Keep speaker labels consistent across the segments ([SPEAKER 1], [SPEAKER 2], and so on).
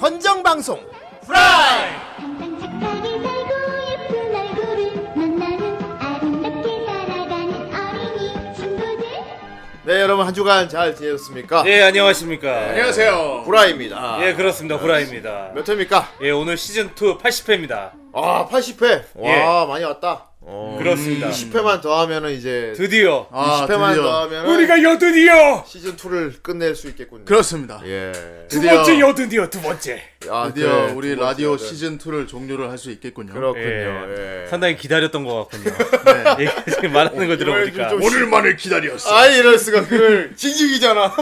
[SPEAKER 1] 헌정 방송
[SPEAKER 2] 항상 착하게 살고 예쁜 얼굴을 만나는 아름답게 살아가는 어린이 친구들
[SPEAKER 1] 네 여러분 한 주간 잘 지내셨습니까?
[SPEAKER 3] 예, 안녕하십니까.
[SPEAKER 4] 안녕하세요.
[SPEAKER 1] 브라입니다
[SPEAKER 3] 예, 그렇습니다. 호라입니다.
[SPEAKER 1] 몇 회입니까?
[SPEAKER 3] 예, 오늘 시즌2 80회입니다.
[SPEAKER 1] 아 80회 와
[SPEAKER 3] 예.
[SPEAKER 1] 많이 왔다 어,
[SPEAKER 3] 그렇습니다.
[SPEAKER 1] 20회만 더 하면은 이제
[SPEAKER 3] 드디어.
[SPEAKER 4] 아,
[SPEAKER 1] 20회만
[SPEAKER 4] 드디어.
[SPEAKER 1] 더 하면은
[SPEAKER 3] 우리가 여드디어!
[SPEAKER 1] 시즌2를 끝낼 수 있겠군요
[SPEAKER 4] 그렇습니다.
[SPEAKER 1] 예
[SPEAKER 3] 두
[SPEAKER 4] 드디어.
[SPEAKER 3] 번째 여드디어, 네, 두 번째.
[SPEAKER 1] 아,
[SPEAKER 4] 드디어
[SPEAKER 1] 그래,
[SPEAKER 4] 우리
[SPEAKER 1] 두 번째
[SPEAKER 4] 라디오
[SPEAKER 1] 거는.
[SPEAKER 4] 시즌 2를 종료를 할 수 있겠군요.
[SPEAKER 1] 그렇군요
[SPEAKER 3] 예.
[SPEAKER 1] 예.
[SPEAKER 3] 상당히 기다렸던 것 같군요.
[SPEAKER 4] 네.
[SPEAKER 3] 예, 지금 말하는 거 들어보니까.
[SPEAKER 1] 좀
[SPEAKER 4] 오늘만을 기다렸어.
[SPEAKER 1] 아 이럴 수가 그걸 징징이잖아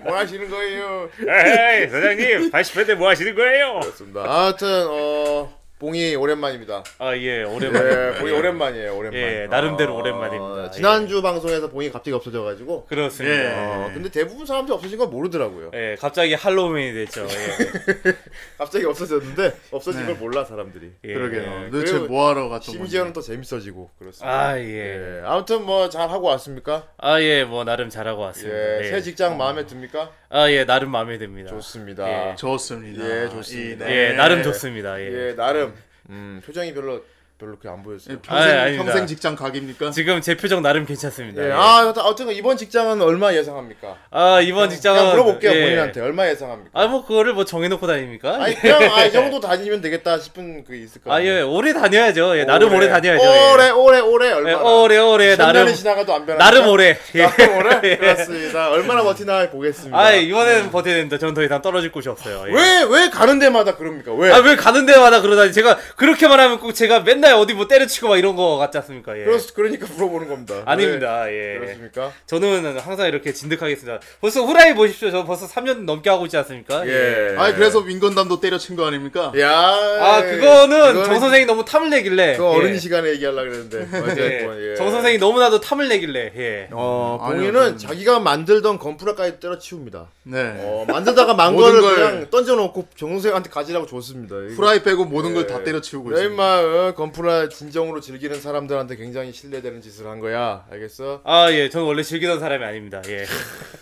[SPEAKER 1] 뭐 하시는 거예요
[SPEAKER 3] 에이, 사장님, 80회 때 뭐 하시는 거예요?
[SPEAKER 1] 좋습니다 아무튼 어 봉이 오랜만입니다
[SPEAKER 3] 아, 예,
[SPEAKER 1] 예,
[SPEAKER 3] 오랜만에.
[SPEAKER 1] 봉이 오랜만이에요 오랜만
[SPEAKER 3] 예, 나름대로 오랜만입니다.
[SPEAKER 1] 어, 지난주 방송에서 봉이 갑자기 없어져가지고
[SPEAKER 4] 아, 예.
[SPEAKER 3] 그렇습니다.
[SPEAKER 1] 어, 근데 대부분 사람들이 없어진 건 모르더라고요.
[SPEAKER 3] 예, 갑자기 할로윈이 됐죠. 예.
[SPEAKER 1] 갑자기 없어졌는데 없어진
[SPEAKER 4] 네.
[SPEAKER 1] 걸 몰라 사람들이.
[SPEAKER 3] 예.
[SPEAKER 4] 그러게요.
[SPEAKER 1] 예,
[SPEAKER 4] 도대체
[SPEAKER 1] 그리고
[SPEAKER 4] 뭐 하러 갔던
[SPEAKER 1] 심지어는
[SPEAKER 4] 건지.
[SPEAKER 1] 또 재밌어지고 그렇습니다.
[SPEAKER 3] 아, 예.
[SPEAKER 1] 예, 아무튼 뭐 잘 하고 왔습니까?
[SPEAKER 3] 아, 예, 뭐, 나름 잘하고
[SPEAKER 1] 예,
[SPEAKER 3] 왔습니다.
[SPEAKER 1] 새 직장 마음에 듭니까?
[SPEAKER 3] 아, 예, 나름 마음에 듭니다.
[SPEAKER 1] 좋습니다.
[SPEAKER 3] 어. 예.
[SPEAKER 4] 좋습니다.
[SPEAKER 1] 예, 좋습니다.
[SPEAKER 4] 이- 네.
[SPEAKER 3] 예, 나름 좋습니다.
[SPEAKER 1] 예, 나름 음, 표정이 별로 별로 그렇게 안 보였어요.
[SPEAKER 4] 평생
[SPEAKER 3] 아, 아닙니다.
[SPEAKER 4] 평생 직장 각입니까?
[SPEAKER 3] 지금 제 표정 나름 괜찮습니다.
[SPEAKER 1] 예,
[SPEAKER 3] 예.
[SPEAKER 1] 아, 여튼- 어쨌든 이번 직장은 얼마 예상합니까?
[SPEAKER 3] 아, 이번 직장은
[SPEAKER 1] 그냥 물어볼게요
[SPEAKER 3] 예.
[SPEAKER 1] 본인한테 얼마 예상합니까?
[SPEAKER 3] 아, 뭐 그거를 뭐 정해놓고 다닙니까?
[SPEAKER 1] 아니 그냥 아, 이 정도 다니면 되겠다 싶은 그 있을 거예요.
[SPEAKER 3] 아, 예, 오래 다녀야죠. 예, 나름 오래 다녀야죠. 예.
[SPEAKER 1] 오래 오래 오래 얼마나?
[SPEAKER 3] 예, 오래 오래
[SPEAKER 1] 나름
[SPEAKER 3] 나름
[SPEAKER 1] 이 지나가도 안 변하니까.
[SPEAKER 3] 나름 오래.
[SPEAKER 1] 나름
[SPEAKER 3] 예.
[SPEAKER 1] 오래 그렇습니다. 얼마나 버티나 보겠습니다.
[SPEAKER 3] 아, 이번에는 버텨야 됩니다. 저는 더 이상 떨어질 곳이 없어요. 예.
[SPEAKER 1] 왜 왜 가는 데마다 그럽니까? 왜?
[SPEAKER 3] 아, 왜 가는 데마다 그러다니. 제가 그렇게 말하면 꼭 제가 맨날 어디 뭐 때려치고 막 이런 거 같지 않습니까? 예.
[SPEAKER 1] 그러, 그러니까 물어보는 겁니다.
[SPEAKER 3] 아닙니다.
[SPEAKER 1] 왜?
[SPEAKER 3] 예.
[SPEAKER 1] 그렇습니까?
[SPEAKER 3] 저는 항상 이렇게 진득하겠습니다. 벌써 후라이 보십시오. 저 벌써 3년 넘게 하고 있지 않습니까?
[SPEAKER 1] 예.
[SPEAKER 4] 아니 그래서 윙건담도 때려친 거 아닙니까?
[SPEAKER 1] 야.
[SPEAKER 3] 아 그거는 정 선생이 너무 탐을 내길래
[SPEAKER 1] 예, 그거
[SPEAKER 3] 예.
[SPEAKER 1] 어른 시간에 얘기하려 그랬는데. 어쨌건,
[SPEAKER 3] 예.
[SPEAKER 1] 예.
[SPEAKER 3] 정 선생이 너무나도 탐을 내길래 예.
[SPEAKER 1] 어,
[SPEAKER 4] 아니요,
[SPEAKER 1] 봉이는
[SPEAKER 4] 저는-
[SPEAKER 1] 자기가 만들던 건프라까지 때려치웁니다.
[SPEAKER 4] 네.
[SPEAKER 1] 어, 만들다가 만
[SPEAKER 4] 모든
[SPEAKER 1] 거를
[SPEAKER 4] 걸-
[SPEAKER 1] 그냥 던져놓고 정선생한테 가지라고 줬습니다. 이거-
[SPEAKER 4] 후라이 빼고 모든 걸
[SPEAKER 1] 예.
[SPEAKER 4] 다 때려치우고
[SPEAKER 1] 야,
[SPEAKER 4] 있습니다.
[SPEAKER 1] 임마, 어, 건프라 진정으로 즐기는 사람들한테 굉장히 신뢰되는 짓을 한 거야. 알겠어?
[SPEAKER 3] 아 예, 저는 원래 즐기던 사람이 아닙니다. 예.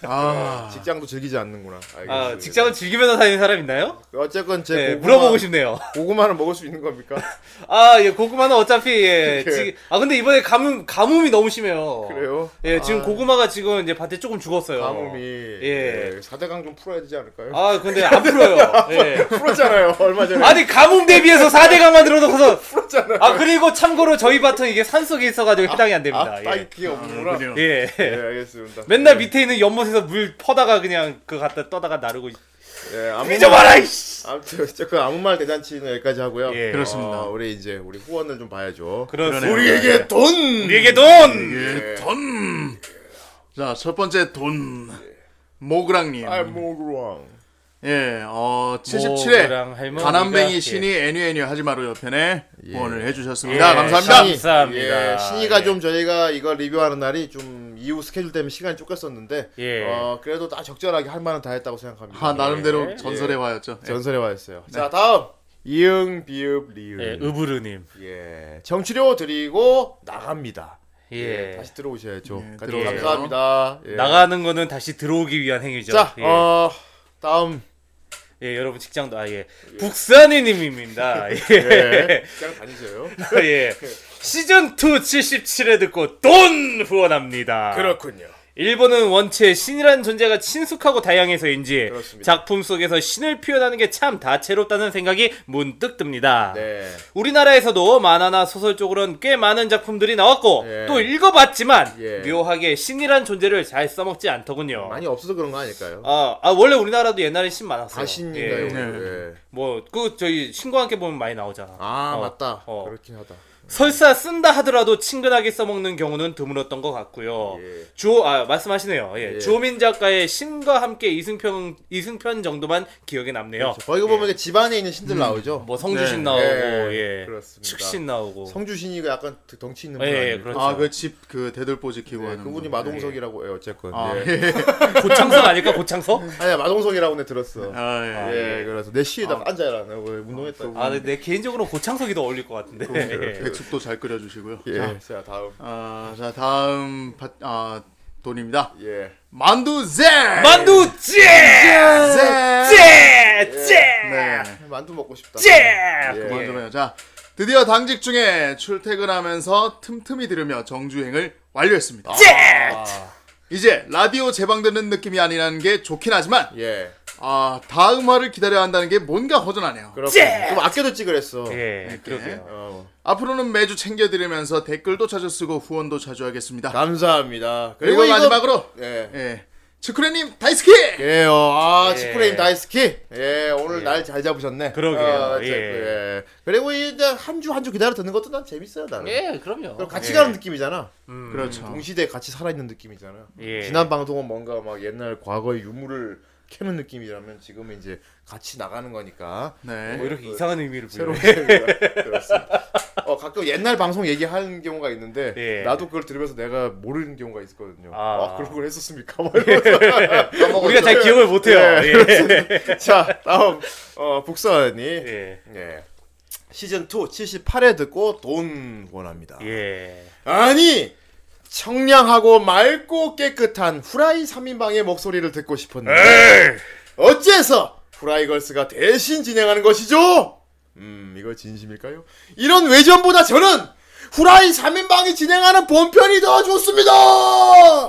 [SPEAKER 4] 아,
[SPEAKER 1] 직장도 즐기지 않는구나. 알겠어. 그
[SPEAKER 3] 아 직장을 즐기면서 사는 사람 있나요?
[SPEAKER 1] 어쨌건 제
[SPEAKER 3] 네,
[SPEAKER 1] 고구마,
[SPEAKER 3] 물어보고 싶네요.
[SPEAKER 1] 고구마는 먹을 수 있는 겁니까?
[SPEAKER 3] 아 예, 고구마는 어차피 예.
[SPEAKER 1] 그래.
[SPEAKER 3] 지, 아 근데 이번에 가뭄 가뭄이 너무 심해요.
[SPEAKER 1] 그래요?
[SPEAKER 3] 예, 지금
[SPEAKER 1] 아.
[SPEAKER 3] 고구마가 지금 이제 밭에 조금 죽었어요.
[SPEAKER 1] 가뭄이
[SPEAKER 3] 예.
[SPEAKER 1] 예. 4대강 좀 풀어야 되지 않을까요?
[SPEAKER 3] 아 근데 안 풀어요. 예.
[SPEAKER 1] 풀었잖아요 얼마 전에
[SPEAKER 3] 아니 가뭄 대비해서 4대강 만들어놓고서 아 그리고 참고로 저희 밭은 이게 산속에 있어가지고 해당이 안 됩니다.
[SPEAKER 1] 아,
[SPEAKER 3] 예.
[SPEAKER 1] 딱 그게 없구나
[SPEAKER 4] 그래요.
[SPEAKER 3] 예.
[SPEAKER 1] 예 알겠습니다
[SPEAKER 3] 맨날 밑에 있는 연못에서 물 퍼다가 그냥 그 갖다 떠다가 나르고
[SPEAKER 1] 예, 아무
[SPEAKER 3] 잊어봐라 이씨.
[SPEAKER 1] 아무튼 어쨌건 아무 말 대잔치는 여기까지 하고요
[SPEAKER 3] 예.
[SPEAKER 4] 그렇습니다.
[SPEAKER 1] 어, 우리 이제 우리 후원을 좀 봐야죠
[SPEAKER 3] 그렇습니다.
[SPEAKER 1] 우리에게 돈
[SPEAKER 3] 우리에게 돈.
[SPEAKER 4] 예, 돈. 자, 첫 번째 돈. 모그랑님.
[SPEAKER 1] 아이 모그랑
[SPEAKER 4] 예, 어, 77회.
[SPEAKER 3] 모그랑 할머니가-
[SPEAKER 4] 가난뱅이
[SPEAKER 3] 예.
[SPEAKER 4] 신이 애니 애니 하지 마루 옆에네 후원을 해주셨습니다.
[SPEAKER 3] 예,
[SPEAKER 4] 감사합니다.
[SPEAKER 3] 신이- 감사합니다.
[SPEAKER 1] 아, 예, 신이가
[SPEAKER 3] 예.
[SPEAKER 1] 좀 저희가 이거 리뷰하는 날이 좀 이후 스케줄 때문에 시간이 쫓겼었는데
[SPEAKER 3] 예.
[SPEAKER 1] 어, 그래도 다 적절하게 할 만은 다 했다고 생각합니다
[SPEAKER 4] 아, 나름대로
[SPEAKER 3] 예.
[SPEAKER 4] 전설의 화였죠. 예.
[SPEAKER 1] 전설의 화였어요 자 다음 이응 비읍 리은
[SPEAKER 3] 예, 으브르님.
[SPEAKER 1] 예, 정치료 드리고 나갑니다.
[SPEAKER 3] 예.
[SPEAKER 1] 다시 들어오셔야죠.
[SPEAKER 4] 예,
[SPEAKER 1] 가족
[SPEAKER 4] 들어오세요.
[SPEAKER 1] 감사합니다. 예.
[SPEAKER 3] 나가는 거는 다시 들어오기 위한 행위죠.
[SPEAKER 1] 자,
[SPEAKER 3] 예.
[SPEAKER 1] 어, 다음
[SPEAKER 3] 예, 여러분 직장도 아 예. 북산이님입니다.
[SPEAKER 1] 예.
[SPEAKER 3] 예.
[SPEAKER 1] 직장 다니세요?
[SPEAKER 3] 예. 시즌 2 77회 듣고 돈
[SPEAKER 1] 아.
[SPEAKER 3] 후원합니다.
[SPEAKER 1] 그렇군요.
[SPEAKER 3] 일본은 원체 신이라는 존재가 친숙하고 다양해서인지
[SPEAKER 1] 그렇습니다.
[SPEAKER 3] 작품 속에서 신을 표현하는 게 참 다채롭다는 생각이 문득 듭니다.
[SPEAKER 1] 네.
[SPEAKER 3] 우리나라에서도 만화나 소설 쪽으로는 꽤 많은 작품들이 나왔고
[SPEAKER 1] 예.
[SPEAKER 3] 또 읽어봤지만
[SPEAKER 1] 예.
[SPEAKER 3] 묘하게 신이란 존재를 잘 써먹지 않더군요.
[SPEAKER 1] 많이 없어서 그런 거 아닐까요?
[SPEAKER 3] 아, 아, 원래 우리나라도 옛날에 신 많았어요.
[SPEAKER 1] 가신인가요?
[SPEAKER 3] 예.
[SPEAKER 1] 예.
[SPEAKER 3] 뭐그 저희 신과 함께 보면 많이 나오잖아.
[SPEAKER 1] 아
[SPEAKER 3] 어,
[SPEAKER 1] 맞다.
[SPEAKER 3] 어.
[SPEAKER 1] 그렇긴 하다.
[SPEAKER 3] 설사 쓴다 하더라도 친근하게 써먹는 경우는 드물었던 것 같고요.
[SPEAKER 1] 예.
[SPEAKER 3] 주호 아 말씀하시네요. 예.
[SPEAKER 1] 예.
[SPEAKER 3] 주호민 작가의 신과 함께 이승평 이승편 정도만 기억에 남네요.
[SPEAKER 1] 거기 보면 이렇게 집안에 있는 신들 나오죠.
[SPEAKER 3] 예. 뭐 성주신
[SPEAKER 4] 네.
[SPEAKER 3] 나오고
[SPEAKER 1] 그렇죠. 예,
[SPEAKER 3] 예.
[SPEAKER 1] 그렇습니다.
[SPEAKER 3] 측신 나오고
[SPEAKER 1] 성주신이가 약간 그 덩치 있는 분
[SPEAKER 3] 예, 예,
[SPEAKER 1] 아니에요?
[SPEAKER 3] 그렇죠.
[SPEAKER 4] 아, 그 집 그 대들보 지키고
[SPEAKER 1] 네,
[SPEAKER 4] 하는
[SPEAKER 1] 그분이
[SPEAKER 4] 분.
[SPEAKER 1] 마동석이라고 예, 어쨌건
[SPEAKER 4] 아,
[SPEAKER 1] 예.
[SPEAKER 4] 예.
[SPEAKER 3] 고창석 아닐까 고창석?
[SPEAKER 1] 아니야 마동석이라고 내 들었어.
[SPEAKER 4] 아, 예.
[SPEAKER 1] 예, 그래서 내 시에다 앉아라. 나 오늘 운동했다.
[SPEAKER 3] 아, 근데 내 개인적으로 고창석이 더 어울릴 것 같은데.
[SPEAKER 1] 그렇죠,
[SPEAKER 3] 예.
[SPEAKER 4] 백숙도 잘 끓여 주시고요.
[SPEAKER 1] 예. 자 다음.
[SPEAKER 4] 아, 자, 다음 바, 아, 돈입니다.
[SPEAKER 1] 예.
[SPEAKER 4] 만두 제!
[SPEAKER 3] 만두 찌!
[SPEAKER 4] 제!
[SPEAKER 3] 찌!
[SPEAKER 1] 만두 먹고 싶다.
[SPEAKER 3] 잽!
[SPEAKER 1] 네. 예.
[SPEAKER 4] 네. 그만 들어요. 자, 드디어 당직 중에 출퇴근하면서 틈틈이 들으며 정주행을 완료했습니다.
[SPEAKER 3] 잽!
[SPEAKER 4] 이제 라디오 제방 듣는 느낌이 아니라는 게 좋긴 하지만
[SPEAKER 1] 예.
[SPEAKER 4] 아 다음화를 기다려야 한다는 게 뭔가 허전하네요.
[SPEAKER 1] 그렇군.
[SPEAKER 3] 잭!
[SPEAKER 1] 좀 아껴뒀지 그랬어.
[SPEAKER 3] 예, 그러게요.
[SPEAKER 1] 어,
[SPEAKER 4] 앞으로는 매주 챙겨 들으면서 댓글도 자주 쓰고 후원도 자주 하겠습니다.
[SPEAKER 1] 감사합니다.
[SPEAKER 4] 그리고
[SPEAKER 1] 이거-
[SPEAKER 4] 마지막으로
[SPEAKER 1] 예.
[SPEAKER 4] 예 츠크레님 다이스키
[SPEAKER 1] 예요. 아,
[SPEAKER 3] 예.
[SPEAKER 1] 치프레임 다이스키. 예, 오늘
[SPEAKER 3] 예.
[SPEAKER 1] 날 잘 잡으셨네.
[SPEAKER 3] 그러게요.
[SPEAKER 1] 어,
[SPEAKER 3] 예.
[SPEAKER 1] 자, 예. 그리고 이제 한 주 한 주 기다려 듣는 것도 난 재밌어요, 나는.
[SPEAKER 3] 예, 그럼요.
[SPEAKER 1] 그리고 같이
[SPEAKER 3] 예.
[SPEAKER 1] 가는 느낌이잖아.
[SPEAKER 3] 음.
[SPEAKER 4] 그렇죠.
[SPEAKER 1] 동시대에 같이 살아있는 느낌이잖아.
[SPEAKER 3] 예.
[SPEAKER 1] 지난 방송은 뭔가 막 옛날 과거의 유물을 캐는 느낌이라면 지금은 이제 같이 나가는 거니까.
[SPEAKER 3] 뭐
[SPEAKER 4] 네
[SPEAKER 3] 이렇게 이상한 의미를 부여.
[SPEAKER 1] 새로운 그렇습니다. 어 가끔 옛날 방송 얘기하는 경우가 있는데
[SPEAKER 3] 예.
[SPEAKER 1] 나도 그걸 들으면서 내가 모르는 경우가 있거든요.
[SPEAKER 3] 아.
[SPEAKER 1] 아, 그런 걸 했었습니까? 막 이러면서
[SPEAKER 3] 우리가 잘 기억을 못해요.
[SPEAKER 1] 예.
[SPEAKER 3] 예.
[SPEAKER 1] 자 다음 어, 북선이 예.
[SPEAKER 3] 예.
[SPEAKER 1] 시즌 2 78회 듣고 돈 원합니다.
[SPEAKER 3] 예.
[SPEAKER 1] 아니 청량하고 맑고 깨끗한 후라이 3인방의 목소리를 듣고 싶었는데
[SPEAKER 4] 예.
[SPEAKER 1] 어째서 후라이걸스가 대신 진행하는 것이죠? 음 이거 진심일까요? 이런 외전보다 저는 후라이 3인방이 진행하는 본편이 더 좋습니다!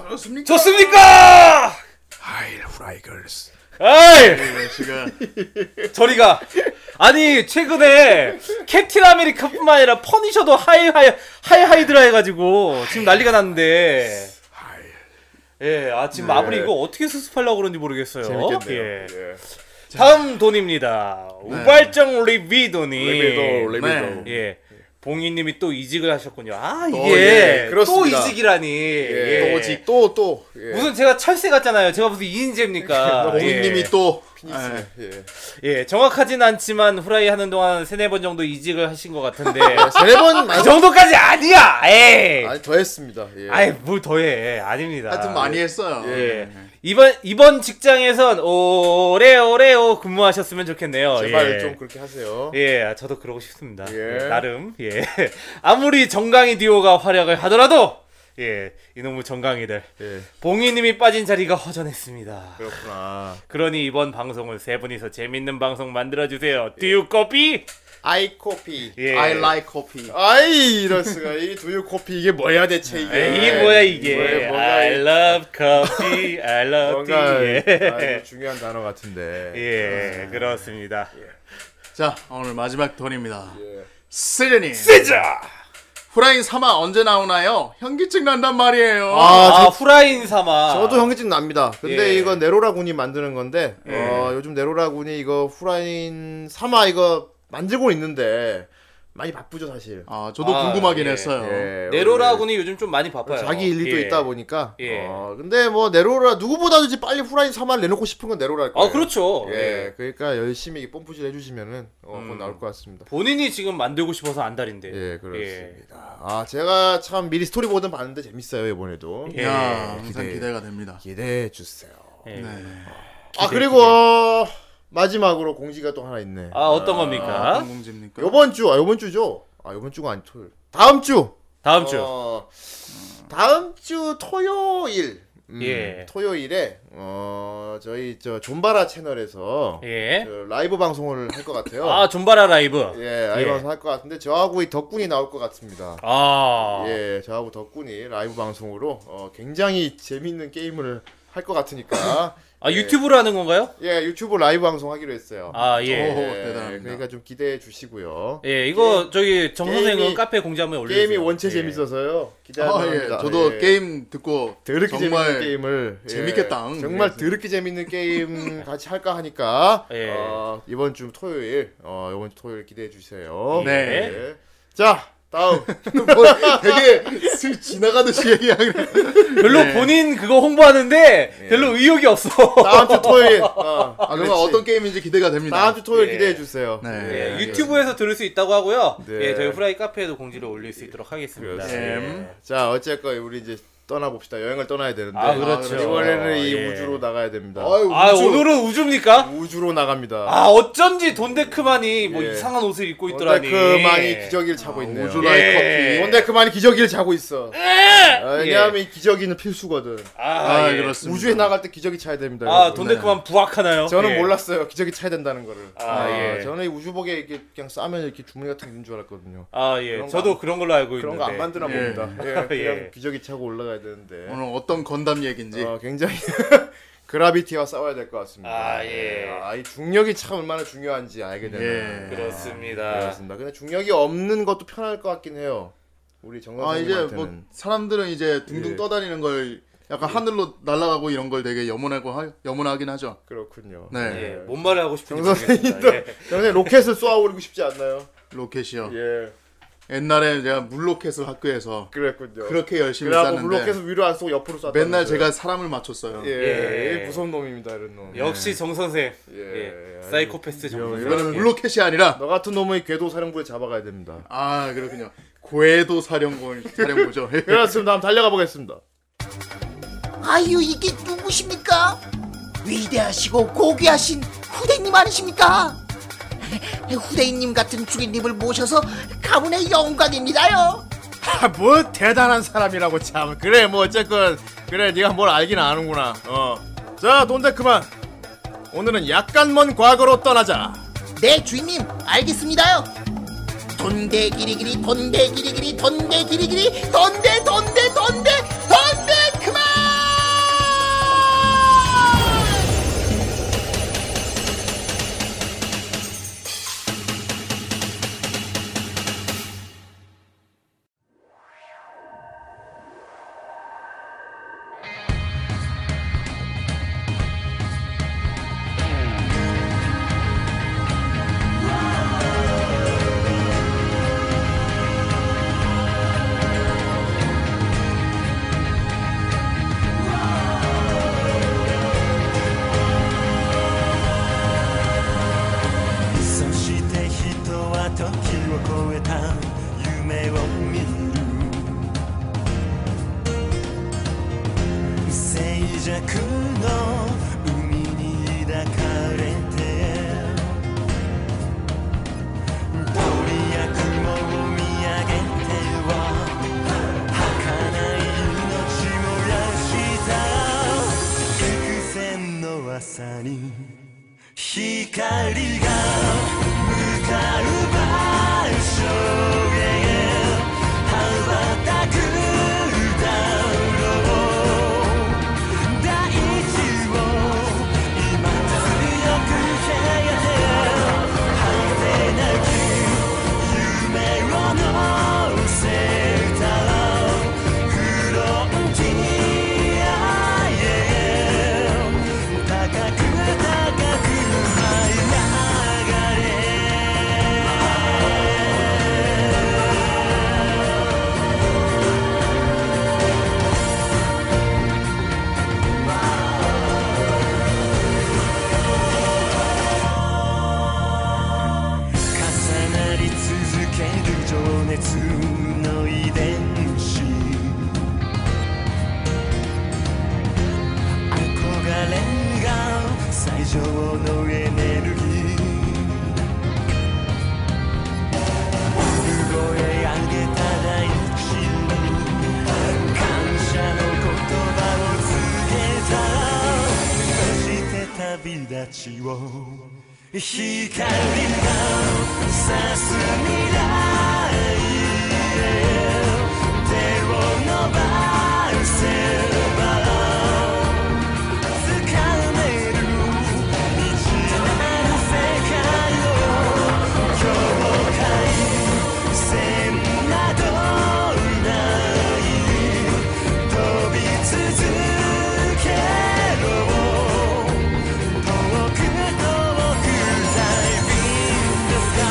[SPEAKER 4] 그렇습니까?
[SPEAKER 3] 좋습니까?
[SPEAKER 4] 하일 후라이걸스
[SPEAKER 3] 아이,
[SPEAKER 1] 네,
[SPEAKER 4] 제가
[SPEAKER 3] 저리가. 아니, 최근에 캡틴 아메리카뿐만 아니라 퍼니셔도 하이 하이 하이 하이드라 해가지고 지금 난리가 났는데.
[SPEAKER 4] 하일
[SPEAKER 3] 예, 아 지금
[SPEAKER 1] 네.
[SPEAKER 3] 마블이 이거 어떻게 수습하려고 그러는지 모르겠어요.
[SPEAKER 1] 재밌겠네요. 네.
[SPEAKER 3] 예.
[SPEAKER 1] 예.
[SPEAKER 3] 다음 돈입니다. 우발정 리비돈이.
[SPEAKER 1] 레벨도
[SPEAKER 4] 네.
[SPEAKER 1] 레벨도
[SPEAKER 3] 예. 봉이님이 또 이직을 하셨군요. 아 이게
[SPEAKER 1] 예,
[SPEAKER 3] 또
[SPEAKER 1] 그렇습니다.
[SPEAKER 3] 이직이라니.
[SPEAKER 1] 예.
[SPEAKER 3] 예.
[SPEAKER 1] 오직 또또 예. 아,
[SPEAKER 3] 무슨 제가 철새 같잖아요. 제가 무슨 이인재입니까?
[SPEAKER 4] 뭐 공인님이
[SPEAKER 3] 예.
[SPEAKER 4] 또
[SPEAKER 1] 피니스
[SPEAKER 4] 예.
[SPEAKER 1] 예.
[SPEAKER 3] 예, 정확하진 않지만 후라이 하는 동안 세네 번 정도 이직을 하신 것 같은데
[SPEAKER 4] 예.
[SPEAKER 1] 세네 번
[SPEAKER 3] 그
[SPEAKER 1] 많이
[SPEAKER 3] 정도까지 아니야. 에이.
[SPEAKER 1] 아니, 더 했습니다. 예.
[SPEAKER 3] 아이 뭘 더해? 아닙니다.
[SPEAKER 4] 하여튼 많이 했어요.
[SPEAKER 3] 예. 이번 이번 직장에선 오래오래오 근무하셨으면 좋겠네요.
[SPEAKER 1] 제발
[SPEAKER 3] 예.
[SPEAKER 1] 좀 그렇게 하세요.
[SPEAKER 3] 예, 저도 그러고 싶습니다.
[SPEAKER 1] 예.
[SPEAKER 3] 예, 나름 예. 아무리 정강이 듀오가 활약을 하더라도 예, 이놈의 정강이들
[SPEAKER 1] 예.
[SPEAKER 3] 봉이님이 빠진 자리가 허전했습니다.
[SPEAKER 1] 그렇구나.
[SPEAKER 3] 그러니 이번 방송을 세 분이서 재밌는 방송 만들어 주세요.
[SPEAKER 1] 예.
[SPEAKER 3] 듀오커피
[SPEAKER 1] 아이 코피.
[SPEAKER 3] 예.
[SPEAKER 4] I like coffee.
[SPEAKER 1] 아이 이럴 수가 이 두유 코피 이게 뭐야 대체 이게.
[SPEAKER 3] 에이, 이게 뭐야 이게?
[SPEAKER 1] 뭐야, 뭔가
[SPEAKER 3] I
[SPEAKER 1] 예. 이-
[SPEAKER 3] love coffee, I love
[SPEAKER 1] 뭔가
[SPEAKER 3] tea. 예.
[SPEAKER 1] 아, 이거 중요한 단어 같은데.
[SPEAKER 3] 예, 그렇습니다.
[SPEAKER 4] 자 오늘 마지막 턴입니다.
[SPEAKER 1] 예.
[SPEAKER 4] 세련이
[SPEAKER 3] 뜨자.
[SPEAKER 4] 후라인 3화 언제 나오나요? 현기증 난단 말이에요.
[SPEAKER 1] 아,
[SPEAKER 3] 아,
[SPEAKER 1] 저-
[SPEAKER 3] 후라이인 삼아.
[SPEAKER 1] 저도 현기증 납니다. 근데
[SPEAKER 3] 예.
[SPEAKER 1] 이거 네로라 군이 만드는 건데 어, 요즘 네로라 군이 이거 후라인 삼아 이거 만들고 있는데 많이 바쁘죠 사실.
[SPEAKER 4] 아, 저도
[SPEAKER 3] 아,
[SPEAKER 4] 궁금하긴
[SPEAKER 3] 예.
[SPEAKER 4] 했어요.
[SPEAKER 1] 예,
[SPEAKER 3] 네로라군이 요즘 좀 많이
[SPEAKER 1] 오늘
[SPEAKER 3] 바빠요.
[SPEAKER 1] 자기 일도
[SPEAKER 3] 예.
[SPEAKER 1] 있다 보니까.
[SPEAKER 3] 예.
[SPEAKER 1] 어, 근데 뭐 네로라 누구보다도 이제 빨리 후라인 삼아를 내놓고 싶은 건 네로라일 거예요.
[SPEAKER 3] 아, 그렇죠. 예. 음.
[SPEAKER 1] 예, 그러니까 열심히 뽐뿌질 해주시면은 어, 곧 나올 것 같습니다.
[SPEAKER 3] 본인이 지금 만들고 싶어서 안달인데.
[SPEAKER 1] 예, 그렇습니다. 아, 제가 참 미리 스토리보드는 봤는데 재밌어요 이번에도.
[SPEAKER 3] 예.
[SPEAKER 4] 야, 항상
[SPEAKER 1] 기대.
[SPEAKER 4] 기대. 가 됩니다.
[SPEAKER 1] 기대해 주세요.
[SPEAKER 3] 예.
[SPEAKER 4] 네.
[SPEAKER 1] 아 그리고 어, 마지막으로 공지가 또 하나 있네.
[SPEAKER 3] 아 어떤
[SPEAKER 4] 아,
[SPEAKER 3] 겁니까?
[SPEAKER 1] 음.
[SPEAKER 4] 어떤 공지입니까?
[SPEAKER 1] 요번 주, 아 요번 주죠? 아 요번 주가 아니 토요일. 다음 주.
[SPEAKER 3] 다음 주.
[SPEAKER 1] 어, 다음 주 토요일. 음,
[SPEAKER 3] 예.
[SPEAKER 1] 토요일에 어 저희 저 존바라 채널에서
[SPEAKER 3] 예.
[SPEAKER 1] 저 라이브 방송을 할 것 같아요.
[SPEAKER 3] 아 존바라 라이브.
[SPEAKER 1] 예, 라이브
[SPEAKER 3] 예.
[SPEAKER 1] 방송 할 것 같은데 저하고 이 덕군이 나올 것 같습니다.
[SPEAKER 3] 아.
[SPEAKER 1] 예, 저하고 덕군이 라이브 방송으로 어, 굉장히 재밌는 게임을 할 것 같으니까
[SPEAKER 3] 아 유튜브로 하는 건가요?
[SPEAKER 1] 예 유튜브 라이브 방송 하기로 했어요.
[SPEAKER 3] 아
[SPEAKER 1] 예,
[SPEAKER 3] 예.
[SPEAKER 4] 오. 대단합니다.
[SPEAKER 1] 그러니까 좀 기대해 주시고요.
[SPEAKER 3] 예 이거 저기 정 선생은
[SPEAKER 1] 게임이-
[SPEAKER 3] 카페 공지 한번 올려주세요.
[SPEAKER 1] 게임이 원체
[SPEAKER 3] 예.
[SPEAKER 1] 재밌어서요.
[SPEAKER 4] 아,
[SPEAKER 1] 기대합니다.
[SPEAKER 4] 예. 저도
[SPEAKER 1] 예.
[SPEAKER 4] 게임 듣고
[SPEAKER 1] 더럽게 재밌는
[SPEAKER 4] 정말
[SPEAKER 1] 게임을 예,
[SPEAKER 4] 재밌겠다. 예.
[SPEAKER 1] 정말 더럽게 재밌는 게임 같이 할까 하니까
[SPEAKER 3] 예.
[SPEAKER 1] 어, 이번 주 토요일 어, 이번 주 토요일 기대해 주세요.
[SPEAKER 4] 네.
[SPEAKER 1] 예. 자 다음
[SPEAKER 4] 뭐 되게 슬 지나가듯이 얘기하는
[SPEAKER 3] 별로
[SPEAKER 4] 네.
[SPEAKER 3] 본인 그거 홍보하는데
[SPEAKER 1] 예.
[SPEAKER 3] 별로 의욕이 없어.
[SPEAKER 1] 다음 주 토요일. 어,
[SPEAKER 4] 아, 그건 어떤 게임인지 기대가 됩니다.
[SPEAKER 1] 다음 주 토요일
[SPEAKER 3] 예.
[SPEAKER 1] 기대해 주세요.
[SPEAKER 4] 네.
[SPEAKER 3] 예,
[SPEAKER 4] 예.
[SPEAKER 3] 유튜브에서 들을 수 있다고 하고요.
[SPEAKER 1] 네.
[SPEAKER 3] 예 저희 후라이 카페에도 공지를 올릴 수 있도록 하겠습니다.
[SPEAKER 4] 음.
[SPEAKER 1] 그렇습니다.
[SPEAKER 3] 예.
[SPEAKER 1] 자 어쨌건 우리 이제 떠나봅시다. 여행을 떠나야 되는데
[SPEAKER 3] 아, 그렇죠.
[SPEAKER 1] 이번에는 이
[SPEAKER 3] 예.
[SPEAKER 1] 우주로 나가야 됩니다.
[SPEAKER 4] 아유,
[SPEAKER 3] 아
[SPEAKER 4] 우주.
[SPEAKER 3] 오늘은 우주입니까?
[SPEAKER 1] 우주로 나갑니다.
[SPEAKER 3] 아 어쩐지 돈데크만이 뭐
[SPEAKER 1] 예.
[SPEAKER 3] 이상한 옷을 입고 있더라니.
[SPEAKER 1] 원데크만이 기저귀를 차고 있네요.
[SPEAKER 4] 아, 우주라이
[SPEAKER 3] 예.
[SPEAKER 4] 커피.
[SPEAKER 1] 원데크만이 기저귀를 차고 있어.
[SPEAKER 4] 예.
[SPEAKER 1] 왜냐하면 이 기저귀는 필수거든.
[SPEAKER 3] 아,
[SPEAKER 4] 아,
[SPEAKER 3] 예.
[SPEAKER 4] 그렇습니다.
[SPEAKER 1] 우주에 나갈 때 기저귀 차야 됩니다.
[SPEAKER 3] 아
[SPEAKER 1] 여러분. 네.
[SPEAKER 3] 돈데크만 부악하나요?
[SPEAKER 1] 저는
[SPEAKER 3] 예.
[SPEAKER 1] 몰랐어요. 기저귀 차야 된다는 거를.
[SPEAKER 3] 아, 예.
[SPEAKER 1] 저는 이 우주복에 이렇게 그냥 싸면 이렇게 주머니 같은 게 있는 줄 알았거든요.
[SPEAKER 3] 아 예.
[SPEAKER 1] 그런 거
[SPEAKER 3] 저도
[SPEAKER 1] 안-
[SPEAKER 3] 그런 걸로 알고
[SPEAKER 1] 그런
[SPEAKER 3] 있는데.
[SPEAKER 1] 거 안 만드나
[SPEAKER 4] 예.
[SPEAKER 1] 봅니다. 예, 그냥
[SPEAKER 3] 예.
[SPEAKER 1] 기저귀 차고 올라가야 되는데.
[SPEAKER 4] 오늘 어떤 건담 얘긴지.
[SPEAKER 1] 어, 굉장히 그라비티와 싸워야 될 것 같습니다.
[SPEAKER 3] 아, 예.
[SPEAKER 1] 아, 이 중력이 참 얼마나 중요한지 알게 되네요.
[SPEAKER 4] 예.
[SPEAKER 3] 그렇습니다.
[SPEAKER 1] 그렇습니다. 근데 중력이 없는 것도 편할 것 같긴 해요. 우리 정
[SPEAKER 4] 아 이제
[SPEAKER 1] 선생님한테는.
[SPEAKER 4] 뭐 사람들은 이제 둥둥
[SPEAKER 1] 예.
[SPEAKER 4] 떠다니는 걸 약간 하늘로 날아가고 이런 걸 되게 염원하고 하, 염원하긴 하죠.
[SPEAKER 1] 그렇군요.
[SPEAKER 4] 네.
[SPEAKER 3] 예. 뭔 말을 하고 싶은지
[SPEAKER 1] 정 선생님도
[SPEAKER 3] 모르겠습니다. 예.
[SPEAKER 1] 정 선생님 로켓을 쏘아오르고 싶지 않나요?
[SPEAKER 4] 로켓이요.
[SPEAKER 1] 예,
[SPEAKER 4] 옛날에 제가 물로켓을 학교에서
[SPEAKER 1] 그랬군요.
[SPEAKER 4] 그렇게 열심히
[SPEAKER 1] 그래갖고
[SPEAKER 4] 쐈는데
[SPEAKER 1] 물로켓을 위로 안 쏘고 옆으로 쐈다.
[SPEAKER 4] 맨날 제가 사람을 맞췄어요.
[SPEAKER 1] 예,
[SPEAKER 3] 예.
[SPEAKER 1] 예. 무서운 놈입니다 이런 놈.
[SPEAKER 3] 역시 정 선생.
[SPEAKER 1] 예,
[SPEAKER 3] 예.
[SPEAKER 1] 아주-
[SPEAKER 3] 사이코패스 정 선생. 예.
[SPEAKER 4] 이거는 물로켓이 아니라
[SPEAKER 1] 너 같은 놈의 궤도 사령부에 잡아가야 됩니다.
[SPEAKER 4] 아 그렇군요. 고해도 사령부 사령부죠.
[SPEAKER 1] 그렇습니다. 한번 달려가 보겠습니다.
[SPEAKER 5] 아유 이게 누구십니까? 위대하시고 고귀하신 후대님 아니십니까? 후대님 같은 주인님을 모셔서 가문의 영광입니다요.
[SPEAKER 1] 아, 뭐 대단한 사람이라고 참 그래 뭐 어쨌건 그래 네가 뭘 알긴 아는구나 어자 돈데 그만 오늘은 약간 먼 과거로 떠나자
[SPEAKER 5] 네 주인님 알겠습니다요. 돈대 기리기리 돈대 기리기리 돈대 기리기리 돈대 돈대 돈대 돈대 그만!
[SPEAKER 6] そして人は時を超えた夢を見る静寂の海に抱かれて鳥や雲を見上げては儚い命燃やした幾千の朝に光が向かう場所へ羽ばたくだろう大地を今強く照らせ果てなき夢を乗せたフロンティアへ高く高く舞い上がれ重なり続ける情熱の遺伝子憧れが最上のエネルギー潤え上げた大地に感謝の言葉を告げたそして旅立ちを光が差す未来へ手を伸ばせば掴める未知なる世界を境界線などない飛び続けろ遠く遠く Diving the sky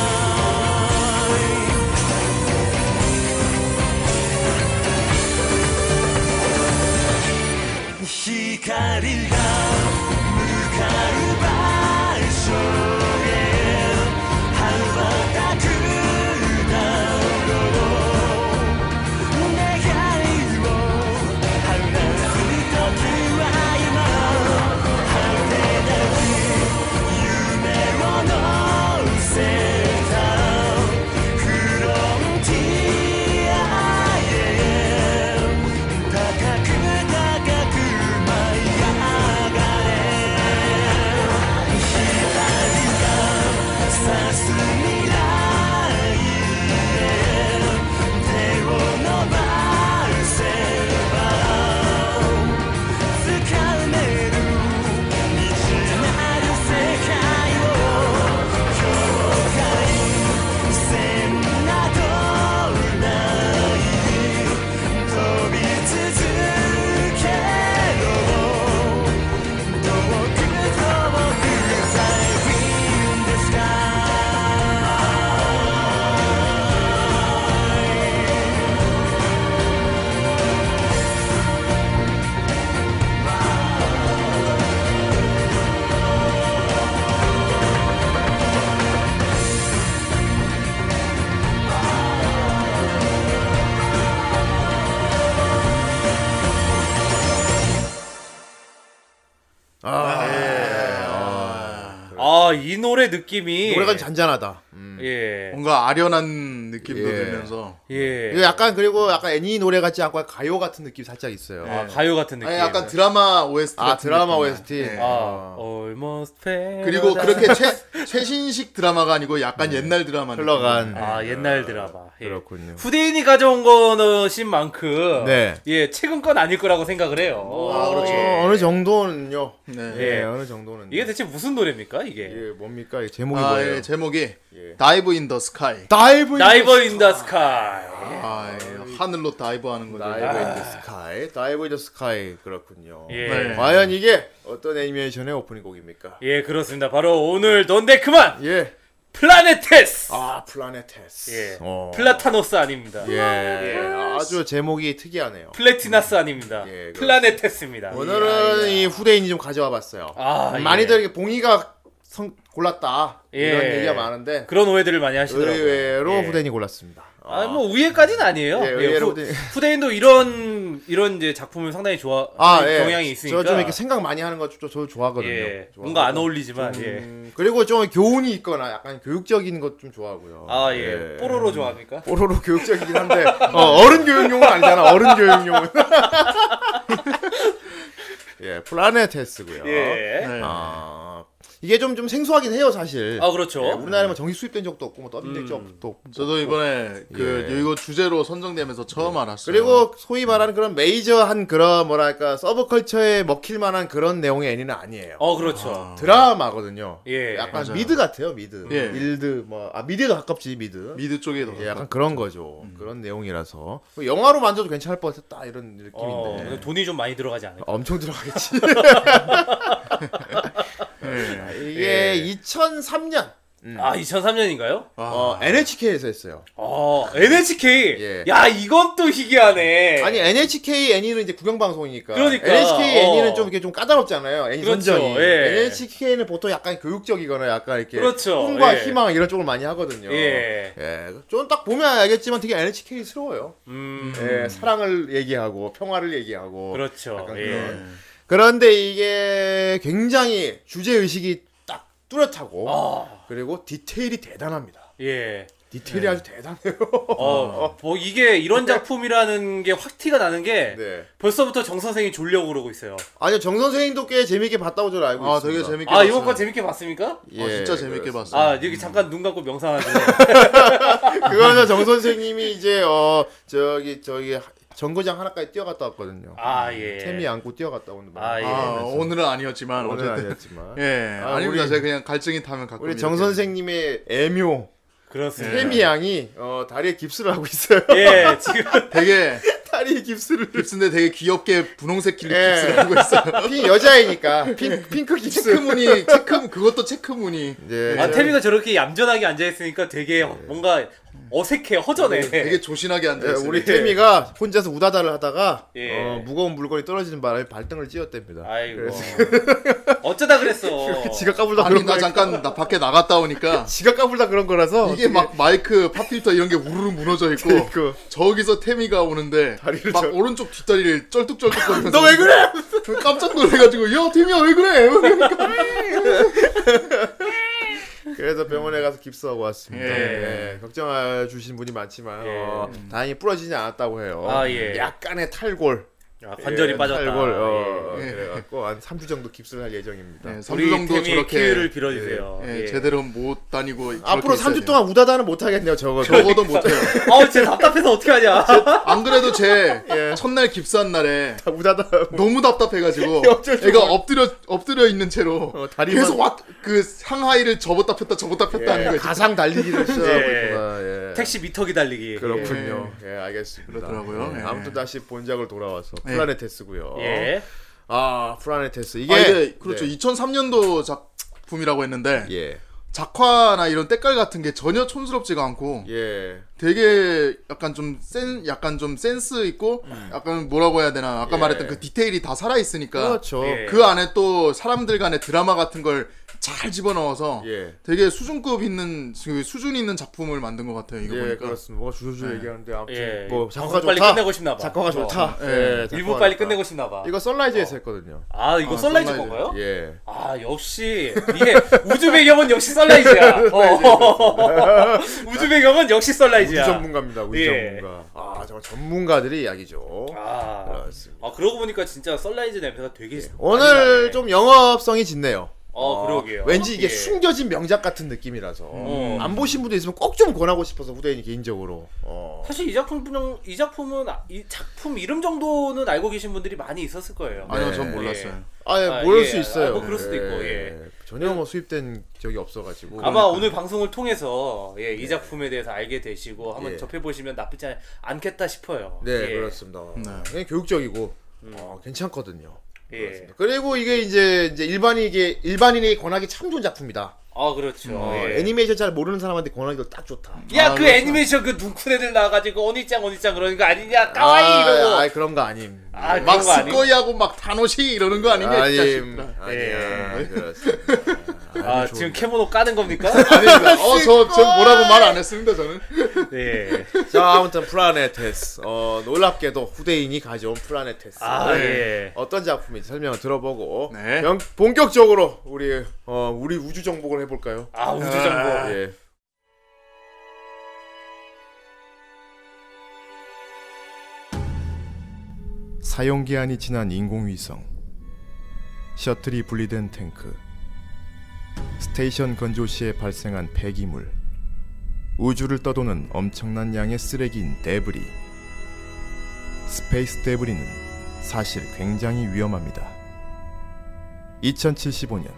[SPEAKER 3] 아, 이 노래 느낌이
[SPEAKER 1] 노래가 좀 잔잔하다. 음.
[SPEAKER 3] 예.
[SPEAKER 4] 예. 뭔가 아련한 느낌도
[SPEAKER 1] 예.
[SPEAKER 4] 들면서
[SPEAKER 3] 예.
[SPEAKER 1] 이거 약간 그리고 약간 애니 노래 같지 않고 가요 같은 느낌 살짝 있어요.
[SPEAKER 3] 아, 가요 같은 느낌.
[SPEAKER 4] 아니 약간 드라마 OST
[SPEAKER 1] 아
[SPEAKER 4] 같은
[SPEAKER 1] 드라마
[SPEAKER 4] 느낌이야.
[SPEAKER 1] OST.
[SPEAKER 4] 예.
[SPEAKER 3] 아, almost paradise.
[SPEAKER 4] 그리고 그렇게 최, 최신식 드라마가 아니고 약간 옛날 드라마
[SPEAKER 1] 네. 흘러간.
[SPEAKER 3] 아, 옛날 드라마. 예.
[SPEAKER 1] 그렇군요.
[SPEAKER 3] 후대인이 가져온 거신 만큼
[SPEAKER 1] 네.
[SPEAKER 3] 예, 최근 건 아닐 거라고 생각을 해요.
[SPEAKER 1] 아, 그렇죠. 어느 정도는요.
[SPEAKER 4] 느낌. 네.
[SPEAKER 1] 예,
[SPEAKER 3] 예.
[SPEAKER 1] 어느 정도는.
[SPEAKER 3] 이게 대체 무슨 노래입니까, 이게?
[SPEAKER 1] 이게 뭡니까? 이게 제목이
[SPEAKER 4] 아,
[SPEAKER 1] 뭐예요?
[SPEAKER 4] 예, 제목이
[SPEAKER 1] 예.
[SPEAKER 4] 다이브 인 더 스카이.
[SPEAKER 1] 다이브 인
[SPEAKER 3] 다이버 인 더 스카이.
[SPEAKER 4] 아, 예. 하늘로 다이브 하는 거죠.
[SPEAKER 1] 다이브 인더 스카이. 다이브 인더 스카이 그렇군요.
[SPEAKER 3] 예.
[SPEAKER 4] 네.
[SPEAKER 1] 과연 이게 어떤 애니메이션의 오프닝 곡입니까?
[SPEAKER 3] 예, 그렇습니다. 바로 오늘 넌데 그만
[SPEAKER 1] 예.
[SPEAKER 3] 플라네테스.
[SPEAKER 1] 아, 플라네테스.
[SPEAKER 3] 예.
[SPEAKER 1] 어.
[SPEAKER 3] 플라타노스 아닙니다.
[SPEAKER 1] 예. 아주 제목이 특이하네요.
[SPEAKER 3] 플래티나스 아닙니다.
[SPEAKER 1] 예, 그렇습니다.
[SPEAKER 3] 플라네테스입니다.
[SPEAKER 1] 오늘은 이 후대인이 좀 가져와 봤어요.
[SPEAKER 3] 예, 아, 예.
[SPEAKER 1] 많이들 이렇게 봉이가 선, 골랐다.
[SPEAKER 3] 예.
[SPEAKER 1] 이런 얘기가 많은데
[SPEAKER 3] 그런 오해들을 많이 하시더라고요.
[SPEAKER 1] 의외로
[SPEAKER 3] 예.
[SPEAKER 1] 후대인이 골랐습니다.
[SPEAKER 3] 아, 뭐 우회까지는 아니에요.
[SPEAKER 1] 예, 의외로
[SPEAKER 3] 후,
[SPEAKER 1] 후대인.
[SPEAKER 3] 대인도 이런 이런 이제 작품을 상당히 좋아
[SPEAKER 1] 아,
[SPEAKER 3] 하는
[SPEAKER 1] 예.
[SPEAKER 3] 경향이 있으니까.
[SPEAKER 1] 저좀 이렇게 생각 많이 하는 거 저, 저 좋아하거든요.
[SPEAKER 3] 예.
[SPEAKER 1] 좋아하고.
[SPEAKER 3] 뭔가 안 어울리지만 예.
[SPEAKER 1] 음, 그리고 좀 교훈이 있거나 약간 교육적인 것 좀 좋아하고요.
[SPEAKER 3] 아, 예. 뽀로로 좋아합니까?
[SPEAKER 1] 뽀로로 교육적이긴 한데 어, 른 교육용은 아니잖아. 어른 교육용은. 예, 플라네테스고요.
[SPEAKER 3] 예.
[SPEAKER 4] 네.
[SPEAKER 1] 아, 이게 좀 좀 생소하긴 해요, 사실.
[SPEAKER 3] 아, 그렇죠. 음.
[SPEAKER 1] 예, 우리나라에 뭐 정식 수입된 적도 없고 뭐 더빙된 적도 없고.
[SPEAKER 4] 저도 이번에 그
[SPEAKER 1] 예.
[SPEAKER 4] 이거 주제로 선정되면서 처음 알았어요.
[SPEAKER 1] 그리고 소위 말하는 그런 메이저한 그런 뭐랄까 서브컬처에 먹힐 만한 그런 내용의 애니는 아니에요.
[SPEAKER 3] 어, 그렇죠.
[SPEAKER 1] 드라마거든요.
[SPEAKER 3] 예.
[SPEAKER 1] 약간
[SPEAKER 4] 맞아요.
[SPEAKER 1] 미드 같아요, 미드.
[SPEAKER 4] 예.
[SPEAKER 1] 일드 뭐, 아, 미드에도 가깝지, 미드.
[SPEAKER 4] 미드 쪽에 더
[SPEAKER 1] 예, 약간 그런 거죠.
[SPEAKER 3] 음.
[SPEAKER 1] 그런 내용이라서. 뭐 영화로 만져도 괜찮을 것 같았다, 이런 느낌인데.
[SPEAKER 3] 어, 돈이 좀 많이 들어가지 않을까?
[SPEAKER 1] 엄청 들어가겠지. 아,
[SPEAKER 3] 예.
[SPEAKER 1] 이게 2003년.
[SPEAKER 3] 아, 2003년인가요?
[SPEAKER 1] 어, NHK에서 했어요.
[SPEAKER 3] 어, NHK.
[SPEAKER 1] 예.
[SPEAKER 3] 야, 이건 또 희귀하네.
[SPEAKER 1] 아니 NHK 애니는 이제 국영 방송이니까.
[SPEAKER 3] 예. 그러니까,
[SPEAKER 1] NHK
[SPEAKER 3] 어.
[SPEAKER 1] 애니는 좀 이렇게 좀 까다롭잖아요. 애니
[SPEAKER 3] 그렇죠,
[SPEAKER 1] 선정이.
[SPEAKER 3] 예.
[SPEAKER 1] NHK는 보통 약간 교육적이거나 약간 이렇게
[SPEAKER 3] 그렇죠,
[SPEAKER 1] 꿈과
[SPEAKER 3] 예.
[SPEAKER 1] 희망 이런 쪽을 많이 하거든요.
[SPEAKER 3] 예.
[SPEAKER 1] 좀딱 보면 알겠지만 되게 NHK스러워요.
[SPEAKER 3] 음.
[SPEAKER 1] 예, 사랑을 얘기하고 평화를 얘기하고.
[SPEAKER 3] 그렇죠.
[SPEAKER 1] 뭐 약간
[SPEAKER 3] 예.
[SPEAKER 1] 그런. 어, 그런데 이게 굉장히 주제 의식이 딱 뚜렷하고
[SPEAKER 3] 아.
[SPEAKER 1] 그리고 디테일이 대단합니다.
[SPEAKER 3] 예.
[SPEAKER 1] 디테일이 아주 대단해요.
[SPEAKER 3] 어, 뭐 이게 이런 작품이라는 게 확 티가 나는 게
[SPEAKER 1] 네.
[SPEAKER 3] 벌써부터 정 선생이 졸려고 그러고 있고 있어요.
[SPEAKER 1] 아니요 정 선생님도 꽤 재밌게 봤다고 저는 알고
[SPEAKER 4] 아, 되게
[SPEAKER 1] 있습니다.
[SPEAKER 4] 재밌게
[SPEAKER 3] 아,
[SPEAKER 4] 봤어요.
[SPEAKER 3] 이번 거 재밌게 봤습니까?
[SPEAKER 1] 예,
[SPEAKER 4] 어, 진짜 재밌게
[SPEAKER 1] 그렇습니다.
[SPEAKER 4] 봤어요.
[SPEAKER 3] 아, 여기 잠깐 눈 감고 명상하죠.
[SPEAKER 1] 그거는 정 선생님이 이제 어 저기 저기 하- 정거장 하나까지 뛰어갔다 왔거든요.
[SPEAKER 3] 아, 예.
[SPEAKER 1] 템이 안고 뛰어갔다 오는 말.
[SPEAKER 3] 아, 예.
[SPEAKER 4] 아, 오늘은 아니었지만
[SPEAKER 1] 오늘
[SPEAKER 4] 어쨌든
[SPEAKER 1] 아니었지만
[SPEAKER 4] 예.
[SPEAKER 1] 아,
[SPEAKER 4] 아, 닙니다
[SPEAKER 1] 우리-
[SPEAKER 4] 제가 그냥 갈증이 타면 가끔
[SPEAKER 1] 우리
[SPEAKER 4] 이렇게.
[SPEAKER 1] 정 선생님의 애묘
[SPEAKER 3] 그렇습니다.
[SPEAKER 1] 템이 양이 어, 다리에 깁스를 하고 있어요.
[SPEAKER 3] 예, 지금
[SPEAKER 4] 되게
[SPEAKER 1] 다리에 깁스를.
[SPEAKER 4] 깁스인데 되게 귀엽게 분홍색 길
[SPEAKER 1] 예.
[SPEAKER 4] 깁스를 하고 있어요.
[SPEAKER 1] 핑 여자애니까 핑 핑크 깁스.
[SPEAKER 4] 체크무늬 체크 그것도 체크무늬.
[SPEAKER 1] 예.
[SPEAKER 3] 아, 태미가 저렇게 얌전하게 앉아 있으니까 되게 뭔가 어색해, 허전해.
[SPEAKER 4] 예. 되게 조신하게 앉아
[SPEAKER 1] 예,
[SPEAKER 4] 있어요.
[SPEAKER 1] 우리 태미가 혼자서 우다다를 하다가
[SPEAKER 3] 예.
[SPEAKER 1] 어, 무거운 물건이 떨어지는 바람에 발등을 찧었답니다.
[SPEAKER 3] 아이고.
[SPEAKER 1] 그래서
[SPEAKER 3] 어쩌다 그랬어.
[SPEAKER 1] 지가 까불다
[SPEAKER 4] 아니
[SPEAKER 1] 그런
[SPEAKER 4] 나
[SPEAKER 1] 거
[SPEAKER 4] 잠깐 나 밖에 나갔다 오니까
[SPEAKER 1] 지가 까불다 그런 거라서
[SPEAKER 4] 이게 막 마이크 팝필터 이런 게 우르르 무너져 있고
[SPEAKER 1] 어, 그러니까.
[SPEAKER 4] 저기서 태미가 오는데
[SPEAKER 1] 다리를
[SPEAKER 4] 막
[SPEAKER 1] 저-
[SPEAKER 4] 오른쪽 뒷다리를 쩔뚝쩔뚝거리면서
[SPEAKER 1] 너 왜 그래?
[SPEAKER 4] 깜짝 놀래가지고 야 태미야 왜 그래? 그러니까
[SPEAKER 1] 그래서 병원에 가서 깁스하고 왔습니다.
[SPEAKER 3] 예.
[SPEAKER 1] 예, 걱정해 주신 분이 많지만
[SPEAKER 3] 예.
[SPEAKER 1] 어, 다행히 부러지지 않았다고 해요.
[SPEAKER 3] 아, 예.
[SPEAKER 1] 약간의 탈골.
[SPEAKER 3] 아, 관절이
[SPEAKER 1] 예,
[SPEAKER 3] 빠졌다.
[SPEAKER 1] 탈골. 어,
[SPEAKER 4] 예.
[SPEAKER 1] 그래갖고 한 3주 정도 깁스를 할 예정입니다.
[SPEAKER 4] 네, 3주
[SPEAKER 3] 우리
[SPEAKER 4] 정도
[SPEAKER 3] 태미의
[SPEAKER 4] 저렇게
[SPEAKER 3] 기회를 빌어주세요.
[SPEAKER 4] 예, 제대로 못 다니고 저렇게
[SPEAKER 1] 앞으로
[SPEAKER 4] 있어야
[SPEAKER 1] 3주
[SPEAKER 4] 돼요.
[SPEAKER 1] 동안 우다다는 못 하겠네요. 저거.
[SPEAKER 3] 그러니까.
[SPEAKER 4] 적어도 못해요.
[SPEAKER 3] 아우, 진짜 답답해서 어떻게 하냐.
[SPEAKER 4] 안 그래도 제
[SPEAKER 1] 예.
[SPEAKER 4] 첫날 깁스한 날에
[SPEAKER 1] 우다다.
[SPEAKER 4] 너무 답답해가지고
[SPEAKER 1] 어쩔 줄
[SPEAKER 4] 애가
[SPEAKER 1] 몰라.
[SPEAKER 4] 엎드려 엎드려 있는 채로
[SPEAKER 1] 어, 다리만-
[SPEAKER 4] 계속 왔그 상하이를 접었다 폈다 접었다 폈다 하는
[SPEAKER 1] 예,
[SPEAKER 4] 거지.
[SPEAKER 1] 가상 달리기를 시작하고
[SPEAKER 3] 예.
[SPEAKER 1] 있구나. 예.
[SPEAKER 3] 택시 미터기 달리기.
[SPEAKER 1] 그렇군요. 예, 알겠습니다.
[SPEAKER 4] 그렇더라고요.
[SPEAKER 1] 예,
[SPEAKER 4] 예.
[SPEAKER 1] 아무튼 다시 본작을 돌아와서
[SPEAKER 4] 예.
[SPEAKER 1] 플라네테스고요.
[SPEAKER 4] 어.
[SPEAKER 3] 예.
[SPEAKER 1] 아, 플라네테스. 이게,
[SPEAKER 4] 이게 아, 이게 그렇죠.
[SPEAKER 1] 네.
[SPEAKER 4] 2003년도 작품이라고 했는데
[SPEAKER 1] 예.
[SPEAKER 4] 작화나 이런 때깔 같은 게 전혀 촌스럽지가 않고
[SPEAKER 1] 예.
[SPEAKER 4] 되게 약간 좀 센 약간 좀 센스 있고 약간 뭐라고 해야 되나
[SPEAKER 1] 음.
[SPEAKER 4] 아까
[SPEAKER 1] 예.
[SPEAKER 4] 말했던 그 디테일이 다 살아 있으니까
[SPEAKER 1] 그렇죠.
[SPEAKER 3] 예.
[SPEAKER 4] 그 안에 또 사람들 간의 드라마 같은 걸 잘 집어넣어서
[SPEAKER 1] 예.
[SPEAKER 4] 되게 수준급 있는 그 수준 있는 작품을 만든 것 같아요. 이거
[SPEAKER 1] 예,
[SPEAKER 4] 보니까.
[SPEAKER 1] 그렇습니다. 뭐가 주저주저 얘기하는데 아무튼
[SPEAKER 3] 예.
[SPEAKER 1] 뭐 작화가
[SPEAKER 3] 빨리
[SPEAKER 1] 좋다.
[SPEAKER 3] 끝내고 싶나 봐.
[SPEAKER 1] 작화가
[SPEAKER 3] 어.
[SPEAKER 1] 좋다.
[SPEAKER 4] 예.
[SPEAKER 1] 예,
[SPEAKER 3] 일부
[SPEAKER 1] 작화가
[SPEAKER 3] 빨리
[SPEAKER 1] 좋다.
[SPEAKER 3] 끝내고 싶나 봐.
[SPEAKER 1] 이거 썬라이즈에서 했거든요.
[SPEAKER 3] 아 이거
[SPEAKER 4] 아,
[SPEAKER 3] 썰라이즈
[SPEAKER 4] 썰라이즈.
[SPEAKER 3] 건가요?
[SPEAKER 1] 예.
[SPEAKER 3] 아 역시 이게 우주 배경은 역시 썰라이즈야. 어. 우주 배경은 역시
[SPEAKER 1] 우주
[SPEAKER 3] 썰라이즈야.
[SPEAKER 1] 전문가입니다. 우주
[SPEAKER 3] 예.
[SPEAKER 1] 전문가. 아 정말 전문가들의 이야기죠.
[SPEAKER 3] 아,
[SPEAKER 1] 그렇습니다.
[SPEAKER 3] 아 그러고 보니까 진짜 썰라이즈 냄새가 되게 많이 나네.
[SPEAKER 1] 예. 오늘 좀 영업성이 짙네요.
[SPEAKER 3] 어 그러게요.
[SPEAKER 1] 왠지 이게
[SPEAKER 3] 예.
[SPEAKER 1] 숨겨진 명작 같은 느낌이라서
[SPEAKER 3] 음.
[SPEAKER 1] 안 보신 분도 있으면 꼭 좀 권하고 싶어서 후대인이 개인적으로. 어.
[SPEAKER 3] 사실 이 작품 분명- 이 작품은 아- 이 작품 이름 정도는 알고 계신 분들이 많이 있었을 거예요.
[SPEAKER 4] 아니요,
[SPEAKER 1] 네.
[SPEAKER 4] 전 몰랐어요.
[SPEAKER 1] 아예
[SPEAKER 3] 아,
[SPEAKER 1] 모를
[SPEAKER 3] 예.
[SPEAKER 1] 수 있어요.
[SPEAKER 3] 아, 뭐 그럴 수도 있고, 예.
[SPEAKER 1] 전혀 뭐 수입된 적이 없어가지고.
[SPEAKER 3] 아마 오늘 방송을 통해서 예, 이 작품에 대해서 알게 되시고 한번
[SPEAKER 1] 예.
[SPEAKER 3] 접해 보시면 나쁘지 않, 않겠다 싶어요.
[SPEAKER 1] 네
[SPEAKER 3] 예. 음.
[SPEAKER 1] 그렇습니다.
[SPEAKER 4] 네.
[SPEAKER 1] 굉장히 교육적이고 어, 괜찮거든요.
[SPEAKER 3] 예.
[SPEAKER 1] 그렇습니다. 그리고 이게 이제 이제 일반인에게 일반인이 권하기 참 좋은 작품이다.
[SPEAKER 3] 아 그렇죠.
[SPEAKER 1] 어,
[SPEAKER 3] 예.
[SPEAKER 1] 애니메이션 잘 모르는 사람한테 권하기도 딱 좋다.
[SPEAKER 3] 야,
[SPEAKER 4] 아,
[SPEAKER 3] 그
[SPEAKER 4] 그렇구나.
[SPEAKER 3] 애니메이션 그 눈큰 애들 나와가지고, 언니짱, 언니짱 그러는 거 아니냐, 까와이 이러고.
[SPEAKER 1] 아, 아, 그런 거 아님.
[SPEAKER 3] 아, 그런
[SPEAKER 4] 막
[SPEAKER 3] 거 아니에요?
[SPEAKER 4] 스코이하고 막 타노시 이러는 거 아니냐? 이
[SPEAKER 1] 아님.
[SPEAKER 4] 자식들아.
[SPEAKER 1] 아니야.
[SPEAKER 3] 예.
[SPEAKER 1] 그렇습니다.
[SPEAKER 3] 아, 지금 캐모노 까는 겁니까?
[SPEAKER 4] 아닙니다. 어, 저, 저 뭐라고 말 안 했습니다, 저는.
[SPEAKER 3] 네.
[SPEAKER 1] 자 아무튼 플라네테스. 어 놀랍게도 후대인이 가져온 플라네테스.
[SPEAKER 3] 아,
[SPEAKER 1] 네.
[SPEAKER 3] 예.
[SPEAKER 1] 어떤 작품인지 설명을 들어보고
[SPEAKER 4] 네.
[SPEAKER 1] 영- 본격적으로 우리 어 우리 우주 정복을 해볼까요?
[SPEAKER 3] 아, 우주정보.
[SPEAKER 1] 예. 사용 기한이 지난 인공위성, 셔틀이 분리된 탱크, 스테이션 건조 시에 발생한 폐기물, 우주를 떠도는 엄청난 양의 쓰레기인 데브리. 스페이스 데브리는 사실 굉장히 위험합니다. 2075년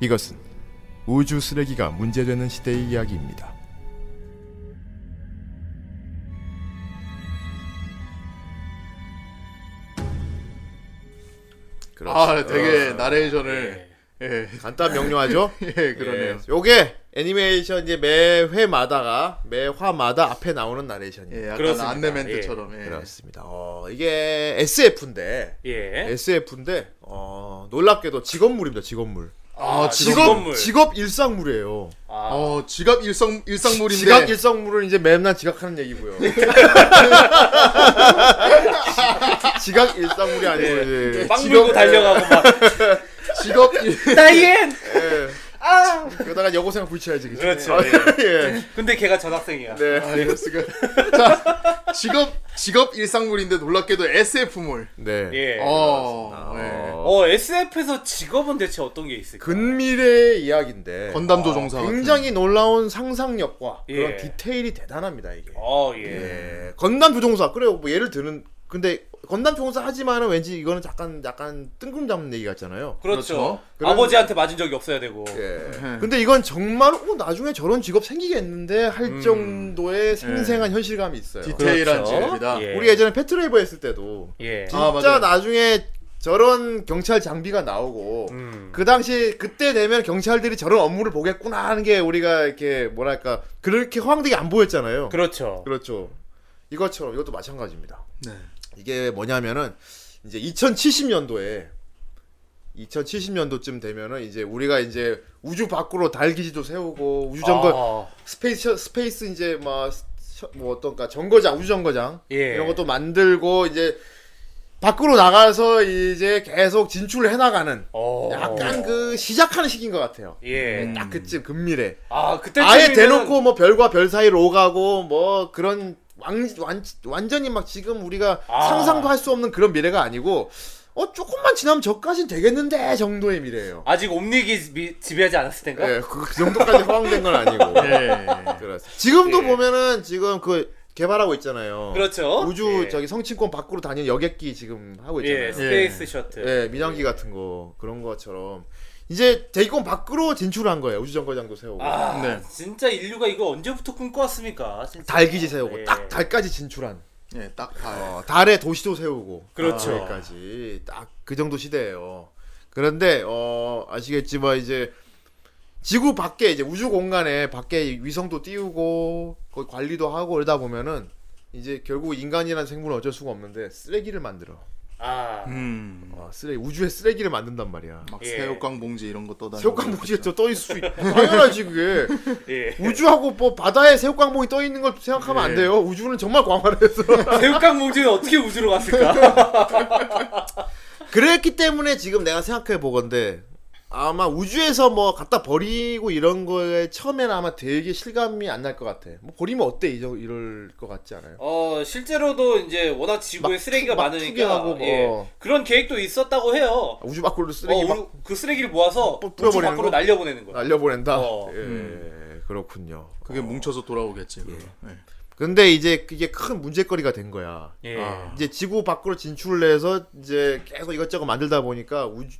[SPEAKER 1] 이것은 우주 쓰레기가 문제되는 시대의 이야기입니다.
[SPEAKER 4] 아, 되게 나레이션을. 예,
[SPEAKER 1] 간단 명료하죠?
[SPEAKER 4] 예,
[SPEAKER 1] 그러네요.
[SPEAKER 4] 그러네요.
[SPEAKER 1] 요게 애니메이션 이제 매 회마다가 매 화마다 앞에 나오는 나레이션입니다.
[SPEAKER 4] 예, 약간
[SPEAKER 3] 그렇습니다.
[SPEAKER 4] 안내멘트처럼. 예.
[SPEAKER 1] 그렇습니다. 어, 이게 SF인데
[SPEAKER 3] 예.
[SPEAKER 1] SF인데 어, 놀랍게도 직업물입니다. 직업물.
[SPEAKER 4] 아, 직업.
[SPEAKER 3] 직업물.
[SPEAKER 1] 직업 일상물이에요.
[SPEAKER 3] 아,
[SPEAKER 4] 어, 지갑 일성, 일상물인데.
[SPEAKER 1] 지각 일성물을 이제 맨날 지각하는 얘기고요. 지각 일성물이 아니고
[SPEAKER 4] 네.
[SPEAKER 1] 이제 네,
[SPEAKER 3] 빵 물고 달려가고 막,
[SPEAKER 4] 직업 일-
[SPEAKER 3] 나이엔!
[SPEAKER 4] 네.
[SPEAKER 1] 예.
[SPEAKER 3] 아!
[SPEAKER 1] 그러다가 여고생 불쳐야지 그죠?
[SPEAKER 3] 그렇죠,
[SPEAKER 1] 아,
[SPEAKER 3] 예.
[SPEAKER 1] 예.
[SPEAKER 3] 근데 걔가 전학생이야.
[SPEAKER 1] 네.
[SPEAKER 4] 아, 이럴 수가. 자, 직업, 직업 일상물인데 놀랍게도 SF물.
[SPEAKER 1] 네.
[SPEAKER 3] 예. 어.
[SPEAKER 4] 어, 예.
[SPEAKER 1] 어,
[SPEAKER 3] SF에서 직업은 대체 어떤 게 있을까?
[SPEAKER 1] 근미래의 이야기인데
[SPEAKER 4] 건담 조종사. 같은.
[SPEAKER 1] 네. 어, 굉장히 놀라운 상상력과
[SPEAKER 3] 예.
[SPEAKER 1] 그런 디테일이 대단합니다 이게.
[SPEAKER 3] 어, 예.
[SPEAKER 1] 예. 건담 조종사 그래요. 뭐 예를 드는 근데 건담 조종사 하지만은 왠지 이거는 약간 약간 뜬금 잡는 얘기 같잖아요.
[SPEAKER 3] 그렇죠.
[SPEAKER 4] 그렇죠.
[SPEAKER 1] 그런-
[SPEAKER 3] 아버지한테 맞은 적이 없어야 되고.
[SPEAKER 1] 예.
[SPEAKER 4] 예.
[SPEAKER 1] 근데 이건 정말 어, 나중에 저런 직업 생기겠는데 할 정도의 생생한 현실감이 있어요.
[SPEAKER 4] 음. 네. 디테일한
[SPEAKER 3] 그렇죠.
[SPEAKER 4] 직업이다.
[SPEAKER 3] 예.
[SPEAKER 1] 우리 예전에 패트레이버 했을 때도
[SPEAKER 3] 예.
[SPEAKER 1] 진짜
[SPEAKER 4] 아, 맞아요.
[SPEAKER 1] 나중에 저런 경찰 장비가 나오고
[SPEAKER 3] 음.
[SPEAKER 1] 그 당시 그때 되면 경찰들이 저런 업무를 보겠구나 하는 게 우리가 이렇게 뭐랄까 그렇게 허황되게 안 보였잖아요.
[SPEAKER 3] 그렇죠.
[SPEAKER 1] 그렇죠. 이것처럼 이것도 마찬가지입니다.
[SPEAKER 4] 네.
[SPEAKER 1] 이게 뭐냐면은 이제 2070년도에 2070년도쯤 되면은 이제 우리가 이제 우주 밖으로 달 기지도 세우고 우주 정거
[SPEAKER 3] 아,
[SPEAKER 1] 스페이스 스페이스 이제 막뭐 어떤가 정거장 우주 정거장
[SPEAKER 3] 예.
[SPEAKER 1] 이런 것도 만들고 이제 밖으로 나가서 이제 계속 진출을 해 나가는
[SPEAKER 3] 어.
[SPEAKER 1] 약간 그 시작하는 시기인 것 같아요.
[SPEAKER 3] 예.
[SPEAKER 1] 네, 딱 그쯤 금미래.
[SPEAKER 3] 아, 그때
[SPEAKER 1] 아예 대놓고 뭐 별과 별 사이로 오가고 뭐 그런 왕, 완, 완전히 막 지금 우리가
[SPEAKER 3] 아.
[SPEAKER 1] 상상도 할 수 없는 그런 미래가 아니고 어 조금만 지나면 저까진 되겠는데 정도의 미래예요.
[SPEAKER 3] 아직 옴닉이 미- 지배하지 않았을 때인가?
[SPEAKER 1] 예, 그, 그 정도까지 허황된 건 아니고.
[SPEAKER 4] 예.
[SPEAKER 1] 그렇습니다. 지금도
[SPEAKER 3] 예.
[SPEAKER 1] 보면은 지금 그 개발하고 있잖아요.
[SPEAKER 3] 그렇죠.
[SPEAKER 1] 우주
[SPEAKER 3] 예.
[SPEAKER 1] 저기 성층권 밖으로 다니는 여객기 지금 하고
[SPEAKER 3] 예,
[SPEAKER 1] 있잖아요.
[SPEAKER 3] 스페이스 셔틀.
[SPEAKER 1] 그렇죠. 예, 민항기 같은 거 그런 것처럼 이제 대기권 밖으로 진출한 거예요. 우주 정거장도 세우고
[SPEAKER 3] 아,
[SPEAKER 4] 네.
[SPEAKER 3] 진짜 인류가 이거 언제부터 꿈꿔왔습니까? 진짜.
[SPEAKER 1] 달기지 세우고
[SPEAKER 3] 예.
[SPEAKER 1] 딱 달까지 진출한
[SPEAKER 4] 예, 딱 봐.
[SPEAKER 1] 어, 달에 도시도 세우고 아,
[SPEAKER 3] 그렇죠.
[SPEAKER 1] 여기까지 딱 그 정도 시대예요. 그런데 어 아시겠지만 이제 지구 밖에 이제 우주 공간에 밖에 위성도 띄우고 거기 관리도 하고 그러다 보면은 이제 결국 인간이란 생물은 어쩔 수가 없는데 쓰레기를 만들어.
[SPEAKER 3] 아,
[SPEAKER 4] 음.
[SPEAKER 1] 아, 쓰레기 우주에 쓰레기를 만든단 말이야.
[SPEAKER 4] 막
[SPEAKER 3] 예.
[SPEAKER 4] 새우깡 봉지 이런 거 떠다니고.
[SPEAKER 1] 새우깡 봉지가 저 떠 있을 수 있. 당연하지 그게.
[SPEAKER 3] 예.
[SPEAKER 1] 우주하고 뭐 바다에 새우깡 봉이 떠 있는 걸 생각하면 안 돼요. 우주는 정말 광활해서.
[SPEAKER 3] 대육강 봉지는 어떻게 우주로 갔을까?
[SPEAKER 1] 그랬기 때문에 지금 내가 생각해 보건데 아마 우주에서 뭐 갖다 버리고 이런 거에 처음에는 아마 되게 실감이 안 날 것 같아. 뭐 버리면 어때 이 정도 이럴 것 같지 않아요?
[SPEAKER 3] 어, 실제로도 이제 워낙 지구에
[SPEAKER 1] 막
[SPEAKER 3] 쓰레기가
[SPEAKER 1] 투- 막
[SPEAKER 3] 많으니까
[SPEAKER 1] 투기하고 뭐.
[SPEAKER 3] 예. 그런 계획도 있었다고 해요.
[SPEAKER 1] 아, 우주 밖으로 쓰레기
[SPEAKER 3] 어,
[SPEAKER 1] 막
[SPEAKER 3] 우리 그 쓰레기를 모아서
[SPEAKER 1] 뿌-
[SPEAKER 3] 우주
[SPEAKER 1] 뿌려버리는
[SPEAKER 3] 밖으로
[SPEAKER 1] 거? 아.
[SPEAKER 3] 날려보내는 거야.
[SPEAKER 1] 날려보낸다.
[SPEAKER 3] 어.
[SPEAKER 1] 예, 그렇군요.
[SPEAKER 4] 그게 뭉쳐서 돌아오겠지. 그럼. 예.
[SPEAKER 1] 근데 이제 그게 큰 문제거리가 된 거야.
[SPEAKER 3] 예.
[SPEAKER 4] 아.
[SPEAKER 1] 이제 지구 밖으로 진출을 해서 이제 계속 이것저것 만들다 보니까 우주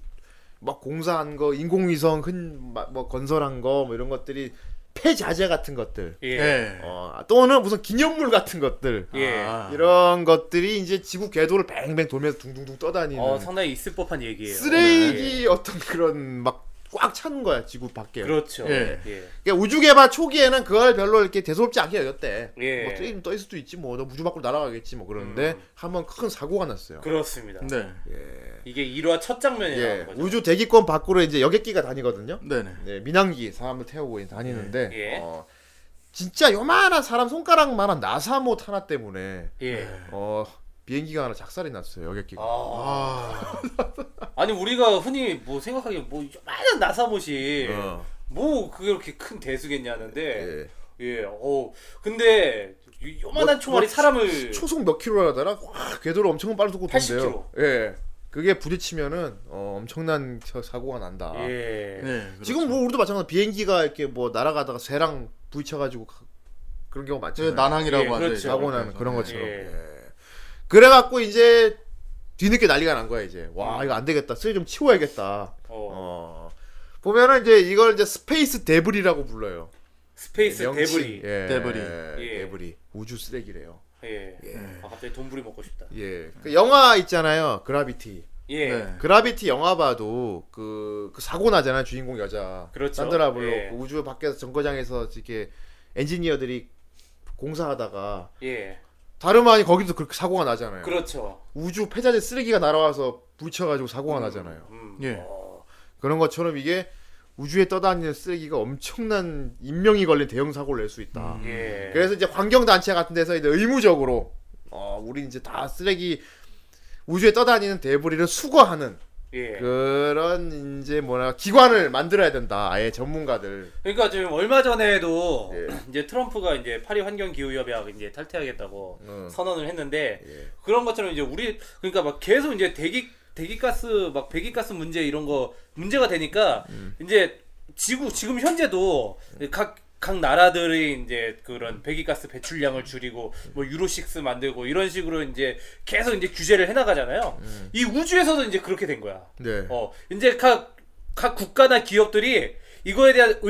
[SPEAKER 1] 막 공사한 거, 인공위성 큰뭐 건설한 거 뭐 이런 것들이 폐자재 같은 것들,
[SPEAKER 3] 예.
[SPEAKER 4] 예.
[SPEAKER 1] 어, 또는 무슨 기념물 같은 것들
[SPEAKER 3] 예.
[SPEAKER 4] 아.
[SPEAKER 1] 이런 것들이 이제 지구 궤도를 뱅뱅 돌면서 둥둥둥 떠다니는
[SPEAKER 3] 어, 상당히 있을 법한 얘기예요.
[SPEAKER 1] 쓰레기
[SPEAKER 3] 예.
[SPEAKER 1] 어떤 그런 막 꽉 찬 거야 지구 밖에.
[SPEAKER 3] 그렇죠.
[SPEAKER 4] 예.
[SPEAKER 3] 예.
[SPEAKER 1] 그러니까 우주 개발 초기에는 그걸 별로 이렇게 대수롭지 않게 여겼대.
[SPEAKER 3] 예. 음.
[SPEAKER 1] 뭐 쓰레기 떠 있을 수도 있지 뭐, 너 우주 밖으로 날아가겠지 뭐 그런데 한번 큰 사고가 났어요.
[SPEAKER 3] 그렇습니다.
[SPEAKER 4] 네.
[SPEAKER 3] 이게 1화 첫 장면이라는
[SPEAKER 1] 예,
[SPEAKER 3] 거죠.
[SPEAKER 1] 우주 대기권 밖으로 이제 여객기가 다니거든요.
[SPEAKER 4] 네네.
[SPEAKER 1] 네, 민항기 사람을 태우고 다니는데
[SPEAKER 3] 음. 예.
[SPEAKER 1] 어, 진짜 요만한 사람 손가락만한 나사못 하나 때문에
[SPEAKER 3] 예.
[SPEAKER 1] 어, 비행기가 하나 작살이 났어요 여객기가.
[SPEAKER 3] 아.
[SPEAKER 4] 아.
[SPEAKER 3] 아니 우리가 흔히 뭐 생각하기에 뭐 많은 나사못이
[SPEAKER 1] 어.
[SPEAKER 3] 뭐 그렇게 큰 대수겠냐는데
[SPEAKER 1] 예.
[SPEAKER 3] 예. 예. 어. 근데 이- 요만한
[SPEAKER 1] 뭐-
[SPEAKER 3] 총알이
[SPEAKER 1] 뭐
[SPEAKER 3] 사람을
[SPEAKER 1] 초속 몇 킬로라 하더라? 와, 궤도를 엄청 빠르게 돌고
[SPEAKER 3] 80
[SPEAKER 1] 돈대요. 예. 그게 부딪히면은 어, 엄청난 저- 사고가 난다.
[SPEAKER 3] 예.
[SPEAKER 4] 네.
[SPEAKER 1] 지금 뭐 우리도 마찬가지로 비행기가 이렇게 뭐 날아가다가 쇠랑 부딪혀가지고 가- 그런 경우가
[SPEAKER 4] 제
[SPEAKER 1] 많잖아요.
[SPEAKER 4] 네, 난항이라고
[SPEAKER 3] 예,
[SPEAKER 4] 하죠.
[SPEAKER 3] 그렇죠.
[SPEAKER 4] 이제.
[SPEAKER 1] 사고 나는 그런 것처럼.
[SPEAKER 3] 예.
[SPEAKER 1] 예. 그래갖고 이제 뒤늦게 난리가 난 거야 이제. 와 이거 안 되겠다. 쓰레기 좀 치워야겠다.
[SPEAKER 3] 음. 어.
[SPEAKER 1] 어. 보면은 이제 이걸 이제 스페이스 데브리라고 불러요.
[SPEAKER 3] 스페이스
[SPEAKER 1] 명칭.
[SPEAKER 3] 데브리. 예.
[SPEAKER 1] 예.
[SPEAKER 4] 데브리.
[SPEAKER 3] 예.
[SPEAKER 1] 데브리. 우주 쓰레기래요.
[SPEAKER 3] 아 갑자기 돈부리 먹고 싶다.
[SPEAKER 1] 예. 그 영화 있잖아요. 그라비티.
[SPEAKER 3] 예.
[SPEAKER 4] 네.
[SPEAKER 1] 그라비티 영화 봐도 그, 그 사고 나잖아요 주인공 여자
[SPEAKER 3] 그렇죠.
[SPEAKER 1] 산드라 블록
[SPEAKER 3] 예.
[SPEAKER 1] 그 우주 밖에서 정거장에서 이렇게 엔지니어들이 공사하다가
[SPEAKER 3] 예.
[SPEAKER 1] 다름 아닌 거기도 그렇게 사고가 나잖아요
[SPEAKER 3] 그렇죠.
[SPEAKER 1] 우주 폐자재 쓰레기가 날아와서 부딪혀가지고 사고가 나잖아요
[SPEAKER 3] 음.
[SPEAKER 4] 예.
[SPEAKER 3] 어.
[SPEAKER 1] 그런 것처럼 이게 우주에 떠다니는 쓰레기가 엄청난 인명이 걸린 대형 사고를 낼 수 있다
[SPEAKER 3] 예.
[SPEAKER 1] 음. 그래서 이제 환경단체 같은 데서 이제 의무적으로 어, 우리 이제 다 쓰레기 우주에 떠다니는 데브리를 수거하는 그
[SPEAKER 3] 예.
[SPEAKER 1] 그런 이제 뭐라 기관을 만들어야 된다. 아예 전문가들.
[SPEAKER 3] 그러니까 지금 얼마 전에도
[SPEAKER 1] 예.
[SPEAKER 3] 이제 트럼프가 이제 파리 환경 기후 협약 이제 탈퇴하겠다고
[SPEAKER 1] 음.
[SPEAKER 3] 선언을 했는데
[SPEAKER 1] 예.
[SPEAKER 3] 그런 것처럼 이제 우리 그러니까 막 계속 이제 대기 대기가스 막 배기가스 문제 이런 거 문제가 되니까
[SPEAKER 1] 음.
[SPEAKER 3] 이제 지구 지금 현재도 각 각 나라들이 이제 그런 배기가스 배출량을 줄이고 뭐 유로 6 만들고 이런 식으로 이제 계속 이제 규제를 해나가잖아요. 이 우주에서도 이제 그렇게 된 거야.
[SPEAKER 1] 음. 네.
[SPEAKER 3] 어, 이제 각, 각 국가나 기업들이 이거에 대한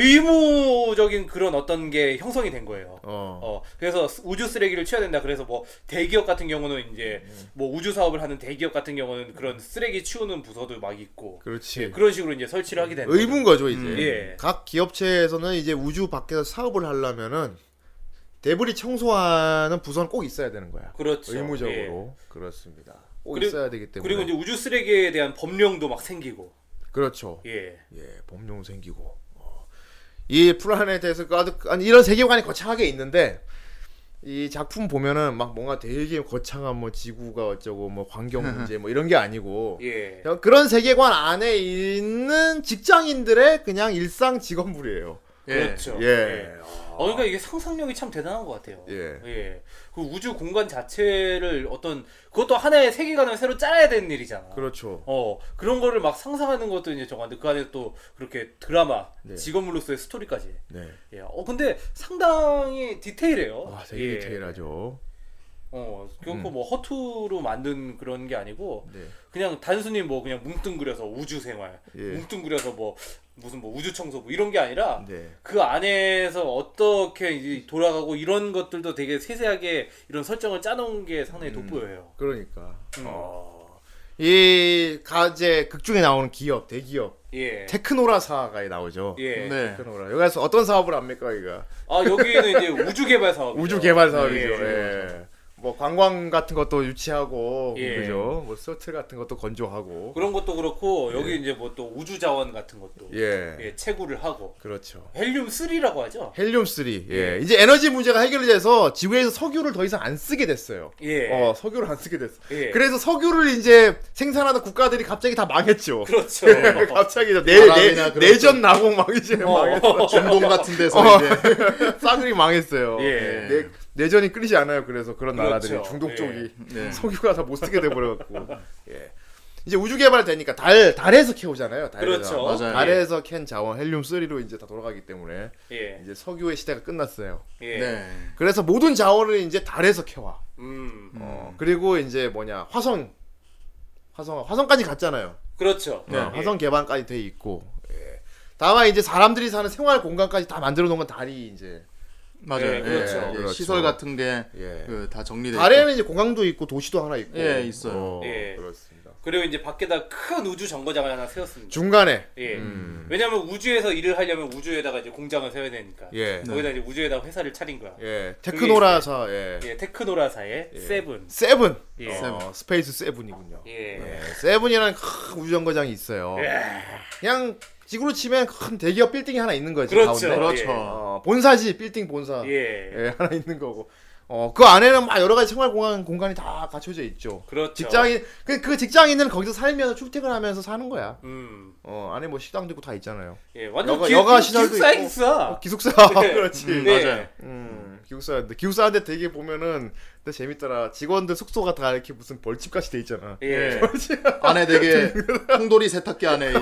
[SPEAKER 3] 의무적인 그런 어떤 게 형성이 된 거예요.
[SPEAKER 1] 어.
[SPEAKER 3] 어, 그래서 스- 우주 쓰레기를 치워야 된다. 그래서 뭐 대기업 같은 경우는 이제
[SPEAKER 1] 음,
[SPEAKER 3] 뭐 우주 사업을 하는 대기업 같은 경우는 그런 쓰레기 치우는 부서도 막 있고
[SPEAKER 1] 그렇지.
[SPEAKER 3] 예, 그런 식으로 이제 설치를 하게 되는
[SPEAKER 1] 의무인 거죠, 이제.
[SPEAKER 3] 예.
[SPEAKER 1] 각 기업체에서는 이제 우주 밖에서 사업을 하려면은 데브리 청소하는 부서는 꼭 있어야 되는 거야.
[SPEAKER 3] 그렇죠.
[SPEAKER 1] 의무적으로. 그렇습니다. 꼭
[SPEAKER 3] 그리고-
[SPEAKER 1] 있어야 되기 때문에.
[SPEAKER 3] 그리고 이제 우주 쓰레기에 대한 법령도 막 생기고.
[SPEAKER 1] 그렇죠.
[SPEAKER 3] 예.
[SPEAKER 1] 예, 법령 생기고 어. 이 플라넷에서 그 아주- 아니 이런 세계관이 거창하게 있는데 이 작품 보면은 막 뭔가 되게 거창한 뭐 지구가 어쩌고 뭐 환경 문제 뭐 이런 게 아니고
[SPEAKER 3] 예.
[SPEAKER 1] 그냥 그런 세계관 안에 있는 직장인들의 그냥 일상 직업물이에요.
[SPEAKER 4] 예.
[SPEAKER 3] 그렇죠.
[SPEAKER 1] 예.
[SPEAKER 3] 어, 그러니까 이게 상상력이 참 대단한 것 같아요.
[SPEAKER 1] 예.
[SPEAKER 3] 그 우주 공간 자체를 어떤 그것도 하나의 세계관을 새로 짜야 되는 일이잖아.
[SPEAKER 1] 그렇죠.
[SPEAKER 3] 어 그런 거를 막 상상하는 것도 이제 저건데 그 안에 또 그렇게 드라마
[SPEAKER 1] 네.
[SPEAKER 3] 직업물로서의 스토리까지.
[SPEAKER 1] 네.
[SPEAKER 3] 예. 어 근데 상당히 디테일해요.
[SPEAKER 1] 와, 아, 되게
[SPEAKER 3] 예.
[SPEAKER 1] 디테일하죠.
[SPEAKER 3] 어 그렇고 뭐 허투루 만든 그런 게 아니고
[SPEAKER 1] 네.
[SPEAKER 3] 그냥 단순히 뭐 그냥 뭉뚱그려서 우주 생활,
[SPEAKER 1] 예.
[SPEAKER 3] 뭉뚱그려서 뭐 무슨 뭐 우주 청소 뭐 이런 게 아니라
[SPEAKER 1] 네.
[SPEAKER 3] 그 안에서 어떻게 이제 돌아가고 이런 것들도 되게 세세하게 이런 설정을 짜놓은 게 상당히 돋보여요.
[SPEAKER 1] 그러니까
[SPEAKER 3] 음.
[SPEAKER 1] 이 가제 극 중에 나오는 기업 대기업
[SPEAKER 3] 예.
[SPEAKER 1] 테크노라사가 나오죠.
[SPEAKER 3] 예.
[SPEAKER 4] 네.
[SPEAKER 1] 테크노라. 여기서 어떤 사업을 합니까, 이가?
[SPEAKER 3] 아 여기는 이제 우주 개발 사업.
[SPEAKER 1] 우주 개발 사업이죠.
[SPEAKER 3] 예.
[SPEAKER 1] 예. 뭐 관광 같은 것도 유치하고
[SPEAKER 3] 예.
[SPEAKER 1] 그죠? 뭐 서트 같은 것도 건조하고
[SPEAKER 3] 그런 것도 그렇고 여기 이제 뭐 또 우주 자원 같은 것도
[SPEAKER 1] 예.
[SPEAKER 3] 예, 채굴을 하고
[SPEAKER 1] 그렇죠.
[SPEAKER 3] 헬륨 3라고 하죠.
[SPEAKER 1] 헬륨 3. 예. 이제 에너지 문제가 해결이 돼서 지구에서 석유를 더 이상 안 쓰게 됐어요.
[SPEAKER 3] 예.
[SPEAKER 1] 어, 석유를 안 쓰게 됐어.
[SPEAKER 3] 예.
[SPEAKER 1] 그래서 석유를 이제 생산하던 국가들이 갑자기 다 망했죠.
[SPEAKER 3] 그렇죠.
[SPEAKER 1] 갑자기 저 내,
[SPEAKER 4] 아랍이나
[SPEAKER 1] 내,
[SPEAKER 4] 그런
[SPEAKER 1] 내전 나고 막 이제 망했어.
[SPEAKER 4] 중동 같은 데서
[SPEAKER 1] 어.
[SPEAKER 4] 이제
[SPEAKER 1] 싸그리 망했어요. 네.
[SPEAKER 3] 예.
[SPEAKER 1] 내, 내전이 끊이지 않아요. 그래서 그런
[SPEAKER 3] 그렇죠.
[SPEAKER 1] 나라들이 중동 쪽이
[SPEAKER 4] 네.
[SPEAKER 1] 석유가 다 못 쓰게 돼 버려 갖고. 예. 이제 우주 개발 되니까 달 달에서 캐오잖아요. 달에서.
[SPEAKER 3] 그렇죠.
[SPEAKER 4] 맞아요.
[SPEAKER 1] 달에서 캔 자원 헬륨 3로 이제 다 돌아가기 때문에
[SPEAKER 3] 예.
[SPEAKER 1] 이제 석유의 시대가 끝났어요.
[SPEAKER 3] 예.
[SPEAKER 4] 네.
[SPEAKER 1] 그래서 모든 자원을 이제 달에서 캐와.
[SPEAKER 3] 음.
[SPEAKER 1] 어, 그리고 이제 뭐냐 화성, 화성 화성까지 갔잖아요.
[SPEAKER 3] 그렇죠.
[SPEAKER 1] 어, 화성 개방까지 돼 있고. 예. 다만 이제 사람들이 사는 생활 공간까지 다 만들어 놓은 건 달이 이제
[SPEAKER 4] 맞아요.
[SPEAKER 3] 예,
[SPEAKER 4] 예,
[SPEAKER 3] 그렇죠.
[SPEAKER 4] 예,
[SPEAKER 1] 그렇죠.
[SPEAKER 4] 시설 같은 게
[SPEAKER 1] 예.
[SPEAKER 4] 그 다 정리돼.
[SPEAKER 1] 달에는 이제 공항도 있고 도시도 하나 있고.
[SPEAKER 4] 예, 있어요.
[SPEAKER 1] 어,
[SPEAKER 3] 예.
[SPEAKER 1] 그렇습니다.
[SPEAKER 3] 그리고 이제 밖에다 큰 우주 정거장을 하나 세웠습니다.
[SPEAKER 1] 중간에
[SPEAKER 3] 예.
[SPEAKER 1] 음.
[SPEAKER 3] 왜냐면 우주에서 일을 하려면 우주에다가 이제 공장을 세워야 되니까.
[SPEAKER 1] 예.
[SPEAKER 3] 거기다 이제 우주에다 회사를 차린 거야. 예.
[SPEAKER 1] 예 테크노라서 예.
[SPEAKER 3] 테크노라사의 세븐.
[SPEAKER 1] 세븐.
[SPEAKER 3] 예.
[SPEAKER 1] 어, 스페이스 세븐이군요.
[SPEAKER 3] 예.
[SPEAKER 1] 예, 세븐이라는 큰 우주정거장이 있어요. 그냥 지구로 치면 큰 대기업 빌딩이 하나 있는 거지 가운데.
[SPEAKER 3] 그렇죠.
[SPEAKER 4] 그렇죠.
[SPEAKER 3] 예.
[SPEAKER 1] 어, 본사지 빌딩 본사
[SPEAKER 3] 예.
[SPEAKER 1] 예. 하나 있는 거고 어 그 안에는 막 여러 가지 생활 공간 공간이 다 갖춰져 있죠.
[SPEAKER 3] 그렇죠.
[SPEAKER 1] 직장인 그, 그 직장인은 거기서 살면서 출퇴근하면서 사는 거야.
[SPEAKER 3] 음.
[SPEAKER 1] 어 안에 뭐 식당도 있고 다 있잖아요.
[SPEAKER 3] 예. 완전
[SPEAKER 1] 여가-
[SPEAKER 3] 기,
[SPEAKER 1] 여가
[SPEAKER 3] 기-
[SPEAKER 1] 시설도
[SPEAKER 3] 기숙사
[SPEAKER 1] 있고.
[SPEAKER 3] 기숙사.
[SPEAKER 1] 어, 기숙사
[SPEAKER 3] 네.
[SPEAKER 1] 그렇지.
[SPEAKER 4] 음,
[SPEAKER 3] 네.
[SPEAKER 4] 맞아요.
[SPEAKER 1] 음, 기숙사인데 기숙사한테 되게 보면은 근데 재밌더라. 직원들 숙소가 다 이렇게 무슨 벌집 같이 돼 있잖아. 네.
[SPEAKER 3] 예.
[SPEAKER 4] 안에 되게 통돌이 세탁기 안에 이제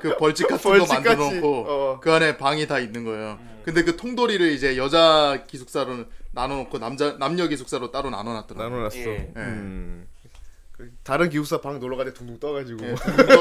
[SPEAKER 4] 그 벌집 같은 거
[SPEAKER 1] 벌집
[SPEAKER 4] 만들어
[SPEAKER 1] 같이,
[SPEAKER 4] 놓고
[SPEAKER 1] 어.
[SPEAKER 4] 그 안에 방이 다 있는 거예요. 근데 그 통돌이를 이제 여자 기숙사로 나눠 놓고 남자 남녀 기숙사로 따로 나눠 놨더라고요.
[SPEAKER 1] 나눠놨어.
[SPEAKER 3] 예.
[SPEAKER 1] 음. 그 다른 기숙사 방 놀러 가는데 둥둥 떠가지고.
[SPEAKER 3] 예.
[SPEAKER 1] 야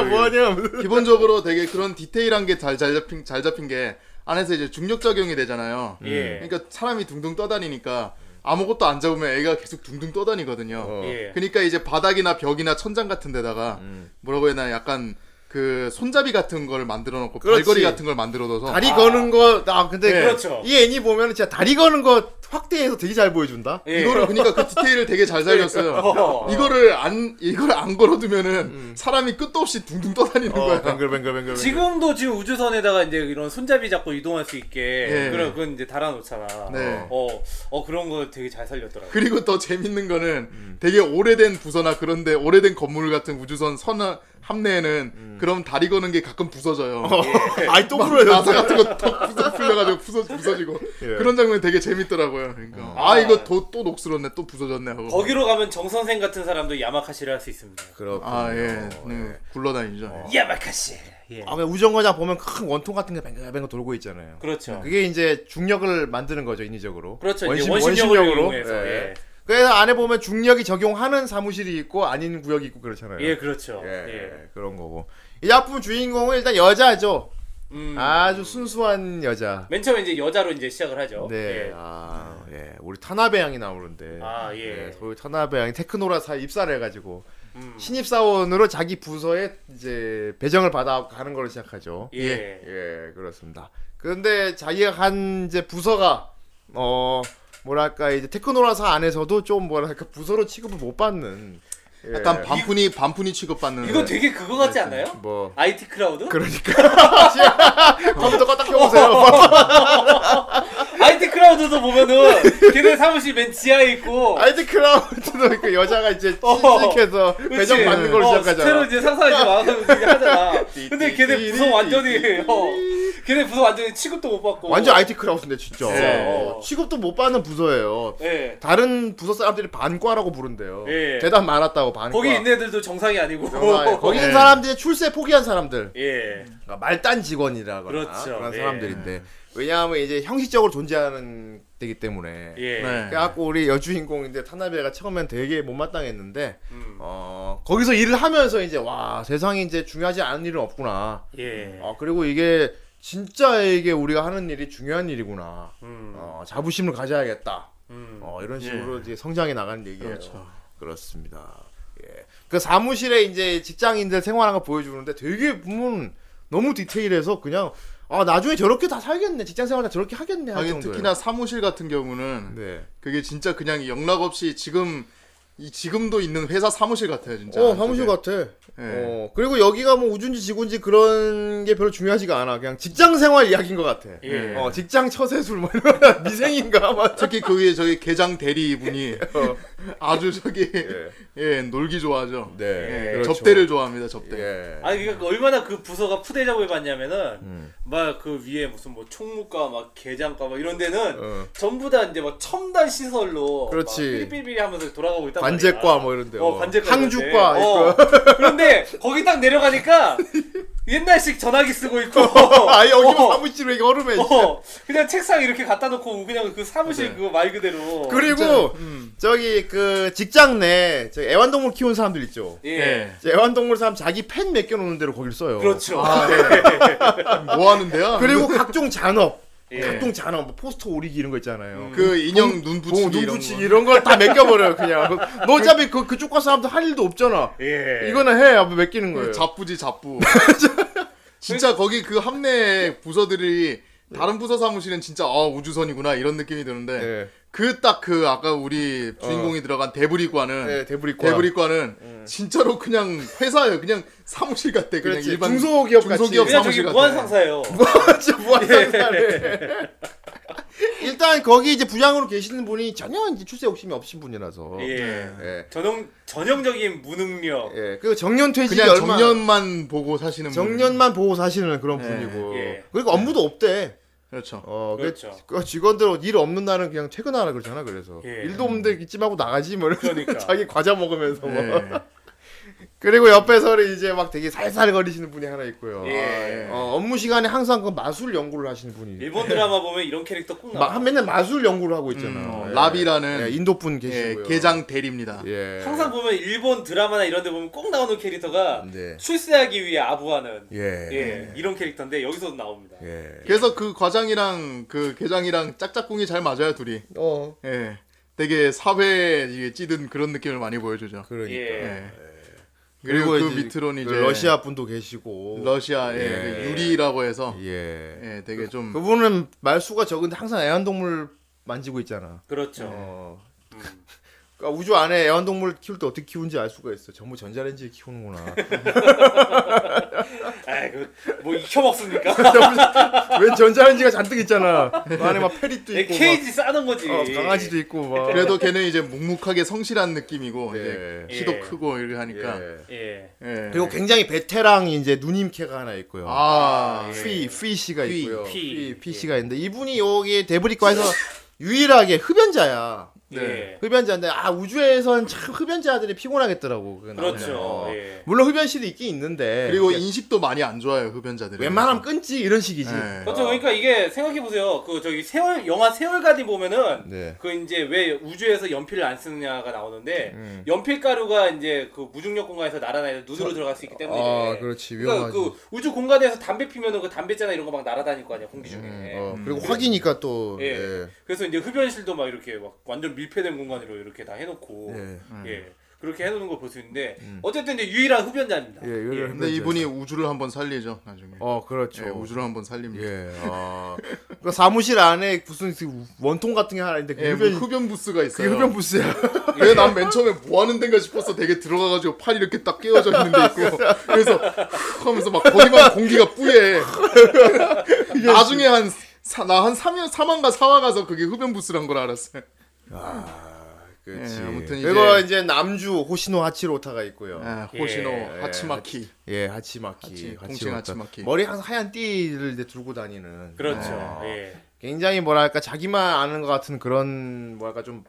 [SPEAKER 4] 가지고
[SPEAKER 1] 뭐하냐.
[SPEAKER 4] 예, 기본적으로 되게 그런 디테일한 게 잘 잘 잡힌 잘 잡힌 게 안에서 이제 중력 작용이 되잖아요.
[SPEAKER 1] 음.
[SPEAKER 3] 예.
[SPEAKER 4] 그러니까 사람이 둥둥 떠다니니까 아무것도 안 잡으면 애가 계속 둥둥 떠다니거든요.
[SPEAKER 1] 어.
[SPEAKER 3] 예.
[SPEAKER 4] 그러니까 이제 바닥이나 벽이나 천장 같은 데다가
[SPEAKER 1] 음.
[SPEAKER 4] 뭐라고 해야 되나 약간 그 손잡이 같은 걸 만들어 놓고
[SPEAKER 1] 그렇지.
[SPEAKER 4] 발걸이 같은 걸 만들어 둬서
[SPEAKER 1] 다리 거는 거, 아, 근데.
[SPEAKER 4] 예.
[SPEAKER 3] 그렇죠.
[SPEAKER 1] 이 애니 보면 진짜 다리 거는 거 확대해서 되게 잘 보여준다?
[SPEAKER 3] 예.
[SPEAKER 4] 이거를 그러니까 그 디테일을 되게 잘 살렸어요.
[SPEAKER 3] 어.
[SPEAKER 4] 이거를 안 이걸 안 걸어두면은 사람이 끝도 없이 둥둥 떠다니는
[SPEAKER 1] 음. 어,
[SPEAKER 4] 거야.
[SPEAKER 1] 뱅글뱅글뱅글.
[SPEAKER 3] 지금도 지금 우주선에다가 이제 이런 손잡이 잡고 이동할 수 있게
[SPEAKER 4] 예.
[SPEAKER 3] 그런 건 이제 달아놓잖아.
[SPEAKER 4] 네.
[SPEAKER 3] 어, 어 그런 거 되게 잘 살렸더라고. 요
[SPEAKER 4] 그리고 더 재밌는 거는
[SPEAKER 1] 음.
[SPEAKER 4] 되게 오래된 부서나 그런데 오래된 건물 같은 우주선 선 함내에는
[SPEAKER 1] 음.
[SPEAKER 4] 그럼 다리 거는 게 가끔 부서져요.
[SPEAKER 1] 어.
[SPEAKER 3] 예.
[SPEAKER 1] 아이, 또
[SPEAKER 4] 나사
[SPEAKER 1] 불어요.
[SPEAKER 4] 같은 거턱 부서 풀려가지고 부서 부서지고
[SPEAKER 1] 네. 예. 어.
[SPEAKER 4] 그런 장면이 되게 재밌더라고요. 그러니까 아 이거 또, 또 녹슬었네, 또 부서졌네 하고.
[SPEAKER 3] 거기로 가면 정 선생 같은 사람도 야마카시를 할 수 있습니다.
[SPEAKER 1] 그렇군.
[SPEAKER 4] 아 예,
[SPEAKER 1] 어,
[SPEAKER 4] 네, 굴러다니죠.
[SPEAKER 3] 야마카시. 예.
[SPEAKER 1] 아, 왜 우정거장 보면 큰 원통 같은 게 뱅글뱅글 돌고 있잖아요.
[SPEAKER 3] 그렇죠.
[SPEAKER 1] 그게 이제 중력을 만드는 거죠, 인위적으로.
[SPEAKER 3] 그렇죠. 이제 원심력을 이용해서, 예.
[SPEAKER 1] 그래서 안에 보면 중력이 적용하는 사무실이 있고 아닌 구역이 있고 그렇잖아요.
[SPEAKER 3] 예, 그렇죠. 예.
[SPEAKER 1] 예, 그런 거고. 이 작품 주인공은 일단 여자죠.
[SPEAKER 3] 음.
[SPEAKER 1] 아주 순수한 여자.
[SPEAKER 3] 맨 처음에 이제 여자로 이제 시작을 하죠.
[SPEAKER 1] 네,
[SPEAKER 3] 예.
[SPEAKER 1] 아, 예, 우리 타나베 양이 나오는데. 네,
[SPEAKER 3] 아, 예.
[SPEAKER 1] 소위 타나베 양이 테크노라 사에 입사를 해가지고
[SPEAKER 3] 음.
[SPEAKER 1] 신입 사원으로 자기 부서에 이제 배정을 받아 가는 걸로 시작하죠.
[SPEAKER 3] 예. 예.
[SPEAKER 1] 예, 그렇습니다. 그런데 자기가 간 이제 부서가 어 뭐랄까 이제 테크노라사 안에서도 좀 뭐랄까 부서로 취급을 못 받는 예,
[SPEAKER 4] 약간 반푼이 반푼이 취급받는.
[SPEAKER 3] 이거 되게 그거 같지 않아요?
[SPEAKER 1] 뭐
[SPEAKER 3] IT 크라우드?
[SPEAKER 1] 컴퓨터 껐다 켜보세요.
[SPEAKER 3] IT 크라우드도 보면은 걔네 사무실 맨 지하에 있고
[SPEAKER 1] 아이디 크라우드도 그 여자가 이제
[SPEAKER 3] 어.
[SPEAKER 1] 취직해서 배정 받는 걸로
[SPEAKER 3] 새로
[SPEAKER 1] 시작하잖아.
[SPEAKER 3] 이제 상상하지 마서 이제 하잖아. 근데 걔네 부서 완전히 어, 걔네 부서 완전히 취급도 못 받고
[SPEAKER 1] 완전 IT 크라우드인데 진짜.
[SPEAKER 3] 예.
[SPEAKER 1] 어, 취급도 못 받는 부서예요.
[SPEAKER 3] 예.
[SPEAKER 1] 다른 부서 사람들이 반과라고 부른대요.
[SPEAKER 3] 예.
[SPEAKER 1] 대답 많았다고 반과.
[SPEAKER 3] 거기 있는 애들도 정상이 아니고
[SPEAKER 1] 아. 정말 거기 있는
[SPEAKER 4] 예.
[SPEAKER 1] 사람들이 출세 포기한 사람들.
[SPEAKER 3] 예.
[SPEAKER 1] 그러니까 말단 직원이라거나
[SPEAKER 3] 그렇죠.
[SPEAKER 1] 그런
[SPEAKER 3] 예.
[SPEAKER 1] 사람들인데 왜냐하면 이제 형식적으로 존재하는 되기 때문에
[SPEAKER 3] 예.
[SPEAKER 4] 네.
[SPEAKER 1] 그래갖고 우리 여주인공인데 타나베가 처음엔 되게 못마땅했는데
[SPEAKER 3] 음.
[SPEAKER 1] 어 거기서 일을 하면서 이제 와 세상에 이제 중요하지 않은 일은 없구나
[SPEAKER 3] 예.
[SPEAKER 1] 아 그리고 이게 진짜 이게 우리가 하는 일이 중요한 일이구나.
[SPEAKER 3] 음.
[SPEAKER 1] 어, 자부심을 가져야겠다.
[SPEAKER 3] 음.
[SPEAKER 1] 어, 이런 식으로 이제 성장해 나가는 얘기예요.
[SPEAKER 4] 예. 그렇죠.
[SPEAKER 1] 습니다 예. 그 사무실에 이제 직장인들 생활하는 거 보여주는데 되게 보면 너무 디테일해서 그냥 아 나중에 저렇게 다 살겠네 직장생활 다 저렇게 하겠네 할
[SPEAKER 4] 하긴
[SPEAKER 1] 정도예요.
[SPEAKER 4] 특히나 사무실 같은 경우는
[SPEAKER 1] 네.
[SPEAKER 4] 그게 진짜 그냥 영락 없이 지금 이 지금도 있는 회사 사무실 같아요 진짜.
[SPEAKER 1] 어 사무실 같아.
[SPEAKER 4] 예.
[SPEAKER 1] 어 그리고 여기가 뭐 우주인지 지구인지 그런 게 별로 중요하지가 않아. 그냥 직장생활 이야기인 것 같아.
[SPEAKER 3] 예.
[SPEAKER 1] 어 직장 처세술 뭐 이런 거. 미생인가 막.
[SPEAKER 4] 특히 그 위에 저기 게장 대리 분이 아주 저기
[SPEAKER 1] 예.
[SPEAKER 4] 예. 놀기 좋아하죠.
[SPEAKER 1] 네,
[SPEAKER 4] 예,
[SPEAKER 1] 그렇죠.
[SPEAKER 4] 접대를 좋아합니다. 접대.
[SPEAKER 1] 예.
[SPEAKER 3] 아니 그러니까 얼마나 그 부서가 푸대접을 받냐면은
[SPEAKER 1] 음.
[SPEAKER 3] 막 그 위에 무슨 뭐 총무과 막 계장과 막 이런 데는
[SPEAKER 1] 어.
[SPEAKER 3] 전부 다 이제 막 첨단 시설로
[SPEAKER 1] 그렇지.
[SPEAKER 3] 막 삐리삐리 하면서 돌아가고 있단
[SPEAKER 1] 관제과
[SPEAKER 3] 말이야.
[SPEAKER 1] 뭐 이런데.
[SPEAKER 3] 어, 관제과
[SPEAKER 1] 항주과. 있고.
[SPEAKER 3] 이런데. 어. 그런데 거기 딱 내려가니까 옛날식 전화기 쓰고 있고
[SPEAKER 1] 아 여기
[SPEAKER 3] 어.
[SPEAKER 1] 뭐 사무실 왜 이렇게 얼음에. 진짜.
[SPEAKER 3] 어, 그냥 책상 이렇게 갖다 놓고 그냥 그 사무실 그거 말 그대로.
[SPEAKER 1] 그리고 저기 그 직장 내 저기 애완동물 키우는 사람들 있죠.
[SPEAKER 3] 예.
[SPEAKER 4] 예.
[SPEAKER 1] 이제 애완동물 사람 자기 펜 맡겨놓는 대로 거길 써요.
[SPEAKER 3] 그렇죠.
[SPEAKER 1] 아, 네.
[SPEAKER 4] 뭐 하는데요?
[SPEAKER 1] 그리고 각종 잔업,
[SPEAKER 3] 예.
[SPEAKER 1] 각종 잔업, 뭐 포스터 오리기 이런 거 있잖아요. 그
[SPEAKER 4] 그 인형
[SPEAKER 1] 뭐,
[SPEAKER 4] 눈 붙이기
[SPEAKER 1] 눈
[SPEAKER 4] 이런
[SPEAKER 1] 붙이기
[SPEAKER 4] 거.
[SPEAKER 1] 이런 걸 다 맡겨버려요 그냥. 너 어차피 그 그쪽 과 사람도 할 일도 없잖아.
[SPEAKER 3] 예.
[SPEAKER 1] 이거는 해, 하고 맡기는 거예요.
[SPEAKER 4] 잡부지 잡부. 진짜 거기 그 함내 부서들이 다른 부서 사무실은 진짜 아 우주선이구나 이런 느낌이 드는데
[SPEAKER 1] 네.
[SPEAKER 4] 그 딱 그 아까 우리 주인공이 들어간 예. 대브리과는
[SPEAKER 1] 네, 대브리과. 네.
[SPEAKER 4] 대브리과는 진짜로 그냥 회사예요. 그냥 사무실 같대. 그냥
[SPEAKER 1] 그렇지.
[SPEAKER 4] 일반
[SPEAKER 1] 중소기업 같이.
[SPEAKER 4] 중소기업
[SPEAKER 3] 그냥 저기
[SPEAKER 4] 사무실 같아.
[SPEAKER 3] 무한상사예요. 예.
[SPEAKER 1] 진짜 무한상사네. 일단 거기 이제 부장으로 계시는 분이 전혀 이제 출세 욕심이 없으신 분이라서.
[SPEAKER 3] 예.
[SPEAKER 1] 예.
[SPEAKER 3] 전형 전형적인 무능력.
[SPEAKER 1] 예. 그리고 정년 퇴직이
[SPEAKER 4] 그냥
[SPEAKER 1] 얼마
[SPEAKER 4] 정년만 보고 사시는 분.
[SPEAKER 1] 정년만 보고 사시는 그런
[SPEAKER 4] 예.
[SPEAKER 1] 분이고.
[SPEAKER 3] 예.
[SPEAKER 1] 그리고 업무도 없대.
[SPEAKER 4] 그렇죠.
[SPEAKER 1] 어,
[SPEAKER 3] 그렇죠.
[SPEAKER 1] 그, 그 직원들 일 없는 날은 그냥 퇴근하라 그러잖아. 그래서
[SPEAKER 3] 예.
[SPEAKER 1] 일도 없는데 이쯤하고 나가지 뭐. 이러면서
[SPEAKER 3] 그러니까.
[SPEAKER 1] 자기 과자 먹으면서 뭐.
[SPEAKER 4] 예.
[SPEAKER 1] 그리고 옆에서는 이제 막 되게 살살 거리시는 분이 하나 있고요.
[SPEAKER 3] 예.
[SPEAKER 1] 어, 업무 시간에 항상 그 마술 연구를 하시는 분이.
[SPEAKER 3] 일본 아. 드라마 보면 이런 캐릭터 꼭
[SPEAKER 1] 막
[SPEAKER 3] 나와.
[SPEAKER 1] 맨날 마술 연구를 하고 있잖아.
[SPEAKER 4] 음, 어,
[SPEAKER 1] 요
[SPEAKER 4] 라비라는
[SPEAKER 1] 예, 인도 분
[SPEAKER 4] 예,
[SPEAKER 1] 계시고요.
[SPEAKER 4] 게장 대리입니다.
[SPEAKER 1] 예.
[SPEAKER 3] 항상 보면 일본 드라마나 이런 데 보면 꼭 나오는 캐릭터가
[SPEAKER 1] 네.
[SPEAKER 3] 출세하기 위해 아부하는
[SPEAKER 1] 예.
[SPEAKER 3] 예. 이런 캐릭터인데 여기서도 나옵니다.
[SPEAKER 1] 예.
[SPEAKER 4] 그래서 그 과장이랑 그 게장이랑 짝짝꿍이 잘 맞아요 둘이.
[SPEAKER 1] 어.
[SPEAKER 4] 예. 되게 사회에 이게 찌든 그런 느낌을 많이 보여주죠.
[SPEAKER 1] 그러니까.
[SPEAKER 3] 예.
[SPEAKER 4] 예. 그리고, 그 밑으로는
[SPEAKER 1] 그
[SPEAKER 4] 이제
[SPEAKER 1] 러시아 분도 계시고.
[SPEAKER 4] 러시아 예,
[SPEAKER 1] 예.
[SPEAKER 4] 그 유리라고 해서 예,
[SPEAKER 1] 예.
[SPEAKER 4] 되게 좀
[SPEAKER 1] 그분은 말수가 적은데 항상 애완동물 만지고 있잖아.
[SPEAKER 3] 그렇죠.
[SPEAKER 1] 어.
[SPEAKER 3] 음.
[SPEAKER 1] 그러니까 우주 안에 애완동물 키울 때 어떻게 키우는지 알 수가 있어. 전부 전자레인지에 키우는구나. 네.
[SPEAKER 3] 아이 그뭐 익혀 먹습니까?
[SPEAKER 1] 왜 전자레인지가 잔뜩 있잖아. 그 안에 막 페리도 있고
[SPEAKER 3] 예, 케이지 싸는 거지.
[SPEAKER 1] 막 어, 강아지도 있고 막.
[SPEAKER 4] 네, 그래도 걔는 이제 묵묵하게 성실한 느낌이고
[SPEAKER 1] 예.
[SPEAKER 4] 이제 키도
[SPEAKER 3] 예.
[SPEAKER 4] 크고 이렇게 하니까
[SPEAKER 1] 예.
[SPEAKER 3] 예.
[SPEAKER 4] 예.
[SPEAKER 1] 그리고 굉장히 베테랑 이제 누님캐가 하나 있고요.
[SPEAKER 4] 아
[SPEAKER 1] 휘, 휘 씨가
[SPEAKER 4] 휘,
[SPEAKER 1] 있고요.
[SPEAKER 3] 휘.
[SPEAKER 1] 휘, 휘
[SPEAKER 4] 예.
[SPEAKER 1] 씨가 있는데 이분이 여기 데브리과에서 유일하게 흡연자야.
[SPEAKER 4] 네.
[SPEAKER 3] 예.
[SPEAKER 1] 흡연자인데 아 우주에선 참 흡연자들이 피곤하겠더라고. 그게 나중에.
[SPEAKER 3] 그렇죠.
[SPEAKER 1] 어.
[SPEAKER 3] 예.
[SPEAKER 1] 물론 흡연실이 있긴 있는데.
[SPEAKER 4] 그리고 인식도 많이 안 좋아요 흡연자들이.
[SPEAKER 1] 예. 웬만하면 끊지 이런 식이지.
[SPEAKER 4] 예.
[SPEAKER 3] 그렇죠. 그러니까 이게 생각해 보세요. 그 저기 세월 영화 세월가디 보면은
[SPEAKER 1] 네.
[SPEAKER 3] 그 이제 왜 우주에서 연필을 안 쓰느냐가 나오는데
[SPEAKER 1] 음.
[SPEAKER 3] 연필 가루가 이제 그 무중력 공간에서 날아다니 눈으로 들어갈 수 있기 때문에.
[SPEAKER 1] 아, 그렇지
[SPEAKER 3] 예. 그러니까
[SPEAKER 1] 위험하지.
[SPEAKER 3] 그 우주 공간에서 담배 피면은 그 담배자나 이런 거 막 날아다닐 거 아니야 공기 중에.
[SPEAKER 1] 어,
[SPEAKER 4] 음.
[SPEAKER 1] 그리고 화기니까 또.
[SPEAKER 3] 예.
[SPEAKER 1] 예.
[SPEAKER 3] 그래서 이제 흡연실도 막 이렇게 막 완전 밀폐된 공간으로 이렇게 다 해놓고
[SPEAKER 1] 예. 음.
[SPEAKER 3] 예 그렇게 해놓는 걸 볼 수 있는데 어쨌든 이제 유일한 흡연자입니다.
[SPEAKER 1] 예, 유일한 흡연자.
[SPEAKER 4] 근데 이분이 우주를 한번 살리죠 나중에.
[SPEAKER 1] 어 그렇죠.
[SPEAKER 4] 예, 우주를 한번 살립니다. 예.
[SPEAKER 1] 예. 아. 그 사무실 안에 무슨 그 원통 같은 게 하나 있는데 그
[SPEAKER 4] 뭐
[SPEAKER 1] 흡연
[SPEAKER 4] 흡연 부스가
[SPEAKER 1] 그
[SPEAKER 4] 있어요.
[SPEAKER 1] 흡연 부스야.
[SPEAKER 4] 왜난 맨 처음에 뭐 하는 데인가 싶어서 되게 들어가가지고 팔 이렇게 딱 깨어져 있는 데 있고 그래서 훅 하면서 막 거기만 공기가 뿌예 나중에 한나한 3년 3화가 4화 가서 그게 흡연 부스란 걸 알았어요
[SPEAKER 1] 그렇지.
[SPEAKER 4] 예, 아무튼 이제-
[SPEAKER 1] 그리고 이제 남주 호시노 하치로타가 있고요.
[SPEAKER 4] 아, 호시노
[SPEAKER 3] 예.
[SPEAKER 4] 하치마키
[SPEAKER 1] 예, 하치마키.
[SPEAKER 4] 하치,
[SPEAKER 1] 하치로타.
[SPEAKER 4] 공칭 하치마키.
[SPEAKER 1] 머리 항상 하얀 띠를 이제 들고 다니는.
[SPEAKER 3] 그렇죠.
[SPEAKER 1] 어,
[SPEAKER 3] 예.
[SPEAKER 1] 굉장히 뭐랄까 자기만 아는 것 같은 그런 뭐랄까 좀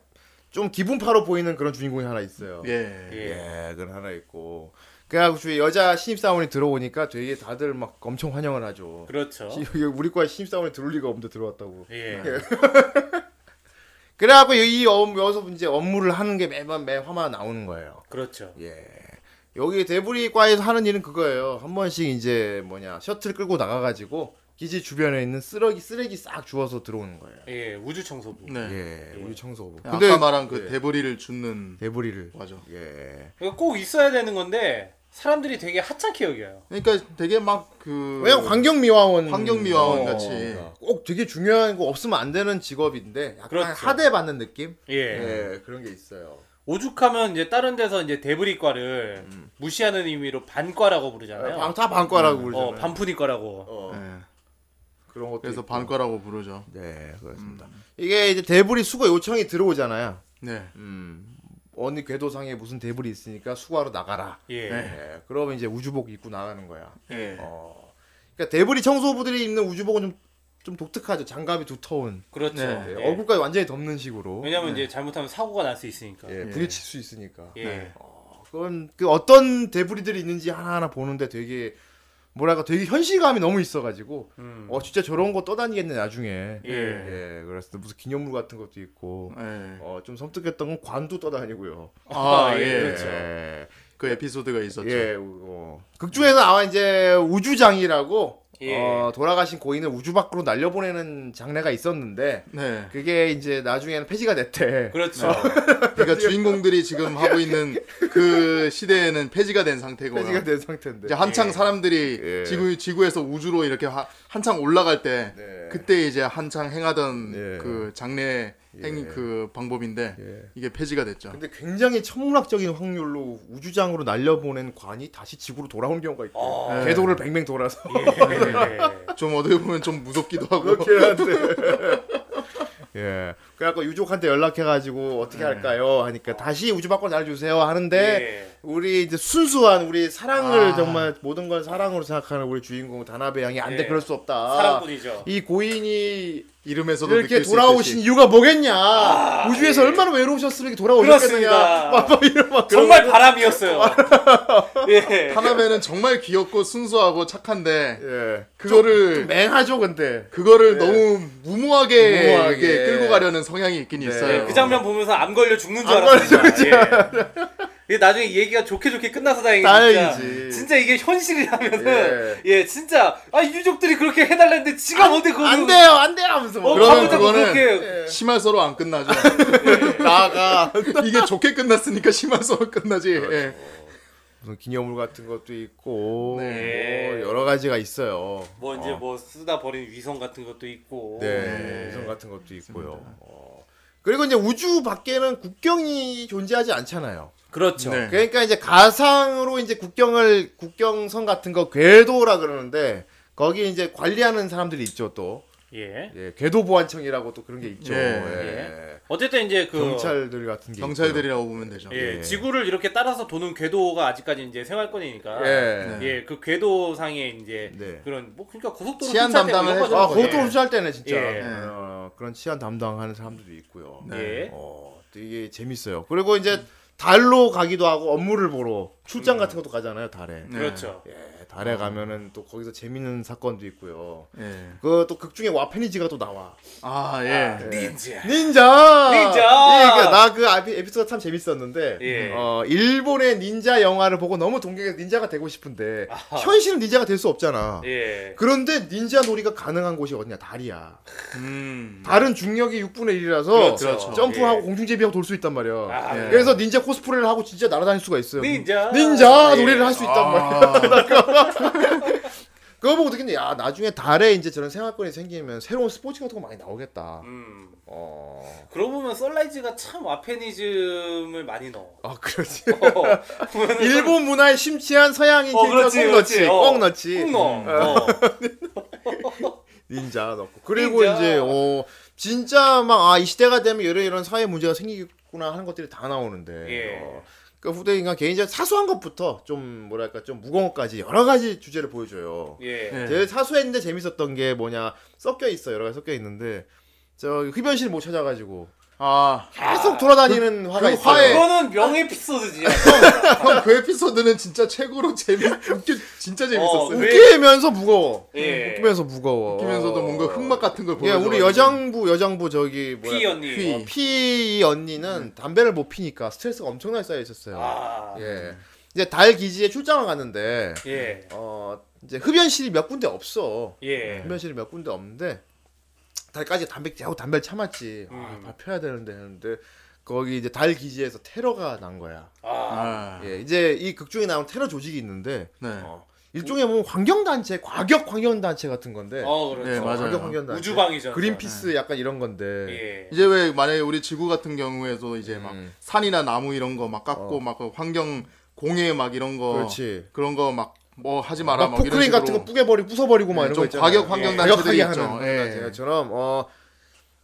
[SPEAKER 1] 좀 기분파로 보이는 그런 주인공이 하나 있어요.
[SPEAKER 4] 예.
[SPEAKER 3] 예.
[SPEAKER 1] 예, 그건 하나 있고. 그래가지고 주위에 여자 신입사원이 들어오니까 되게 다들 막 엄청 환영을 하죠.
[SPEAKER 3] 그렇죠.
[SPEAKER 1] 시- 우리 과에 신입사원이 들어올 리가 없는데 들어왔다고.
[SPEAKER 3] 예.
[SPEAKER 1] 그래갖고 이 업- 여기서 이제 업무를 하는 게 매번 매 화마 나오는 거예요.
[SPEAKER 3] 그렇죠.
[SPEAKER 1] 예. 여기 대부리과에서 하는 일은 그거예요. 한 번씩 이제 뭐냐 셔틀 끌고 나가가지고 기지 주변에 있는 쓰레기 쓰레기 싹 주워서 들어오는 거예요.
[SPEAKER 3] 예, 우주 청소부.
[SPEAKER 4] 네.
[SPEAKER 1] 예, 우리 청소부.
[SPEAKER 4] 근데 아까 말한 그
[SPEAKER 1] 예.
[SPEAKER 4] 데브리를 줍는
[SPEAKER 1] 데브리를
[SPEAKER 4] 맞아.
[SPEAKER 1] 예.
[SPEAKER 3] 이거 그러니까 꼭 있어야 되는 건데 사람들이 되게 하찮게 여겨요.
[SPEAKER 4] 그러니까 되게 막그
[SPEAKER 1] 왜냐 환경 미화원
[SPEAKER 4] 환경 미화원 같이.
[SPEAKER 1] 꼭 되게 중요한 거 없으면 안 되는 직업인데 약간
[SPEAKER 3] 그렇죠.
[SPEAKER 1] 하대 받는 느낌?
[SPEAKER 3] 예.
[SPEAKER 1] 예, 그런 게 있어요.
[SPEAKER 3] 오죽하면 이제 다른 데서 이제 데브리과를 무시하는 의미로 반과라고 부르잖아요.
[SPEAKER 1] 음. 방, 다 방과라고
[SPEAKER 3] 어,
[SPEAKER 1] 부르잖아요.
[SPEAKER 3] 반푼이과라고.
[SPEAKER 1] 어,
[SPEAKER 4] 예.
[SPEAKER 1] 그런 것도
[SPEAKER 4] 그래서
[SPEAKER 1] 있고.
[SPEAKER 4] 반과라고 부르죠.
[SPEAKER 1] 네, 그렇습니다. 이게 이제 데브리 수거 요청이 들어오잖아요.
[SPEAKER 4] 네.
[SPEAKER 1] 음. 어느 궤도상에 무슨 데브리 있으니까 수거하러 나가라.
[SPEAKER 3] 예.
[SPEAKER 4] 네.
[SPEAKER 1] 예. 그러면 이제 우주복 입고 나가는 거야.
[SPEAKER 4] 예.
[SPEAKER 1] 어. 그러니까 데브리 청소부들이 입는 우주복은 좀, 좀 독특하죠. 장갑이 두터운.
[SPEAKER 3] 그렇죠.
[SPEAKER 4] 네.
[SPEAKER 3] 예.
[SPEAKER 1] 예, 얼굴까지 완전히 덮는 식으로.
[SPEAKER 3] 왜냐면 이제 잘못하면 사고가 날 수 있으니까.
[SPEAKER 1] 네. 예, 네.
[SPEAKER 3] 예.
[SPEAKER 1] 부딪힐 수 있으니까.
[SPEAKER 3] 예.
[SPEAKER 1] 그건 그 어떤 데브리들이 있는지 하나하나 보는데 되게 뭐랄까 되게 현실감이 너무 있어가지고
[SPEAKER 3] 음.
[SPEAKER 1] 어 진짜 저런 거 떠다니겠네 나중에.
[SPEAKER 3] 예. 아,
[SPEAKER 1] 예, 그래서 무슨 기념물 같은 것도 있고.
[SPEAKER 4] 예.
[SPEAKER 1] 어 좀 섬뜩했던 건 관도 떠다니고요.
[SPEAKER 4] 아,
[SPEAKER 3] 아,
[SPEAKER 4] 예.
[SPEAKER 3] 예, 그렇죠.
[SPEAKER 1] 예.
[SPEAKER 4] 그 에피소드가 있었죠.
[SPEAKER 1] 예, 어. 극 중에서 아마 이제 우주장이라고
[SPEAKER 3] 예.
[SPEAKER 1] 어, 돌아가신 고인을 우주 밖으로 날려보내는 장례가 있었는데
[SPEAKER 4] 네.
[SPEAKER 1] 그게 이제 나중에는 폐지가 됐대.
[SPEAKER 3] 그렇죠.
[SPEAKER 4] 그러니까 주인공들이 지금 하고 있는 그 시대에는 폐지가 된 상태고
[SPEAKER 1] 폐지가 된 상태인데.
[SPEAKER 4] 이제 한창 사람들이
[SPEAKER 1] 예.
[SPEAKER 4] 지구 지구에서 우주로 이렇게 하- 한창 올라갈 때
[SPEAKER 1] 네.
[SPEAKER 4] 그때 이제 한창 행하던
[SPEAKER 1] 예.
[SPEAKER 4] 그 장례
[SPEAKER 1] 예.
[SPEAKER 4] 행 그 방법인데
[SPEAKER 1] 예.
[SPEAKER 4] 이게 폐지가 됐죠.
[SPEAKER 1] 근데 굉장히 천문학적인 확률로 우주장으로 날려보낸 관이 다시 지구로 돌아온 경우가 네. 있고
[SPEAKER 3] 아.
[SPEAKER 1] 궤도를 뱅뱅 돌아서 네.
[SPEAKER 3] 예.
[SPEAKER 4] 좀 어떻게 보면 좀 무섭기도 하고
[SPEAKER 1] 그렇긴 한데 예 그래갖고 유족한테 연락해가지고 어떻게 할까요 하니까 다시 우주 밖으로 날려주세요 하는데
[SPEAKER 3] 예.
[SPEAKER 1] 우리 이제 순수한 우리 사랑을
[SPEAKER 4] 아.
[SPEAKER 1] 정말 모든 걸 사랑으로 생각하는 우리 주인공 다나베 양이 안돼
[SPEAKER 3] 예.
[SPEAKER 1] 그럴 수 없다
[SPEAKER 3] 사랑꾼이죠.
[SPEAKER 1] 이 고인이
[SPEAKER 4] 이름에서도
[SPEAKER 1] 이렇게
[SPEAKER 4] 느낄 수
[SPEAKER 1] 돌아오신
[SPEAKER 4] 있듯이.
[SPEAKER 1] 이유가 뭐겠냐 우주에서
[SPEAKER 3] 예.
[SPEAKER 1] 얼마나 외로우셨으면 이렇게 돌아오셨겠느냐
[SPEAKER 3] 그렇습니다.
[SPEAKER 1] 막, 막 이런 막 그런
[SPEAKER 3] 정말 바람이었어요. 예.
[SPEAKER 4] 하나면은 정말 귀엽고 순수하고 착한데
[SPEAKER 1] 예
[SPEAKER 4] 그거를
[SPEAKER 1] 맹하죠 근데
[SPEAKER 4] 그거를 너무 무모하게,
[SPEAKER 1] 무모하게.
[SPEAKER 4] 이렇게 끌고 가려는 성향이 있긴
[SPEAKER 1] 네,
[SPEAKER 4] 있어요.
[SPEAKER 3] 그 장면 보면서 암 걸려 죽는 줄
[SPEAKER 1] 암
[SPEAKER 3] 알았어요. 예. 이게 나중에 얘기가 좋게 좋게 끝나서 다행이다.
[SPEAKER 1] 다행이지.
[SPEAKER 3] 진짜 이게 현실이라면은
[SPEAKER 1] 예.
[SPEAKER 3] 예, 진짜 아 유족들이 그렇게 해달라는데 지가 어디 그거
[SPEAKER 1] 안 돼요 안 돼요 하면서 뭐. 막
[SPEAKER 3] 어,
[SPEAKER 4] 그러면
[SPEAKER 3] 가보자고
[SPEAKER 4] 그거는- 예.
[SPEAKER 3] 그렇게
[SPEAKER 4] 심할 서로 안 끝나죠.
[SPEAKER 1] 나가
[SPEAKER 4] 이게 좋게 끝났으니까 심할 서로 끝나지.
[SPEAKER 1] 그렇죠.
[SPEAKER 4] 예.
[SPEAKER 1] 무슨 기념물 같은 것도 있고
[SPEAKER 4] 네.
[SPEAKER 1] 뭐 여러 가지가 있어요
[SPEAKER 3] 뭐 이제
[SPEAKER 1] 어.
[SPEAKER 3] 뭐 쓰다 버린 위성 같은 것도 있고
[SPEAKER 1] 네, 위성 같은 것도 있고요. 어. 그리고 이제 우주 밖에는 국경이 존재하지 않잖아요.
[SPEAKER 3] 그렇죠.
[SPEAKER 4] 네.
[SPEAKER 1] 그러니까 이제 가상으로 이제 국경을 국경선 같은 거 궤도라 그러는데 거기 이제 관리하는 사람들이 있죠 또
[SPEAKER 3] 예.
[SPEAKER 1] 예, 궤도 보안청이라고 또 그런 게 있죠.
[SPEAKER 4] 예.
[SPEAKER 1] 예.
[SPEAKER 3] 어쨌든 이제 그
[SPEAKER 1] 경찰들 같은 게
[SPEAKER 4] 경찰들이라고 보면 되죠.
[SPEAKER 3] 예, 지구를 이렇게 따라서 도는 궤도가 아직까지 이제 생활권이니까
[SPEAKER 1] 있고요. 예.
[SPEAKER 3] 예, 그 궤도상에 이제
[SPEAKER 1] 네.
[SPEAKER 3] 그런 뭐 그러니까 고속도로
[SPEAKER 4] 치안
[SPEAKER 3] 주차대 뭐
[SPEAKER 4] 담당을
[SPEAKER 3] 이런 거
[SPEAKER 4] 해줘.
[SPEAKER 1] 아
[SPEAKER 3] 하는 거죠.
[SPEAKER 1] 그것도 우주할 때네 진짜
[SPEAKER 3] 예.
[SPEAKER 1] 어, 그런 치안 담당하는 사람들도 있고요.
[SPEAKER 3] 예.
[SPEAKER 1] 어, 되게 재밌어요. 그리고 이제 달로 가기도 하고 업무를 보러 출장 같은 것도 가잖아요 달에.
[SPEAKER 4] 네.
[SPEAKER 3] 그렇죠.
[SPEAKER 1] 예, 달에 가면은 또 거기서 재밌는 사건도 있고요.
[SPEAKER 4] 예.
[SPEAKER 1] 그 또 극중에 와페니지가 또 나와.
[SPEAKER 4] 아, 예.
[SPEAKER 1] 네.
[SPEAKER 3] 닌자.
[SPEAKER 1] 닌자! 예,
[SPEAKER 3] 닌자!
[SPEAKER 1] 나그 에피소드 참 재밌었는데,
[SPEAKER 3] 예.
[SPEAKER 1] 어, 일본의 닌자 영화를 보고 너무 동경해서 닌자가 되고 싶은데,
[SPEAKER 3] 아하.
[SPEAKER 1] 현실은 닌자가 될 수 없잖아.
[SPEAKER 3] 예.
[SPEAKER 1] 그런데 닌자 놀이가 가능한 곳이 어디냐? 달이야.
[SPEAKER 4] 음.
[SPEAKER 1] 달은 중력이 6분의 1이라서
[SPEAKER 3] 그렇죠.
[SPEAKER 1] 점프하고
[SPEAKER 3] 예.
[SPEAKER 1] 공중제비하고 돌 수 있단 말이야.
[SPEAKER 3] 아,
[SPEAKER 4] 예.
[SPEAKER 1] 그래서 닌자 코스프레를 하고 진짜 날아다닐 수가 있어요.
[SPEAKER 3] 닌자.
[SPEAKER 1] 닌자
[SPEAKER 3] 예.
[SPEAKER 1] 놀이를 할 수 있단 말이야.
[SPEAKER 4] 아,
[SPEAKER 1] 그거 보고 느낀데 야 나중에 달에 이제 저런 생활권이 생기면 새로운 스포츠 같은 거 많이 나오겠다.
[SPEAKER 3] 음.
[SPEAKER 1] 어.
[SPEAKER 3] 그러고 보면 썰라이즈가 참 와페니즘을 많이 넣어.
[SPEAKER 1] 아 그렇지.
[SPEAKER 3] 보면은
[SPEAKER 1] 일본 문화에 심취한 서양인
[SPEAKER 3] 어,
[SPEAKER 1] 캐릭터
[SPEAKER 3] 그렇지,
[SPEAKER 1] 꼭 넣지.
[SPEAKER 3] 그렇지. 어.
[SPEAKER 1] 꼭 넣지. 예. 음.
[SPEAKER 3] 꾹 넣어. 어.
[SPEAKER 1] 닌자 넣고. 그리고
[SPEAKER 3] 닌자.
[SPEAKER 1] 이제 어 진짜 막 아 이 시대가 되면 이런 이런 사회 문제가 생기겠구나 하는 것들이 다 나오는데.
[SPEAKER 3] 예.
[SPEAKER 1] 어. 그 후대인간 개인적인 사소한 것부터 좀 뭐랄까 좀 무거운 것까지 여러 가지 주제를 보여줘요.
[SPEAKER 3] 예.
[SPEAKER 4] 예.
[SPEAKER 1] 제일 사소했는데 재밌었던 게 뭐냐 섞여 있어 여러 가지 섞여 있는데 저 흡연실 못 찾아가지고
[SPEAKER 4] 아,
[SPEAKER 1] 계속 돌아다니는 화가
[SPEAKER 4] 그
[SPEAKER 1] 있어요.
[SPEAKER 4] 화에-
[SPEAKER 3] 그거는 명예 에피소드지.
[SPEAKER 4] 형, 그 에피소드는 진짜 최고로 재밌, 웃겨, 진짜 재밌었어요.
[SPEAKER 3] 어, 왜-
[SPEAKER 1] 웃기면서 무거워.
[SPEAKER 3] 예.
[SPEAKER 1] 웃기면서 무거워.
[SPEAKER 4] 웃기면서도 뭔가 흑막 같은 걸
[SPEAKER 1] 예,
[SPEAKER 4] 보여줘.
[SPEAKER 1] 우리 여장부 여장부 저기 뭐야?
[SPEAKER 3] 피 언니. 음.
[SPEAKER 4] 피.
[SPEAKER 1] 어, 피 언니는 담배를 못 피니까 스트레스가 아, 예. 엄청나게 쌓여 있었어요.
[SPEAKER 3] 아.
[SPEAKER 1] 예. 이제 달 기지에 출장을 갔는데
[SPEAKER 3] 예.
[SPEAKER 1] 어 이제 흡연실이 몇 군데 없어.
[SPEAKER 3] 예.
[SPEAKER 1] 흡연실이 몇 군데 없는데 달까지 담배 하고 담배를 참았지. 아,
[SPEAKER 3] 음.
[SPEAKER 1] 발 펴야 되는데 했는데 거기 이제 달 기지에서 테러가 난 거야.
[SPEAKER 3] 아.
[SPEAKER 4] 아.
[SPEAKER 1] 예, 이제 이 극중에 나온 테러 조직이 있는데
[SPEAKER 4] 네.
[SPEAKER 1] 어, 일종의 뭐 관경 단체, 과격 관경 단체 같은 건데.
[SPEAKER 3] 어, 그렇죠.
[SPEAKER 4] 네, 맞아요.
[SPEAKER 1] 과격 관경 단체.
[SPEAKER 3] 우주방위전.
[SPEAKER 1] 예, 그린피스 약간 이런 건데.
[SPEAKER 3] 예.
[SPEAKER 4] 이제 왜 만약에 우리 지구 같은 경우에도 이제 막
[SPEAKER 1] 음.
[SPEAKER 4] 산이나 나무 이런 거 막 깎고
[SPEAKER 1] 어.
[SPEAKER 4] 막그 환경 공해 막 이런 거
[SPEAKER 1] 그렇지. 어,
[SPEAKER 4] 그런 거 막 뭐 하지
[SPEAKER 1] 막
[SPEAKER 4] 마라 어. 막, 이런
[SPEAKER 1] 포크레인
[SPEAKER 4] 식으로
[SPEAKER 1] 같은 거 뿌개버리고 부숴버리고 막
[SPEAKER 4] 네,
[SPEAKER 1] 이런
[SPEAKER 4] 좀
[SPEAKER 1] 거 있잖아.
[SPEAKER 4] 과격 환경 단체들이 있죠. 예.
[SPEAKER 1] 제가처럼 네, 어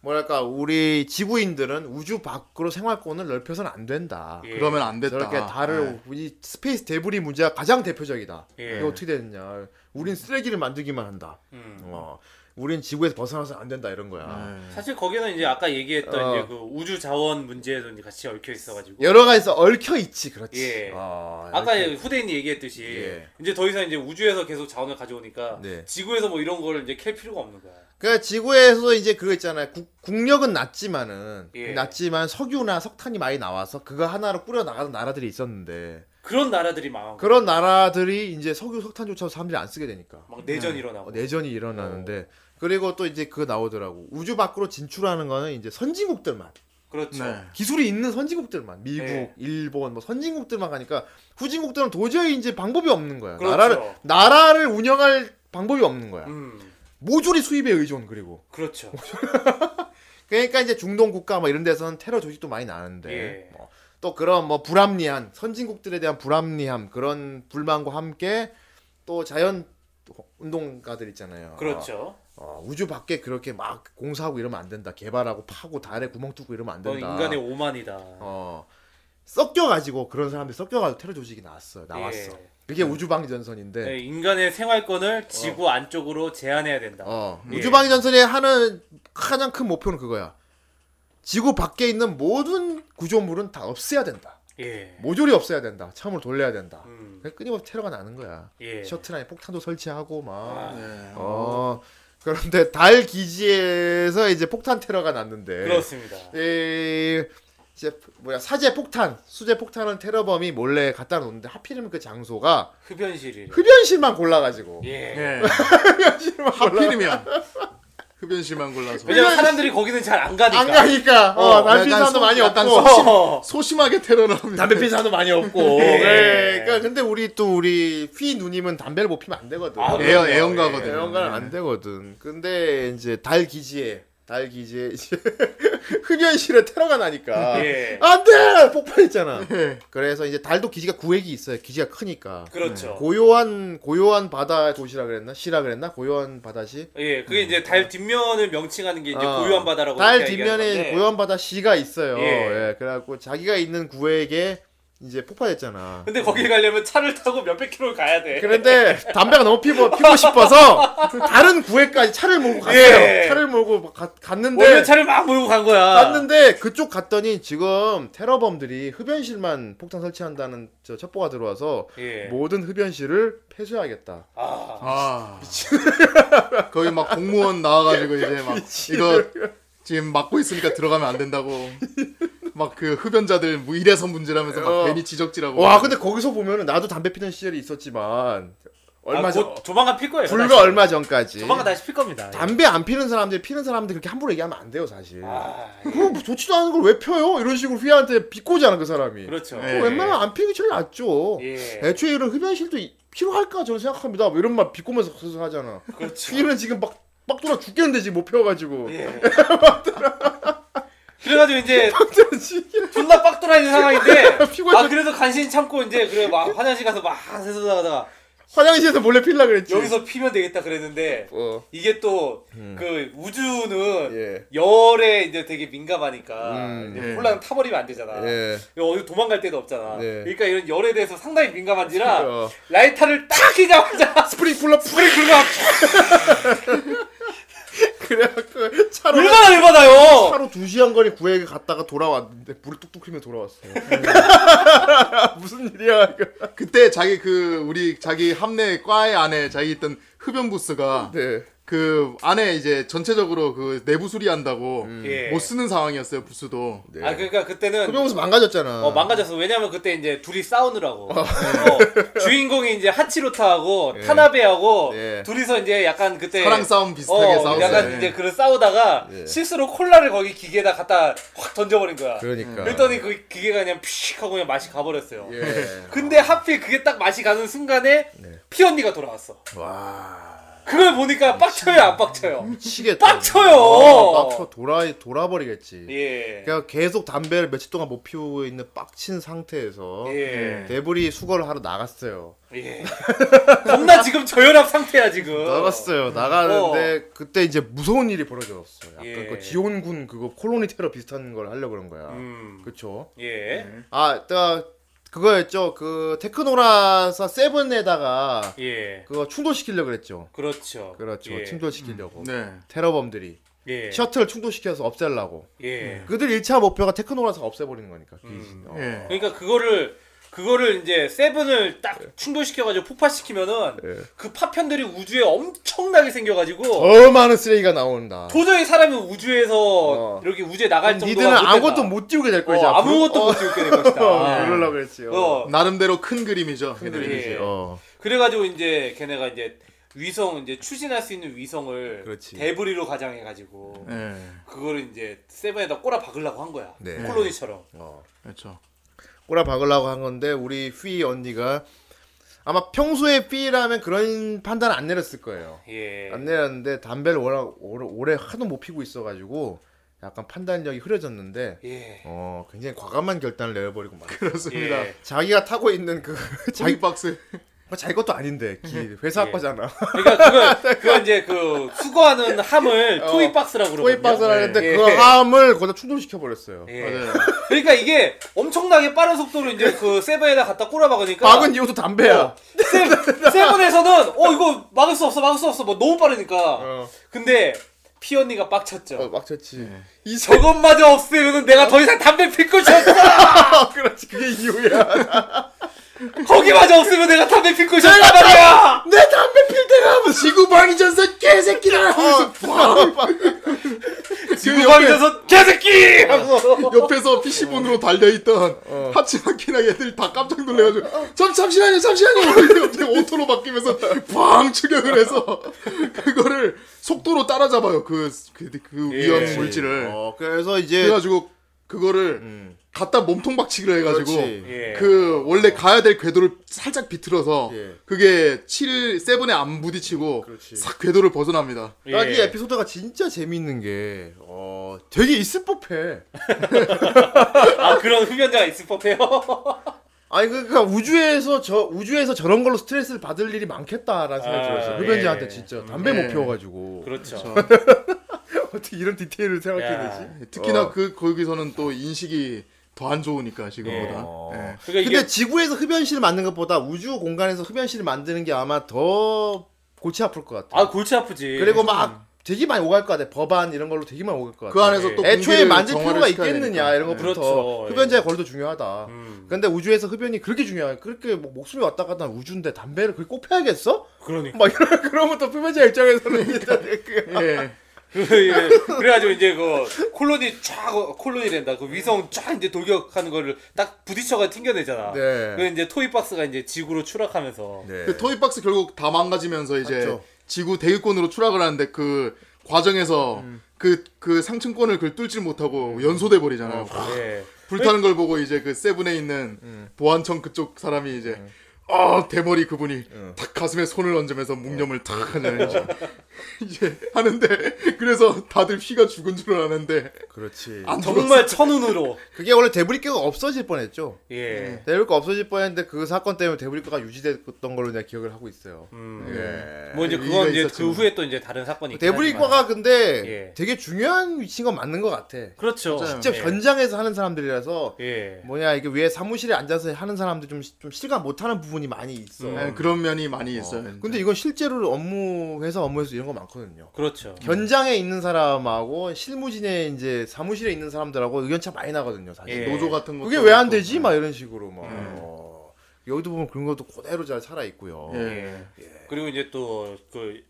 [SPEAKER 1] 뭐랄까 우리 지구인들은 우주 밖으로 생활권을 넓혀서는 안 된다.
[SPEAKER 3] 예.
[SPEAKER 4] 그러면 안 됐다. 네.
[SPEAKER 1] 저렇게 달을 이 스페이스 데브리 문제가 가장 대표적이다.
[SPEAKER 3] 예.
[SPEAKER 1] 이게 어떻게 되느냐? 우린 쓰레기를 만들기만 한다.
[SPEAKER 3] 음.
[SPEAKER 1] 어, 우린 지구에서 벗어나서 안 된다 이런 거야.
[SPEAKER 4] 예.
[SPEAKER 3] 사실 거기는 이제 아까 얘기했던
[SPEAKER 1] 어. 예.
[SPEAKER 3] 이제 그 우주 자원 문제도 이제 같이 얽혀 있어가지고.
[SPEAKER 1] 여러 가지에서 얽혀 있지, 그렇지.
[SPEAKER 3] 예.
[SPEAKER 1] 어,
[SPEAKER 3] 아까
[SPEAKER 1] 이렇게.
[SPEAKER 3] 후대인이 얘기했듯이
[SPEAKER 1] 예.
[SPEAKER 3] 이제 더 이상 이제 우주에서 계속 자원을 가져오니까
[SPEAKER 1] 네.
[SPEAKER 3] 지구에서 뭐 이런 거를 이제 캘 필요가 없는 거야.
[SPEAKER 1] 그러니까 지구에서 이제 그거 있잖아요. 국, 국력은 낮지만은
[SPEAKER 3] 예.
[SPEAKER 1] 낮지만 석유나 석탄이 많이 나와서 그거 하나로 꾸려 나가는 나라들이 있었는데
[SPEAKER 3] 그런 나라들이 망한 거야.
[SPEAKER 1] 그런 나라들이 이제 석유 석탄조차 사람들이 안 쓰게 되니까
[SPEAKER 3] 막 내전
[SPEAKER 4] 네.
[SPEAKER 1] 어,
[SPEAKER 3] 일어나고.
[SPEAKER 1] 내전이 일어나는데 그리고 또 이제 그거 나오더라고. 우주 밖으로 진출하는 거는 이제 선진국들만
[SPEAKER 3] 그렇죠.
[SPEAKER 4] 네.
[SPEAKER 1] 기술이 있는 선진국들만 미국,
[SPEAKER 3] 네.
[SPEAKER 1] 일본 뭐 선진국들만 가니까 후진국들은 도저히 이제 방법이 없는 거야.
[SPEAKER 3] 그렇죠.
[SPEAKER 1] 나라를 나라를 운영할 방법이 없는 거야.
[SPEAKER 3] 음.
[SPEAKER 1] 모조리 수입에 의존 그리고
[SPEAKER 3] 그렇죠.
[SPEAKER 1] 그러니까 이제 중동 국가 뭐 이런 데서는 테러 조직도 많이 나는데
[SPEAKER 3] 예.
[SPEAKER 1] 뭐, 또 그런 뭐 불합리한 선진국들에 대한 불합리함 그런 불만과 함께 또 자연 운동가들 있잖아요.
[SPEAKER 3] 그렇죠.
[SPEAKER 1] 어, 우주 밖에 그렇게 막 공사하고 이러면 안 된다. 개발하고 파고 달에 구멍 뚫고 이러면 안
[SPEAKER 3] 넌
[SPEAKER 1] 된다.
[SPEAKER 3] 어, 인간의 오만이다.
[SPEAKER 1] 어 섞여가지고 그런 사람들이 섞여가지고 테러 조직이 나왔어요. 나왔어.
[SPEAKER 3] 예.
[SPEAKER 1] 그게 우주방위 전선인데.
[SPEAKER 3] 네, 인간의 생활권을 지구 안쪽으로 제한해야 된다.
[SPEAKER 1] 어,
[SPEAKER 3] 예.
[SPEAKER 1] 우주방위 전선이 하는 가장 큰 목표는 그거야. 지구 밖에 있는 모든 구조물은 다 없애야 된다.
[SPEAKER 3] 예.
[SPEAKER 1] 모조리 없애야 된다. 처음으로 돌려야 된다.
[SPEAKER 3] 음.
[SPEAKER 1] 그래서 끊임없이 테러가 나는 거야.
[SPEAKER 3] 예.
[SPEAKER 1] 뭐? 셔틀 안에 폭탄도 설치하고 막.
[SPEAKER 3] 아,
[SPEAKER 4] 예.
[SPEAKER 1] 어. 그런데 달 기지에서 이제 폭탄 테러가 났는데.
[SPEAKER 3] 그렇습니다.
[SPEAKER 1] 네. 이 이제 뭐야 사제 폭탄, 수제 폭탄은 테러범이 몰래 갖다 놓는데 하필이면 그 장소가
[SPEAKER 3] 흡연실이.
[SPEAKER 1] 흡연실만 네. 골라가지고.
[SPEAKER 3] 예.
[SPEAKER 4] 예.
[SPEAKER 1] 흡연실만 골라.
[SPEAKER 4] 하필이면 흡연실만 골라서 네.
[SPEAKER 3] 왜냐면 사람들이 거기는 잘 안 가니까.
[SPEAKER 1] 안 가니까. 어,
[SPEAKER 4] 약간
[SPEAKER 1] 남편 사람도
[SPEAKER 4] 소-
[SPEAKER 1] 많이
[SPEAKER 4] 약간
[SPEAKER 1] 없고.
[SPEAKER 4] 소심,
[SPEAKER 3] 어.
[SPEAKER 4] 소심하게 테러를 합니다.
[SPEAKER 1] 담배 피는 사람도 많이 없고.
[SPEAKER 3] 예.
[SPEAKER 1] 네. 그러니까 근데 우리 또 우리 휘 누님은 담배를 못 피면 안 되거든.
[SPEAKER 3] 아,
[SPEAKER 1] 예.
[SPEAKER 4] 애연
[SPEAKER 3] 예.
[SPEAKER 4] 애연가거든요.
[SPEAKER 1] 애연가는 안 되거든. 근데 이제 달 기지에 달 기지에 이제 흡연실에 테러가 나니까
[SPEAKER 3] 예.
[SPEAKER 1] 안돼 폭발했잖아.
[SPEAKER 4] 예.
[SPEAKER 1] 그래서 이제 달도 기지가 구획이 있어요. 기지가 크니까.
[SPEAKER 3] 그렇죠.
[SPEAKER 1] 고요한 고요한 바다 도시라 그랬나 시라 그랬나 고요한 바다시.
[SPEAKER 3] 예, 그게 이제 달 뒷면을 명칭하는 게 이제
[SPEAKER 1] 네. 음. 어,
[SPEAKER 3] 고요한 바다라고
[SPEAKER 1] 달
[SPEAKER 3] 이렇게 얘기하는
[SPEAKER 1] 뒷면에
[SPEAKER 3] 건데.
[SPEAKER 1] 고요한 바다 시가 있어요.
[SPEAKER 3] 예.
[SPEAKER 1] 예. 그래갖고 자기가 있는 구획에 이제 폭발했잖아.
[SPEAKER 3] 근데 거기 가려면 차를 타고 몇백 킬로를 가야 돼.
[SPEAKER 1] 그런데 담배가 너무 피고 피고 싶어서 다른 구획까지 차를 몰고 갔어요.
[SPEAKER 3] 예.
[SPEAKER 1] 차를 몰고 뭐 가- 갔는데
[SPEAKER 3] 원래 차를 막 몰고 간 거야.
[SPEAKER 1] 갔는데 그쪽 갔더니 지금 테러범들이 흡연실만 폭탄 설치한다는 저 첩보가 들어와서
[SPEAKER 3] 예.
[SPEAKER 1] 모든 흡연실을 폐쇄하겠다.
[SPEAKER 3] 아.
[SPEAKER 4] 아 거의 막 공무원 나와가지고 이제 막 이거 지금 막고 있으니까 들어가면 안 된다고 막 그 흡연자들 뭐 이래서 문제라면서 막
[SPEAKER 1] 어.
[SPEAKER 4] 괜히
[SPEAKER 3] 음.
[SPEAKER 4] 지적질하고
[SPEAKER 1] 와 근데 거기서 보면은 나도 담배 피던 시절이 있었지만 얼마
[SPEAKER 3] 아,
[SPEAKER 1] 전
[SPEAKER 3] 곧 조만간 필 거예요.
[SPEAKER 1] 불과
[SPEAKER 3] 다시.
[SPEAKER 1] 얼마 전까지
[SPEAKER 3] 조만간 다시 필 겁니다. 예.
[SPEAKER 1] 담배 안 피는 사람들 피는 사람들 그렇게 함부로 얘기하면 안 돼요 사실.
[SPEAKER 3] 아, 예.
[SPEAKER 1] 그거 좋지도 않은 걸 왜 펴요? 이런 식으로 휘한테 비꼬잖아 그 사람이.
[SPEAKER 3] 그렇죠.
[SPEAKER 4] 예.
[SPEAKER 1] 웬만하면 안 피는 게 제일 낫죠.
[SPEAKER 3] 예.
[SPEAKER 1] 애초에 이런 흡연실도 이- 필요할까 저는 생각합니다. 뭐 이런 말 비꼬면서 계속 하잖아.
[SPEAKER 3] 그렇죠.
[SPEAKER 1] 피는 지금 막 빡 돌아 죽겠는데 지금 못 펴가지고.
[SPEAKER 3] 예. 그래가지고 이제
[SPEAKER 1] 빡돌아지.
[SPEAKER 3] 존나 빡돌아 있는 상황인데
[SPEAKER 1] 피곤해서-
[SPEAKER 3] 아 그래도 간신히 참고 이제 그래 막 화장실 가서 막 세수 나가다가
[SPEAKER 1] 화장실에서 몰래 필라 그랬지.
[SPEAKER 3] 여기서 피면 되겠다 그랬는데
[SPEAKER 1] 어.
[SPEAKER 3] 이게 또 그 우주는
[SPEAKER 1] 음. 예.
[SPEAKER 3] 열에 이제 되게 민감하니까
[SPEAKER 1] 음,
[SPEAKER 3] 이제
[SPEAKER 4] 예.
[SPEAKER 3] 폴랑 타버리면 안 되잖아.
[SPEAKER 1] 예.
[SPEAKER 3] 어디 도망갈 데도 없잖아.
[SPEAKER 1] 예.
[SPEAKER 4] 네.
[SPEAKER 3] 그러니까 이런 열에 대해서 상당히 민감한지라
[SPEAKER 1] 어.
[SPEAKER 4] 그렇죠.
[SPEAKER 3] 라이터를 딱 켜자마자
[SPEAKER 1] 스프링 풀러
[SPEAKER 3] 불이 긁어
[SPEAKER 1] 그래갖고 차로
[SPEAKER 3] 얼마나 열받아요.
[SPEAKER 1] 차로 2 시간 거리 구획에 갔다가 돌아왔는데 물이 뚝뚝 흐리며 돌아왔어. 무슨 일이야 이거.
[SPEAKER 4] 그때 자기 그 우리 자기 함내 과외 안에 자기 있던 흡연 부스가
[SPEAKER 1] 네.
[SPEAKER 4] 그 안에 이제 전체적으로 그 내부 수리한다고
[SPEAKER 3] 예.
[SPEAKER 4] 못 쓰는 상황이었어요 부스도.
[SPEAKER 1] 음. 네.
[SPEAKER 3] 아 그러니까 그때는
[SPEAKER 1] 그러면서 망가졌잖아.
[SPEAKER 3] 어, 망가졌어. 왜냐면 그때 이제 둘이 싸우느라고. 어, 주인공이 이제 하치로타하고 타나베하고
[SPEAKER 1] 예.
[SPEAKER 3] 둘이서 이제 약간 그때
[SPEAKER 4] 사랑 네. 싸움 비슷하게 싸웠어요. 네.
[SPEAKER 3] 약간
[SPEAKER 4] 예.
[SPEAKER 3] 이제 그런 싸우다가
[SPEAKER 1] 예.
[SPEAKER 3] 실수로 콜라를 거기 기계에다 갖다 확 던져버린 거야.
[SPEAKER 1] 그러니까.
[SPEAKER 3] 랬더니그 기계가 그냥 피식 하고 그냥 맛이 가버렸어요.
[SPEAKER 1] 예.
[SPEAKER 3] 근데 하필 그게 딱 맛이 가는 순간에 피 언니가 돌아왔어.
[SPEAKER 1] 네. 와.
[SPEAKER 3] 그걸 보니까 빡쳐요, 안 빡쳐요.
[SPEAKER 1] 치겠다.
[SPEAKER 3] 빡쳐요.
[SPEAKER 1] 아, 빡쳐 돌아 돌아버리겠지.
[SPEAKER 3] 예.
[SPEAKER 1] 그러니까 계속 담배를 며칠 동안 못 피우고 있는 빡친 상태에서
[SPEAKER 3] 예.
[SPEAKER 1] 데브리 수거를 하러 나갔어요.
[SPEAKER 3] 예. 겁나 지금 저혈압 상태야 지금.
[SPEAKER 1] 네. 나갔어요. 나가는데 그때 이제 무서운 일이 벌어졌어. 약간
[SPEAKER 3] 예.
[SPEAKER 1] 그 지온군 그거 콜로니 테러 비슷한 걸 하려 고 그런 거야.
[SPEAKER 3] 음.
[SPEAKER 1] 그쵸?
[SPEAKER 3] 예.
[SPEAKER 1] 아, 나 그거였죠. 그 테크노라사 세븐에다가
[SPEAKER 3] 예.
[SPEAKER 1] 그거 충돌시키려 고 그랬죠.
[SPEAKER 3] 그렇죠.
[SPEAKER 1] 그렇죠.
[SPEAKER 3] 예.
[SPEAKER 1] 충돌시키려고.
[SPEAKER 4] 네.
[SPEAKER 1] 테러범들이
[SPEAKER 3] 예.
[SPEAKER 1] 셔틀 충돌시켜서 없애려고.
[SPEAKER 3] 예.
[SPEAKER 1] 그들 1차 목표가 테크노라사 없애버리는 거니까.
[SPEAKER 3] 음.
[SPEAKER 1] 어.
[SPEAKER 4] 예.
[SPEAKER 3] 그러니까 그거를 그거를 이제 세븐을 딱
[SPEAKER 1] 네.
[SPEAKER 3] 충돌시켜가지고 폭파시키면은
[SPEAKER 1] 예.
[SPEAKER 3] 그 파편들이 우주에 엄청나게 생겨가지고
[SPEAKER 1] 더 많은 쓰레기가 나온다.
[SPEAKER 3] 아. 도저히 사람이 우주에서
[SPEAKER 1] 어.
[SPEAKER 3] 이렇게 우주에 나갈 정도가
[SPEAKER 1] 니들은
[SPEAKER 3] 못
[SPEAKER 1] 아무것도
[SPEAKER 3] 된다.
[SPEAKER 1] 못 띄우게 될 거야.
[SPEAKER 3] 어,
[SPEAKER 1] 이제 앞으로.
[SPEAKER 3] 아무것도 못 지우게 될 것이다.
[SPEAKER 1] 어, 그러려고 그랬지. 어.
[SPEAKER 3] 어.
[SPEAKER 4] 나름대로 큰 그림이죠. 큰
[SPEAKER 3] 그림이지.
[SPEAKER 4] 그림이지.
[SPEAKER 3] 예.
[SPEAKER 1] 어.
[SPEAKER 3] 그래가지고 이제 걔네가 이제 위성 이제 추진할 수 있는 위성을
[SPEAKER 1] 그렇지.
[SPEAKER 3] 데브리로 가장해가지고
[SPEAKER 4] 예. 그
[SPEAKER 3] 그걸 이제 세븐에다 꼬라 박으려고 한 거야.
[SPEAKER 1] 네.
[SPEAKER 3] 콜로니처럼.
[SPEAKER 1] 어.
[SPEAKER 4] 죠
[SPEAKER 1] 꼬라 박으려고 한 건데 우리 휘 언니가 아마 평소에 휘라면 그런 판단 안 내렸을 거예요.
[SPEAKER 3] 예.
[SPEAKER 1] 안 내렸는데 담배를 워낙 오래, 오래 하도 못 피고 있어가지고 약간 판단력이 흐려졌는데
[SPEAKER 3] 예.
[SPEAKER 1] 어 굉장히 과감한 결단을 내려버리고 말.
[SPEAKER 4] 그렇습니다.
[SPEAKER 3] 예.
[SPEAKER 1] 자기가 타고 있는 그 자기 뭐
[SPEAKER 4] 자기 박스.
[SPEAKER 1] 자기 것도 아닌데 기, 회사
[SPEAKER 3] 예.
[SPEAKER 1] 거잖아.
[SPEAKER 3] 그러니까 그걸 그건 이제 그 수거하는 함을
[SPEAKER 1] 어,
[SPEAKER 3] 토이 박스라고 그러거든요.
[SPEAKER 1] 토이 박스를 하는데
[SPEAKER 3] 예.
[SPEAKER 1] 그 함을 거기다 충돌시켜 버렸어요.
[SPEAKER 3] 예.
[SPEAKER 4] 맞아요.
[SPEAKER 3] 그러니까 이게 엄청나게 빠른 속도로 이제 그 세븐에다 갖다 꼬라박으니까
[SPEAKER 1] 박은 이유도 담배야.
[SPEAKER 3] 어, 세, 세븐에서는 어 이거 막을 수 없어 막을 수 없어 뭐 너무 빠르니까.
[SPEAKER 1] 어.
[SPEAKER 3] 근데 피 언니가 빡쳤죠.
[SPEAKER 1] 어, 막쳤지. 이 저...
[SPEAKER 3] 저것마저 없으면 내가 더 이상 담배 필 것이 없어.
[SPEAKER 1] 아, 그렇지 그게 이유야.
[SPEAKER 3] 거기마저 없으면 내가 담배 필 것이 없단 말이야.
[SPEAKER 1] 내 담배 필 때가 하면 지구방위 전사 개새끼라. 어,
[SPEAKER 4] 지금 옆에
[SPEAKER 3] 그래서 개새끼 하고
[SPEAKER 4] 옆에서 PC본으로
[SPEAKER 1] 어.
[SPEAKER 4] 달려있던 하치마키나 얘들이 다 깜짝 놀래가지고 잠 잠시만요 잠시만요 이러는데 갑자기 오토로 바뀌면서 빵 추격을 해서 그거를 속도로 따라잡아요 그그 그, 그 위험
[SPEAKER 3] 예.
[SPEAKER 4] 물질을
[SPEAKER 1] 어, 그래서 이제
[SPEAKER 4] 그래가지고 그거를 갖다 몸통 박치기를 해가지고
[SPEAKER 1] 그렇지.
[SPEAKER 3] 예.
[SPEAKER 4] 그 원래 가야 될 궤도를 살짝 비틀어서
[SPEAKER 1] 예.
[SPEAKER 4] 그게 7 세븐에 안 부딪히고
[SPEAKER 1] 그렇지.
[SPEAKER 4] 싹 궤도를 벗어납니다.
[SPEAKER 3] 예.
[SPEAKER 1] 난 이 에피소드가 진짜 재밌는 게 어, 되게 있을 법해.
[SPEAKER 3] 아 그런 흡연자가 있을 법해요. 그렇죠.
[SPEAKER 1] 아니 그러니까 우주에서 저 우주에서 저런 걸로 스트레스를 받을 일이 많겠다라는 생각이
[SPEAKER 3] 아,
[SPEAKER 1] 들었어.
[SPEAKER 3] 예.
[SPEAKER 1] 흡연자한테 진짜 담배
[SPEAKER 4] 예.
[SPEAKER 1] 못 피워가지고
[SPEAKER 3] 그렇죠.
[SPEAKER 1] 어떻게 이런 디테일을
[SPEAKER 3] 야.
[SPEAKER 1] 생각해내지?
[SPEAKER 4] 특히나
[SPEAKER 1] 어.
[SPEAKER 4] 그 거기서는 또 인식이 더 안 좋으니까 지금보다.
[SPEAKER 1] 어.
[SPEAKER 4] 예.
[SPEAKER 3] 그러니까 이게
[SPEAKER 1] 근데 지구에서 흡연실을 만든 것보다 우주 공간에서 흡연실을 만드는 게 아마 더 골치 아플 것 같아.
[SPEAKER 3] 아 골치 아프지.
[SPEAKER 1] 그리고 막 되게 많이 오갈 것 같아. 법안 이런 걸로 되게 많이 오갈 것 같아.
[SPEAKER 4] 그 안에서 또
[SPEAKER 1] 애초에
[SPEAKER 4] 공기를
[SPEAKER 1] 만질
[SPEAKER 4] 정화를
[SPEAKER 1] 필요가
[SPEAKER 4] 시켜야
[SPEAKER 1] 있겠느냐
[SPEAKER 4] 되니까.
[SPEAKER 1] 이런 것부터
[SPEAKER 3] 그렇죠. 예.
[SPEAKER 1] 흡연자의 권리도 중요하다.
[SPEAKER 3] 음.
[SPEAKER 1] 근데 우주에서 흡연이 그렇게 중요해 그렇게 뭐 목숨이 왔다 갔다 하는 우주인데 담배를 그렇게 꼭 펴야겠어?
[SPEAKER 3] 그러니까.
[SPEAKER 1] 막 이런 그러면 또 흡연자 입장에서는 일단 그-
[SPEAKER 4] 예.
[SPEAKER 3] 예. 그래가지고 이제 그 콜로니 쫙 어, 콜로니 된다. 그 위성 쫙 이제 돌격하는 거를 딱 부딪혀가 튕겨내잖아.
[SPEAKER 1] 네.
[SPEAKER 3] 그 이제 토이 박스가 이제 지구로 추락하면서.
[SPEAKER 4] 그 토이박스 결국 다 망가지면서 이제
[SPEAKER 1] 맞죠.
[SPEAKER 4] 지구 대기권으로 추락을 하는데 그 과정에서
[SPEAKER 1] 음.
[SPEAKER 4] 그 그 상층권을 그 뚫지 못하고 연소돼 버리잖아요.
[SPEAKER 1] 어,
[SPEAKER 3] 예.
[SPEAKER 4] 불타는 걸 보고 이제 그 세븐에 있는
[SPEAKER 1] 음.
[SPEAKER 4] 보안청 그쪽 사람이 이제 아 대머리 그분이
[SPEAKER 1] 음.
[SPEAKER 4] 탁 가슴에 손을 얹으면서 묵념을 탁 하잖아요. 이제. 이제 하는데 그래서 다들 휘가 죽은 줄 아는데
[SPEAKER 1] 그렇지.
[SPEAKER 4] 안 죽었어.
[SPEAKER 3] 정말 천운으로.
[SPEAKER 1] 그게 원래 데브리교가 없어질 뻔했죠.
[SPEAKER 3] 예.
[SPEAKER 1] 데브리교 없어질 뻔했는데 그 사건 때문에 데브리교가 유지됐던 걸로 내가 기억을 하고 있어요.
[SPEAKER 3] 음.
[SPEAKER 1] 예.
[SPEAKER 3] 뭐 이제
[SPEAKER 4] 의미가
[SPEAKER 3] 그건 이제 그
[SPEAKER 4] 있었지만.
[SPEAKER 3] 후에 또 이제 다른 사건이. 있긴 하지만.
[SPEAKER 1] 뭐 데브리과가 근데
[SPEAKER 3] 예.
[SPEAKER 1] 되게 중요한 위치인 건 맞는 것 같아.
[SPEAKER 3] 그렇죠.
[SPEAKER 1] 직접
[SPEAKER 3] 예.
[SPEAKER 1] 현장에서 하는 사람들이라서
[SPEAKER 3] 예.
[SPEAKER 1] 뭐냐 이게 위에 사무실에 앉아서 하는 사람들 좀, 시- 좀 실감 못하는 부분이 많이 있어.
[SPEAKER 4] 네, 그런 면이 많이 있어요.
[SPEAKER 1] 근데 이건 실제로 업무 회사 업무에서 이런 거 많거든요.
[SPEAKER 3] 그렇죠.
[SPEAKER 1] 현장에 있는 사람하고 실무진에 이제 사무실에 있는 사람들하고 의견차 많이 나거든요. 사실.
[SPEAKER 3] 예.
[SPEAKER 4] 노조 같은 거
[SPEAKER 1] 그게 왜 안 되지? 막 이런 식으로 막 어.
[SPEAKER 4] 어.
[SPEAKER 3] 예.
[SPEAKER 1] 네. 여기도 보면 그런 것도 그대로 잘 살아 있고요.
[SPEAKER 4] 예.
[SPEAKER 3] 그리고 이제 또 그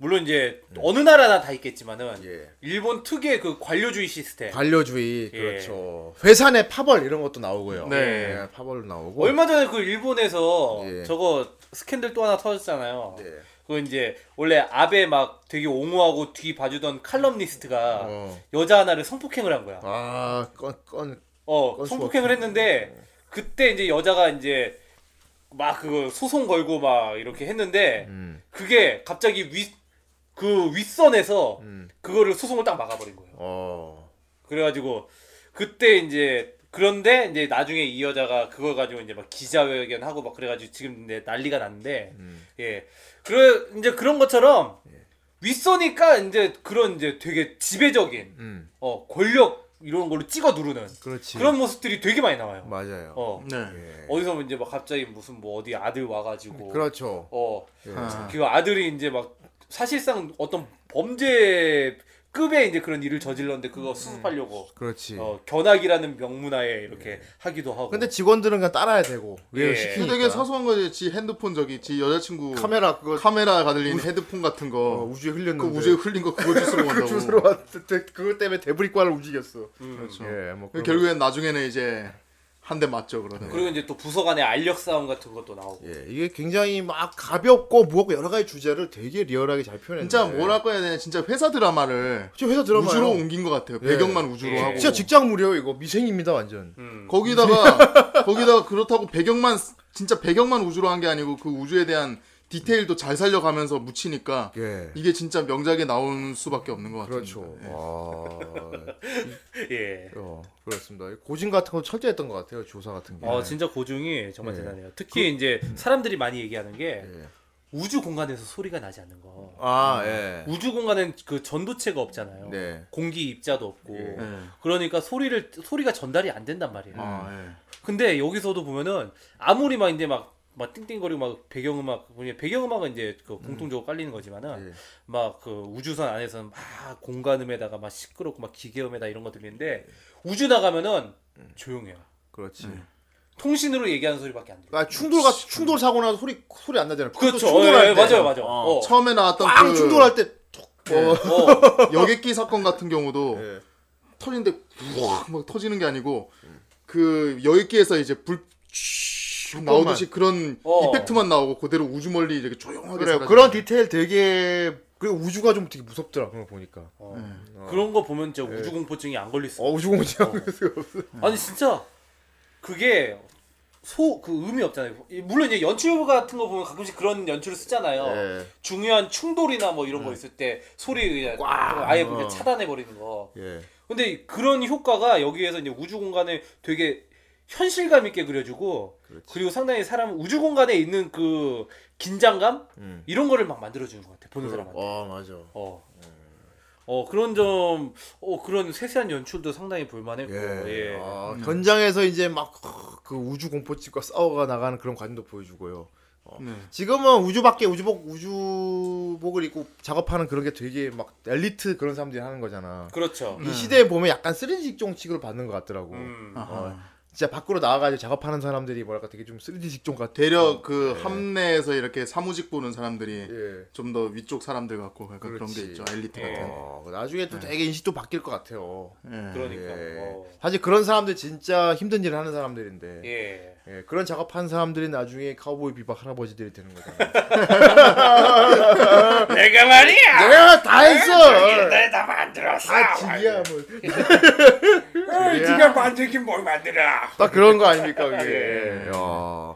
[SPEAKER 3] 물론 이제 어느 나라나 다 있겠지만은
[SPEAKER 1] 네. 예.
[SPEAKER 3] 일본 특유의 그 관료주의 시스템.
[SPEAKER 1] 관료주의
[SPEAKER 3] 예.
[SPEAKER 1] 그렇죠. 회사 내 파벌 이런 것도 나오고요.
[SPEAKER 4] 네.
[SPEAKER 1] 예, 파벌 나오고.
[SPEAKER 3] 얼마 전에 그 일본에서
[SPEAKER 1] 예.
[SPEAKER 3] 저거 스캔들 또 하나 터졌잖아요.
[SPEAKER 1] 예.
[SPEAKER 3] 그 이제 원래 아베 막 되게 옹호하고 뒤 봐주던 칼럼니스트가
[SPEAKER 1] 어. 아,
[SPEAKER 3] 여자 하나를 성폭행을 한 거야.
[SPEAKER 1] 아건건
[SPEAKER 3] 어,
[SPEAKER 1] 그럴 네. 수
[SPEAKER 3] 성폭행을 했는데 그때 이제 여자가 이제 막 그거 소송 걸고 막 이렇게 했는데
[SPEAKER 1] 음.
[SPEAKER 3] 그게 갑자기 윗 그 윗선에서
[SPEAKER 1] 음.
[SPEAKER 3] 그거를 소송을 딱 막아버린 거예요.
[SPEAKER 1] 어.
[SPEAKER 3] 그래가지고 그때 이제 그런데 이제 나중에 이 여자가 그걸 가지고 이제 막 기자회견하고 막 그래가지고 지금 이제 난리가 났는데
[SPEAKER 1] 음.
[SPEAKER 3] 예 그래 이제 그런 것처럼
[SPEAKER 1] 예.
[SPEAKER 3] 윗서니까 이제 그런 이제 되게 지배적인
[SPEAKER 1] 음.
[SPEAKER 3] 어 권력 이런 걸로 찍어 누르는
[SPEAKER 1] 그렇지.
[SPEAKER 3] 그런 모습들이 되게 많이 나와요.
[SPEAKER 1] 맞아요.
[SPEAKER 3] 어
[SPEAKER 4] 네.
[SPEAKER 1] 예.
[SPEAKER 3] 어디서 이제 막 갑자기 무슨 뭐 어디 아들 와가지고
[SPEAKER 1] 그렇죠.
[SPEAKER 3] 어
[SPEAKER 1] 예.
[SPEAKER 4] 아.
[SPEAKER 3] 그 아들이 이제 막 사실상 어떤 범죄 급의 이제 그런 일을 저질렀는데 그거 수습하려고
[SPEAKER 1] 그렇지.
[SPEAKER 3] 어, 견학이라는 명문하에 이렇게 하기도 하고.
[SPEAKER 1] 근데 직원들은 그냥 따라야 되고 위에
[SPEAKER 3] 예.
[SPEAKER 1] 시키니까.
[SPEAKER 4] 근데 되게 사소한 거지. 지 핸드폰 저기 지 여자친구
[SPEAKER 1] 그러니까. 카메라 그거
[SPEAKER 4] 카메라 가들린 헤드폰 같은 거.
[SPEAKER 1] 어, 우주에 흘렸는데.
[SPEAKER 4] 그 우주에 흘린 거 그거 주스러
[SPEAKER 1] 그
[SPEAKER 4] 간다고.
[SPEAKER 1] 주스로 왔을 때 그것 때문에 데브리과를 움직였어.
[SPEAKER 4] 그렇죠.
[SPEAKER 1] 예, 뭐
[SPEAKER 4] 그
[SPEAKER 1] 그런
[SPEAKER 4] 결국엔 나중에는 이제 한 대 맞죠 그러네.
[SPEAKER 3] 그리고 이제 또 부서 간의 알력 싸움 같은 것도 나오고.
[SPEAKER 1] 예, 이게 굉장히 막 가볍고 무겁고 여러 가지 주제를 되게 리얼하게 잘 표현했는데
[SPEAKER 4] 진짜 뭐라고 해야 되냐 진짜 회사 드라마를
[SPEAKER 1] 진짜 회사 네. 드라마요. 네.
[SPEAKER 4] 우주로 옮긴 것 같아요. 배경만 우주로
[SPEAKER 3] 예.
[SPEAKER 4] 하고.
[SPEAKER 1] 진짜 직장 무료 이거 미생입니다 완전.
[SPEAKER 3] 음.
[SPEAKER 4] 거기다가 거기다가 그렇다고 배경만 진짜 배경만 우주로 한 게 아니고 그 우주에 대한 디테일도 잘 살려가면서 묻히니까
[SPEAKER 1] 예.
[SPEAKER 4] 이게 진짜 명작에 나올 수밖에 없는 것 같아요.
[SPEAKER 1] 그렇죠. 와,
[SPEAKER 3] 예.
[SPEAKER 1] 어, 그렇습니다. 고증 같은 거 철저했던 것 같아요. 조사 같은 게.
[SPEAKER 3] 어 진짜 고증이 정말
[SPEAKER 1] 예.
[SPEAKER 3] 대단해요. 네. 그 특히 이제 사람들이 많이 얘기하는 게
[SPEAKER 1] 예.
[SPEAKER 3] 우주 공간에서 소리가 나지 않는 거.
[SPEAKER 4] 음.
[SPEAKER 1] 아, 예.
[SPEAKER 3] 우주 공간엔 그 전도체가 없잖아요.
[SPEAKER 1] 네.
[SPEAKER 3] 공기 입자도 없고.
[SPEAKER 1] 예.
[SPEAKER 3] 그러니까 소리를 소리가 전달이 안 된단 말이에요.
[SPEAKER 4] 아, 예.
[SPEAKER 3] 근데 여기서도 보면은 아무리 막 이제 막 막 띵띵거리고 막 배경음악 뭐냐 배경음악은 이제 그 공통적으로 깔리는 거지만은
[SPEAKER 1] 예.
[SPEAKER 3] 막 그 우주선 안에서는 막 공간음에다가 막 시끄럽고 막 기계음에다 이런 거
[SPEAKER 1] 예.
[SPEAKER 3] 들리는데 우주 나가면은
[SPEAKER 1] 음.
[SPEAKER 3] 조용해요.
[SPEAKER 1] 그렇지.
[SPEAKER 3] 통신으로 얘기하는 소리밖에 안 들려.
[SPEAKER 1] 그러니까 충돌 같 충돌 사고 나서 소리 소리 안 나잖아요.
[SPEAKER 3] 그렇죠.
[SPEAKER 1] 충돌할
[SPEAKER 3] 예, 예,
[SPEAKER 1] 때.
[SPEAKER 3] 맞아요, 맞아요.
[SPEAKER 1] 어.
[SPEAKER 3] 어.
[SPEAKER 4] 처음에 나왔던
[SPEAKER 1] 빵
[SPEAKER 4] 그
[SPEAKER 1] 충돌할 때 툭. 어.
[SPEAKER 3] 어,
[SPEAKER 4] 여객기 사건 같은 경우도
[SPEAKER 1] 예.
[SPEAKER 4] 터지는데 우악 막 터지는 게 아니고 그 여객기에서 이제 불 나오듯이 그런
[SPEAKER 3] 어.
[SPEAKER 4] 이펙트만 나오고 그대로 우주 멀리 이렇게 조용하게
[SPEAKER 1] 그래요.
[SPEAKER 4] 사라지는
[SPEAKER 1] 그런 디테일 되게 그리고 우주가 좀 되게 무섭더라. 그런 거 보니까. 음.
[SPEAKER 3] 어. 그런 거 보면 진짜
[SPEAKER 1] 예.
[SPEAKER 3] 우주 공포증이 안 걸릴 수.
[SPEAKER 1] 어, 우주 공장. 어.
[SPEAKER 3] 음. 아니 진짜 그게 소 그 음이 없잖아요. 이- 물론 이제 연출 같은 거 보면 가끔씩 그런 연출을 쓰잖아요.
[SPEAKER 1] 예.
[SPEAKER 3] 중요한 충돌이나 뭐
[SPEAKER 1] 네.
[SPEAKER 3] 이런 거 있을 때 소리 그냥 아예 그냥
[SPEAKER 1] 어.
[SPEAKER 3] 차단해 버리는 거.
[SPEAKER 1] 예.
[SPEAKER 3] 근데 그런 효과가 여기에서 이제 우주 공간에 되게 현실감 있게 그려주고 그리고 상당히 사람 우주 공간에 있는 그 긴장감
[SPEAKER 1] 음.
[SPEAKER 3] 이런 거를 막 만들어주는 것 같아 보는 사람한테.
[SPEAKER 1] 와, 맞아.
[SPEAKER 3] 어.
[SPEAKER 1] 음.
[SPEAKER 3] 어 그런 점, 어 그런 세세한 연출도 상당히 볼만했고,
[SPEAKER 1] 예.
[SPEAKER 3] 예.
[SPEAKER 1] 아, 현장에서 이제 막 그 우주 공포집과 싸워가 나가는 그런 과정도 보여주고요. 어.
[SPEAKER 4] 네.
[SPEAKER 1] 지금은 우주밖에 우주복 우주복을 입고 작업하는 그런 게 되게 막 엘리트 그런 사람들이 하는 거잖아.
[SPEAKER 3] 그렇죠.
[SPEAKER 1] 이 시대에 보면 약간 쓰레기 직종 취급을 받는 것 같더라고.
[SPEAKER 3] 음.
[SPEAKER 1] 어,
[SPEAKER 4] 아.
[SPEAKER 1] 진짜 밖으로 나와가지고 작업하는 사람들이 뭐랄까 되게 좀 쓰레기 직종 같아.
[SPEAKER 4] 대략 그
[SPEAKER 1] 네.
[SPEAKER 4] 함내에서 이렇게 사무직 보는
[SPEAKER 3] 음.
[SPEAKER 4] 사람들이
[SPEAKER 1] 예.
[SPEAKER 4] 좀 더 위쪽 사람들 같고 약간 그런
[SPEAKER 1] 그렇지.
[SPEAKER 4] 게 있죠 엘리트
[SPEAKER 3] 예.
[SPEAKER 4] 같은.
[SPEAKER 1] 어, 나중에 또 되게 인식도 바뀔 것 같아요.
[SPEAKER 4] 예.
[SPEAKER 3] 음. 그러니까.
[SPEAKER 1] 예.
[SPEAKER 3] 어.
[SPEAKER 1] 사실 그런 사람들 진짜 힘든 일을 하는 사람들인데
[SPEAKER 3] 예.
[SPEAKER 1] 예, 그런 작업한 사람들이 나중에 카우보이 비박 할아버지들이 되는 거잖아.
[SPEAKER 3] 내가 말이야.
[SPEAKER 4] 아,
[SPEAKER 1] 내가 다 했어.
[SPEAKER 6] 내다 만들었어.
[SPEAKER 1] 네. 아, 지기야 뭐.
[SPEAKER 6] 네가 만들긴 뭘 만들어.
[SPEAKER 1] 딱 그런 거 아닙니까
[SPEAKER 4] 예,
[SPEAKER 1] 그게. 야.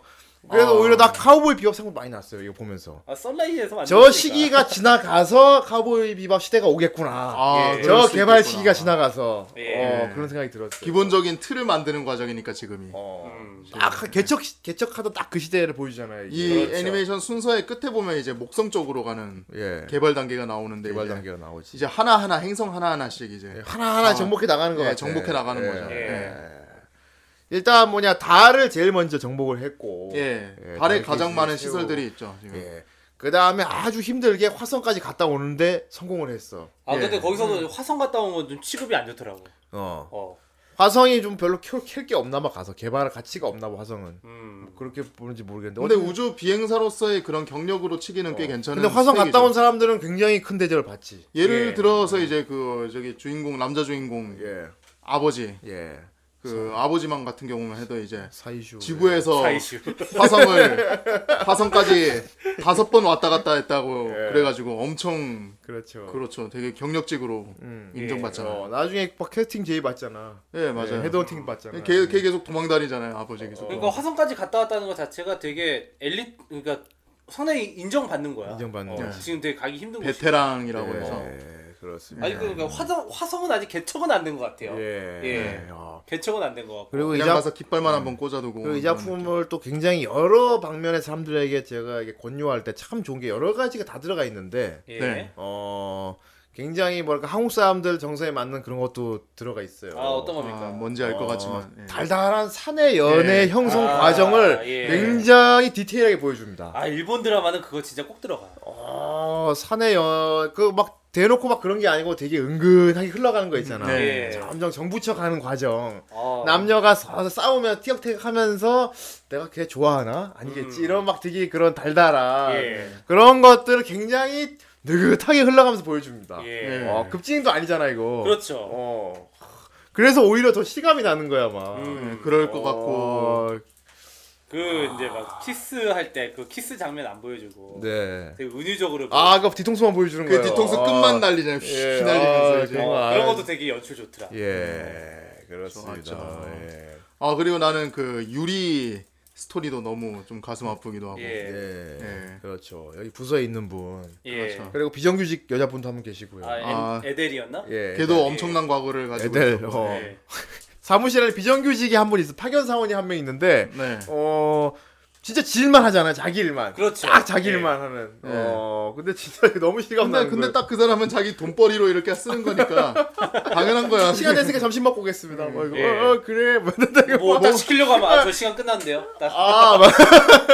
[SPEAKER 1] 그래서
[SPEAKER 4] 아.
[SPEAKER 1] 오히려 나 카우보이 비밥 생각 많이 났어요 이거 보면서.
[SPEAKER 3] 아, 썬라이트에서 만든
[SPEAKER 1] 저 시기가 지나가서 카우보이 비밥 시대가 오겠구나.
[SPEAKER 4] 아,
[SPEAKER 3] 예.
[SPEAKER 1] 저
[SPEAKER 4] 그럴 수
[SPEAKER 1] 개발
[SPEAKER 4] 있겠구나.
[SPEAKER 1] 시기가 지나가서
[SPEAKER 3] 예.
[SPEAKER 1] 어, 그런 생각이 들었어요.
[SPEAKER 4] 기본적인 틀을 만드는 과정이니까 지금이.
[SPEAKER 1] 어.
[SPEAKER 3] 음.
[SPEAKER 1] 딱 개척 개척하던 딱 그 시대를 보여주잖아요.
[SPEAKER 4] 이
[SPEAKER 1] 이게.
[SPEAKER 4] 애니메이션 순서의 끝에 보면 이제 목성 쪽으로 가는
[SPEAKER 1] 예.
[SPEAKER 4] 개발 단계가 나오는데
[SPEAKER 1] 개발
[SPEAKER 4] 이제
[SPEAKER 1] 단계가 네. 나오지.
[SPEAKER 4] 이제 하나하나 행성 하나하나씩 이제
[SPEAKER 1] 하나하나
[SPEAKER 4] 아,
[SPEAKER 1] 정복해 나가는 거
[SPEAKER 4] 예,
[SPEAKER 1] 같아.
[SPEAKER 4] 정복해 나가는
[SPEAKER 1] 예.
[SPEAKER 4] 거죠. 예.
[SPEAKER 1] 일단 뭐냐 달을 제일 먼저 정복을 했고.
[SPEAKER 4] 예.
[SPEAKER 1] 예,
[SPEAKER 4] 발에
[SPEAKER 1] 달기
[SPEAKER 4] 가장 많은
[SPEAKER 1] 세우고.
[SPEAKER 4] 시설들이 있죠, 지금.
[SPEAKER 1] 예. 그 다음에 아주 힘들게 화성까지 갔다 오는데 성공을 했어.
[SPEAKER 3] 아 근데
[SPEAKER 4] 예.
[SPEAKER 3] 거기서도 화성 갔다 온 건 좀 취급이 안 좋더라고.
[SPEAKER 1] 어.
[SPEAKER 3] 어.
[SPEAKER 1] 화성이 좀 별로 캘게 없나 봐 가서 개발할 가치가 없나 봐 화성은
[SPEAKER 3] 음.
[SPEAKER 1] 그렇게 보는지 모르겠는데
[SPEAKER 4] 근데
[SPEAKER 1] 어쨌든-
[SPEAKER 4] 우주 비행사로서의 그런 경력으로 치기는 꽤 괜찮은
[SPEAKER 1] 어. 근데 화성
[SPEAKER 4] 스펙이죠.
[SPEAKER 1] 갔다 온 사람들은 굉장히 큰 대접을 받지
[SPEAKER 4] 예를
[SPEAKER 3] 예.
[SPEAKER 4] 들어서 이제 그 저기 주인공 남자 주인공
[SPEAKER 1] 예예
[SPEAKER 4] 아버지 그 아버지만 같은 경우만 해도 이제
[SPEAKER 1] 예. 사이슈 예. 어.
[SPEAKER 4] 지구에서
[SPEAKER 3] 사이슈.
[SPEAKER 4] 화성을 화성까지 다섯 번 왔다 갔다 했다고
[SPEAKER 1] 예.
[SPEAKER 4] 그래가지고 엄청
[SPEAKER 1] 그렇죠
[SPEAKER 4] 그렇죠 되게 경력직으로
[SPEAKER 1] 음.
[SPEAKER 4] 인정받잖아요.
[SPEAKER 1] 어, 나중에 막 캐스팅 제의 받잖아
[SPEAKER 4] 예 맞아요.
[SPEAKER 1] 예, 어. 헤드헌팅 받잖아
[SPEAKER 4] 걔, 걔 계속 도망다니잖아요 아버지 계속.
[SPEAKER 3] 그러니까 화성까지 갔다 왔다는 것 자체가 되게 엘리 그러니까 상당히 인정받는 거야.
[SPEAKER 1] 인정받는
[SPEAKER 3] 어,
[SPEAKER 1] 거지.
[SPEAKER 3] 지금 되게 가기 힘든 곳이.
[SPEAKER 4] 베테랑이라고 해서
[SPEAKER 1] 예, 그렇습니다
[SPEAKER 3] 아니 그러니까 화성 화성은 아직 개척은 안 된 것 같아요.
[SPEAKER 1] 예.
[SPEAKER 3] 예.
[SPEAKER 1] 어.
[SPEAKER 3] 개척은 안 된 것 같고.
[SPEAKER 1] 그리고 이
[SPEAKER 4] 그냥
[SPEAKER 1] 작
[SPEAKER 4] 가서 깃발만 한번 꽂아두고.
[SPEAKER 1] 음, 그리고 이 작품을 또 굉장히 여러 방면의 사람들에게 제가 이게 권유할 때 참 좋은 게 여러 가지가 다 들어가 있는데
[SPEAKER 3] 예.
[SPEAKER 4] 네.
[SPEAKER 1] 어 굉장히 뭐랄까 한국 사람들 정서에 맞는 그런 것도 들어가 있어요.
[SPEAKER 3] 아 어떤 겁니까?
[SPEAKER 4] 아, 뭔지 알 것
[SPEAKER 1] 어,
[SPEAKER 4] 같지만 예.
[SPEAKER 1] 달달한 사내 연애
[SPEAKER 4] 예.
[SPEAKER 1] 형성
[SPEAKER 3] 아,
[SPEAKER 1] 과정을
[SPEAKER 3] 예.
[SPEAKER 1] 굉장히 디테일하게 보여줍니다.
[SPEAKER 3] 아 일본 드라마는 그거 진짜 꼭 들어가.
[SPEAKER 1] 어, 사내 연그막 대놓고 막 그런 게 아니고 되게 은근하게 흘러가는 거
[SPEAKER 3] 음,
[SPEAKER 1] 있잖아.
[SPEAKER 4] 네.
[SPEAKER 1] 점점 정부쳐 가는 과정.
[SPEAKER 3] 아,
[SPEAKER 1] 남녀가 서- 싸우면 티격태격하면서 내가 걔 좋아하나 아니겠지
[SPEAKER 3] 음.
[SPEAKER 1] 이런 막 되게 그런 달달한
[SPEAKER 3] 예.
[SPEAKER 1] 그런 것들을 굉장히 느긋하게 흘러가면서 보여줍니다.
[SPEAKER 3] 예.
[SPEAKER 1] 어, 급진도 아니잖아 이거.
[SPEAKER 3] 그렇죠.
[SPEAKER 1] 어. 그래서 오히려 더 시감이 나는 거야 막.
[SPEAKER 4] 예,
[SPEAKER 3] 음.
[SPEAKER 4] 그럴 것 같고.
[SPEAKER 1] 어,
[SPEAKER 3] 그 이제 막 키스할 때 그 키스 장면 안 보여주고.
[SPEAKER 1] 네.
[SPEAKER 3] 되게 은유적으로.
[SPEAKER 1] 아, 그 뒤통수만 보여주는
[SPEAKER 4] 그
[SPEAKER 1] 거예요.
[SPEAKER 4] 뒤통수
[SPEAKER 1] 아.
[SPEAKER 4] 끝만 날리잖아요.
[SPEAKER 1] 예,
[SPEAKER 4] 휙 날리면서
[SPEAKER 1] 아,
[SPEAKER 4] 이제.
[SPEAKER 1] 그런
[SPEAKER 3] 보여주고.
[SPEAKER 1] 아,
[SPEAKER 3] 그런 것도 음. 되게 연출 좋더라.
[SPEAKER 1] 예, 그렇습니다.
[SPEAKER 4] 좋았죠.
[SPEAKER 1] 예.
[SPEAKER 4] 아 그리고 나는 그 유리 스토리도 너무 좀 가슴 아프기도 하고.
[SPEAKER 3] 예.
[SPEAKER 1] 예.
[SPEAKER 4] 예.
[SPEAKER 1] 그렇죠. 여기 부서에 있는 분.
[SPEAKER 3] 예.
[SPEAKER 4] 그렇죠.
[SPEAKER 1] 그리고 비정규직 여자분도 한 분 계시고요.
[SPEAKER 3] 아, 엔,
[SPEAKER 4] 아.
[SPEAKER 3] 에델이었나?
[SPEAKER 1] 예.
[SPEAKER 4] 걔도 네.
[SPEAKER 1] 네.
[SPEAKER 4] 엄청난 과거를 가지고
[SPEAKER 1] 애들,
[SPEAKER 4] 있었고.
[SPEAKER 1] 어.
[SPEAKER 3] 예.
[SPEAKER 1] 사무실에 비정규직이 한 분 있어. 파견 사원이 한 명 있는데
[SPEAKER 4] 네.
[SPEAKER 1] 어 진짜 지 일만 하잖아요. 자기 일만.
[SPEAKER 3] 그렇죠.
[SPEAKER 1] 딱 자기
[SPEAKER 3] 예.
[SPEAKER 1] 일만 하는.
[SPEAKER 4] 예.
[SPEAKER 1] 어 근데 진짜 너무 실감
[SPEAKER 4] 근데
[SPEAKER 1] 나는
[SPEAKER 4] 근데
[SPEAKER 1] 거예요.
[SPEAKER 4] 딱 그 사람은 자기 돈벌이로 이렇게 쓰는 거니까 당연한 거야.
[SPEAKER 1] 시간 됐으니까 점심 먹고 오겠습니다. 뭐 이거
[SPEAKER 3] 예.
[SPEAKER 1] 어, 어 그래. 뭐 이러다가
[SPEAKER 3] 뭐, 딱 시키려고 하면 아, 저 시간 끝났는데요. 딱.
[SPEAKER 1] 아, 맞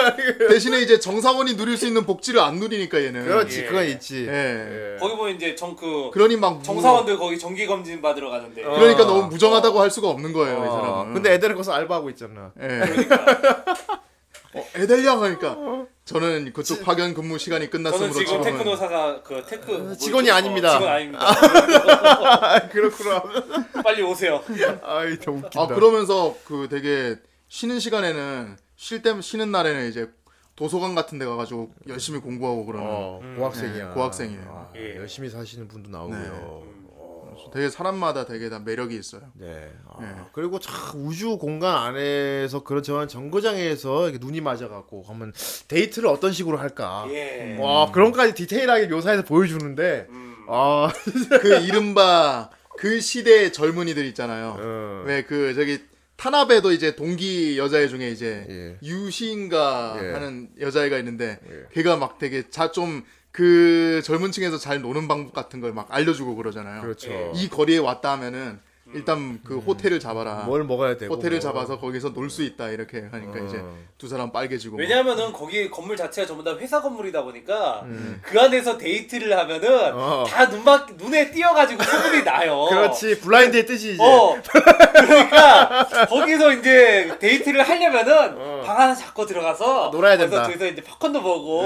[SPEAKER 4] 대신에 이제 정상원이 누릴 수 있는 복지를 안 누리니까 얘는.
[SPEAKER 1] 그렇지.
[SPEAKER 3] 예.
[SPEAKER 1] 그건 있지.
[SPEAKER 4] 예.
[SPEAKER 3] 거기 보면 이제 정그
[SPEAKER 4] 그러니 막
[SPEAKER 3] 정사원들 거기 정기 검진 받으러 가는데.
[SPEAKER 1] 어.
[SPEAKER 4] 그러니까 너무 무정하다고 할 수가 없는 거예요, 이
[SPEAKER 1] 어,
[SPEAKER 4] 사람은.
[SPEAKER 1] 근데 애들은 거기서 알바하고 있잖아.
[SPEAKER 4] 예.
[SPEAKER 3] 그러니까 어.
[SPEAKER 4] 어, 애들량 하니까 저는 그쪽 파견 근무 시간이
[SPEAKER 3] 저는
[SPEAKER 4] 끝났으므로
[SPEAKER 3] 지금
[SPEAKER 4] 지금은
[SPEAKER 3] 테크노사가 그 테크 뭐
[SPEAKER 1] 그렇죠, 직원이
[SPEAKER 3] 이렇게- 어,
[SPEAKER 1] 아닙니다.
[SPEAKER 3] 직원 아닙니다.
[SPEAKER 1] 아, 그렇구나.
[SPEAKER 3] 빨리 오세요.
[SPEAKER 1] 어. 아이, 더 웃긴다.
[SPEAKER 4] 아 그러면서 그 되게 쉬는 시간에는 쉴 때 쉬는 날에는 이제 도서관 같은 데 가가지고 열심히 공부하고 그러는
[SPEAKER 1] 어, 고학생이야.
[SPEAKER 4] 예, 고학생이에요. 네.
[SPEAKER 1] 아,
[SPEAKER 3] 음. 예.
[SPEAKER 1] 열심히 사시는 분도 나오고요.
[SPEAKER 4] 되게 사람마다 되게 다 매력이 있어요.
[SPEAKER 1] 네. 아,
[SPEAKER 4] 예.
[SPEAKER 1] 그리고 참 우주 공간 안에서 그런 저런 정거장에서 이렇게 눈이 맞아갖고 하면 데이트를 어떤 식으로 할까?
[SPEAKER 3] 예.
[SPEAKER 1] 와 그런까지 디테일하게 묘사해서 보여주는데
[SPEAKER 3] 음.
[SPEAKER 1] 아
[SPEAKER 4] 그 이른바 그 시대의 젊은이들 있잖아요.
[SPEAKER 1] 어.
[SPEAKER 4] 왜 그 저기 탄압에도 이제 동기 여자애 중에 이제
[SPEAKER 1] 예.
[SPEAKER 4] 유시인가
[SPEAKER 1] 예.
[SPEAKER 4] 하는 여자애가 있는데
[SPEAKER 1] 예.
[SPEAKER 4] 걔가 막 되게 자 좀 그 젊은 층에서 잘 노는 방법 같은 걸 막 알려주고 그러잖아요.
[SPEAKER 1] 그렇죠. 음.
[SPEAKER 3] 예.
[SPEAKER 4] 이 거리에 왔다 하면은 일단 그 호텔을 잡아라.
[SPEAKER 1] 뭘 먹어야 되고
[SPEAKER 4] 호텔을
[SPEAKER 1] 뭐.
[SPEAKER 4] 잡아서 거기서 놀 수 있다 이렇게 하니까
[SPEAKER 1] 어.
[SPEAKER 4] 이제 두 사람 빨개지고 뭐. 막.
[SPEAKER 3] 왜냐하면은 거기 건물 자체가 전부 다 회사 건물이다 보니까 그 안에서 데이트를 하면은
[SPEAKER 1] 음. 어.
[SPEAKER 3] 다 눈밖 눈에 띄어가지고 소문이 나요.
[SPEAKER 1] 그렇지 블라인드의 뜻이 이제
[SPEAKER 3] 어 그러니까 거기서 이제 데이트를 하려면은 방 하나 잡고 들어가서
[SPEAKER 1] 어. 놀아야
[SPEAKER 3] 거기서
[SPEAKER 1] 된다. 음.
[SPEAKER 3] 저기서 이제 팝콘도 먹고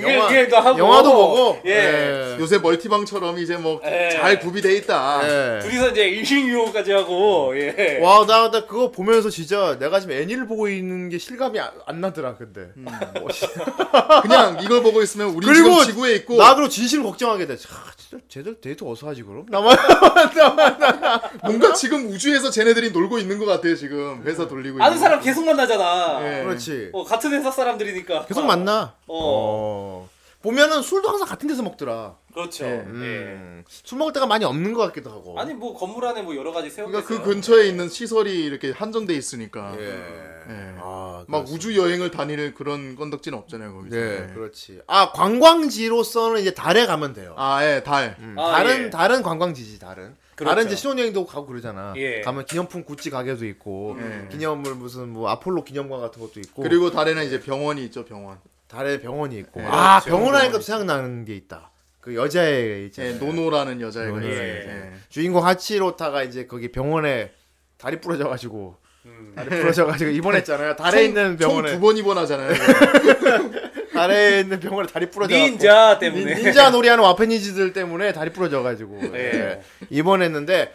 [SPEAKER 1] 영화-
[SPEAKER 3] 응결도 하고
[SPEAKER 1] 영화도 보고
[SPEAKER 3] 예
[SPEAKER 1] 예.
[SPEAKER 4] 요새 멀티방처럼 이제 뭐
[SPEAKER 3] 예.
[SPEAKER 4] 잘 구비돼 있다.
[SPEAKER 1] 예.
[SPEAKER 3] 둘이서 이제 일신유호까지 하고 예
[SPEAKER 1] 와, 나, 나 그거 보면서 진짜 내가 지금 애니를 보고 있는 게 실감이 안, 안 나더라, 근데.
[SPEAKER 4] 음. 그냥 이걸 보고 있으면 우리
[SPEAKER 1] 그리고
[SPEAKER 4] 지금 지구에 있고
[SPEAKER 1] 나 그리고 진심 걱정하게 돼. 차, 진짜 쟤들 데이트 어서 하지, 그럼? 나만.
[SPEAKER 4] 뭔가 지금 우주에서 쟤네들이 놀고 있는 것 같아요 지금 회사 돌리고
[SPEAKER 3] 아는
[SPEAKER 4] 있는
[SPEAKER 3] 사람 계속 만나잖아
[SPEAKER 4] 예.
[SPEAKER 1] 그렇지.
[SPEAKER 3] 어 같은 회사 사람들이니까
[SPEAKER 1] 계속 만나.
[SPEAKER 3] 어.
[SPEAKER 1] 어. 보면은 술도 항상 같은 데서 먹더라.
[SPEAKER 3] 그렇죠
[SPEAKER 4] 예.
[SPEAKER 3] 예.
[SPEAKER 1] 음. 술 먹을 때가 많이 없는 것 같기도 하고.
[SPEAKER 3] 아니 뭐 건물 안에 뭐 여러 가지
[SPEAKER 4] 그러니까
[SPEAKER 3] 세웠겠어요
[SPEAKER 4] 그 근처에 있는 시설이 이렇게 한정돼 있으니까
[SPEAKER 1] 예.
[SPEAKER 4] 예.
[SPEAKER 1] 아,
[SPEAKER 4] 막
[SPEAKER 1] 그렇습니다.
[SPEAKER 4] 우주 여행을 다니는 그런 건덕지는 없잖아요 거기서. 예.
[SPEAKER 1] 네, 그렇지. 아, 관광지로서는 이제 달에 가면 돼요. 음.
[SPEAKER 4] 아예 달.
[SPEAKER 3] 아,
[SPEAKER 1] 다른
[SPEAKER 3] 예.
[SPEAKER 1] 다른 관광지지 다른
[SPEAKER 3] 그렇죠.
[SPEAKER 1] 다른 이제 신혼여행도 가고 그러잖아
[SPEAKER 3] 예.
[SPEAKER 1] 가면 기념품 굿즈 가게도 있고
[SPEAKER 4] 예.
[SPEAKER 1] 기념물 무슨 뭐 아폴로 기념관 같은 것도 있고
[SPEAKER 4] 그리고 달에는 이제 병원이 있죠 병원.
[SPEAKER 1] 달에 병원이 있고
[SPEAKER 4] 예.
[SPEAKER 1] 아
[SPEAKER 4] 그렇죠.
[SPEAKER 1] 병원 하니까
[SPEAKER 4] 병원이 네,
[SPEAKER 1] 또 생각나는 게 있다 그 여자애 이제
[SPEAKER 4] 예, 노노라는 여자애가
[SPEAKER 1] 노노.
[SPEAKER 4] 있어요.
[SPEAKER 3] 예.
[SPEAKER 4] 예.
[SPEAKER 1] 주인공 하치로타가 이제 거기 병원에 다리 부러져가지고 다리 부러져가지고 입원했잖아요. 달에 있는 병원에
[SPEAKER 4] 음. 총두 번 입원하잖아요.
[SPEAKER 1] 달에 있는 병원에 다리 부러져.
[SPEAKER 3] 닌자 때문에.
[SPEAKER 1] 닌자 놀이하는 와페니지들 때문에 다리 부러져가지고
[SPEAKER 3] 네.
[SPEAKER 1] 예. 입원했는데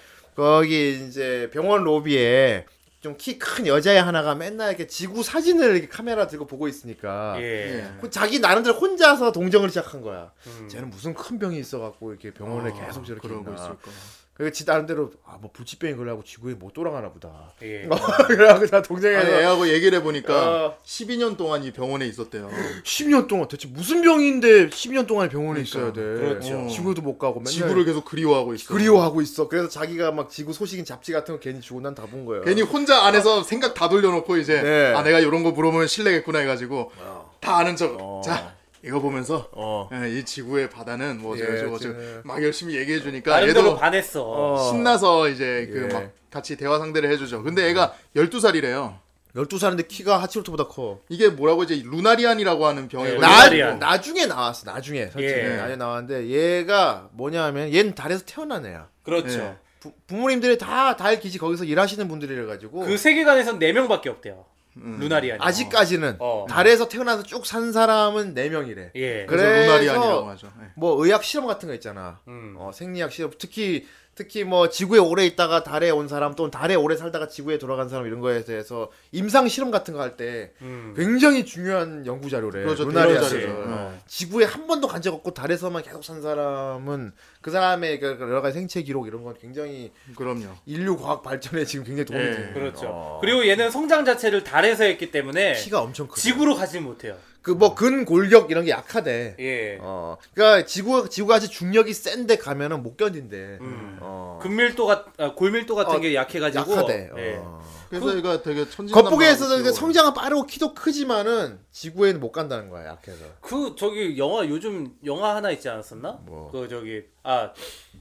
[SPEAKER 1] 거기 이제 병원 로비에 좀 키 큰 여자애 하나가 맨날 이렇게 지구 사진을 이렇게 카메라 들고 보고 있으니까
[SPEAKER 3] 예.
[SPEAKER 1] 그 자기 나름대로 혼자서 동정을 시작한 거야. 쟤는 무슨 큰 병이 있어갖고 이렇게 병원에 계속 저렇게
[SPEAKER 4] 음. 아, 그러고
[SPEAKER 1] 있나.
[SPEAKER 4] 있을까.
[SPEAKER 1] 그지 나름대로 아뭐 부치병이 걸려고 지구에 못 돌아가나 보다.
[SPEAKER 3] 예.
[SPEAKER 1] 그래갖고 나
[SPEAKER 4] 아니,
[SPEAKER 1] 동생이랑
[SPEAKER 4] 애하고 얘기를 해보니까
[SPEAKER 1] 네. 어.
[SPEAKER 4] 12년 동안 이 병원에 있었대요.
[SPEAKER 1] 10년 동안 대체 무슨 병인데 10년 동안 병원에 있어야 돼.
[SPEAKER 3] 그렇죠.
[SPEAKER 1] 어. 지구도 못 가고 맨날
[SPEAKER 4] 지구를 계속 그리워하고 있어.
[SPEAKER 1] 그리워하고 있어. 그래서 자기가 막 지구 소식인 잡지 같은 거 괜히 주고 난 다 본 거예요.
[SPEAKER 4] 어. 괜히 혼자 안에서 생각 다 돌려놓고 이제
[SPEAKER 1] 네.
[SPEAKER 4] 아 내가 이런 거 물어보면 실례겠구나 해가지고 다 아는 척.
[SPEAKER 1] 어.
[SPEAKER 4] 자 이거 보면서
[SPEAKER 1] 어.
[SPEAKER 4] 예, 이 지구의 바다는 뭐
[SPEAKER 1] 예,
[SPEAKER 4] 저거 저거
[SPEAKER 1] 쟤는.
[SPEAKER 4] 막 열심히 얘기해
[SPEAKER 1] 그러니까
[SPEAKER 4] 주니까
[SPEAKER 3] 나름대로
[SPEAKER 4] 얘도
[SPEAKER 3] 반했어.
[SPEAKER 4] 신나서 이제
[SPEAKER 1] 예.
[SPEAKER 4] 그 막 같이 대화 상대를 해주죠. 근데 애가 12살이래요.
[SPEAKER 1] 12살인데 키가 하치로토보다 커.
[SPEAKER 4] 이게 뭐라고 이제 루나리안이라고 하는 병에
[SPEAKER 3] 예,
[SPEAKER 4] 걸려-
[SPEAKER 1] 나,
[SPEAKER 3] 루나리안.
[SPEAKER 1] 나중에 나왔어. 나중에. 솔직히
[SPEAKER 3] 예.
[SPEAKER 1] 나중에 나왔는데 얘가 뭐냐면 얘는 달에서 태어난 애야.
[SPEAKER 3] 그렇죠.
[SPEAKER 4] 예.
[SPEAKER 1] 부, 부모님들이 다 달 기지 거기서 일하시는 분들이라 가지고 네.
[SPEAKER 3] 그 세계관에선 4명밖에 없대요.
[SPEAKER 4] 음.
[SPEAKER 3] 루나리안이.
[SPEAKER 1] 음, 아직까지는
[SPEAKER 3] 어.
[SPEAKER 1] 달에서 태어나서 쭉 산 사람은 4명이래.
[SPEAKER 3] 예.
[SPEAKER 1] 그-
[SPEAKER 4] 그래서
[SPEAKER 1] 그래서-
[SPEAKER 4] 루나리안이라고 하죠. 예.
[SPEAKER 1] 뭐 의학 실험 같은 거 있잖아.
[SPEAKER 3] 음.
[SPEAKER 1] 어, 생리학 실험 특히 특히 뭐 지구에 오래 있다가 달에 온 사람 또는 달에 오래 살다가 지구에 돌아간 사람 이런 거에 대해서 임상 실험 같은 거 할 때
[SPEAKER 3] 음.
[SPEAKER 1] 굉장히 중요한 연구 자료래.
[SPEAKER 4] 그렇죠,
[SPEAKER 1] 루나리아
[SPEAKER 4] 그렇죠.
[SPEAKER 1] 자료.
[SPEAKER 4] 예.
[SPEAKER 1] 어. 지구에 한 번도 간 적 없고 달에서만 계속 산 사람은 그 사람의 그 여러 가지 생체 기록 이런 건 굉장히
[SPEAKER 4] 그럼요.
[SPEAKER 1] 인류 과학 발전에 지금 굉장히 도움이
[SPEAKER 4] 예,
[SPEAKER 1] 되는
[SPEAKER 3] 그렇죠.
[SPEAKER 1] 어.
[SPEAKER 3] 그리고 얘는 성장 자체를 달에서 했기 때문에
[SPEAKER 1] 키가 그 엄청 크고
[SPEAKER 3] 네. 지구로 가지 못해요.
[SPEAKER 1] 그뭐 근골격 이런 게 약하대.
[SPEAKER 3] 예.
[SPEAKER 1] 어. 그러니까 지구 지구같이 중력이 센데 가면은 못 견딘대.
[SPEAKER 3] 음.
[SPEAKER 1] 어.
[SPEAKER 3] 금밀도가 아, 골밀도 같은
[SPEAKER 1] 어,
[SPEAKER 3] 게 약해가지고
[SPEAKER 1] 약하대.
[SPEAKER 3] 예.
[SPEAKER 1] 어.
[SPEAKER 4] 그래서 얘가 되게 천진난만하고
[SPEAKER 1] 겉보기에서는
[SPEAKER 4] 귀여워요.
[SPEAKER 1] 이게 성장은 빠르고 키도 크지만은 지구에는 못 간다는 거야 약해서.
[SPEAKER 3] 그 저기 영화 요즘 영화 하나 있지 않았었나?
[SPEAKER 1] 뭐.
[SPEAKER 3] 그 저기 아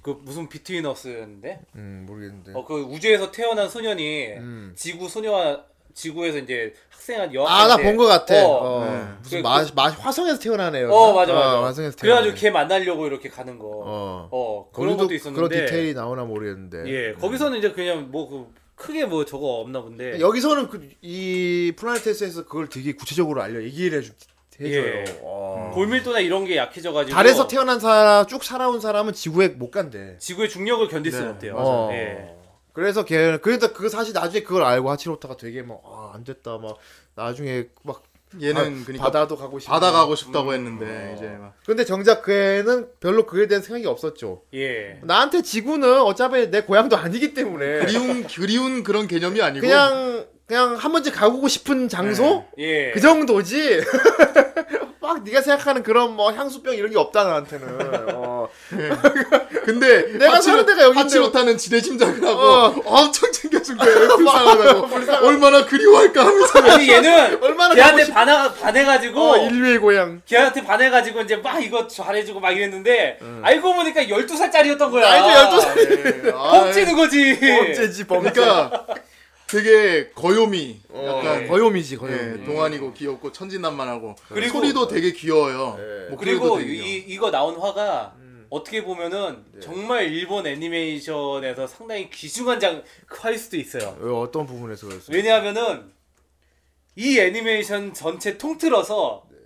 [SPEAKER 3] 그 무슨 비트윈어스였는데
[SPEAKER 1] 음 모르겠는데.
[SPEAKER 3] 어 그 우주에서 태어난 소년이
[SPEAKER 1] 음.
[SPEAKER 3] 지구 소녀와 지구에서 이제 학생한
[SPEAKER 1] 아 나
[SPEAKER 3] 여학생
[SPEAKER 1] 본 것 같아.
[SPEAKER 3] 어,
[SPEAKER 1] 어.
[SPEAKER 4] 네.
[SPEAKER 1] 무슨
[SPEAKER 3] 그-
[SPEAKER 1] 마, 마 화성에서 태어나네요.
[SPEAKER 3] 어, 맞아 맞아
[SPEAKER 1] 화성에서 태어나.
[SPEAKER 3] 그래가지고 걔 만나려고 이렇게 가는 거 어,
[SPEAKER 1] 어.
[SPEAKER 3] 그런
[SPEAKER 1] 거기도
[SPEAKER 3] 것도 있었는데
[SPEAKER 1] 그런 디테일이 나오나 모르겠는데. 음.
[SPEAKER 3] 예 거기서는 이제 그냥 뭐 그 크게 뭐 저거 없나 본데
[SPEAKER 1] 여기서는 그, 이 플라네테스에서 그걸 되게 구체적으로 알려 얘기를 해주 해줘요.
[SPEAKER 3] 예.
[SPEAKER 1] 어.
[SPEAKER 3] 골밀도나 이런 게 약해져가지고
[SPEAKER 1] 달에서 태어난 사람 쭉 살아온 사람은 지구에 못 간대.
[SPEAKER 3] 지구의 중력을 견딜 수가
[SPEAKER 4] 네,
[SPEAKER 3] 없대요.
[SPEAKER 1] 맞아요.
[SPEAKER 3] 예.
[SPEAKER 1] 그래서 걔 그러니까 그 사실 나중에 그걸 알고 하치로타가 되게 막아안 됐다 막 나중에 막
[SPEAKER 4] 얘는
[SPEAKER 1] 아, 바-
[SPEAKER 4] 그러니까 바다
[SPEAKER 1] 바다도 음. 가고 싶고
[SPEAKER 4] 가고 싶다고 했는데 이제 막
[SPEAKER 1] 근데 정작 그 애는 별로 그에 대한 생각이 없었죠.
[SPEAKER 3] 예.
[SPEAKER 1] 나한테 지구는 어차피 내 고향도 아니기 때문에
[SPEAKER 4] 그리운 그리운 그런 개념이 아니고
[SPEAKER 1] 그냥 그냥 한 번쯤 가보고 싶은 장소
[SPEAKER 4] 네.
[SPEAKER 3] 예.
[SPEAKER 1] 그 정도지. 막 네가 생각하는 그런 뭐 향수병 이런 게 없다 나한테는. 어.
[SPEAKER 4] 근데
[SPEAKER 1] 내가 사는 데가 여긴데.
[SPEAKER 4] 하치로타는 지네 짐작을 하고
[SPEAKER 1] 어.
[SPEAKER 4] 엄청 챙겨준 거예요. 불쌍하다고 얼마나 그리워할까 하면서
[SPEAKER 3] 아니 얘는
[SPEAKER 1] 얼마나 가고
[SPEAKER 3] 걔한테 뭐
[SPEAKER 1] 싶-
[SPEAKER 3] 반하, 반해가지고
[SPEAKER 1] 어, 인류의 고향.
[SPEAKER 3] 걔한테 반해가지고 이제 막 이거 잘해주고 막 이랬는데 알고 보니까 12살짜리였던 거야
[SPEAKER 1] 나이도 음. 12살.
[SPEAKER 4] 예. 아,
[SPEAKER 3] 뻥치는 거지
[SPEAKER 1] 범죄지 범죄.
[SPEAKER 4] 그러니까 되게 거요미 약간
[SPEAKER 1] 약간 네. 거요미지 음.
[SPEAKER 4] 예,
[SPEAKER 1] 거요미.
[SPEAKER 4] 동안이고 귀엽고 천진난만하고
[SPEAKER 3] 그리고-
[SPEAKER 4] 소리도 되게 귀여워요.
[SPEAKER 1] 예.
[SPEAKER 4] 목소리도
[SPEAKER 3] 그리고
[SPEAKER 4] 되게 귀여워. 음. 네.
[SPEAKER 3] 이, 이거 나온 화가 어떻게 보면은 정말 일본 애니메이션에서 상당히 귀중한 장 화일 수도
[SPEAKER 4] 네.
[SPEAKER 3] 있어요
[SPEAKER 1] 왜 어떤 부분에서 그랬어?
[SPEAKER 3] 왜냐하면은 이 애니메이션 전체 통틀어서
[SPEAKER 4] 네.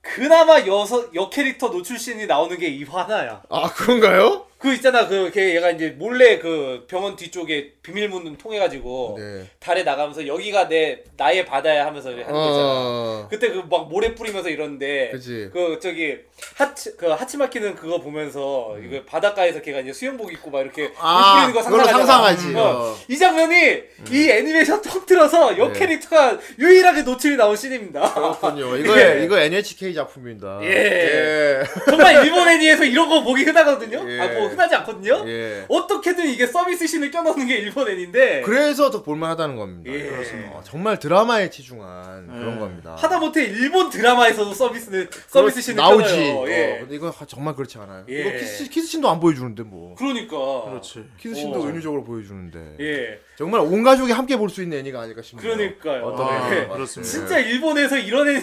[SPEAKER 3] 그나마 여서 여 캐릭터 노출 씬이 나오는 게 이 화나야
[SPEAKER 1] 아 그런가요?
[SPEAKER 3] 그 있잖아 그 걔 얘가 이제 몰래 그 병원 뒤쪽에 비밀문 통해 가지고
[SPEAKER 1] 네.
[SPEAKER 3] 달에 나가면서 여기가 내 나의 바다야 하면서 하는 거잖아.
[SPEAKER 1] 어.
[SPEAKER 3] 그때 그 막 모래 뿌리면서 이러는데
[SPEAKER 1] 그치.
[SPEAKER 3] 그 저기 하치 그 하치 막히는 그거 보면서 이거 바닷가에서 걔가 이제 수영복 입고 막 이렇게
[SPEAKER 1] 음. 아,
[SPEAKER 3] 물 뿌리는 거
[SPEAKER 1] 그걸로
[SPEAKER 3] 상상하잖아.
[SPEAKER 1] 상상하지. 어. 음.
[SPEAKER 3] 이 장면이 이 애니메이션 통틀어서 여
[SPEAKER 1] 네.
[SPEAKER 3] 캐릭터가 유일하게 노출이 나온 씬입니다.
[SPEAKER 1] 그렇군요. 이거
[SPEAKER 3] 예.
[SPEAKER 1] 이거 NHK 작품입니다.
[SPEAKER 3] 예. 정말 일본 애니에서 이런 거 보기 흔하거든요.
[SPEAKER 1] 예.
[SPEAKER 3] 아, 뭐 흔하지 않거든요.
[SPEAKER 1] 예.
[SPEAKER 3] 어떻게든 이게 서비스 신을 껴넣는 게 일본 애니인데
[SPEAKER 1] 그래서 더 볼만하다는 겁니다.
[SPEAKER 3] 예.
[SPEAKER 1] 그렇습니다. 어, 정말 드라마에 치중한 그런 겁니다.
[SPEAKER 3] 하다못해 일본 드라마에서도 서비스 서비스 신을
[SPEAKER 1] 나오지.
[SPEAKER 3] 껴넣어요.
[SPEAKER 1] 어,
[SPEAKER 3] 예.
[SPEAKER 1] 근데 이건 정말 그렇지 않아요.
[SPEAKER 3] 예.
[SPEAKER 1] 이거 키스 키스신도 안 보여주는데 뭐.
[SPEAKER 3] 그러니까.
[SPEAKER 4] 그렇지.
[SPEAKER 1] 키스신도
[SPEAKER 3] 어.
[SPEAKER 1] 은유적으로 보여주는데.
[SPEAKER 3] 예.
[SPEAKER 1] 정말 온 가족이 함께 볼 수 있는 애니가 아닐까 싶네요.
[SPEAKER 3] 그러니까요.
[SPEAKER 1] 어떤
[SPEAKER 3] 예.
[SPEAKER 1] 애
[SPEAKER 4] 그렇습니다.
[SPEAKER 3] 진짜 일본에서 이런 애니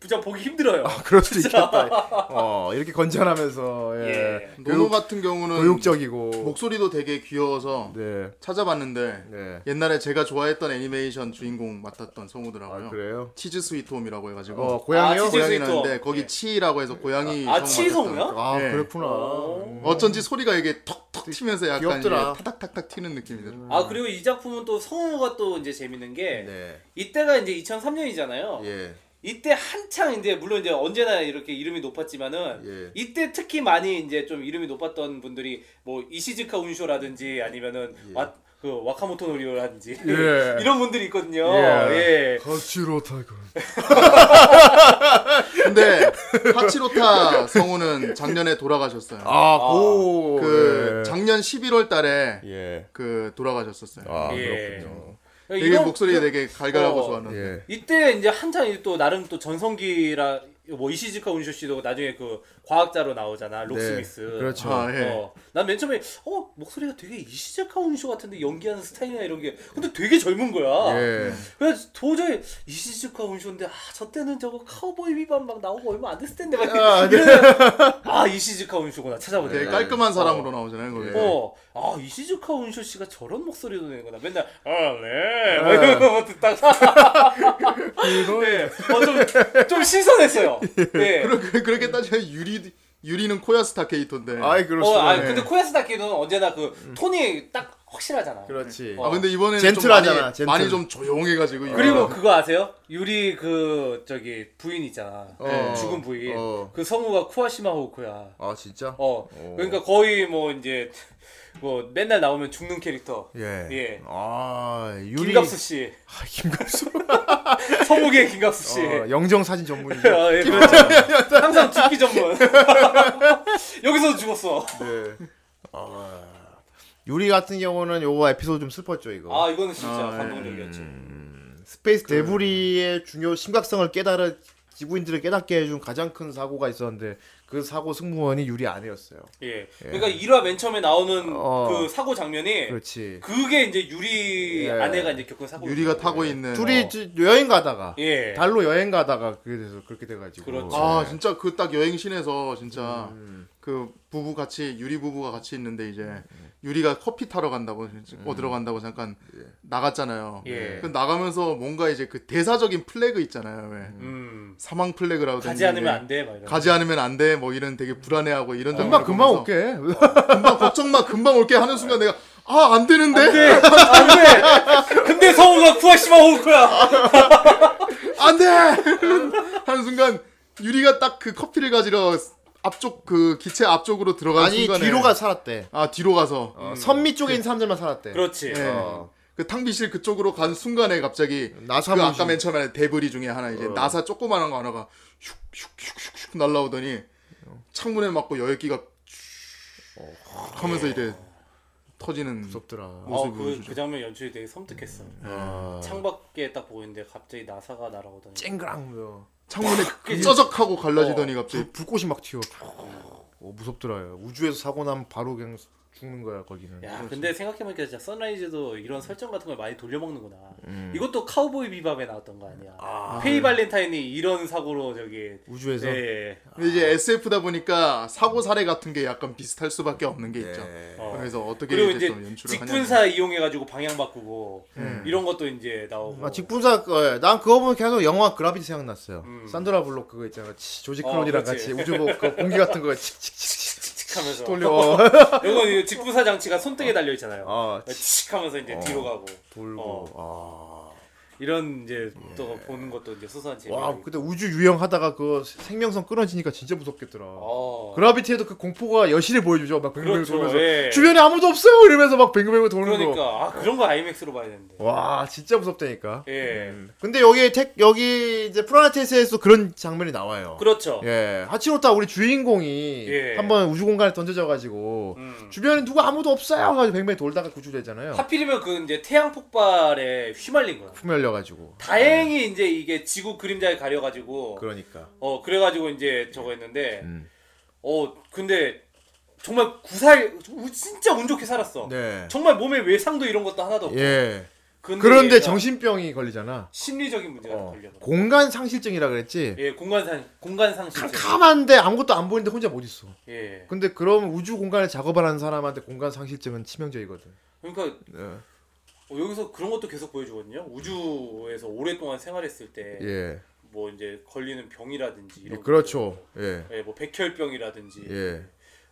[SPEAKER 3] 진짜
[SPEAKER 1] 아,
[SPEAKER 3] 보기 힘들어요.
[SPEAKER 1] 그럴 수도 있겠다. 어 이렇게 건전하면서 예.
[SPEAKER 3] 예.
[SPEAKER 4] 노노 같은 경우는
[SPEAKER 1] 교육적이고.
[SPEAKER 4] 목소리도 되게 귀여워서
[SPEAKER 1] 네.
[SPEAKER 4] 찾아봤는데
[SPEAKER 1] 네.
[SPEAKER 4] 옛날에 제가 좋아했던 애니메이션 주인공 맡았던 성우더라고요.
[SPEAKER 1] 아, 그래요?
[SPEAKER 4] 치즈 스위트홈이라고 해가지고
[SPEAKER 1] 어, 고양이요?
[SPEAKER 3] 아, 치즈-
[SPEAKER 4] 고양이라는데
[SPEAKER 3] 스위트홈.
[SPEAKER 4] 거기
[SPEAKER 3] 예.
[SPEAKER 4] 치라고 해서 고양이
[SPEAKER 3] 아,
[SPEAKER 4] 성우
[SPEAKER 3] 치
[SPEAKER 4] 맡았던
[SPEAKER 3] 성우야?
[SPEAKER 1] 아,
[SPEAKER 4] 예.
[SPEAKER 1] 그렇구나.
[SPEAKER 3] 어.
[SPEAKER 4] 어쩐지 소리가 이게 턱턱 튀면서 약간 이게
[SPEAKER 1] 귀엽더라.
[SPEAKER 4] 타닥타닥 튀는 느낌이 들어요.
[SPEAKER 3] 아 그리고 이 작품은 또 성우가 또 이제 재밌는 게
[SPEAKER 1] 네.
[SPEAKER 3] 이때가 이제 2003년이잖아요.
[SPEAKER 1] 예.
[SPEAKER 3] 이때 한창 이제 물론 이제 언제나 이렇게 이름이 높았지만은
[SPEAKER 1] 예.
[SPEAKER 3] 이때 특히 많이 이제 좀 이름이 높았던 분들이 뭐 이시즈카 운쇼라든지 아니면은 와, 그 와카모토 노리오라든지
[SPEAKER 1] 예.
[SPEAKER 3] 이런 분들이 있거든요.
[SPEAKER 1] 예.
[SPEAKER 3] 예.
[SPEAKER 1] 가치로 타이거.
[SPEAKER 4] 근데 하치로타 성우는 작년에 돌아가셨어요.
[SPEAKER 1] 아, 고.
[SPEAKER 4] 그
[SPEAKER 1] 네.
[SPEAKER 4] 작년 11월 달에
[SPEAKER 1] 예.
[SPEAKER 4] 그 돌아가셨었어요.
[SPEAKER 1] 아,
[SPEAKER 3] 예.
[SPEAKER 1] 그렇군요.
[SPEAKER 4] 되게
[SPEAKER 3] 이런-
[SPEAKER 4] 목소리 되게 갈갈하고
[SPEAKER 3] 어.
[SPEAKER 4] 좋았는데.
[SPEAKER 1] 예.
[SPEAKER 3] 이때 이제 한창 이제 또 나름 또 전성기라 뭐 이시즈카 운쇼 씨도 나중에 그 과학자로 나오잖아 록스미스.
[SPEAKER 1] 그렇죠.
[SPEAKER 4] 아, 예.
[SPEAKER 3] 어, 난 맨 처음에 어 목소리가 되게 이시즈카 운쇼 같은데 연기하는 스타일이나 이런 게 근데 되게 젊은 거야.
[SPEAKER 1] 예.
[SPEAKER 3] 그래서 도저히 이시즈카 운쇼인데 아 저 때는 저거 카우보이 비밥 막 나오고 얼마 안 됐을 텐데 막
[SPEAKER 1] 아, 네.
[SPEAKER 3] 이러면서 아 이시즈카 운쇼구나 찾아보니까
[SPEAKER 4] 되게 깔끔한 사람으로 나오잖아요.
[SPEAKER 1] 예.
[SPEAKER 4] 거기.
[SPEAKER 3] 어, 아 이시즈카 운쇼 씨가 저런 목소리도 내는구나. 맨날
[SPEAKER 1] 예.
[SPEAKER 3] 아네 뭐 이런 거 듣다가 네, 어좀좀 신선했어요.
[SPEAKER 1] 예.
[SPEAKER 3] 네.
[SPEAKER 4] 그렇게 그렇게 따지면 유리 유리는 코야스타 케이토인데.
[SPEAKER 1] 아이,
[SPEAKER 3] 어,
[SPEAKER 1] 그렇습니다. 예. 음.
[SPEAKER 3] 아 근데 코야스다키는 언제나 그 톤이 딱 확실하잖아.
[SPEAKER 1] 그렇지.
[SPEAKER 3] 어,
[SPEAKER 4] 아, 근데 이번에는
[SPEAKER 1] 젠틀하잖아,
[SPEAKER 4] 좀
[SPEAKER 1] 젠틀.
[SPEAKER 4] 많이, 많이 좀 조용해가지고 이거.
[SPEAKER 1] 어.
[SPEAKER 3] 그리고 그거 아세요? 유리 그 저기 부인 있잖아.
[SPEAKER 1] 어.
[SPEAKER 3] 네, 죽은 부인.
[SPEAKER 1] 어.
[SPEAKER 3] 그 성우가 쿠아시마 호크야.
[SPEAKER 1] 아, 진짜?
[SPEAKER 3] 어. 그러니까 거의 뭐 이제 뭐 맨날 나오면 죽는 캐릭터.
[SPEAKER 1] 예.
[SPEAKER 3] 예.
[SPEAKER 1] 아, 유리
[SPEAKER 3] 김갑수 씨.
[SPEAKER 1] 아, 김갑수.
[SPEAKER 3] 성우계 김갑수 씨.
[SPEAKER 1] 어, 영정 사진 전문이죠.
[SPEAKER 3] 아, 예, 그렇죠. 항상 죽기 전문. 여기서도 죽었어.
[SPEAKER 1] 네. 아, 유리 같은 경우는 요거 에피소드 좀 슬펐죠, 이거.
[SPEAKER 3] 아, 이거는 진짜
[SPEAKER 4] 아,
[SPEAKER 3] 감동적이었죠.
[SPEAKER 1] 스페이스 데브리의 중요 심각성을 깨달은 지구인들을 깨닫게 해준 가장 큰 사고가 있었는데 그 사고 승무원이 유리 아내였어요.
[SPEAKER 3] 예. 그러니까 1화 맨 처음에 나오는
[SPEAKER 1] 어.
[SPEAKER 3] 그 사고 장면이
[SPEAKER 1] 그렇지.
[SPEAKER 3] 그게 이제 유리
[SPEAKER 1] 예.
[SPEAKER 3] 아내가 이제 겪은 사고.
[SPEAKER 4] 유리가 타고 있는.
[SPEAKER 1] 둘이 저- 여행 가다가
[SPEAKER 3] 예.
[SPEAKER 1] 달로 여행 가다가 그게 돼서 그렇게 돼가지고.
[SPEAKER 3] 그렇죠.
[SPEAKER 4] 아 진짜 그 딱 여행 신에서 진짜 그 부부 같이 유리 부부가 같이 있는데 이제 유리가 커피 타러 간다고 어디로 간다고 잠깐 나갔잖아요.
[SPEAKER 3] 예.
[SPEAKER 4] 그 나가면서 뭔가 이제 그 대사적인 플래그 있잖아요. 왜
[SPEAKER 3] 음.
[SPEAKER 4] 사망 플래그라고
[SPEAKER 3] 가지
[SPEAKER 4] 되는데
[SPEAKER 3] 않으면 안 돼. 막 이런.
[SPEAKER 4] 가지 않으면 안 돼. 뭐 이런 되게 불안해하고 이런 장면.
[SPEAKER 1] 어, 금방 금방 올게.
[SPEAKER 4] 금방 걱정 마. 금방 올게 하는 순간 내가 아 안 되는데.
[SPEAKER 3] 안 돼. 안 돼. 근데 성우가 쿠아시마 호크야.
[SPEAKER 4] 안 돼! 하는 순간 유리가 딱 그 커피를 가지러 앞쪽 그 기체 앞쪽으로 들어간
[SPEAKER 1] 아니
[SPEAKER 4] 순간에
[SPEAKER 1] 뒤로가 살았대.
[SPEAKER 4] 아 뒤로 가서
[SPEAKER 1] 어, 선미 쪽에 있는 사람들만 살았대.
[SPEAKER 3] 그렇지.
[SPEAKER 4] 예.
[SPEAKER 1] 어.
[SPEAKER 4] 그 탕비실 그쪽으로 간 순간에 갑자기
[SPEAKER 1] 나사
[SPEAKER 4] 그
[SPEAKER 1] 분신. 어.
[SPEAKER 4] 아까 맨 처음에 데브리 중에 하나 이제 나사 조그마한 거 하나가 슉슉슉슉슉 날라오더니 창문에 맞고 여객기가 슉 하면서 이제 터지는
[SPEAKER 1] 무섭더라.
[SPEAKER 3] 어,
[SPEAKER 4] 모습을
[SPEAKER 3] 그,
[SPEAKER 4] 보여주죠.
[SPEAKER 3] 그 장면 연출이 되게 섬뜩했어.
[SPEAKER 1] 아.
[SPEAKER 3] 창밖에 딱 보이는데 갑자기 나사가 날아오더니.
[SPEAKER 1] 쨍그랑 뭐.
[SPEAKER 4] 창문에 쩌적하고 갈라지더니 갑자기
[SPEAKER 1] 네, 불, 불꽃이 막 튀어.
[SPEAKER 3] 아,
[SPEAKER 1] 어, 무섭더라. 우주에서 사고 나면 바로 그냥 죽는 거야 거기는.
[SPEAKER 3] 야, 근데 생각해보니까 진짜 선라이즈도 이런 설정 같은 걸 많이 돌려먹는구나. 이것도 카우보이 비밥에 나왔던 거 아니야. 페이 발렌타인이 이런 사고로 저기.
[SPEAKER 1] 우주에서.
[SPEAKER 3] 예.
[SPEAKER 4] 근데 이제 SF다 보니까 사고 사례 같은 게 약간 비슷할 수밖에 없는 게 있죠.
[SPEAKER 1] 네.
[SPEAKER 3] 어.
[SPEAKER 4] 그래서 어떻게
[SPEAKER 3] 그리고 이제
[SPEAKER 4] 이제 좀 연출을
[SPEAKER 3] 직분사 이용해가지고 방향 바꾸고 이런 것도 이제 나오고.
[SPEAKER 1] 아, 직분사 어, 난 그거 보면 계속 영화 그라비티 생각났어요. 산드라 블록 그거 있잖아. 치, 조지
[SPEAKER 3] 음. 어,
[SPEAKER 1] 클론이랑
[SPEAKER 3] 그렇지.
[SPEAKER 1] 같이 우주 뭐 그 공기 같은 거 칙칙칙
[SPEAKER 3] 칙하면서.
[SPEAKER 1] 돌려.
[SPEAKER 3] 이건 이 직분사 장치가 손등에 달려 있잖아요. 네,
[SPEAKER 1] 아, 칙
[SPEAKER 3] 칙하면서 이제 뒤로 가고.
[SPEAKER 1] 돌고. 아.
[SPEAKER 3] 어. 이런 이제 또 보는 것도 이제 소소한
[SPEAKER 1] 아. 와,
[SPEAKER 3] 재미.
[SPEAKER 1] 근데 우주 유영하다가 그 생명선 끊어지니까 진짜 무섭겠더라.
[SPEAKER 3] 어.
[SPEAKER 1] 그라비티에도 그 공포가 여실히 보여주죠. 막 뱅뱅
[SPEAKER 3] 그렇죠,
[SPEAKER 1] 돌면서
[SPEAKER 3] 예.
[SPEAKER 1] 주변에 아무도 없어요 이러면서 막 뱅뱅 도는 거.
[SPEAKER 3] 그러니까 아 그런 거 IMAX로 봐야 되는데.
[SPEAKER 1] 와, 진짜 무섭다니까. 음.
[SPEAKER 3] 예.
[SPEAKER 1] 근데 여기 택 여기 이제 프라나테스에서 그런 장면이 나와요.
[SPEAKER 3] 그렇죠.
[SPEAKER 1] 예, 하치로타 우리 주인공이
[SPEAKER 3] 예.
[SPEAKER 1] 한번 우주 공간에 던져져 가지고
[SPEAKER 3] 음.
[SPEAKER 1] 주변에 누구 아무도 없어요. 가지고 뱅뱅 돌다가 구출되잖아요.
[SPEAKER 3] 하필이면 그 이제 태양 폭발에 휘말린 거야.
[SPEAKER 1] 품열려 가지고.
[SPEAKER 3] 다행히 이제 이게 지구 그림자에 가려가지고
[SPEAKER 1] 네. 그러니까.
[SPEAKER 3] 어 그래가지고 이제 저거 했는데
[SPEAKER 1] 음.
[SPEAKER 3] 어 근데 정말 구살 우- 진짜 운 좋게 살았어.
[SPEAKER 1] 네.
[SPEAKER 3] 정말 몸에 외상도 이런 것도 하나도 없고
[SPEAKER 1] 예.
[SPEAKER 3] 근데
[SPEAKER 1] 그런데
[SPEAKER 3] 얘가
[SPEAKER 1] 정신병이 걸리잖아.
[SPEAKER 3] 심리적인 문제가
[SPEAKER 1] 어.
[SPEAKER 3] 걸려.
[SPEAKER 1] 공간 상실증이라 그랬지.
[SPEAKER 3] 예, 공간상 공간상실.
[SPEAKER 1] 캄캄한데 아무것도 안 보이는데 혼자 못 있어.
[SPEAKER 3] 예.
[SPEAKER 1] 근데 그럼 우주 공간을 작업하는 사람한테 공간 상실증은 치명적이거든.
[SPEAKER 3] 그러니까
[SPEAKER 1] 네.
[SPEAKER 3] 어, 여기서 그런 것도 계속 보여주거든요. 우주에서 오랫동안 생활했을 때 뭐
[SPEAKER 1] 예.
[SPEAKER 3] 이제 걸리는 병이라든지 이런
[SPEAKER 1] 그렇죠. 예.
[SPEAKER 3] 것들. 예, 뭐 백혈병이라든지
[SPEAKER 1] 예.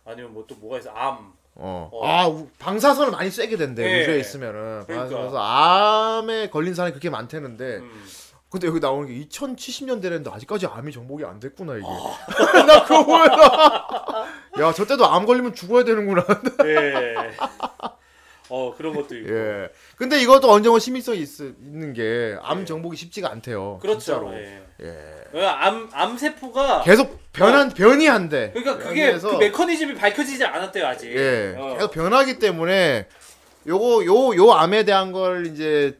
[SPEAKER 3] 아니면 뭐 또 뭐가 있어 암.
[SPEAKER 1] 어.
[SPEAKER 3] 어.
[SPEAKER 1] 아, 우- 방사선을 많이 쐬게 된대.
[SPEAKER 3] 예.
[SPEAKER 1] 우주에 있으면은.
[SPEAKER 3] 그러니까.
[SPEAKER 1] 그래서 암에 걸린 사람이 그렇게 많다는데.
[SPEAKER 3] 음.
[SPEAKER 1] 근데 여기 나오는 게 2070년대라는데 아직까지 암이 정복이 안 됐구나 이게.
[SPEAKER 3] 아.
[SPEAKER 1] 나 그거 몰라. 야, 저 때도 암 걸리면 죽어야 되는구나.
[SPEAKER 3] 예. 어 그런 것도 있고.
[SPEAKER 1] 예. 근데 이것도 어느 정도 심의성이 있, 있는 게 암 정복이 쉽지가 않대요.
[SPEAKER 3] 예. 그렇죠.
[SPEAKER 1] 진짜로.
[SPEAKER 3] 예.
[SPEAKER 1] 예.
[SPEAKER 3] 어, 암 암세포가
[SPEAKER 1] 계속 변한 변이한데.
[SPEAKER 3] 어. 그러니까 그게
[SPEAKER 1] 변이해서-
[SPEAKER 3] 그 메커니즘이 밝혀지지 않았대요 아직.
[SPEAKER 1] 예.
[SPEAKER 3] 어.
[SPEAKER 1] 계속 변하기 때문에 요거 요 요 암에 대한 걸 이제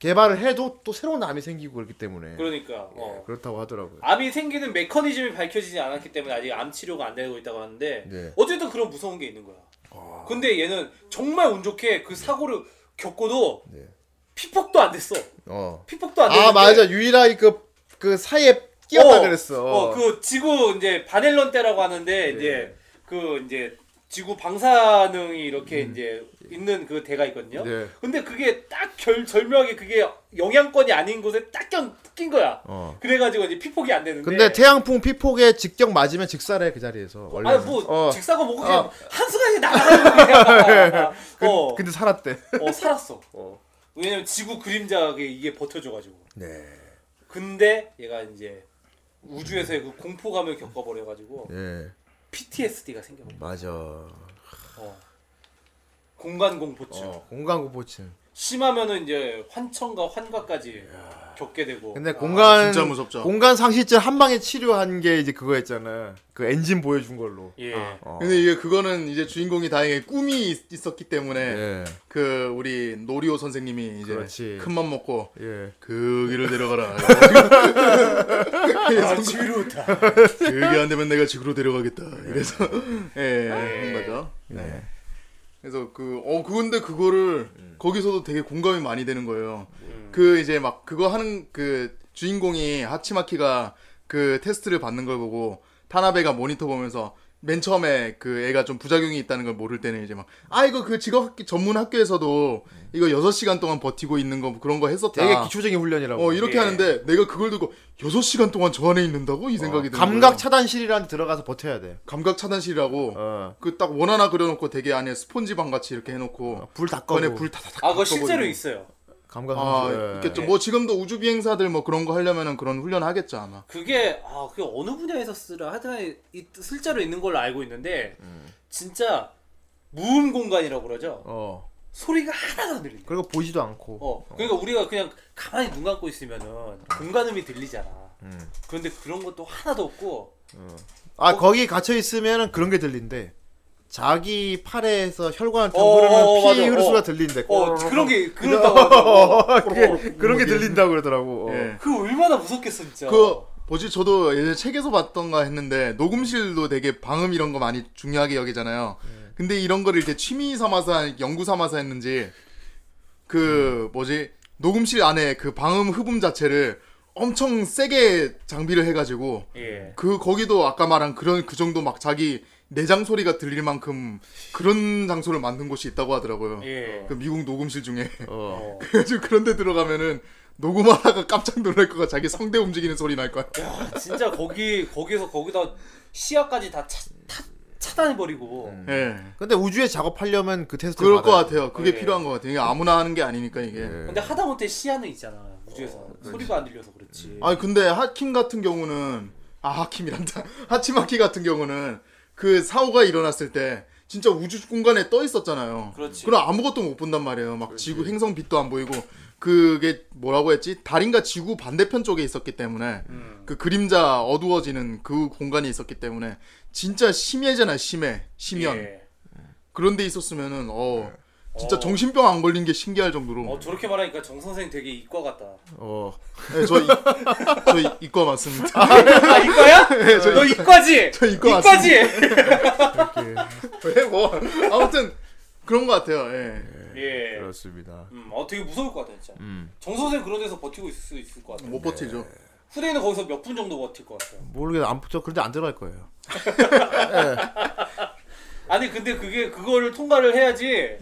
[SPEAKER 1] 개발을 해도 또 새로운 암이 생기고 그렇기 때문에
[SPEAKER 3] 그러니까.
[SPEAKER 1] 예,
[SPEAKER 3] 어.
[SPEAKER 1] 그렇다고 하더라고요.
[SPEAKER 3] 암이 생기는 메커니즘이 밝혀지지 않았기 때문에 아직 암 치료가 안 되고 있다고 하는데
[SPEAKER 1] 네. 아.
[SPEAKER 3] 어쨌든 그런 무서운 게 있는 거야. 근데 얘는 정말 운 좋게 그 사고를 겪고도
[SPEAKER 1] 네.
[SPEAKER 3] 피폭도 안 됐어.
[SPEAKER 1] 어.
[SPEAKER 3] 피폭도 안 됐는데.
[SPEAKER 1] 아 맞아 유일하이 그 그 사이에 끼었다 그랬어.
[SPEAKER 3] 네,
[SPEAKER 1] 네.
[SPEAKER 3] 어, 그 지구 이제 바넬론 때라고 하는데 이제 그 이제 지구 방사능이 이렇게 이제 있는 그 대가 있거든요.
[SPEAKER 1] 음. 네.
[SPEAKER 3] 근데 그게 딱 결, 절묘하게 그게 영향권이 아닌 곳에 딱 껴- 낀 거야.
[SPEAKER 1] 어.
[SPEAKER 3] 그래가지고 이제 피폭이 안 되는데.
[SPEAKER 1] 근데 태양풍 피폭에 직격 맞으면 직사해 그 자리에서 원래.
[SPEAKER 3] 아니 뭐
[SPEAKER 1] 어.
[SPEAKER 3] 직사가 뭐고 그냥
[SPEAKER 1] 어. 한순간에
[SPEAKER 3] 나가는
[SPEAKER 1] 그,
[SPEAKER 3] 거야. 어,
[SPEAKER 1] 근데 살았대.
[SPEAKER 3] 어 살았어.
[SPEAKER 1] 어.
[SPEAKER 3] 왜냐면 지구 그림자에 이게 버텨줘가지고.
[SPEAKER 1] 네.
[SPEAKER 3] 근데 얘가 이제 우주에서의 그 공포감을 겪어버려가지고
[SPEAKER 1] 예.
[SPEAKER 3] PTSD가 생겨버려.
[SPEAKER 1] 맞아.
[SPEAKER 3] 어. 공간 공포증.
[SPEAKER 1] 어. 공간 공포증.
[SPEAKER 3] 심하면은 이제 환청과 환각까지 겪게 되고. 아.
[SPEAKER 1] 근데 공간
[SPEAKER 4] 진짜 무섭죠.
[SPEAKER 1] 공간 상실증 한 방에 치료한 게 이제 그거였잖아. 그 엔진 보여준 걸로.
[SPEAKER 3] 예.
[SPEAKER 1] 어.
[SPEAKER 4] 근데 이게 그거는 이제 주인공이 다행히 꿈이 있- 있었기 때문에
[SPEAKER 1] 예.
[SPEAKER 4] 그 우리 노리오 선생님이
[SPEAKER 1] 그렇지.
[SPEAKER 4] 이제 큰 맘 먹고
[SPEAKER 1] 예.
[SPEAKER 4] 그 길을 내려가라.
[SPEAKER 1] 아,
[SPEAKER 3] 지루다.
[SPEAKER 4] 그게 안 되면 내가 지구로 데려가겠다. 그래서 예, 한 거죠.
[SPEAKER 1] 네.
[SPEAKER 4] 그래서 그어 근데 그거를
[SPEAKER 1] 음.
[SPEAKER 4] 거기서도 되게 공감이 많이 되는 거예요. 그 이제 막 그거 하는 그 주인공이 하치마키가 그 테스트를 받는 걸 보고 타나베가 모니터 보면서 맨 처음에 그 애가 좀 부작용이 있다는 걸 모를 때는 이제 막, 아, 이거 그 직업 학교, 전문 학교에서도 이거 6시간 동안 버티고 있는 거, 뭐 그런 거 했었다.
[SPEAKER 1] 음. 되게 기초적인 훈련이라고.
[SPEAKER 4] 어, 이렇게
[SPEAKER 3] 예.
[SPEAKER 4] 하는데 내가 그걸 듣고 6시간 동안 저 안에 있는다고? 이 생각이 드는
[SPEAKER 1] 어, 감각
[SPEAKER 4] 거예요.
[SPEAKER 1] 차단실이라는 들어가서 버텨야 돼.
[SPEAKER 4] 감각 차단실이라고
[SPEAKER 1] 어.
[SPEAKER 4] 그 딱 원 하나 그려놓고 되게 안에 스폰지방 같이 이렇게 해놓고
[SPEAKER 1] 불 다 꺼고.
[SPEAKER 4] 안에 불 다다닥
[SPEAKER 3] 아, 그거
[SPEAKER 4] 닦아버리고.
[SPEAKER 3] 실제로 있어요.
[SPEAKER 1] 감각
[SPEAKER 4] 아
[SPEAKER 1] 상실. 예.
[SPEAKER 4] 있겠죠 뭐 지금도 우주 비행사들 뭐 그런 거 하려면은 그런 훈련 하겠죠 아마
[SPEAKER 3] 그게 아 그게 어느 분야에서 쓰라 하여튼 이- 실제로 있는 걸로 알고 있는데 진짜 무음 공간이라고 그러죠
[SPEAKER 1] 음. 어.
[SPEAKER 3] 소리가 하나도 안 들린다
[SPEAKER 1] 그리고 보이지도 않고.
[SPEAKER 3] 어 그러니까 우리가 그냥 가만히 눈 감고 있으면은 공간음이 들리잖아
[SPEAKER 1] 음.
[SPEAKER 3] 그런데 그런 것도 하나도 없고
[SPEAKER 1] 아
[SPEAKER 3] 어.
[SPEAKER 1] 거기 갇혀 있으면 그런 게 들린대. 자기 팔에서 혈관 통
[SPEAKER 3] 어,
[SPEAKER 1] 흐르는
[SPEAKER 3] 어,
[SPEAKER 1] 피
[SPEAKER 3] 맞아.
[SPEAKER 1] 흐르소리가
[SPEAKER 3] 어.
[SPEAKER 1] 들린대.
[SPEAKER 3] 어 그런 게 그런다고 하더라고.
[SPEAKER 1] 어, 그게, 그런 게 들린다고 그러더라고. 어.
[SPEAKER 4] 예.
[SPEAKER 3] 그거 얼마나 무섭겠어 진짜
[SPEAKER 4] 그 뭐지 저도 예전에 책에서 봤던가 했는데 녹음실도 되게 방음 이런 거 많이 중요하게 여기잖아요 근데 이런 거를 이렇게 취미 삼아서 한- 연구 삼아서 했는지 그 뭐지 녹음실 안에 그 방음 흡음 자체를 엄청 세게 장비를 해가지고
[SPEAKER 3] 예.
[SPEAKER 4] 그 거기도 아까 말한 그런 그 정도 막 자기 내장 소리가 들릴 만큼 그런 장소를 만든 곳이 있다고 하더라고요.
[SPEAKER 3] 예.
[SPEAKER 4] 그 미국 녹음실 중에
[SPEAKER 1] 어.
[SPEAKER 3] 어.
[SPEAKER 4] 그래서 그런데 들어가면은 녹음하다가 깜짝 놀랄 거가 자기 성대 움직이는 소리 날 거야.
[SPEAKER 3] 진짜 거기 거기서 거기다 시야까지 다 차, 타, 차단해버리고
[SPEAKER 4] 예.
[SPEAKER 1] 근데 우주에 작업하려면 그 테스트
[SPEAKER 4] 그럴 것 같아요. 그게
[SPEAKER 3] 예.
[SPEAKER 4] 필요한 것 같아요. 이게 아무나 하는 게 아니니까 이게.
[SPEAKER 3] 근데 하다못해 시야는 있잖아 우주에서 소리가 안 들려서 그렇지
[SPEAKER 4] 음. 아니 근데 하킴 같은 경우는 아 하킴이란다. 하치마키 같은 경우는 그 사고가 일어났을 때 진짜 우주 공간에 떠 있었잖아요.
[SPEAKER 3] 그렇지.
[SPEAKER 4] 럼 아무것도 못 본단 말이에요. 막 지구 행성 빛도 안 보이고 그게 뭐라고 했지? 달인과 지구 반대편 쪽에 있었기 때문에
[SPEAKER 3] 음.
[SPEAKER 4] 그 그림자 어두워지는 그 공간이 있었기 때문에 진짜 심해잖아요. 심해. 심연.
[SPEAKER 3] 예.
[SPEAKER 4] 그런 데 있었으면은 어 진짜
[SPEAKER 3] 어.
[SPEAKER 4] 정신병 안 걸린 게 신기할 정도로
[SPEAKER 3] 어 저렇게 말하니까 정 선생 되게 이과 같다.
[SPEAKER 1] 어.
[SPEAKER 4] 네, 저, 이, 저 이- 이과 맞습니다.
[SPEAKER 3] 아 이과야? 너 이과지?
[SPEAKER 4] 저 이과
[SPEAKER 3] 이과지?
[SPEAKER 4] 왜 뭐. 아무튼 그런 것 같아요. 예.
[SPEAKER 1] 네.
[SPEAKER 3] 예.
[SPEAKER 1] 그렇습니다.
[SPEAKER 3] 음, 어, 되게 무서울 것 같아요, 진짜.
[SPEAKER 1] 음.
[SPEAKER 3] 정 선생 그런 데서 버티고 있을 수 있을 것 같아요.
[SPEAKER 4] 못 버티죠.
[SPEAKER 3] 후대인은 거기서 몇 분 정도 버틸 것 같아요.
[SPEAKER 1] 모르겠어. 안 붙어. 그런데 안 들어갈 거예요.
[SPEAKER 3] 아니 근데 그게 그거를 통과를 해야지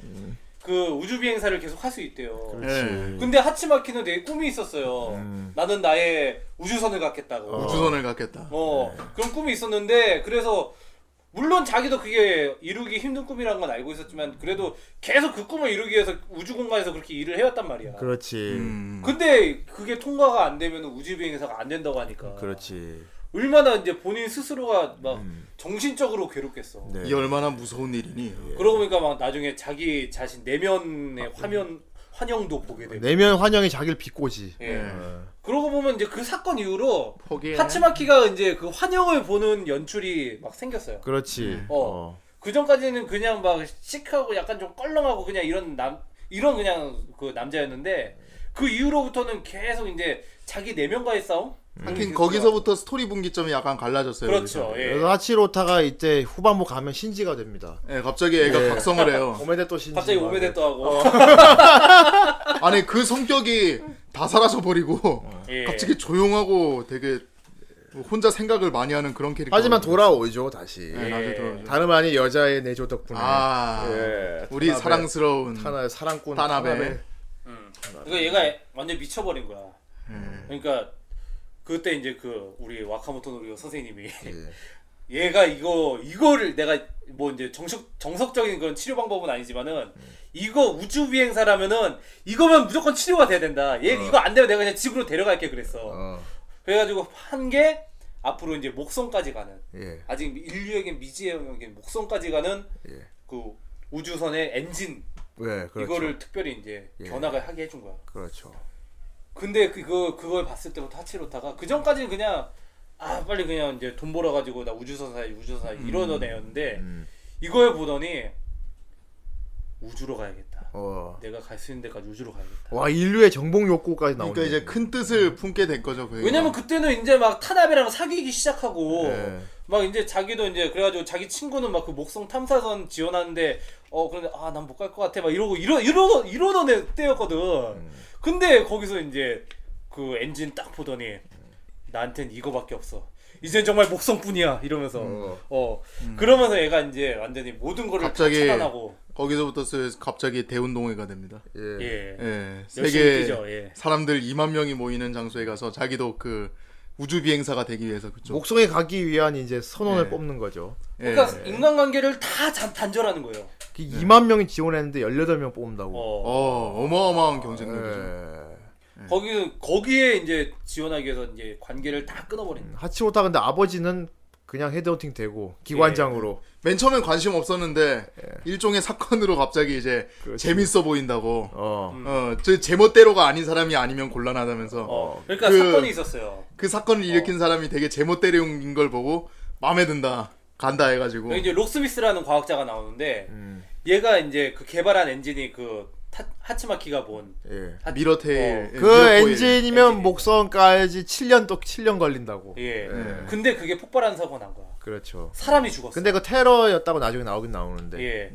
[SPEAKER 3] 그 우주 비행사를 계속 할 수 있대요.
[SPEAKER 1] 네.
[SPEAKER 4] 예.
[SPEAKER 3] 근데 하치마키는 되게 꿈이 있었어요.
[SPEAKER 1] 음.
[SPEAKER 3] 나는 나의 우주선을 갖겠다고.
[SPEAKER 4] 우주선을 갖겠다.
[SPEAKER 3] 어
[SPEAKER 1] 네.
[SPEAKER 3] 그런 꿈이 있었는데 그래서 물론 자기도 그게 이루기 힘든 꿈이라는 건 알고 있었지만 그래도 계속 그 꿈을 이루기 위해서 우주 공간에서 그렇게 일을 해왔단 말이야.
[SPEAKER 1] 그렇지.
[SPEAKER 4] 어. 음.
[SPEAKER 3] 근데 그게 통과가 안 되면 우주 비행사가 안 된다고 하니까.
[SPEAKER 1] 음, 그렇지. 음.
[SPEAKER 3] 얼마나 이제 본인 스스로가 막 정신적으로 괴롭겠어.
[SPEAKER 1] 네.
[SPEAKER 4] 이 얼마나 무서운 일이니.
[SPEAKER 1] 예.
[SPEAKER 3] 그러고 보니까 막 나중에 자기 자신 내면의
[SPEAKER 1] 아,
[SPEAKER 3] 화면 환영도 보게 되고.
[SPEAKER 1] 내면 환영이 자기를 비꼬지. 어.
[SPEAKER 3] 예.
[SPEAKER 4] 예.
[SPEAKER 3] 그러고 보면 이제 그 사건 이후로
[SPEAKER 4] 포기해.
[SPEAKER 3] 하치마키가 이제 그 환영을 보는 연출이 막 생겼어요.
[SPEAKER 1] 그렇지.
[SPEAKER 3] 어.
[SPEAKER 1] 어.
[SPEAKER 3] 그 전까지는 그냥 막 시크하고 약간 좀 껄렁하고 그냥 이런 남 이런 그냥 그 남자였는데 그 이후로부터는 계속 이제 자기 내면과의 싸움. 음.
[SPEAKER 4] 하긴 거기서부터 스토리 분기점이 약간 갈라졌어요.
[SPEAKER 3] 그렇죠.
[SPEAKER 4] 여기서.
[SPEAKER 3] 예.
[SPEAKER 1] 그래서 하치로타가 이제 후반부 가면 신지가 됩니다.
[SPEAKER 4] 예, 갑자기 애가
[SPEAKER 1] 예.
[SPEAKER 4] 각성을 해요.
[SPEAKER 1] 오메데 또 신지.
[SPEAKER 3] 갑자기 오메데또 하고.
[SPEAKER 4] 어. 아니 그 성격이 다 사라져 버리고
[SPEAKER 1] 어.
[SPEAKER 3] 예.
[SPEAKER 4] 갑자기 조용하고 되게 뭐 혼자 생각을 많이 하는 그런 캐릭터.
[SPEAKER 1] 하지만 돌아오죠 다시.
[SPEAKER 4] 예, 나중에
[SPEAKER 3] 예.
[SPEAKER 4] 돌아오죠.
[SPEAKER 1] 다름 아닌 여자의 내조 덕분에.
[SPEAKER 4] 아
[SPEAKER 1] 예.
[SPEAKER 4] 우리
[SPEAKER 1] 타나베.
[SPEAKER 4] 사랑스러운
[SPEAKER 1] 음. 타나 사랑꾼
[SPEAKER 4] 타나베.
[SPEAKER 1] 음.
[SPEAKER 3] 그러니까 얘가 완전 미쳐버린 거야. 그러니까 그때 이제 그 우리 와카모토 노리오 선생님이
[SPEAKER 1] 예.
[SPEAKER 3] 얘가 이거 이거를 내가 뭐 이제 정식 정석적인 그런 치료 방법은 아니지만은
[SPEAKER 1] 음.
[SPEAKER 3] 이거 우주 비행사라면은 이거면 무조건 치료가 돼야 된다. 얘 이거 안 되면 내가 그냥 집으로 데려갈게 그랬어.
[SPEAKER 1] 어.
[SPEAKER 3] 그래가지고 한 게 앞으로 이제 목성까지 가는
[SPEAKER 1] 예.
[SPEAKER 3] 아직 인류에겐 미지의 영역인 목성까지 가는
[SPEAKER 1] 예.
[SPEAKER 3] 그 우주선의 엔진
[SPEAKER 1] 예. 그렇죠.
[SPEAKER 3] 이거를 특별히 이제
[SPEAKER 1] 예.
[SPEAKER 3] 변화를 하게 해준 거야.
[SPEAKER 1] 그렇죠.
[SPEAKER 3] 근데 그거 그걸 봤을 때부터 하치로타가 그 전까지는 그냥 아 빨리 그냥 이제 돈 벌어가지고 나 우주선 사야 우주선 사야 이러던 애였는데
[SPEAKER 1] 음.
[SPEAKER 3] 이걸 보더니 우주로 가야겠다.
[SPEAKER 1] 어.
[SPEAKER 3] 내가 갈 수 있는 데까지 우주로 가야겠다.
[SPEAKER 1] 와 인류의 정복 욕구까지 나오네.
[SPEAKER 4] 그러니까 이제 큰 뜻을 품게 된 거죠. 그 애가.
[SPEAKER 3] 왜냐면 그때는 이제 막 타나베랑 사귀기 시작하고
[SPEAKER 4] 네.
[SPEAKER 1] 예.
[SPEAKER 3] 막 이제 자기도 이제 그래가지고 자기 친구는 막 그 목성 탐사선 지원하는데 어 그런데 아 난 못 갈 것 같아 막 이러고 이러 이러던 이러던 애 때였거든.
[SPEAKER 4] 음.
[SPEAKER 3] 근데 거기서 이제 그 엔진 딱 보더니 나한텐 이거밖에 없어. 이젠 정말 목성뿐이야 이러면서 어, 그러면서 얘가 이제 완전히 모든 거를
[SPEAKER 4] 갑자기-
[SPEAKER 3] 다 차단하고
[SPEAKER 4] 거기서부터 스- 갑자기 대운동회가 됩니다.
[SPEAKER 1] 예.
[SPEAKER 3] 예.
[SPEAKER 4] 예,
[SPEAKER 3] 열심히
[SPEAKER 4] 세계 네.
[SPEAKER 3] 뛰죠, 예.
[SPEAKER 4] 사람들 2만 명이 모이는 장소에 가서 자기도 그 우주 비행사가 되기 위해서
[SPEAKER 3] 뭐,
[SPEAKER 4] 그쪽.
[SPEAKER 1] 목성에 가기 위한 이제 선원을
[SPEAKER 4] 예.
[SPEAKER 1] 뽑는 거죠.
[SPEAKER 4] 예.
[SPEAKER 3] 그러니까 인간관계를 다 잔- 단절하는 거예요.
[SPEAKER 1] 그 2만 명이 지원했는데 18명 뽑는다고.
[SPEAKER 3] 어.
[SPEAKER 4] 어, 어마어마한 경쟁력이죠.
[SPEAKER 1] 예.
[SPEAKER 3] 네. 거기 거기에 이제 지원하기 위해서 이제 관계를 다 끊어버린. 다
[SPEAKER 1] 하치오타 근데 아버지는 그냥 헤드헌팅 되고 기관장으로
[SPEAKER 3] 예.
[SPEAKER 4] 맨 처음엔 관심 없었는데 일종의 사건으로 갑자기 이제
[SPEAKER 1] 예. 그렇지.
[SPEAKER 4] 재밌어 보인다고.
[SPEAKER 3] 음.
[SPEAKER 1] 어.
[SPEAKER 4] 어, 저 제멋대로가 아닌 사람이 아니면 곤란하다면서
[SPEAKER 3] 어. 그러니까
[SPEAKER 4] 그-
[SPEAKER 3] 사건이 있었어요.
[SPEAKER 4] 그 사건을 일으킨 사람이 되게 제멋대로인 걸 보고 마음에 든다. 간다 해가지고
[SPEAKER 3] 여기 그러니까 이제 록스미스라는 과학자가 나오는데 얘가 이제 그 개발한 엔진이 그 타- 하츠마키가 본
[SPEAKER 1] 예.
[SPEAKER 3] 어.
[SPEAKER 4] 미러테일 예,
[SPEAKER 1] 그
[SPEAKER 4] 미러코일.
[SPEAKER 1] 엔진이면
[SPEAKER 3] 엔진이죠.
[SPEAKER 1] 목성까지 7년 또 7년 걸린다고.
[SPEAKER 3] 예. 근데 그게 폭발한 사고 난 거야.
[SPEAKER 1] 그렇죠.
[SPEAKER 3] 사람이 죽었어.
[SPEAKER 1] 근데 그 테러였다고 나중에 나오긴 나오는데.
[SPEAKER 3] 예.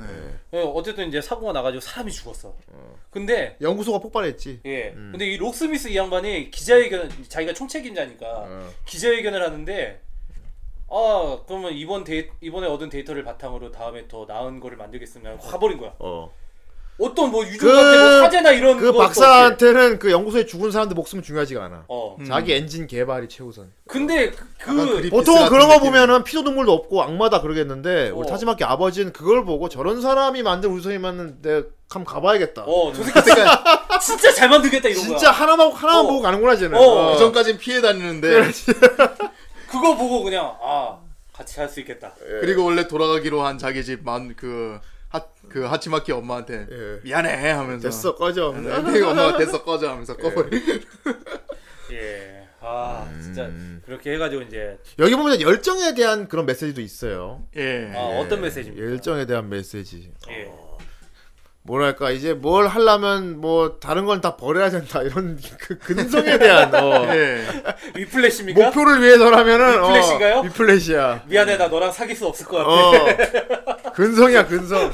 [SPEAKER 3] 어, 어쨌든 이제 사고가 나가지고 사람이 죽었어. 근데
[SPEAKER 1] 연구소가 폭발했지.
[SPEAKER 3] 예. 근데 이 록스미스 이 양반이 기자회견 자기가 총책임자니까
[SPEAKER 1] 어.
[SPEAKER 3] 기자회견을 하는데 아 그러면 이번 데이, 이번에 얻은 데이터를 바탕으로 다음에 더 나은 거를 만들겠습니다. 하고 가버린 거야.
[SPEAKER 1] 어.
[SPEAKER 3] 어떤 뭐
[SPEAKER 1] 그,
[SPEAKER 3] 유족한테 뭐 사제나 이런
[SPEAKER 1] 그
[SPEAKER 3] 것도 없이.
[SPEAKER 1] 박사한테는 그 연구소에 죽은 사람들 목숨은 중요하지가 않아.
[SPEAKER 3] 어.
[SPEAKER 1] 자기 엔진 개발이 최우선.
[SPEAKER 3] 근데 그-
[SPEAKER 4] 약간
[SPEAKER 3] 그
[SPEAKER 4] 그립-
[SPEAKER 1] 보통
[SPEAKER 4] 같은
[SPEAKER 1] 그런 거
[SPEAKER 4] 느낌.
[SPEAKER 1] 보면은 피도 눈물도 없고 악마다 그러겠는데 우리
[SPEAKER 3] 어.
[SPEAKER 1] 타지마키 아버지는 그걸 보고 저런 사람이 만든 우주선이면 내가 한번 가봐야겠다.
[SPEAKER 3] 어, 저 새끼 진짜, 진짜 잘 만들겠다 이런
[SPEAKER 1] 진짜
[SPEAKER 3] 거야.
[SPEAKER 1] 하나만 하나만
[SPEAKER 3] 어.
[SPEAKER 1] 보고 가는구나 쟤는.
[SPEAKER 3] 어.
[SPEAKER 1] 어.
[SPEAKER 4] 그 전까진 피해
[SPEAKER 1] 그렇죠.
[SPEAKER 4] 다니는데
[SPEAKER 3] 그거 보고 그냥 아 같이 할 수 있겠다.
[SPEAKER 4] 그리고 원래 돌아가기로 한 자기 집만그그 그 하치마키 엄마한테
[SPEAKER 1] 예.
[SPEAKER 4] 미안해 하면서
[SPEAKER 1] 됐어 꺼져.
[SPEAKER 4] 네, 엄마가 됐어 꺼져 하면서 꺼버리.
[SPEAKER 3] 예. 아 진짜 그렇게 해가지고 이제
[SPEAKER 1] 여기 보면 열정에 대한 그런 메시지도 있어요.
[SPEAKER 4] 예.
[SPEAKER 3] 아, 어떤 메시지입니까?
[SPEAKER 1] 열정에 대한 메시지.
[SPEAKER 3] 예.
[SPEAKER 1] 뭐랄까 이제 뭘 하려면 뭐 다른 건 다 버려야 된다 이런 그 근성에 대한 어.
[SPEAKER 3] 네.
[SPEAKER 4] 예.
[SPEAKER 3] 위플래시입니까?
[SPEAKER 1] 목표를 위해서라면은 어,
[SPEAKER 3] 위플래시인가요?
[SPEAKER 1] 위플래시야.
[SPEAKER 3] 미안해 나 너랑 사귈 수 없을 것 같아.
[SPEAKER 1] 어. 근성이야 근성.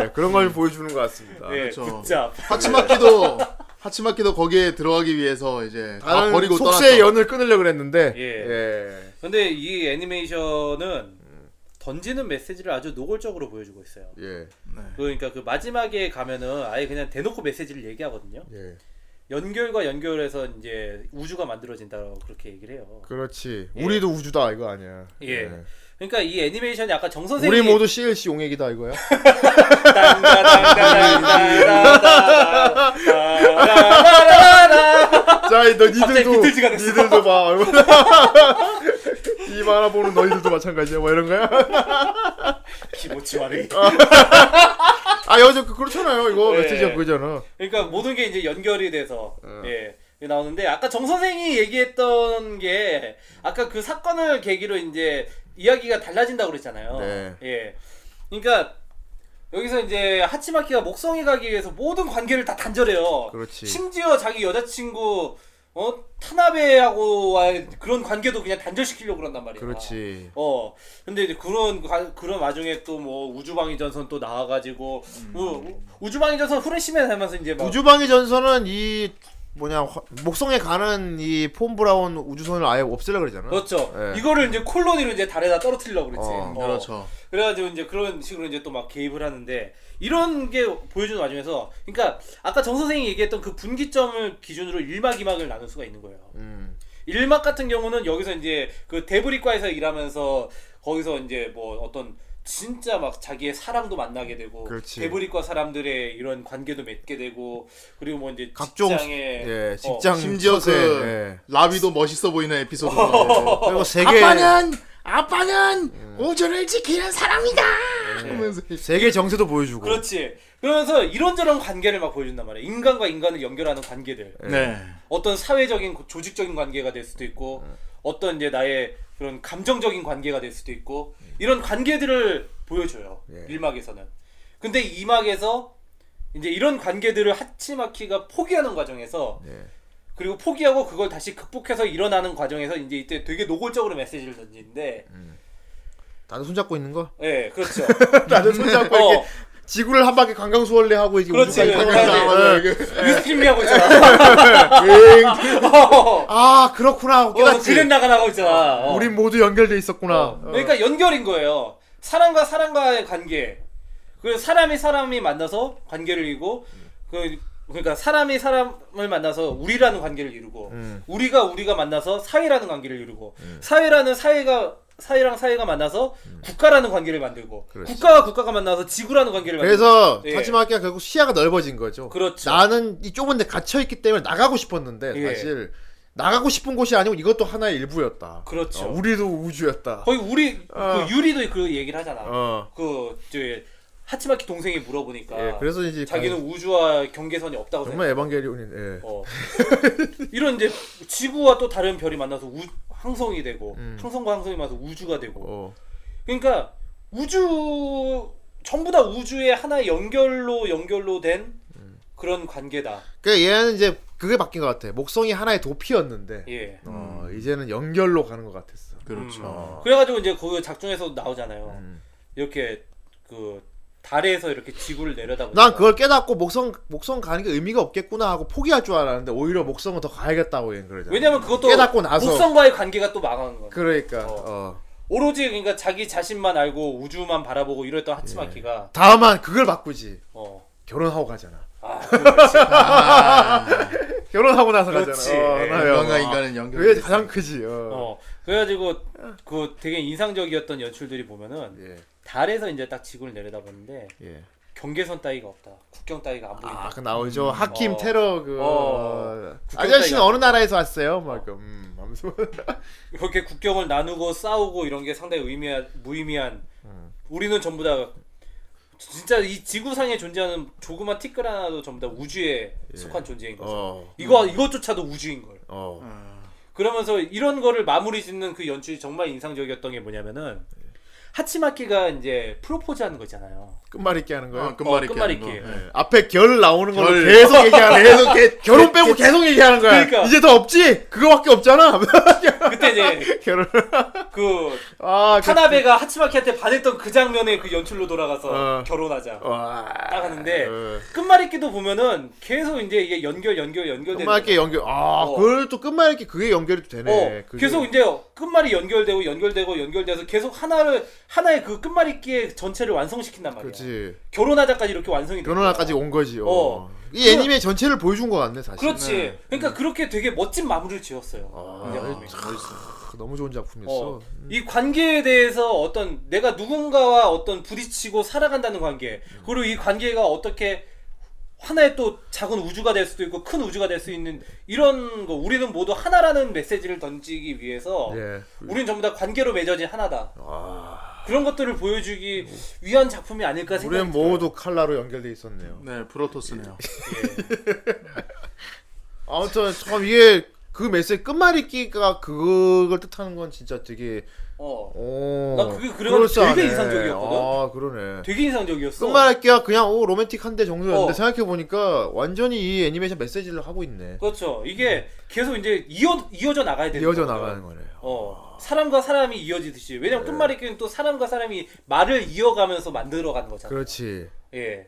[SPEAKER 1] 예, 그런 걸 보여주는 것 같습니다.
[SPEAKER 3] 예,
[SPEAKER 4] 그렇죠.
[SPEAKER 3] 붙잡.
[SPEAKER 4] 하치마키도 하치마키도 거기에 들어가기 위해서 이제 다
[SPEAKER 1] 다른
[SPEAKER 4] 아, 버리고
[SPEAKER 1] 속세의
[SPEAKER 4] 떠났어.
[SPEAKER 1] 연을 끊으려 그랬는데
[SPEAKER 3] 예.
[SPEAKER 1] 예.
[SPEAKER 3] 근데 이 애니메이션은 던지는 메시지를 아주 노골적으로 보여주고 있어요.
[SPEAKER 1] 예.
[SPEAKER 3] 그러니까 그 마지막에 가면은 아예 그냥 대놓고 메시지를 얘기하거든요.
[SPEAKER 1] 예.
[SPEAKER 3] 연결과 연결해서 이제 우주가 만들어진다고 그렇게 얘기를 해요.
[SPEAKER 1] 그렇지.
[SPEAKER 3] 예.
[SPEAKER 1] 우리도 우주다 이거 아니야.
[SPEAKER 3] 예. 그러니까 이 애니메이션이 아까 정 선생님이
[SPEAKER 1] 우리 모두 CLC 용액이다 이거야. 자, 너
[SPEAKER 3] 갑자기
[SPEAKER 1] 니들도
[SPEAKER 3] 비틀즈가 됐어.
[SPEAKER 1] 니들도 봐. 얼마나 이 만화 보는 너희들도 마찬가지야. 뭐 이런 거야.
[SPEAKER 3] 기모치와리.
[SPEAKER 1] 아, 여자 그 그렇잖아요. 이거
[SPEAKER 3] 예.
[SPEAKER 1] 메시지가 그거잖아.
[SPEAKER 3] 그러니까 모든 게 이제 연결이 돼서
[SPEAKER 1] 어.
[SPEAKER 3] 예 이게 나오는데 아까 정 선생이 얘기했던 게 아까 그 사건을 계기로 이제 이야기가 달라진다고 그랬잖아요.
[SPEAKER 1] 네.
[SPEAKER 3] 예. 그러니까 여기서 이제 하치마키가 목성에 가기 위해서 모든 관계를 다 단절해요.
[SPEAKER 1] 그렇지.
[SPEAKER 3] 심지어 자기 여자친구 어 타나베하고 그런 관계도 그냥 단절시키려고 그런단 말이야.
[SPEAKER 1] 그렇지.
[SPEAKER 3] 어 근데 이제 그런 가- 그런 와중에 또 뭐 우주방위 전선 또 나와가지고 뭐 우, 우주방위 전선 후레시맨 하면서 이제 막
[SPEAKER 1] 우주방위 전선은 이 뭐냐 화- 목성에 가는 이 폼브라운 우주선을 아예 없애려 그러잖아.
[SPEAKER 3] 그렇죠
[SPEAKER 1] 예.
[SPEAKER 3] 이거를 이제 콜로니로 이제 달에다 떨어뜨리려고 그랬지
[SPEAKER 1] 어,
[SPEAKER 3] 어.
[SPEAKER 4] 그렇죠.
[SPEAKER 3] 그래가지고 이제 그런 식으로 이제 또 막 개입을 하는데 이런 게 보여주는 와중에서 그러니까 아까 정 선생이 얘기했던 그 분기점을 기준으로 1막 2막을 나눌 수가 있는 거예요
[SPEAKER 1] 음.
[SPEAKER 3] 1막 같은 경우는 여기서 이제 그 대브리과에서 일하면서 거기서 이제 뭐 어떤 진짜 막 자기의 사랑도 만나게 되고
[SPEAKER 1] 그렇지.
[SPEAKER 3] 대브리과 사람들의 이런 관계도 맺게 되고 그리고 뭐 이제
[SPEAKER 1] 각종
[SPEAKER 3] 직장에
[SPEAKER 1] 예, 직장
[SPEAKER 4] 심지어
[SPEAKER 1] 처세,
[SPEAKER 4] 그
[SPEAKER 1] 예.
[SPEAKER 4] 라비도 멋있어 보이는 에피소드가
[SPEAKER 3] 어,
[SPEAKER 1] 그리고 세계
[SPEAKER 5] 아빠는 우주를 지키는 사람이다.
[SPEAKER 4] 하면서
[SPEAKER 1] 네. 세계 정세도 보여주고.
[SPEAKER 3] 그렇지. 그러면서 이런저런 관계를 막 보여준단 말이야. 인간과 인간을 연결하는 관계들.
[SPEAKER 4] 네.
[SPEAKER 3] 어떤 사회적인 고- 조직적인 관계가 될 수도 있고 어떤 이제 나의 그런 감정적인 관계가 될 수도 있고 이런 관계들을 보여줘요.
[SPEAKER 1] 예.
[SPEAKER 3] 일 1막에서는. 근데 2막에서 이제 이런 관계들을 하치마키가 포기하는 과정에서
[SPEAKER 1] 예.
[SPEAKER 3] 그리고 포기하고 그걸 다시 극복해서 일어나는 과정에서 이제 이때 되게 노골적으로 메시지를 던지는데
[SPEAKER 1] 다들 손잡고 있는 거?
[SPEAKER 3] 예, 그렇죠.
[SPEAKER 1] 다들 손잡고
[SPEAKER 3] 어,
[SPEAKER 1] 이렇게 지구를 한 바퀴 관광수월래 하고 이게
[SPEAKER 3] 그렇지.
[SPEAKER 1] 우주까지
[SPEAKER 3] 그렇지. 네.
[SPEAKER 1] 가면서
[SPEAKER 4] 맞아요.
[SPEAKER 1] 이게
[SPEAKER 3] 어, 유스피미 하고 있잖아. 어.
[SPEAKER 1] 아 그렇구나 하고
[SPEAKER 3] 어,
[SPEAKER 1] 깨닫지.
[SPEAKER 3] 그랜 나가나가 있잖아. 어.
[SPEAKER 1] 우린 모두 연결돼 있었구나.
[SPEAKER 3] 어. 그러니까 연결인 거예요. 사람과 사람과의 관계. 그 사람이 사람이 만나서 관계를 이루고 그 그러니까 사람이 사람을 만나서 우리라는 관계를 이루고
[SPEAKER 1] 음.
[SPEAKER 3] 우리가 우리가 만나서 사회라는 관계를 이루고 사회라는 사회가 사회랑 사회가 만나서 국가라는 관계를
[SPEAKER 1] 음.
[SPEAKER 3] 만들고
[SPEAKER 1] 그렇지.
[SPEAKER 3] 국가와 국가가 만나서 지구라는 관계를 만들고
[SPEAKER 1] 그래서
[SPEAKER 3] 예.
[SPEAKER 1] 타지마키가 결국 시야가 넓어진 거죠.
[SPEAKER 3] 그렇죠.
[SPEAKER 1] 나는 이 좁은 데 갇혀 있기 때문에 나가고 싶었는데
[SPEAKER 3] 예.
[SPEAKER 1] 사실 나가고 싶은 곳이 아니고 이것도 하나의 일부였다.
[SPEAKER 3] 그렇죠.
[SPEAKER 1] 어, 우리도 우주였다.
[SPEAKER 3] 거의 우리
[SPEAKER 1] 어.
[SPEAKER 3] 그 유리도 그 얘기를 하잖아.
[SPEAKER 1] 어.
[SPEAKER 3] 그저 하치마키 동생이 물어보니까
[SPEAKER 1] 예, 그래서 이제
[SPEAKER 3] 아, 자기는 우주와 경계선이 없다고 생각.
[SPEAKER 1] 정말 에반게리온인. 예.
[SPEAKER 3] 어. 이런 이제 지구와 또 다른 별이 만나서 우, 항성이 되고 항성과 항성이 만나서 우주가 되고
[SPEAKER 1] 음. 어.
[SPEAKER 3] 그러니까 우주 전부 다 우주의 하나의 연결로 연결로 된
[SPEAKER 1] 음.
[SPEAKER 3] 그런 관계다.
[SPEAKER 1] 그러니까 얘는 이제 그게 바뀐 것 같아. 목성이 하나의 도피였는데
[SPEAKER 3] 예.
[SPEAKER 1] 어, 이제는 연결로 가는 것 같았어.
[SPEAKER 4] 그렇죠.
[SPEAKER 3] 그래가지고 이제 그 작중에서 나오잖아요.
[SPEAKER 1] 음.
[SPEAKER 3] 이렇게 그 달에서 이렇게 지구를 내려다보니까
[SPEAKER 1] 난 그걸 깨닫고 목성 목성 가는 게 의미가 없겠구나 하고 포기할 줄 알았는데 오히려 목성은 더 가야겠다고 얘는 그러잖아.
[SPEAKER 3] 왜냐면 그것도
[SPEAKER 1] 깨닫고 나서
[SPEAKER 3] 목성과의 관계가 또 망한 거.
[SPEAKER 1] 그러니까
[SPEAKER 3] 어.
[SPEAKER 1] 어.
[SPEAKER 3] 오로지 그러니까 자기 자신만 알고 우주만 바라보고 이랬던
[SPEAKER 1] 예.
[SPEAKER 3] 하치마키가
[SPEAKER 1] 다음은 그걸 바꾸지.
[SPEAKER 3] 어.
[SPEAKER 1] 결혼하고 가잖아.
[SPEAKER 3] 아, 그렇지. 아.
[SPEAKER 1] 결혼하고 나서
[SPEAKER 3] 그렇지.
[SPEAKER 1] 음. 가잖아.
[SPEAKER 3] 예.
[SPEAKER 1] 나 영화.
[SPEAKER 4] 인간과 인간은 연결.
[SPEAKER 1] 그게 가장 크지. 어.
[SPEAKER 3] 어. 그래가지고 그 되게 인상적이었던 연출들이 보면은
[SPEAKER 1] 예.
[SPEAKER 3] 달에서 이제 딱 지구를 내려다보는데
[SPEAKER 1] 예.
[SPEAKER 3] 경계선 따위가 없다. 국경 따위가 안 보인다.
[SPEAKER 1] 아, 그 나오죠. 하킴
[SPEAKER 3] 어.
[SPEAKER 1] 테러 그
[SPEAKER 3] 어.
[SPEAKER 1] 어.
[SPEAKER 3] 국경
[SPEAKER 1] 아저씨는
[SPEAKER 3] 따위가-
[SPEAKER 1] 어느 나라에서 왔어요? 막 이렇게 음. 하면서
[SPEAKER 3] 이렇게 국경을 나누고 싸우고 이런 게 상당히 의미한 무의미한.
[SPEAKER 1] 음.
[SPEAKER 3] 우리는 전부 다 진짜 이 지구상에 존재하는 조그만 티끌 하나도 전부 다 우주에 속한 존재인 거죠.
[SPEAKER 1] 예. 어.
[SPEAKER 3] 이거 이것조차도 우주인 걸.
[SPEAKER 1] 어.
[SPEAKER 3] 그러면서 이런 거를 마무리 짓는 그 연출이 정말 인상적이었던 게 뭐냐면은 하치마키가 이제 프로포즈하는 거 있잖아요.
[SPEAKER 1] 끝말 잇기 하는 거예요.
[SPEAKER 4] 어, 끝말
[SPEAKER 3] 어,
[SPEAKER 4] 있게.
[SPEAKER 3] 끝말
[SPEAKER 4] 하는 거.
[SPEAKER 3] 있게.
[SPEAKER 1] 네. 앞에 결 나오는 걸로
[SPEAKER 4] 결.
[SPEAKER 1] 계속 얘기하는 거야.
[SPEAKER 4] 계속 개-
[SPEAKER 1] 결혼 빼고 계속 얘기하는 거야.
[SPEAKER 3] 그러니까.
[SPEAKER 1] 이제 더 없지? 그거밖에 없잖아.
[SPEAKER 3] 그때 이제
[SPEAKER 1] 결혼.
[SPEAKER 3] 그
[SPEAKER 1] 아, 그-
[SPEAKER 3] 타나베가 하치마키한테 반했던 그 장면의 그 연출로 돌아가서
[SPEAKER 1] 어.
[SPEAKER 3] 결혼하자
[SPEAKER 1] 와.
[SPEAKER 3] 나가는데
[SPEAKER 1] 어.
[SPEAKER 3] 끝말잇기도 보면은 계속 이제 이게 연결 연결 연결되는
[SPEAKER 1] 끝말 잇기 연결. 아,
[SPEAKER 3] 어.
[SPEAKER 1] 그걸 또 끝말 잇기 그게 연결이 또 되네.
[SPEAKER 3] 어,
[SPEAKER 1] 그게.
[SPEAKER 3] 계속 이제 끝말이 연결되고 연결되고 연결돼서 계속 하나를 하나의 그 끝말잇기의 전체를 완성시킨단 말이야.
[SPEAKER 1] 그렇지.
[SPEAKER 3] 결혼하자까지 이렇게 완성이 돼.
[SPEAKER 1] 변호사까지 온 거지. 어.
[SPEAKER 3] 어.
[SPEAKER 1] 이 애니메 전체를 보여준 것 같네, 사실.
[SPEAKER 3] 그렇지.
[SPEAKER 1] 네.
[SPEAKER 3] 그러니까 그렇게 되게 멋진 마무리를 지었어요.
[SPEAKER 1] 아,
[SPEAKER 3] 굉장히.
[SPEAKER 1] 참, 너무 좋은 작품이었어.
[SPEAKER 3] 어, 이 관계에 대해서 어떤 내가 누군가와 어떤 부딪히고 살아간다는 관계
[SPEAKER 1] 음.
[SPEAKER 3] 그리고 이 관계가 어떻게 하나의 또 작은 우주가 될 수도 있고 큰 우주가 될 수 있는 이런 거 우리는 모두 하나라는 메시지를 던지기 위해서
[SPEAKER 1] 예. 아.
[SPEAKER 3] 우린 전부 다 관계로 맺어진 하나다 그런 것들을 보여주기 위한 작품이 아닐까 생각이
[SPEAKER 1] 우리는 모두 칼라로 연결돼 있었네요.
[SPEAKER 4] 네, 프로토스네요.
[SPEAKER 1] 예. 아무튼 참 이게 그 메시지 끝말잇기가 그걸 뜻하는 건 진짜 되게
[SPEAKER 3] 어,
[SPEAKER 1] 오.
[SPEAKER 3] 나 그게 그래가지고
[SPEAKER 1] 그럴싸하네.
[SPEAKER 3] 되게 인상적이었거든.
[SPEAKER 1] 아 그러네.
[SPEAKER 3] 되게 인상적이었어
[SPEAKER 1] 끝말잇기가 그냥 오 로맨틱한데 정도였는데
[SPEAKER 3] 어.
[SPEAKER 1] 생각해 보니까 완전히 이 애니메이션 메시지를 하고 있네.
[SPEAKER 3] 그렇죠 이게 계속 이제 이어, 이어져 나가야 되는
[SPEAKER 1] 이어져
[SPEAKER 3] 거거든.
[SPEAKER 1] 나가는 네. 거네요.
[SPEAKER 3] 어 사람과 사람이 이어지듯이 왜냐면 끝말잇기는 또 사람과 사람이 말을 이어가면서 만들어가는 거잖아.
[SPEAKER 1] 그렇지.
[SPEAKER 3] 예.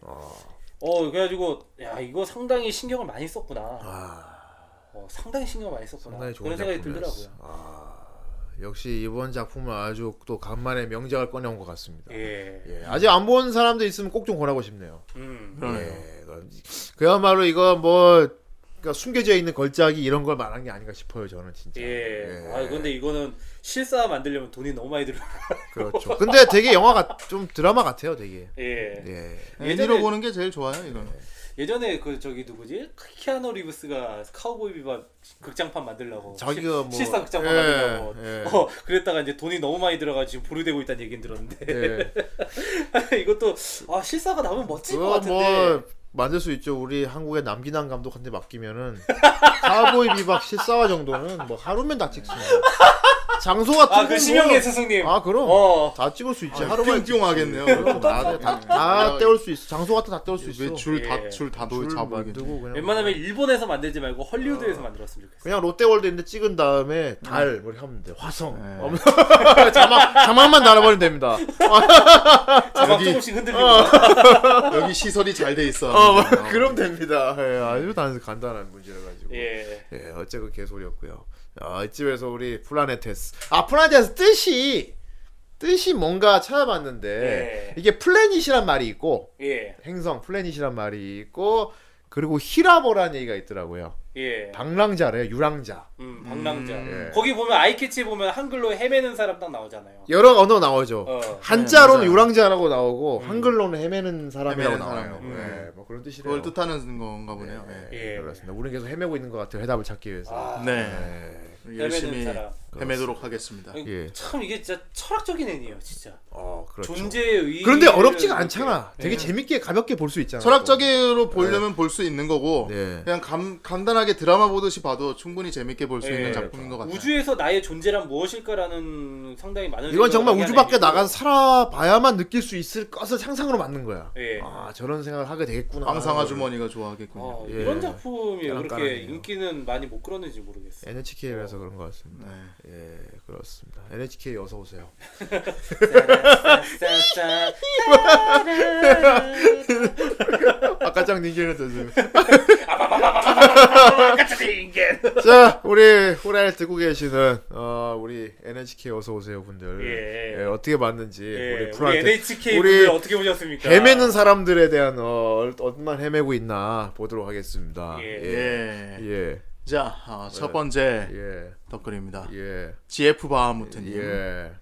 [SPEAKER 3] 어 그래가지고 야 이거 상당히 신경을 많이 썼구나. 어 상당히 신경 을 많이 썼구나.
[SPEAKER 1] 아. 상당히 좋은
[SPEAKER 3] 그런 생각이
[SPEAKER 1] 작품이었어. 아,
[SPEAKER 3] 들더라고요.
[SPEAKER 1] 역시 이번 작품은 아주 또 간만에 명작을 꺼내온 것 같습니다.
[SPEAKER 3] 예.
[SPEAKER 1] 예, 아직 안 본 사람도 있으면 꼭 좀 권하고 싶네요.
[SPEAKER 3] 음.
[SPEAKER 4] 그러네요.
[SPEAKER 1] 예, 그건 그야말로 이거 뭐 그러니까 숨겨져 있는 걸작이 이런 걸 말한 게 아닌가 싶어요. 저는 진짜.
[SPEAKER 3] 예. 아 근데 이거는 실사 만들려면 돈이 너무 많이 들어.
[SPEAKER 1] 그렇죠. 근데 되게 영화 같좀 드라마 같아요, 되게.
[SPEAKER 3] 예.
[SPEAKER 1] 예.
[SPEAKER 4] 애니로 보는 네, 게 제일 좋아요, 이거는.
[SPEAKER 3] 예전에 그 저기 누구지 키아노 리브스가 카우보이 비밥 극장판 만들려고
[SPEAKER 1] 자기가
[SPEAKER 3] 실-
[SPEAKER 1] 뭐-
[SPEAKER 3] 실사 극장판
[SPEAKER 1] 예,
[SPEAKER 3] 만들려고
[SPEAKER 1] 예.
[SPEAKER 3] 어 그랬다가 이제 돈이 너무 많이 들어가 지금 보류되고 있다는 얘기는 들었는데.
[SPEAKER 1] 예.
[SPEAKER 3] 이것도 아 실사가 나오면 멋질 것
[SPEAKER 1] 그거
[SPEAKER 3] 같은데
[SPEAKER 1] 뭐 만들 수 있죠. 우리 한국의 남기남 감독한테 맡기면은 카보이 비박 실사화 정도는 뭐 하루면 다 찍습니다. 장소 같은
[SPEAKER 3] 아 그
[SPEAKER 1] 건
[SPEAKER 3] 심영래
[SPEAKER 1] 뭐-
[SPEAKER 3] 스승님
[SPEAKER 1] 아 그럼
[SPEAKER 3] 어.
[SPEAKER 1] 다 찍을 수 있지. 하루만
[SPEAKER 4] 하루만 띵하겠네요. 그럼
[SPEAKER 1] 다, 아, 다, 다 떼올 수 있어. 장소 같은 다 떼올 수 있어.
[SPEAKER 3] 예.
[SPEAKER 4] 왜줄다줄다도
[SPEAKER 1] 줄
[SPEAKER 4] 잡아보겠네.
[SPEAKER 1] 만들고 그냥 뭐
[SPEAKER 3] 웬만하면 일본에서 만들지 말고 헐리우드에서
[SPEAKER 1] 아.
[SPEAKER 3] 만들었으면 좋겠어
[SPEAKER 1] 그냥 롯데월드 있는데 찍은 다음에 달 뭐 이렇게 하면 돼. 화성.
[SPEAKER 4] 예.
[SPEAKER 1] 어머, 자막 자막만 달아버리면 됩니다.
[SPEAKER 3] 자막
[SPEAKER 4] 여기-
[SPEAKER 3] 조금씩 흔들리고
[SPEAKER 1] 아.
[SPEAKER 4] 여기 시설이 잘 돼 있어.
[SPEAKER 1] 어,
[SPEAKER 4] 어.
[SPEAKER 1] 그럼 됩니다. 예, 아주 단, 간단한 문제라 가지고. 예.
[SPEAKER 3] 예
[SPEAKER 1] 어쨌건 개소리였고요. 아, 이쯤에서 우리 플라네테스. 아, 플라네테스 뜻이 뜻이 뭔가 찾아봤는데
[SPEAKER 3] 예.
[SPEAKER 1] 이게 플래닛이란 말이 있고
[SPEAKER 3] 예,
[SPEAKER 1] 행성 플래닛이란 말이 있고 그리고 히라보라는 얘기가 있더라고요.
[SPEAKER 3] 예.
[SPEAKER 1] 방랑자래요, 유랑자.
[SPEAKER 3] 음, 방랑자.
[SPEAKER 1] 예. 네.
[SPEAKER 3] 거기 보면 아이캐치 보면 한글로 헤매는 사람 딱 나오잖아요.
[SPEAKER 1] 여러 언어 나오죠.
[SPEAKER 3] 어.
[SPEAKER 1] 한자로는
[SPEAKER 4] 네, 맞아요. 음.
[SPEAKER 1] 유랑자라고 나오고 한글로는 헤매는 사람이라고
[SPEAKER 4] 헤매는
[SPEAKER 1] 나와요.
[SPEAKER 4] 사람.
[SPEAKER 1] 예,
[SPEAKER 4] 음.
[SPEAKER 1] 뭐 그런 뜻이래요.
[SPEAKER 4] 그걸 뜻하는 건가 보네요. 예.
[SPEAKER 3] 예.
[SPEAKER 1] 그렇습니다. 우리는 계속 헤매고 있는 것 같아요. 해답을 찾기 위해서.
[SPEAKER 3] 아,
[SPEAKER 4] 네. 열심히
[SPEAKER 3] 사람.
[SPEAKER 4] 헤매도록 하겠습니다.
[SPEAKER 1] 예.
[SPEAKER 3] 참 이게 진짜 철학적인 애니에요, 진짜.
[SPEAKER 1] 어, 그렇죠.
[SPEAKER 3] 존재의 의.
[SPEAKER 1] 그런데 어렵지가 않잖아. 되게 재밌게 가볍게 볼 수 있잖아.
[SPEAKER 4] 철학적으로 보려면 볼 수 있는 거고
[SPEAKER 1] 네.
[SPEAKER 4] 그냥 감, 간단하게 드라마 보듯이 봐도 충분히 재밌게 볼 수
[SPEAKER 3] 예.
[SPEAKER 4] 있는 작품인 것 같아요.
[SPEAKER 3] 우주에서 나의 존재란 무엇일까라는 상당히 많은.
[SPEAKER 1] 또. 이건
[SPEAKER 3] 생각을
[SPEAKER 1] 정말
[SPEAKER 3] 하게
[SPEAKER 1] 우주 밖에
[SPEAKER 3] 하는
[SPEAKER 1] 나간
[SPEAKER 3] 애니고.
[SPEAKER 1] 살아봐야만 느낄 수 있을 것을 상상으로 만든 거야.
[SPEAKER 3] 예.
[SPEAKER 1] 아 저런 생각을 하게 되겠구나.
[SPEAKER 4] 항상 아주머니가 뭐. 좋아하겠군요.
[SPEAKER 3] 어,
[SPEAKER 1] 예.
[SPEAKER 3] 이런 작품이
[SPEAKER 1] 까랑까랑해요.
[SPEAKER 3] 그렇게 인기는 많이 못 끌었는지 모르겠어요.
[SPEAKER 1] NHK라서 그런 것 같습니다.
[SPEAKER 4] 네.
[SPEAKER 1] 예, 그렇습니다. NHK 어서 오세요. 예.
[SPEAKER 3] 짠짠.
[SPEAKER 1] 아까 짱그 닝게를 듣습니다.
[SPEAKER 3] 같이 인간.
[SPEAKER 1] 자, 우리 후라이를 듣고 계시는 어, 우리 NHK 어서 오세요 분들.
[SPEAKER 3] 예.
[SPEAKER 1] 예, 어떻게 봤는지
[SPEAKER 3] 예,
[SPEAKER 1] 우리
[SPEAKER 3] 우리
[SPEAKER 1] 프로한테
[SPEAKER 3] NHK
[SPEAKER 1] 우리
[SPEAKER 3] 분들 어떻게 보셨습니까?
[SPEAKER 1] 헤매는 사람들에 대한 어, 얼마나 헤매고 있나 보도록 하겠습니다.
[SPEAKER 3] 예.
[SPEAKER 4] 예.
[SPEAKER 1] 예. 예.
[SPEAKER 4] 자, 어, 첫 번째
[SPEAKER 1] 예.
[SPEAKER 4] 댓글입니다.
[SPEAKER 1] 예.
[SPEAKER 4] GF 바하무트님.
[SPEAKER 1] 예.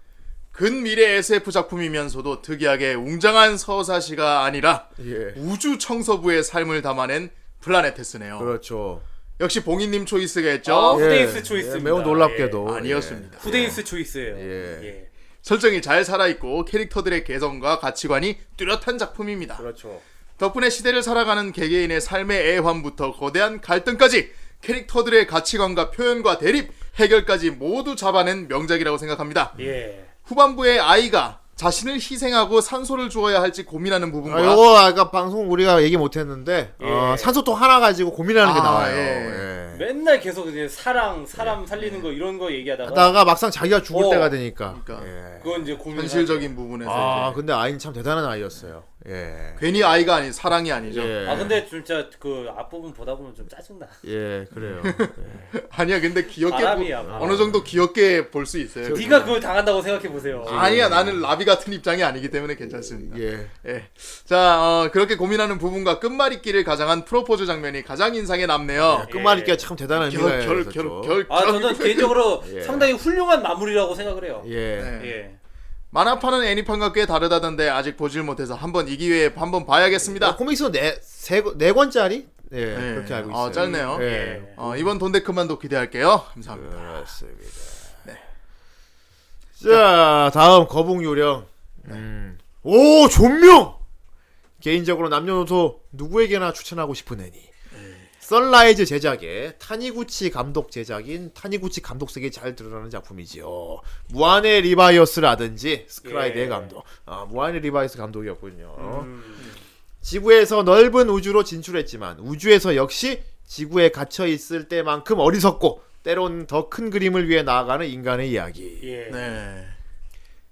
[SPEAKER 4] 근미래 SF 작품이면서도 특이하게 웅장한 서사시가 아니라
[SPEAKER 1] 예.
[SPEAKER 4] 우주 청소부의 삶을 담아낸 플라네테스네요.
[SPEAKER 1] 그렇죠.
[SPEAKER 4] 역시 봉인님 초이스겠죠?
[SPEAKER 3] 아,
[SPEAKER 1] 예.
[SPEAKER 3] 후데이스 초이스입니다.
[SPEAKER 1] 예, 매우 놀랍게도
[SPEAKER 4] 아니었습니다.
[SPEAKER 3] 후데인스 초이스예요.
[SPEAKER 1] 예.
[SPEAKER 3] 예.
[SPEAKER 4] 설정이 잘 살아있고 캐릭터들의 개성과 가치관이 뚜렷한
[SPEAKER 1] 예.
[SPEAKER 4] 작품입니다.
[SPEAKER 1] 그렇죠.
[SPEAKER 4] 덕분에 시대를 살아가는 개개인의 삶의 애환부터 거대한 갈등까지 캐릭터들의 가치관과 표현과 대립, 해결까지 모두 잡아낸 명작이라고 생각합니다.
[SPEAKER 3] 예.
[SPEAKER 4] 후반부에 아이가 자신을 희생하고 산소를 주어야 할지 고민하는 부분과
[SPEAKER 1] 아, 요거 아까 방송 우리가 얘기 못했는데 어, 산소통 하나 가지고 고민하는 게
[SPEAKER 4] 아,
[SPEAKER 1] 나와요.
[SPEAKER 4] 예.
[SPEAKER 1] 예.
[SPEAKER 3] 맨날 계속 이제 사랑, 사람 살리는 거 이런 거 얘기하다가
[SPEAKER 1] 하다가 막상 자기가 죽을
[SPEAKER 3] 어,
[SPEAKER 1] 때가 되니까.
[SPEAKER 4] 그러니까.
[SPEAKER 1] 예.
[SPEAKER 3] 그건 이제 고민
[SPEAKER 4] 현실적인 부분에서
[SPEAKER 1] 아
[SPEAKER 4] 이제
[SPEAKER 1] 근데 아이는 참 대단한 아이였어요. 예.
[SPEAKER 4] 괜히 아이가 아닌 사랑이 아니죠.
[SPEAKER 1] 예.
[SPEAKER 3] 아 근데 진짜 그 앞부분 보다 보면 좀 짜증나.
[SPEAKER 1] 예 그래요. 예.
[SPEAKER 4] 아니야 근데
[SPEAKER 1] 뭐
[SPEAKER 4] 귀엽게
[SPEAKER 3] 바람이야,
[SPEAKER 4] 보-
[SPEAKER 3] 바람.
[SPEAKER 1] 아.
[SPEAKER 4] 어느 정도 귀엽게 볼 수 있어요.
[SPEAKER 1] 예.
[SPEAKER 3] 네가 그걸 당한다고 생각해 보세요.
[SPEAKER 4] 아니야 나는 라비 같은 입장이 아니기 때문에 괜찮습니다.
[SPEAKER 1] 예.
[SPEAKER 4] 예. 자 어, 그렇게 고민하는 부분과 끝말잇기를 가장한 프로포즈 장면이 가장 인상에 남네요.
[SPEAKER 1] 예. 그
[SPEAKER 4] 예.
[SPEAKER 1] 끝말잇기가 참 예, 그렇죠. 대단한
[SPEAKER 4] 결
[SPEAKER 1] 의미가
[SPEAKER 4] 결
[SPEAKER 1] 있었죠.
[SPEAKER 4] 결 결.
[SPEAKER 3] 아 저는 개인적으로
[SPEAKER 1] 예.
[SPEAKER 3] 상당히 훌륭한 마무리라고 생각을 해요. 예.
[SPEAKER 1] 예.
[SPEAKER 4] 네. 만화판은 애니판과 꽤 다르다던데 아직 보질 못해서 한번 이 기회에 한번
[SPEAKER 1] 어,
[SPEAKER 4] 봐야겠습니다.
[SPEAKER 1] 코믹스는 네세네 권짜리 예
[SPEAKER 4] 네.
[SPEAKER 1] 그렇게 알고 있어요.
[SPEAKER 4] 아, 짧네요.
[SPEAKER 1] 예.
[SPEAKER 4] 어, 이번 돈데크만도 기대할게요. 감사합니다.
[SPEAKER 1] 그렇습니다. 자 다음 거북 요령. 음. 오 존명. 개인적으로 남녀노소 누구에게나 추천하고 싶은 애니. 썬라이즈 제작의 타니구치 감독 제작인 타니구치 감독색이 잘 드러나는 작품이지요. 무한의 리바이어스라든지 스크라이드의
[SPEAKER 3] 예.
[SPEAKER 1] 감독, 아 무한의 리바이어스 감독이었군요.
[SPEAKER 3] 음,
[SPEAKER 1] 지구에서 넓은 우주로 진출했지만 우주에서 역시 지구에 갇혀 있을 때만큼 어리석고 때론 더 큰 그림을 위해 나아가는 인간의 이야기.
[SPEAKER 3] 예.
[SPEAKER 4] 네.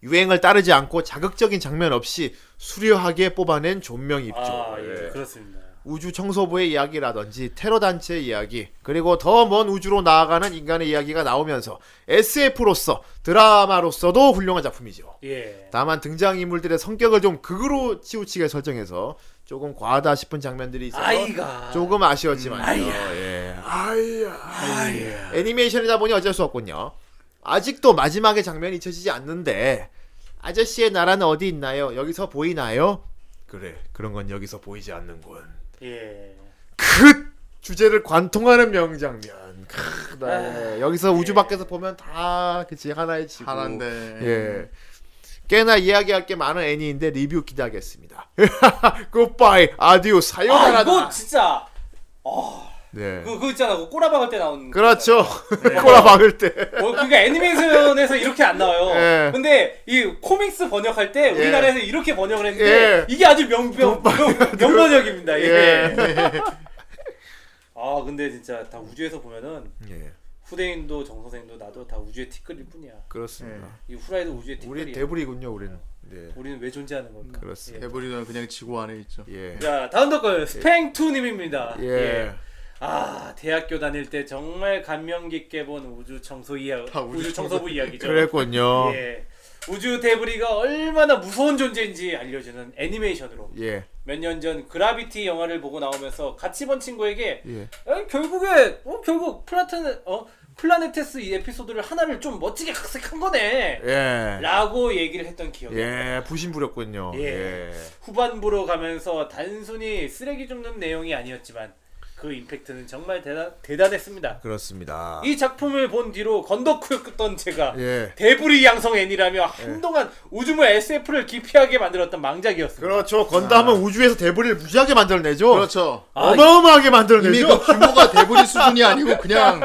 [SPEAKER 1] 유행을 따르지 않고 자극적인 장면 없이 수려하게 뽑아낸 존명 입조.
[SPEAKER 3] 아 예.
[SPEAKER 1] 예.
[SPEAKER 3] 그렇습니다.
[SPEAKER 1] 우주 청소부의 이야기라든지 테러 단체의 이야기 그리고 더 먼 우주로 나아가는 인간의 이야기가 나오면서 SF로서 드라마로서도 훌륭한 작품이죠.
[SPEAKER 3] 예.
[SPEAKER 1] 다만 등장 인물들의 성격을 좀 극으로 치우치게 설정해서 조금 과하다 싶은 장면들이 있어서
[SPEAKER 3] 아이가
[SPEAKER 1] 조금 아쉬웠지만
[SPEAKER 3] 아이야.
[SPEAKER 1] 예. 애니메이션이다 보니 어쩔 수 없군요. 아직도 마지막의 장면이 잊혀지지 않는데 아저씨의 나라는 어디 있나요? 여기서 보이나요? 그래 그런 건 여기서 보이지 않는군.
[SPEAKER 3] 예.
[SPEAKER 1] 그 주제를 관통하는 명장면. 크, 네. 여기서 우주 밖에서 보면 다 그치 하나의 지구.
[SPEAKER 4] 하나인데.
[SPEAKER 1] 예. 꽤나 이야기할 게 많은 애니인데 리뷰 기대하겠습니다. 굿바이 아디오
[SPEAKER 3] 아
[SPEAKER 1] 사요나라.
[SPEAKER 3] 이거 진짜
[SPEAKER 1] 네.
[SPEAKER 3] 그 그거 있잖아. 그 꼬라박을 때 나오는.
[SPEAKER 1] 그렇죠. 꼬라 박을 때.
[SPEAKER 3] 어, 그러니까 애니메이션에서 이렇게 안 나와요.
[SPEAKER 1] 예.
[SPEAKER 3] 근데 이 코믹스 번역할 때 우리나라에서 이렇게 번역을 했는데
[SPEAKER 1] 예.
[SPEAKER 3] 이게 아주 명명 명명번역입니다. 이게. 아 근데 진짜 다 우주에서 보면은
[SPEAKER 1] 예.
[SPEAKER 3] 후대인도 정 선생도 나도 다 우주의 티끌일 뿐이야.
[SPEAKER 1] 그렇습니다.
[SPEAKER 3] 이 후라이도 우주의 티끌이야.
[SPEAKER 4] 예.
[SPEAKER 1] 우리 대불이군요, 우리는. 네.
[SPEAKER 3] 우리는 왜 존재하는 겁니까? 예.
[SPEAKER 1] 그렇습니다.
[SPEAKER 4] 해버리면 그냥 지구 안에 있죠.
[SPEAKER 1] 예.
[SPEAKER 3] 자 다음 댓글 스팽투님입니다.
[SPEAKER 1] 예.
[SPEAKER 3] 아 대학교 다닐 때 정말 감명 깊게 본 우주 청소 이야
[SPEAKER 4] 다 우주
[SPEAKER 3] 우주 청소부 이야기죠.
[SPEAKER 1] 아, 그랬군요. 예.
[SPEAKER 3] 예. 우주 데브리가 얼마나 무서운 존재인지 알려주는 애니메이션으로
[SPEAKER 1] 예.
[SPEAKER 3] 몇 년 전 그라비티 영화를 보고 나오면서 같이 본 친구에게
[SPEAKER 1] 예.
[SPEAKER 3] 어, 결국에 어, 결국 플라테네 어 플라네테스 이 에피소드를 하나를 좀 멋지게 각색한 거네.
[SPEAKER 1] 예.
[SPEAKER 3] 라고 얘기를 했던 기억이 나요.
[SPEAKER 1] 예. 부심부렸군요.
[SPEAKER 3] 예.
[SPEAKER 1] 예.
[SPEAKER 3] 후반부로 가면서 단순히 쓰레기 줍는 내용이 아니었지만 그 임팩트는 정말 대단, 대단했습니다.
[SPEAKER 1] 그렇습니다.
[SPEAKER 3] 이 작품을 본 뒤로 건더크였던 제가
[SPEAKER 1] 예.
[SPEAKER 3] 대부리 양성 애니라며 한동안 우주물 SF를 기피하게 만들었던 망작이었습니다.
[SPEAKER 1] 그렇죠. 건담은 우주에서 대불이를 무지하게 만들어내죠.
[SPEAKER 4] 그렇죠.
[SPEAKER 1] 어마어마하게
[SPEAKER 4] 이미
[SPEAKER 1] 만들어내죠.
[SPEAKER 4] 그 규모가 돼버릴 수준이 아니고 그냥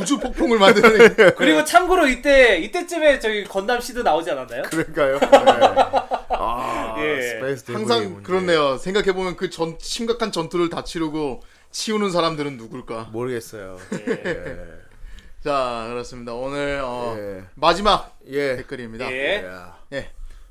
[SPEAKER 4] 우주 폭풍을 만드는
[SPEAKER 3] 그리고 참고로 이때 이때쯤에 저기 건담 시드 나오지 않았나요?
[SPEAKER 1] 그러니까요. 네. 아,
[SPEAKER 3] 예.
[SPEAKER 1] 스페이스 예. 대불이
[SPEAKER 4] 항상 그렇네요. 생각해 보면 그 전 심각한 전투를 다 치르고 치우는 사람들은 누굴까?
[SPEAKER 1] 모르겠어요. 예.
[SPEAKER 4] 자 그렇습니다. 오늘 어,
[SPEAKER 1] 예.
[SPEAKER 4] 마지막
[SPEAKER 1] 예.
[SPEAKER 4] 댓글입니다.
[SPEAKER 3] 예.
[SPEAKER 4] 예.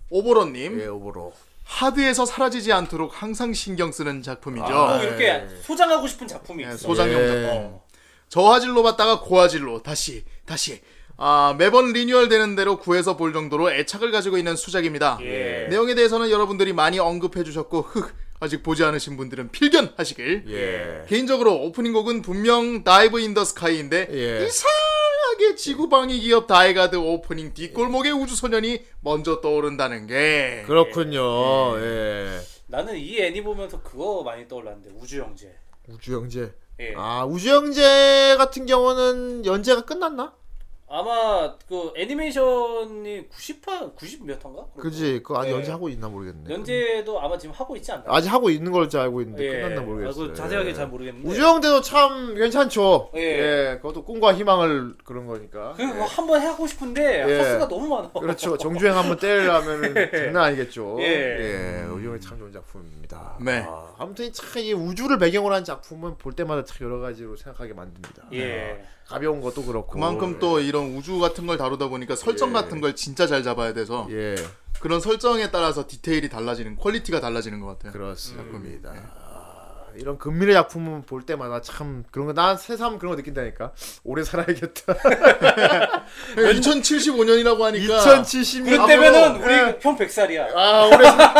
[SPEAKER 4] 오보로님
[SPEAKER 1] 예, 오버로.
[SPEAKER 4] 하드에서 사라지지 않도록 항상 신경 쓰는 작품이죠.
[SPEAKER 3] 꼭 아, 뭐 이렇게 소장하고 싶은 작품이
[SPEAKER 4] 예,
[SPEAKER 3] 있어.
[SPEAKER 4] 소장용
[SPEAKER 1] 예.
[SPEAKER 4] 작품. 저화질로 봤다가 고화질로 다시 다시 아 매번 리뉴얼 되는 대로 구해서 볼 정도로 애착을 가지고 있는 수작입니다.
[SPEAKER 3] 예.
[SPEAKER 4] 내용에 대해서는 여러분들이 많이 언급해 주셨고 흑 아직 보지 않으신 분들은 필견하시길.
[SPEAKER 1] 예.
[SPEAKER 4] 개인적으로 오프닝 곡은 분명 다이브 인 더 스카이인데
[SPEAKER 1] 예.
[SPEAKER 4] 이상하게 지구방위 기업 다이가드 오프닝 뒷골목의 우주소년이 먼저 떠오른다는 게
[SPEAKER 1] 그렇군요. 예.
[SPEAKER 3] 나는 이 애니 보면서 그거 많이 떠올랐는데 우주 형제.
[SPEAKER 1] 우주 형제.
[SPEAKER 3] 예. 아,
[SPEAKER 1] 아, 우주 형제 같은 경우는 연재가 끝났나?
[SPEAKER 3] 아마 그 애니메이션이 90화 90몇 화인가? 그런
[SPEAKER 1] 그지? 그거 아직
[SPEAKER 3] 네.
[SPEAKER 1] 연재하고 있나 모르겠네.
[SPEAKER 3] 거. 연재도 아마 지금 하고 있지 않나?
[SPEAKER 1] 아직 하고 있는 걸지 알고 있는데 끝났나
[SPEAKER 3] 아,
[SPEAKER 1] 모르겠어요.
[SPEAKER 3] 그 자세하게
[SPEAKER 1] 예.
[SPEAKER 3] 잘 모르겠는데.
[SPEAKER 1] 우주영대도 참 괜찮죠.
[SPEAKER 3] 예.
[SPEAKER 1] 예. 그것도 꿈과 희망을 그런 거니까.
[SPEAKER 3] 그 한번 하고 싶은데
[SPEAKER 1] 예.
[SPEAKER 3] 헛수가 너무 많아.
[SPEAKER 1] 그렇죠. 정주행 한번 때리려면 장난 아니겠죠.
[SPEAKER 3] 예.
[SPEAKER 1] 예. 우주영이 참 좋은 작품입니다.
[SPEAKER 4] 네.
[SPEAKER 1] 아, 아무튼 참이 우주를 배경으로 한 작품은 볼 때마다 참 여러 가지로 생각하게 만듭니다. 네. 아,
[SPEAKER 3] 예.
[SPEAKER 1] 가벼운 것도 그렇고.
[SPEAKER 4] 그만큼 또 이런 우주 같은 걸 다루다 보니까 설정
[SPEAKER 1] 예.
[SPEAKER 4] 같은 걸 진짜 잘 잡아야 돼서
[SPEAKER 1] 예.
[SPEAKER 4] 그런 설정에 따라서 디테일이 달라지는 퀄리티가 달라지는 것 같아요.
[SPEAKER 1] 그렇습니다. 아, 이런 금밀의 작품은 볼 때마다 참 그런 거난 새삼 그런 거 느낀다니까 오래 살아야겠다.
[SPEAKER 4] 2075년이라고 하니까
[SPEAKER 1] 2070년 네.
[SPEAKER 3] 그럴 때면은
[SPEAKER 1] 예.
[SPEAKER 3] 우리 형 100살이야.
[SPEAKER 1] 아 오래 살-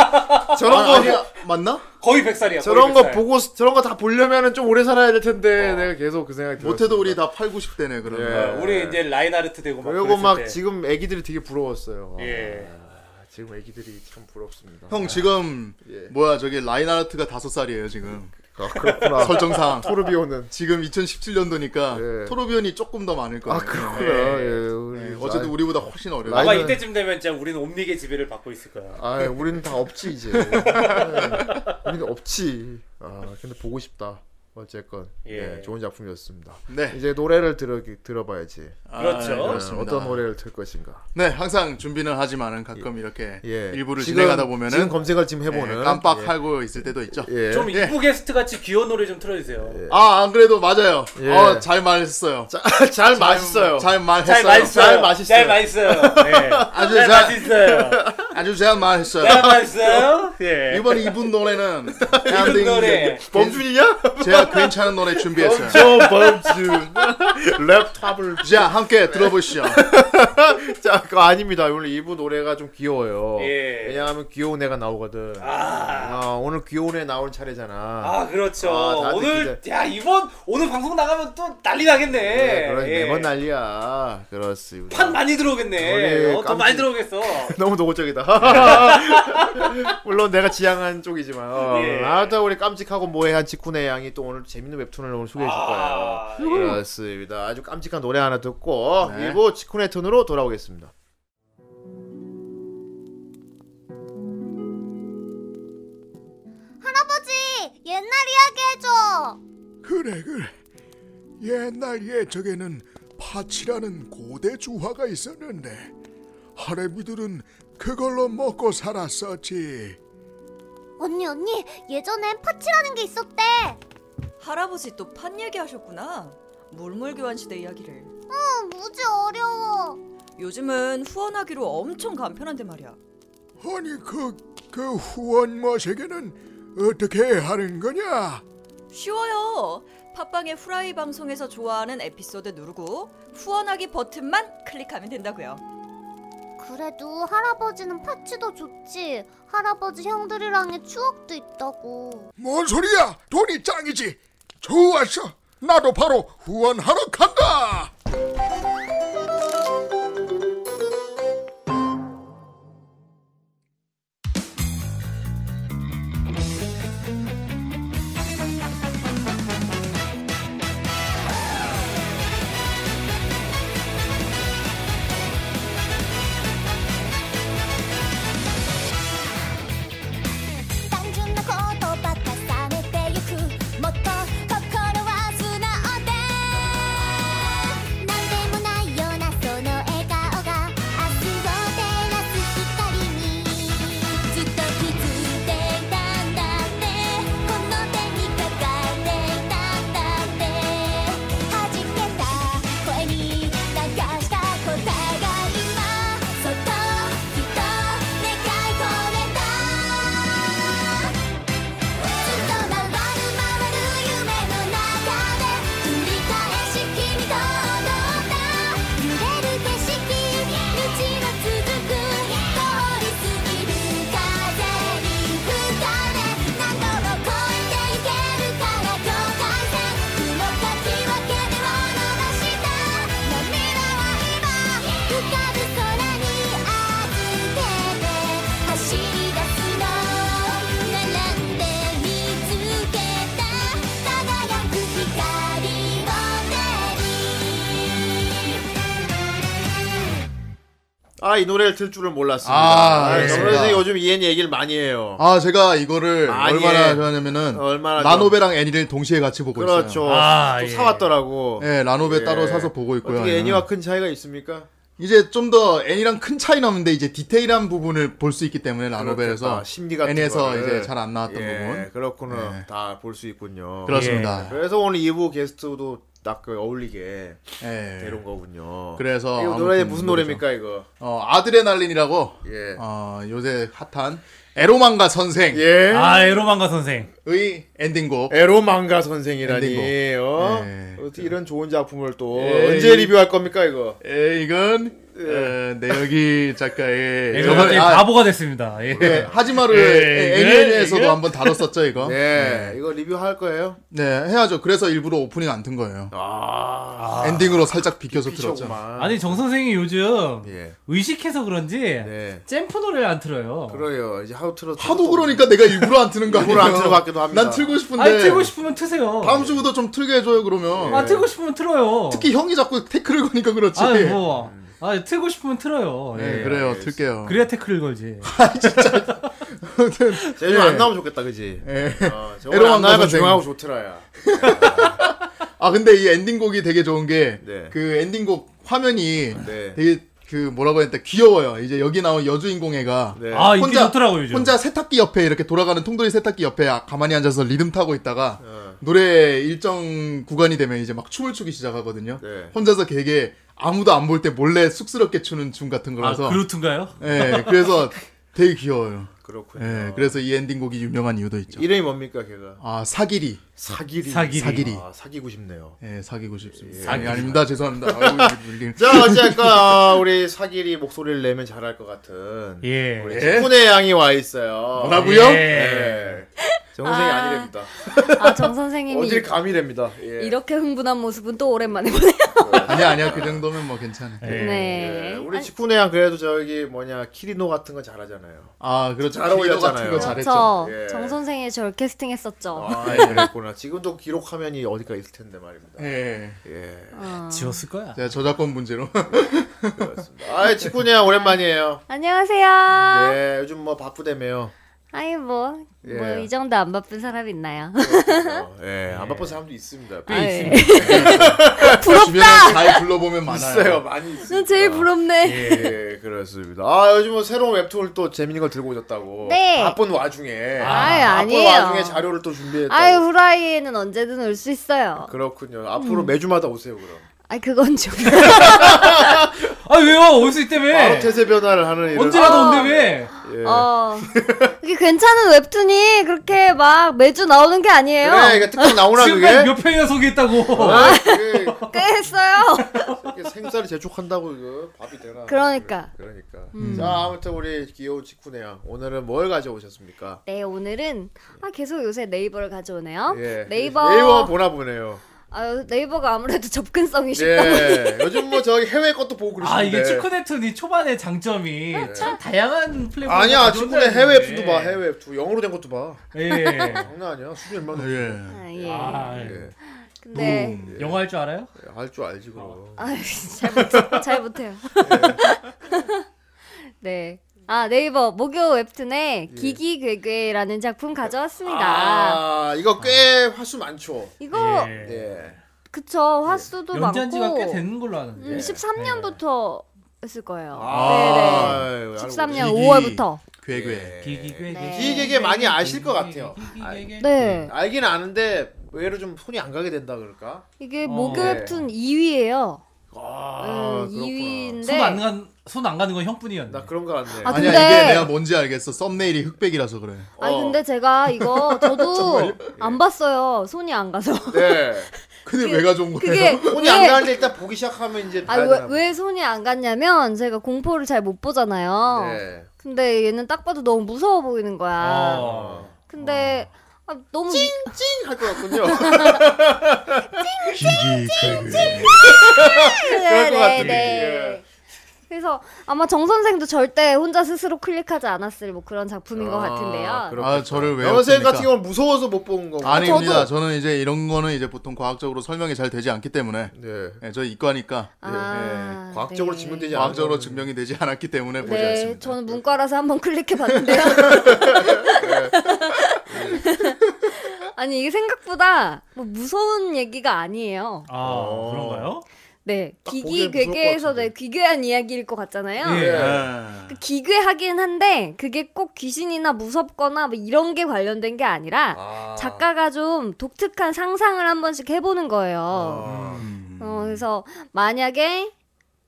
[SPEAKER 1] 저런
[SPEAKER 4] 아,
[SPEAKER 1] 거
[SPEAKER 4] 아니야 맞나?
[SPEAKER 3] 거의 100살이야.
[SPEAKER 1] 저런 거 보고 저런 거 다 보려면은 좀 오래 살아야 될 텐데 내가 계속 그 생각이 들었어.
[SPEAKER 4] 못해도 우리 다 8, 90대네
[SPEAKER 1] 예.
[SPEAKER 4] 그러면.
[SPEAKER 3] 우리 이제 라인하르트 되고 막
[SPEAKER 1] 그리고 막
[SPEAKER 3] 그랬을 때.
[SPEAKER 1] 지금 애기들이 되게 부러웠어요.
[SPEAKER 3] 예.
[SPEAKER 1] 아, 지금 애기들이 참 부럽습니다.
[SPEAKER 4] 형 지금
[SPEAKER 1] 예.
[SPEAKER 4] 뭐야 저기 라인하르트가 다섯 살이에요 지금
[SPEAKER 1] 아, 그렇구나.
[SPEAKER 4] 설정상
[SPEAKER 1] 토르비오는
[SPEAKER 4] 지금 2017년도니까
[SPEAKER 1] 예.
[SPEAKER 4] 토르비언이 조금 더 많을
[SPEAKER 1] 아
[SPEAKER 4] 거예요.
[SPEAKER 1] 그렇구나.
[SPEAKER 3] 예.
[SPEAKER 1] 예.
[SPEAKER 4] 예.
[SPEAKER 1] 우리
[SPEAKER 4] 어쨌든 우리보다 훨씬 어려요.
[SPEAKER 1] 라인-
[SPEAKER 3] 아마
[SPEAKER 1] 아이는-
[SPEAKER 3] 이때쯤 되면 진짜 우리는 옴닉의 지배를 받고 있을 거야.
[SPEAKER 1] 아, 우리는 다 없지 이제. 예. 우리는 없지. 아, 근데 보고 싶다. 어쨌건
[SPEAKER 3] 예.
[SPEAKER 1] 예. 좋은 작품이었습니다.
[SPEAKER 4] 네
[SPEAKER 1] 이제 노래를 들어 들어봐야지.
[SPEAKER 3] 그렇죠.
[SPEAKER 4] 아,
[SPEAKER 1] 어,
[SPEAKER 4] 그렇습니다.
[SPEAKER 1] 어떤 노래를 들 것인가.
[SPEAKER 4] 네 항상 준비는 하지만은 가끔 이렇게
[SPEAKER 1] 예.
[SPEAKER 4] 일부를
[SPEAKER 1] 지금-
[SPEAKER 4] 진행하다 보면은
[SPEAKER 1] 지금 검색을 지금 해보는
[SPEAKER 4] 예, 깜빡하고 있을 때도 있죠.
[SPEAKER 1] 예. 예.
[SPEAKER 3] 좀 이쁘게 스트 같이 귀여운 노래 좀 틀어주세요.
[SPEAKER 4] 아, 안 그래도 맞아요.
[SPEAKER 1] 예.
[SPEAKER 4] 어, 잘 말했어요.
[SPEAKER 1] 자, 잘 맛있어요.
[SPEAKER 4] 잘 말했어요.
[SPEAKER 3] 잘 맛있어요.
[SPEAKER 1] 잘 맛있어요.
[SPEAKER 3] 잘 맛있어요. 예.
[SPEAKER 4] 아주
[SPEAKER 3] 잘
[SPEAKER 4] 잘-
[SPEAKER 3] 맛있어요.
[SPEAKER 4] 아주 잘 말했어요.
[SPEAKER 3] 잘 맛있어요. 예.
[SPEAKER 4] 이번 이분 노래는
[SPEAKER 3] 이분 노래.
[SPEAKER 1] 범준이냐?
[SPEAKER 4] 제가 괜찮은 노래 준비했어요.
[SPEAKER 1] 저 범준. 랩탑을
[SPEAKER 4] 자, 함께 들어보시죠.
[SPEAKER 1] 자, 그거 아닙니다. 오늘 이부 노래가 좀 귀여워요.
[SPEAKER 3] 예.
[SPEAKER 1] 왜냐하면 귀여운 애가 나오거든.
[SPEAKER 3] 아,
[SPEAKER 1] 아, 오늘 귀여운 애 나온 차례잖아.
[SPEAKER 3] 아 그렇죠.
[SPEAKER 1] 아, 다들
[SPEAKER 3] 오늘 야 이번 오늘 방송 나가면 또 난리 나겠네.
[SPEAKER 1] 네, 그런
[SPEAKER 3] 예.
[SPEAKER 1] 매번 난리야. 그렇습니다.
[SPEAKER 3] 판 많이 들어오겠네.
[SPEAKER 1] 오늘
[SPEAKER 3] 어, 더
[SPEAKER 1] 깜찍-
[SPEAKER 3] 많이 들어오겠어.
[SPEAKER 1] 너무 노골적이다. 물론 내가 지향한 쪽이지만. 어,
[SPEAKER 3] 예.
[SPEAKER 1] 아무튼 우리 깜찍하고 모해한 직훈의 양이 또 오늘 재밌는 웹툰을 오늘 소개해 줄 거예요.
[SPEAKER 3] 아,
[SPEAKER 1] 그렇습니다. 아주 깜찍한 노래 하나 듣고
[SPEAKER 4] 네.
[SPEAKER 1] 일부 직훈의 톤으로 돌아오겠습니다.
[SPEAKER 2] 할아버지 옛날 이야기 해줘
[SPEAKER 7] 그래 그래 옛날 예적에는 파치라는 고대 주화가 있었는데 하레비들은 그걸로 먹고 살았었지
[SPEAKER 2] 언니 언니 예전엔 파치라는 게 있었대
[SPEAKER 8] 할아버지 또 판 얘기하셨구나. 물물교환 시대 이야기를.
[SPEAKER 2] 응 무지 어려워
[SPEAKER 8] 요즘은 후원하기로 엄청 간편한데 말이야.
[SPEAKER 7] 아니 그, 그 후원머세계는 어떻게 하는 거냐
[SPEAKER 8] 쉬워요. 팟빵의 후라이 방송에서 좋아하는 에피소드 누르고 후원하기 버튼만 클릭하면 된다고요.
[SPEAKER 2] 그래도 할아버지는 파치도 좋지 할아버지 형들이랑의 추억도 있다고
[SPEAKER 7] 뭔 소리야 돈이 짱이지 좋았어 나도 바로 후원하러 간다
[SPEAKER 2] 단純な言葉重ねてゆくもっと心は素直で
[SPEAKER 1] 아 이 노래를 들 줄을 몰랐습니다.
[SPEAKER 4] 아,
[SPEAKER 1] 아,
[SPEAKER 4] 알겠습니다.
[SPEAKER 1] 그래서 요즘 이엔 얘기를 많이 해요.
[SPEAKER 4] 아 제가 이거를
[SPEAKER 1] 아니, 예.
[SPEAKER 4] 얼마나 좋아하냐면은
[SPEAKER 1] 얼마나
[SPEAKER 4] 라노베랑 애니를 동시에 같이 보고 있어요.
[SPEAKER 1] 그렇죠.
[SPEAKER 9] 아,
[SPEAKER 1] 또
[SPEAKER 9] 예.
[SPEAKER 1] 사왔더라고.
[SPEAKER 4] 예, 라노베
[SPEAKER 1] 예.
[SPEAKER 4] 따로 사서 보고 있고요. 음.
[SPEAKER 1] 어떻게 애니와 큰 차이가 있습니까?
[SPEAKER 4] 이제 좀 더 애니랑 큰 차이 나는데 이제 디테일한 부분을 볼 수 있기 때문에
[SPEAKER 1] 그렇겠다.
[SPEAKER 4] 라노벨에서
[SPEAKER 1] 심리 같은
[SPEAKER 4] 애니에서
[SPEAKER 1] 거를.
[SPEAKER 4] 이제 잘 안 나왔던
[SPEAKER 1] 예,
[SPEAKER 4] 부분
[SPEAKER 1] 그렇구나.
[SPEAKER 4] 예.
[SPEAKER 1] 다 볼 수 있군요. 예.
[SPEAKER 4] 그렇습니다.
[SPEAKER 1] 그래서 오늘 2부 게스트도 딱 그 어울리게
[SPEAKER 4] 예.
[SPEAKER 1] 데려온 거군요.
[SPEAKER 4] 그래서
[SPEAKER 1] 이거 노래
[SPEAKER 4] 아무튼
[SPEAKER 1] 무슨
[SPEAKER 4] 그거죠.
[SPEAKER 1] 노래입니까 이거?
[SPEAKER 4] 어, 아드레날린이라고
[SPEAKER 1] 예.
[SPEAKER 4] 어, 요새 핫한 에로망가 선생의
[SPEAKER 1] 예.
[SPEAKER 9] 아 에로망가 선생.
[SPEAKER 4] 엔딩곡
[SPEAKER 1] 에로망가 선생이라니.
[SPEAKER 4] 엔딩곡.
[SPEAKER 1] 어?
[SPEAKER 4] 예.
[SPEAKER 1] 어떻게 이런 좋은 작품을 또
[SPEAKER 4] 에이.
[SPEAKER 1] 언제 리뷰할 겁니까 이거?
[SPEAKER 4] 에, 예, 이건
[SPEAKER 1] 예.
[SPEAKER 4] 어, 내역이 작가의
[SPEAKER 9] 에로망가
[SPEAKER 4] 저번에
[SPEAKER 9] 선생
[SPEAKER 4] 아,
[SPEAKER 9] 바보가 됐습니다. 예.
[SPEAKER 4] 예, 하지마루
[SPEAKER 9] 예, 이게, 이게?
[SPEAKER 4] 애니에서도 한번 다뤘었죠 이거 예.
[SPEAKER 1] 네, 이거 리뷰할 거예요.
[SPEAKER 4] 네 해야죠 그래서 일부러 오프닝 안 튼 거예요
[SPEAKER 1] 아,
[SPEAKER 4] 엔딩으로 살짝 비켜서 들었죠
[SPEAKER 1] 피셔구만.
[SPEAKER 9] 아니 정 선생이 요즘
[SPEAKER 1] 예,
[SPEAKER 9] 의식해서 그런지
[SPEAKER 1] 네,
[SPEAKER 9] 잼프 노래를 안 틀어요.
[SPEAKER 1] 그래요. 이제 하도 틀어
[SPEAKER 4] 하도 그러니까 내가 일부러 안 트는 거 아니에요
[SPEAKER 1] 일부러 안 틀어봤기도 합니다.
[SPEAKER 4] 난 틀고 싶은데
[SPEAKER 9] 아니 틀고 싶으면 트세요.
[SPEAKER 4] 다음 주부터 좀 틀게 해줘요 그러면
[SPEAKER 9] 아 틀고 싶으면 틀어요.
[SPEAKER 4] 특히 형이 자꾸 태클을 거니까 그렇지
[SPEAKER 9] 아유 뭐. 아 틀고 싶으면 틀어요.
[SPEAKER 4] 네,
[SPEAKER 9] 예.
[SPEAKER 4] 그래요 틀게요
[SPEAKER 9] 그래야 태클을 걸지.
[SPEAKER 1] 제주 안 나오면 좋겠다, 그지?
[SPEAKER 4] 예.
[SPEAKER 1] 어,
[SPEAKER 4] 에로망가
[SPEAKER 1] 에로망가 선생.
[SPEAKER 4] 선생.
[SPEAKER 1] 중하고 좋더라야.
[SPEAKER 4] 아 근데 이 엔딩곡이 되게 좋은 게 그
[SPEAKER 1] 네.
[SPEAKER 4] 엔딩곡 화면이
[SPEAKER 1] 네.
[SPEAKER 4] 되게 그 뭐라고 했다 귀여워요 이제 여기 나온 여주인공 애가
[SPEAKER 1] 네.
[SPEAKER 9] 아 인기 좋더라고요 요즘.
[SPEAKER 4] 혼자 세탁기 옆에 이렇게 돌아가는 통돌이 세탁기 옆에 아- 가만히 앉아서 리듬 타고 있다가
[SPEAKER 1] 어.
[SPEAKER 4] 노래 일정 구간이 되면 이제 막 춤을 추기 시작하거든요.
[SPEAKER 1] 네.
[SPEAKER 4] 혼자서 되게 아무도 안 볼 때 몰래 쑥스럽게 추는 춤 같은
[SPEAKER 9] 아
[SPEAKER 4] 거라서.
[SPEAKER 9] 그루트인가요?
[SPEAKER 4] 예, 그래서 되게 귀여워요.
[SPEAKER 1] 그렇군요.
[SPEAKER 4] 예, 그래서 이 엔딩곡이 유명한 이유도 있죠.
[SPEAKER 1] 어. 이름이 뭡니까, 걔가?
[SPEAKER 4] 아 사기리,
[SPEAKER 1] 사기리.
[SPEAKER 9] 사기리.
[SPEAKER 4] 사기리.
[SPEAKER 1] 아, 사기고 싶네요.
[SPEAKER 4] 예, 사기고 싶습니다.
[SPEAKER 9] 사기리.
[SPEAKER 4] 예, 아닙니다, 죄송합니다. 아유, 물림.
[SPEAKER 1] 자, 어쨌건 우리 사기리 목소리를 내면 잘할 것 같은
[SPEAKER 9] 예.
[SPEAKER 1] 우리 친구네 양이 와 있어요.
[SPEAKER 4] 뭐라고요?
[SPEAKER 9] 예.
[SPEAKER 1] 예. 정생이
[SPEAKER 10] 아.
[SPEAKER 1] 아... 아니랍니다.
[SPEAKER 10] 아, 정 선생님이
[SPEAKER 1] 어딜 감이랍니다. 예.
[SPEAKER 10] 이렇게 흥분한 모습은 또 오랜만에 보네요.
[SPEAKER 4] 아니야, 아니야, 그 정도면 뭐 괜찮아.
[SPEAKER 9] 예.
[SPEAKER 10] 네.
[SPEAKER 1] 예. 우리 직후네 양 그래도 저기 뭐냐 키리노 같은 건 잘하잖아요.
[SPEAKER 4] 아, 그렇죠.
[SPEAKER 1] 잘 어울렸잖아요.
[SPEAKER 4] 피디도 같은 거 잘했죠.
[SPEAKER 10] 그렇죠.
[SPEAKER 1] 예.
[SPEAKER 10] 정 선생이 저를 캐스팅했었죠.
[SPEAKER 1] 아, 예, 그랬구나. 지금도 기록 화면이 어디가 있을 텐데
[SPEAKER 10] 그렇죠.
[SPEAKER 1] 말입니다.
[SPEAKER 4] 예,
[SPEAKER 1] 예,
[SPEAKER 9] 지웠을 거야.
[SPEAKER 4] 제가 저작권 문제로.
[SPEAKER 1] 그렇습니다. 아, 직후네 양 오랜만이에요.
[SPEAKER 10] 안녕하세요.
[SPEAKER 1] 네, 요즘 뭐 바쁘다며요.
[SPEAKER 10] 아니 뭐,
[SPEAKER 1] 예.
[SPEAKER 10] 뭐 이 정도 안 바쁜 사람 있나요?
[SPEAKER 1] 그렇군요. 예, 안 바쁜 사람도 있습니다.
[SPEAKER 10] 아, 예.
[SPEAKER 4] 주변에 잘 둘러보면 많아요.
[SPEAKER 1] 있어요, 많이 있어요.
[SPEAKER 10] 난 제일 부럽네.
[SPEAKER 1] 예, 그렇습니다. 아, 요즘 뭐 새로운 웹툰을 또 재밌는 걸 들고 오셨다고.
[SPEAKER 10] 네.
[SPEAKER 1] 바쁜 와중에.
[SPEAKER 10] 아유, 아니에요.
[SPEAKER 1] 바쁜 와중에 자료를 또 준비했다고.
[SPEAKER 10] 아유 후라이에는 언제든 올 수 있어요.
[SPEAKER 1] 그렇군요.
[SPEAKER 10] 음.
[SPEAKER 1] 앞으로 매주마다 오세요, 그럼.
[SPEAKER 10] 아 그건 좀.
[SPEAKER 1] 예.
[SPEAKER 9] 아 왜요? 올 수 있다며.
[SPEAKER 1] 바로 태세 변화를 아, 하는 이런.
[SPEAKER 9] 언제라도 온대 왜?
[SPEAKER 1] 예.
[SPEAKER 10] 어. 이게 괜찮은 웹툰이 그렇게 막 매주 나오는 게 아니에요.
[SPEAKER 1] 그래, 이게 특강 나오나
[SPEAKER 9] 지금까지
[SPEAKER 1] 그게?
[SPEAKER 9] 몇 편이나 소개했다고.
[SPEAKER 1] 아, 그게
[SPEAKER 10] 꽤 했어요.
[SPEAKER 1] 이게 생쌀이 재촉한다고 이거 밥이 되나?
[SPEAKER 10] 그러니까.
[SPEAKER 1] 그러니까. 자, 아무튼 우리 귀여운 치쿠네양 오늘은 뭘 가져오셨습니까?
[SPEAKER 10] 네 오늘은 아 계속 요새 네이버를 가져오네요.
[SPEAKER 1] 예.
[SPEAKER 10] 어? 네이버.
[SPEAKER 1] 네이버 보나 보네요.
[SPEAKER 10] 아유 네이버가 아무래도 접근성이 쉽다.
[SPEAKER 1] 예. 요즘 뭐 저기 해외 것도 보고 그러시는데.
[SPEAKER 9] 아 이게 치코네툰이 초반에 장점이
[SPEAKER 10] 네.
[SPEAKER 9] 참 다양한 플랫폼.
[SPEAKER 1] 아니야, 치쿠네 해외 웹툰도 봐. 해외 웹툰 영어로 된 것도 봐.
[SPEAKER 9] 예.
[SPEAKER 1] 장난 아니야. 수준 얼마나
[SPEAKER 4] 예.
[SPEAKER 10] 아, 예.
[SPEAKER 9] 아,
[SPEAKER 1] 예.
[SPEAKER 10] 근데
[SPEAKER 9] 영어 할 줄 알아요?
[SPEAKER 1] 할줄 알지 그럼.
[SPEAKER 10] 아유 잘못 잘 못해요. 네. 아 네이버 목요 웹툰에 기기괴괴라는 작품 가져왔습니다.
[SPEAKER 1] 예. 아, 이거 꽤 화수 많죠.
[SPEAKER 10] 이거
[SPEAKER 9] 예.
[SPEAKER 1] 예.
[SPEAKER 10] 그쵸 화수도
[SPEAKER 9] 연재한지가
[SPEAKER 10] 어, 네. 많고
[SPEAKER 9] 꽤 예. 되는 걸로 아는데.
[SPEAKER 1] 예.
[SPEAKER 10] 음, 13년부터 했을 거예요.
[SPEAKER 9] 아.
[SPEAKER 1] 아,
[SPEAKER 10] 네네.
[SPEAKER 1] 아유, 알고
[SPEAKER 10] 13년
[SPEAKER 4] 기기.
[SPEAKER 10] 5월부터.
[SPEAKER 9] 예.
[SPEAKER 1] 예.
[SPEAKER 4] 괴괴.
[SPEAKER 9] 기기괴괴.
[SPEAKER 10] 네.
[SPEAKER 1] 기기괴괴 많이 아실 것 같아요.
[SPEAKER 9] 기기괴괴.
[SPEAKER 10] 네.
[SPEAKER 1] 알긴 아는데 의외로 좀 손이 안 가게 된다 그럴까?
[SPEAKER 10] 이게
[SPEAKER 9] 어.
[SPEAKER 10] 목요
[SPEAKER 1] 예.
[SPEAKER 10] 웹툰 2위예요.
[SPEAKER 1] 아,
[SPEAKER 10] 음,
[SPEAKER 1] 그렇구나.
[SPEAKER 10] 2위인데.
[SPEAKER 9] 손안 간, 손 안 가는 건 형뿐이었네.
[SPEAKER 1] 나 그런 거 같네.
[SPEAKER 10] 아,
[SPEAKER 4] 아니야
[SPEAKER 10] 근데-
[SPEAKER 4] 이게 내가 뭔지 알겠어 썸네일이 흑백이라서 그래
[SPEAKER 10] 아니
[SPEAKER 1] 어.
[SPEAKER 10] 근데 제가 이거 저도 안 봤어요. 손이 안 가서.
[SPEAKER 1] 네.
[SPEAKER 4] 근데
[SPEAKER 10] 그게-
[SPEAKER 4] 왜 가져온 거예요?
[SPEAKER 10] 그게
[SPEAKER 1] 손이 안 가는데 일단 보기 시작하면 이제 봐야 되나
[SPEAKER 10] 아왜
[SPEAKER 1] 보다.
[SPEAKER 10] 왜 손이 안 갔냐면 제가 공포를 잘 못 보잖아요.
[SPEAKER 1] 네.
[SPEAKER 10] 근데 얘는 딱 봐도 너무 무서워 보이는 거야.
[SPEAKER 9] 어.
[SPEAKER 10] 근데 아, 너무
[SPEAKER 1] 어. 찡할것 같군요.
[SPEAKER 10] 네,
[SPEAKER 4] 기기 괴괴
[SPEAKER 10] 찡그럴
[SPEAKER 1] 같은 게.
[SPEAKER 10] 네. 그래서 아마 정 선생도 절대 혼자 스스로 클릭하지 않았을 뭐 그런 작품인 것 같은데요.
[SPEAKER 4] 아 저를 왜
[SPEAKER 1] 영선생
[SPEAKER 4] 없습니까?
[SPEAKER 1] 같은 경우는 무서워서 못 본 거고.
[SPEAKER 4] 아닙니다. 저는 이제 이런 거는 이제 보통 과학적으로 설명이 잘 되지 않기 때문에
[SPEAKER 1] 네.
[SPEAKER 4] 예, 저 이과니까
[SPEAKER 10] 아,
[SPEAKER 4] 예.
[SPEAKER 1] 과학적으로 증명되지 않은
[SPEAKER 4] 과학적으로 증명이 되지 않았기 때문에 보지
[SPEAKER 10] 네,
[SPEAKER 4] 않습니다.
[SPEAKER 10] 저는 문과라서 한번 클릭해 봤는데요.
[SPEAKER 1] 네.
[SPEAKER 10] 아니 이게 생각보다 뭐 무서운 얘기가 아니에요.
[SPEAKER 9] 아
[SPEAKER 1] 어.
[SPEAKER 9] 그런가요?
[SPEAKER 10] 네,
[SPEAKER 1] 딱 보기엔
[SPEAKER 10] 기기
[SPEAKER 1] 무서울 것
[SPEAKER 10] 괴계에서 네, 기괴한 이야기일 것 같잖아요.
[SPEAKER 9] 예.
[SPEAKER 10] 그 기괴하긴 한데 그게 꼭 귀신이나 무섭거나 뭐 이런 게 관련된 게 아니라 작가가 좀 독특한 상상을 한 번씩 해보는 거예요.
[SPEAKER 9] 아.
[SPEAKER 10] 어, 그래서 만약에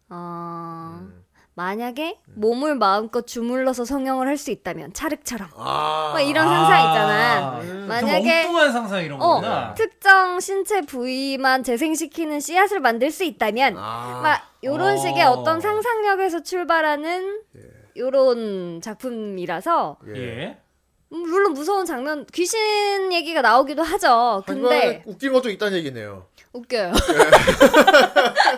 [SPEAKER 10] 어,
[SPEAKER 9] 네.
[SPEAKER 10] 만약에 몸을 마음껏 주물러서 성형을 할 수 있다면 찰흙처럼
[SPEAKER 1] 아.
[SPEAKER 10] 막 이런 상상 있잖아.
[SPEAKER 9] 아, 좀
[SPEAKER 10] 만약에-
[SPEAKER 9] 엉뚱한 상상 이런
[SPEAKER 10] 어,
[SPEAKER 9] 거구나.
[SPEAKER 10] 특정 신체 부위만 재생시키는 씨앗을 만들 수 있다면
[SPEAKER 1] 아.
[SPEAKER 10] 막 요런
[SPEAKER 9] 어.
[SPEAKER 10] 식의 어떤 상상력에서 출발하는
[SPEAKER 1] 예.
[SPEAKER 10] 요런 작품이라서
[SPEAKER 9] 예.
[SPEAKER 10] 음, 물론 무서운 장면 귀신 얘기가 나오기도 하죠.
[SPEAKER 1] 하지만
[SPEAKER 10] 근데
[SPEAKER 1] 웃긴 것도 있다는 얘기네요.
[SPEAKER 10] 웃겨요.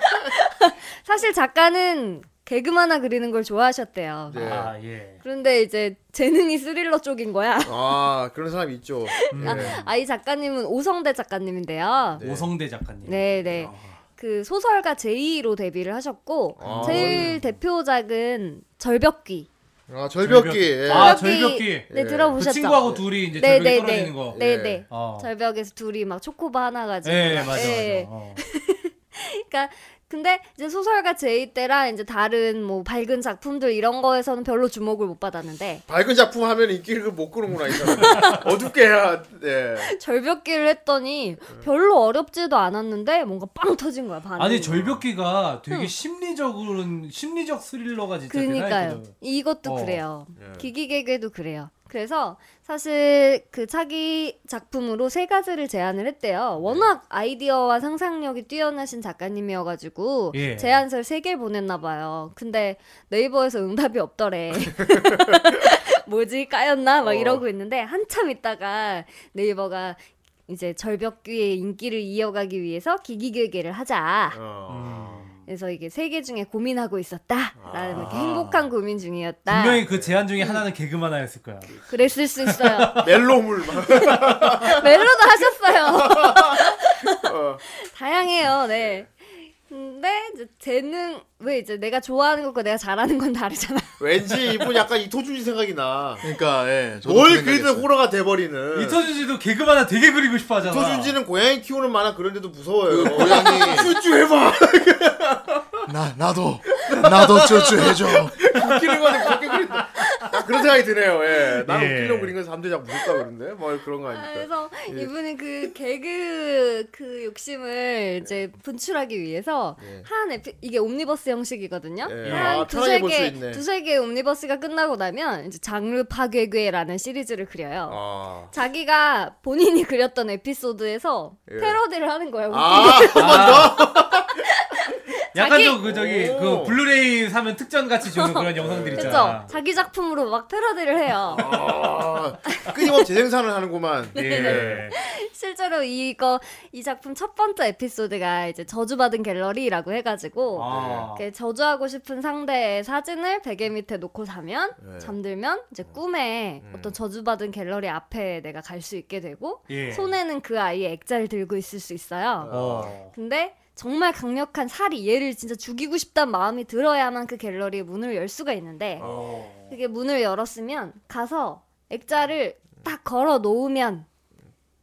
[SPEAKER 10] 사실 작가는 개그만화 그리는 걸 좋아하셨대요.
[SPEAKER 1] 네. 아,
[SPEAKER 9] 아 예.
[SPEAKER 10] 그런데 이제 재능이 스릴러 쪽인 거야.
[SPEAKER 1] 아, 그런 사람 있죠. 예.
[SPEAKER 10] 아 이 작가님은 오성대 작가님인데요.
[SPEAKER 1] 네.
[SPEAKER 9] 오성대 작가님.
[SPEAKER 10] 네, 네. 그 소설가 제2로 데뷔를 하셨고
[SPEAKER 1] 아,
[SPEAKER 10] 제일 대표작은 절벽귀.
[SPEAKER 1] 아, 절벽기. 예.
[SPEAKER 9] 아, 절벽귀.
[SPEAKER 10] 네,
[SPEAKER 1] 예.
[SPEAKER 10] 들어보셨죠?
[SPEAKER 9] 그 친구하고 둘이 이제
[SPEAKER 10] 네,
[SPEAKER 9] 절벽이
[SPEAKER 10] 네,
[SPEAKER 9] 떨어지는
[SPEAKER 10] 네.
[SPEAKER 9] 거.
[SPEAKER 10] 네,
[SPEAKER 1] 예.
[SPEAKER 10] 네.
[SPEAKER 9] 어.
[SPEAKER 10] 절벽에서 둘이 막 초코바 하나 가지고.
[SPEAKER 9] 예,
[SPEAKER 10] 막,
[SPEAKER 9] 맞아,
[SPEAKER 10] 예.
[SPEAKER 9] 맞아. 어.
[SPEAKER 10] 그러니까 근데 이제 소설가 제이 때랑 이제 다른 뭐 밝은 작품들 이런 거에서는 별로 주목을 못 받았는데
[SPEAKER 1] 밝은 작품 하면 인기를 못 끄는구나 이 사람. 어둡게 해야. 네.
[SPEAKER 10] 절벽기를 했더니 별로 어렵지도 않았는데 뭔가 빵 터진 거야 반응.
[SPEAKER 9] 음. 아니 절벽기가 되게 심리적인 심리적 스릴러가 진짜
[SPEAKER 10] 그러니까요.
[SPEAKER 9] 대단했거든.
[SPEAKER 10] 이것도
[SPEAKER 9] 어.
[SPEAKER 10] 그래요. 기기개개도 그래요. 그래서 사실 그 차기 작품으로 세 가지를 제안을 했대요.
[SPEAKER 9] 네.
[SPEAKER 10] 워낙 아이디어와 상상력이 뛰어나신 작가님이어가지고
[SPEAKER 9] 예.
[SPEAKER 10] 제안서를 세 개를 보냈나 봐요. 근데 네이버에서 응답이 없더래. 뭐지 까였나
[SPEAKER 9] 어.
[SPEAKER 10] 막 이러고 있는데 한참 있다가 네이버가 이제 절벽귀의 인기를 이어가기 위해서 기기개개를 하자.
[SPEAKER 1] 어.
[SPEAKER 10] 그래서 이게 세 개 중에 고민하고 있었다라는
[SPEAKER 1] 아.
[SPEAKER 10] 이렇게 행복한 고민 중이었다.
[SPEAKER 9] 분명히 그 제안 중에 하나는 개그만 하였을 거야.
[SPEAKER 10] 그랬을 수 있어요.
[SPEAKER 1] 멜로물 막.
[SPEAKER 10] 멜로도 하셨어요.
[SPEAKER 1] 어.
[SPEAKER 10] 다양해요. 네. 근데 이제 재능 왜 이제 내가 좋아하는 것과 내가 잘하는 건 다르잖아.
[SPEAKER 1] 왠지 이분 약간 이토준이 생각이 나.
[SPEAKER 4] 그러니까 예. 저도
[SPEAKER 1] 뭘
[SPEAKER 4] 그 생각했어요.
[SPEAKER 1] 그리든 호러가 돼버리는.
[SPEAKER 9] 이터준지도 개그만 하 되게 그리고 싶어 하잖아.
[SPEAKER 1] 이토준지는 고양이 키우는 만화 그런데도 무서워요.
[SPEAKER 4] 그 고양이
[SPEAKER 1] 쭈쭈 해봐.
[SPEAKER 4] 나 나도 나도 쭈쭈 해줘.
[SPEAKER 1] 웃기는 거는 그렇게 그린다. 아, 그런 생각이 드네요. 예. 나는
[SPEAKER 9] 예.
[SPEAKER 1] 웃기려고 그린 건 사람들이 자꾸 무섭다 그러는데. 뭐 그런 거
[SPEAKER 10] 아,
[SPEAKER 1] 아닙니까? 예.
[SPEAKER 10] 그래서 이분은 그 개그 그
[SPEAKER 1] 예.
[SPEAKER 10] 욕심을 이제 분출하기 위해서 한 에피, 이게 옴니버스 형식이거든요.
[SPEAKER 1] 예.
[SPEAKER 10] 한
[SPEAKER 1] 아,
[SPEAKER 10] 두세
[SPEAKER 1] 편하게 볼수
[SPEAKER 10] 개
[SPEAKER 1] 있네.
[SPEAKER 10] 두세 개 옴니버스가 끝나고 나면 이제 장르 파괴괴라는 시리즈를 그려요.
[SPEAKER 1] 아.
[SPEAKER 10] 자기가 본인이 그렸던 에피소드에서
[SPEAKER 1] 예.
[SPEAKER 10] 패러디를 하는 거예요.
[SPEAKER 1] 아,
[SPEAKER 9] 약간
[SPEAKER 10] 자기-
[SPEAKER 9] 좀 그 저기
[SPEAKER 1] 오.
[SPEAKER 9] 그 블루레이 사면 특전 같이 주는 그런 영상들
[SPEAKER 10] 그쵸?
[SPEAKER 9] 있잖아.
[SPEAKER 10] 자기 작품으로 막 패러디를 해요.
[SPEAKER 1] 아, 끊임없이 재생산을 하는구만.
[SPEAKER 10] 네.
[SPEAKER 9] 예.
[SPEAKER 10] 실제로 이거 이 작품 첫 번째 에피소드가 이제 저주받은 갤러리라고 해가지고
[SPEAKER 9] 아.
[SPEAKER 10] 이렇게 저주하고 싶은 상대의 사진을 베개 밑에 놓고 자면 잠들면 이제 꿈에 어떤 저주받은 갤러리 앞에 내가 갈 수 있게 되고
[SPEAKER 9] 예.
[SPEAKER 10] 손에는 그 아이의 액자를 들고 있을 수 있어요.
[SPEAKER 9] 어.
[SPEAKER 10] 근데 정말 강력한 살이 얘를 진짜 죽이고 싶다는 마음이 들어야만 그 갤러리의 문을 열 수가 있는데 그게 문을 열었으면 가서 액자를 딱 걸어 놓으면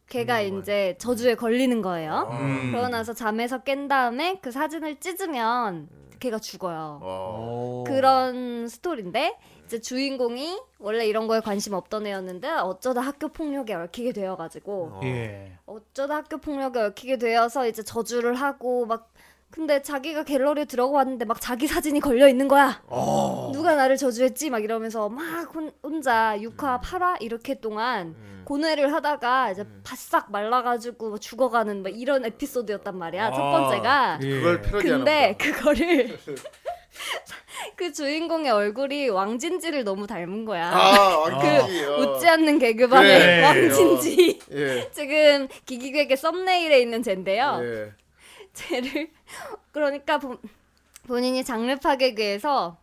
[SPEAKER 10] 걔가 이제 저주에 걸리는 거예요.
[SPEAKER 4] 음.
[SPEAKER 10] 그러고 나서 잠에서 깬 다음에 그 사진을 찢으면 걔가 죽어요.
[SPEAKER 9] 어.
[SPEAKER 10] 그런 스토리인데 이제 주인공이 원래 이런 거에 관심 없던 애였는데 어쩌다 학교 폭력에 얽히게 되어가지고
[SPEAKER 9] 예.
[SPEAKER 10] 어쩌다 학교 폭력에 얽히게 되어서 이제 저주를 하고 막 근데 자기가 갤러리에 들어갔는데 막 자기 사진이 걸려 있는 거야.
[SPEAKER 1] 어.
[SPEAKER 10] 누가 나를 저주했지 막 이러면서 막 혼, 혼자
[SPEAKER 1] 음.
[SPEAKER 10] 6화, 8화 이렇게 동안 고뇌를 하다가 이제 바싹 말라가지고 죽어가는 막 이런 에피소드였단 말이야. 첫 번째가.
[SPEAKER 9] 예.
[SPEAKER 1] 아, 그걸 패러디하는
[SPEAKER 10] 근데
[SPEAKER 1] 거.
[SPEAKER 10] 그거를 그 주인공의 얼굴이 왕진지를 너무 닮은 거야.
[SPEAKER 1] 아, 왕진지.
[SPEAKER 10] 그
[SPEAKER 1] 어.
[SPEAKER 10] 웃지 않는 개그반의
[SPEAKER 1] 그래.
[SPEAKER 10] 왕진지.
[SPEAKER 1] 예.
[SPEAKER 10] 지금 기기괴의 썸네일에 있는 젠데요.
[SPEAKER 1] 예.
[SPEAKER 10] 쟤를 그러니까 본- 본인이 장르 파괴괴에서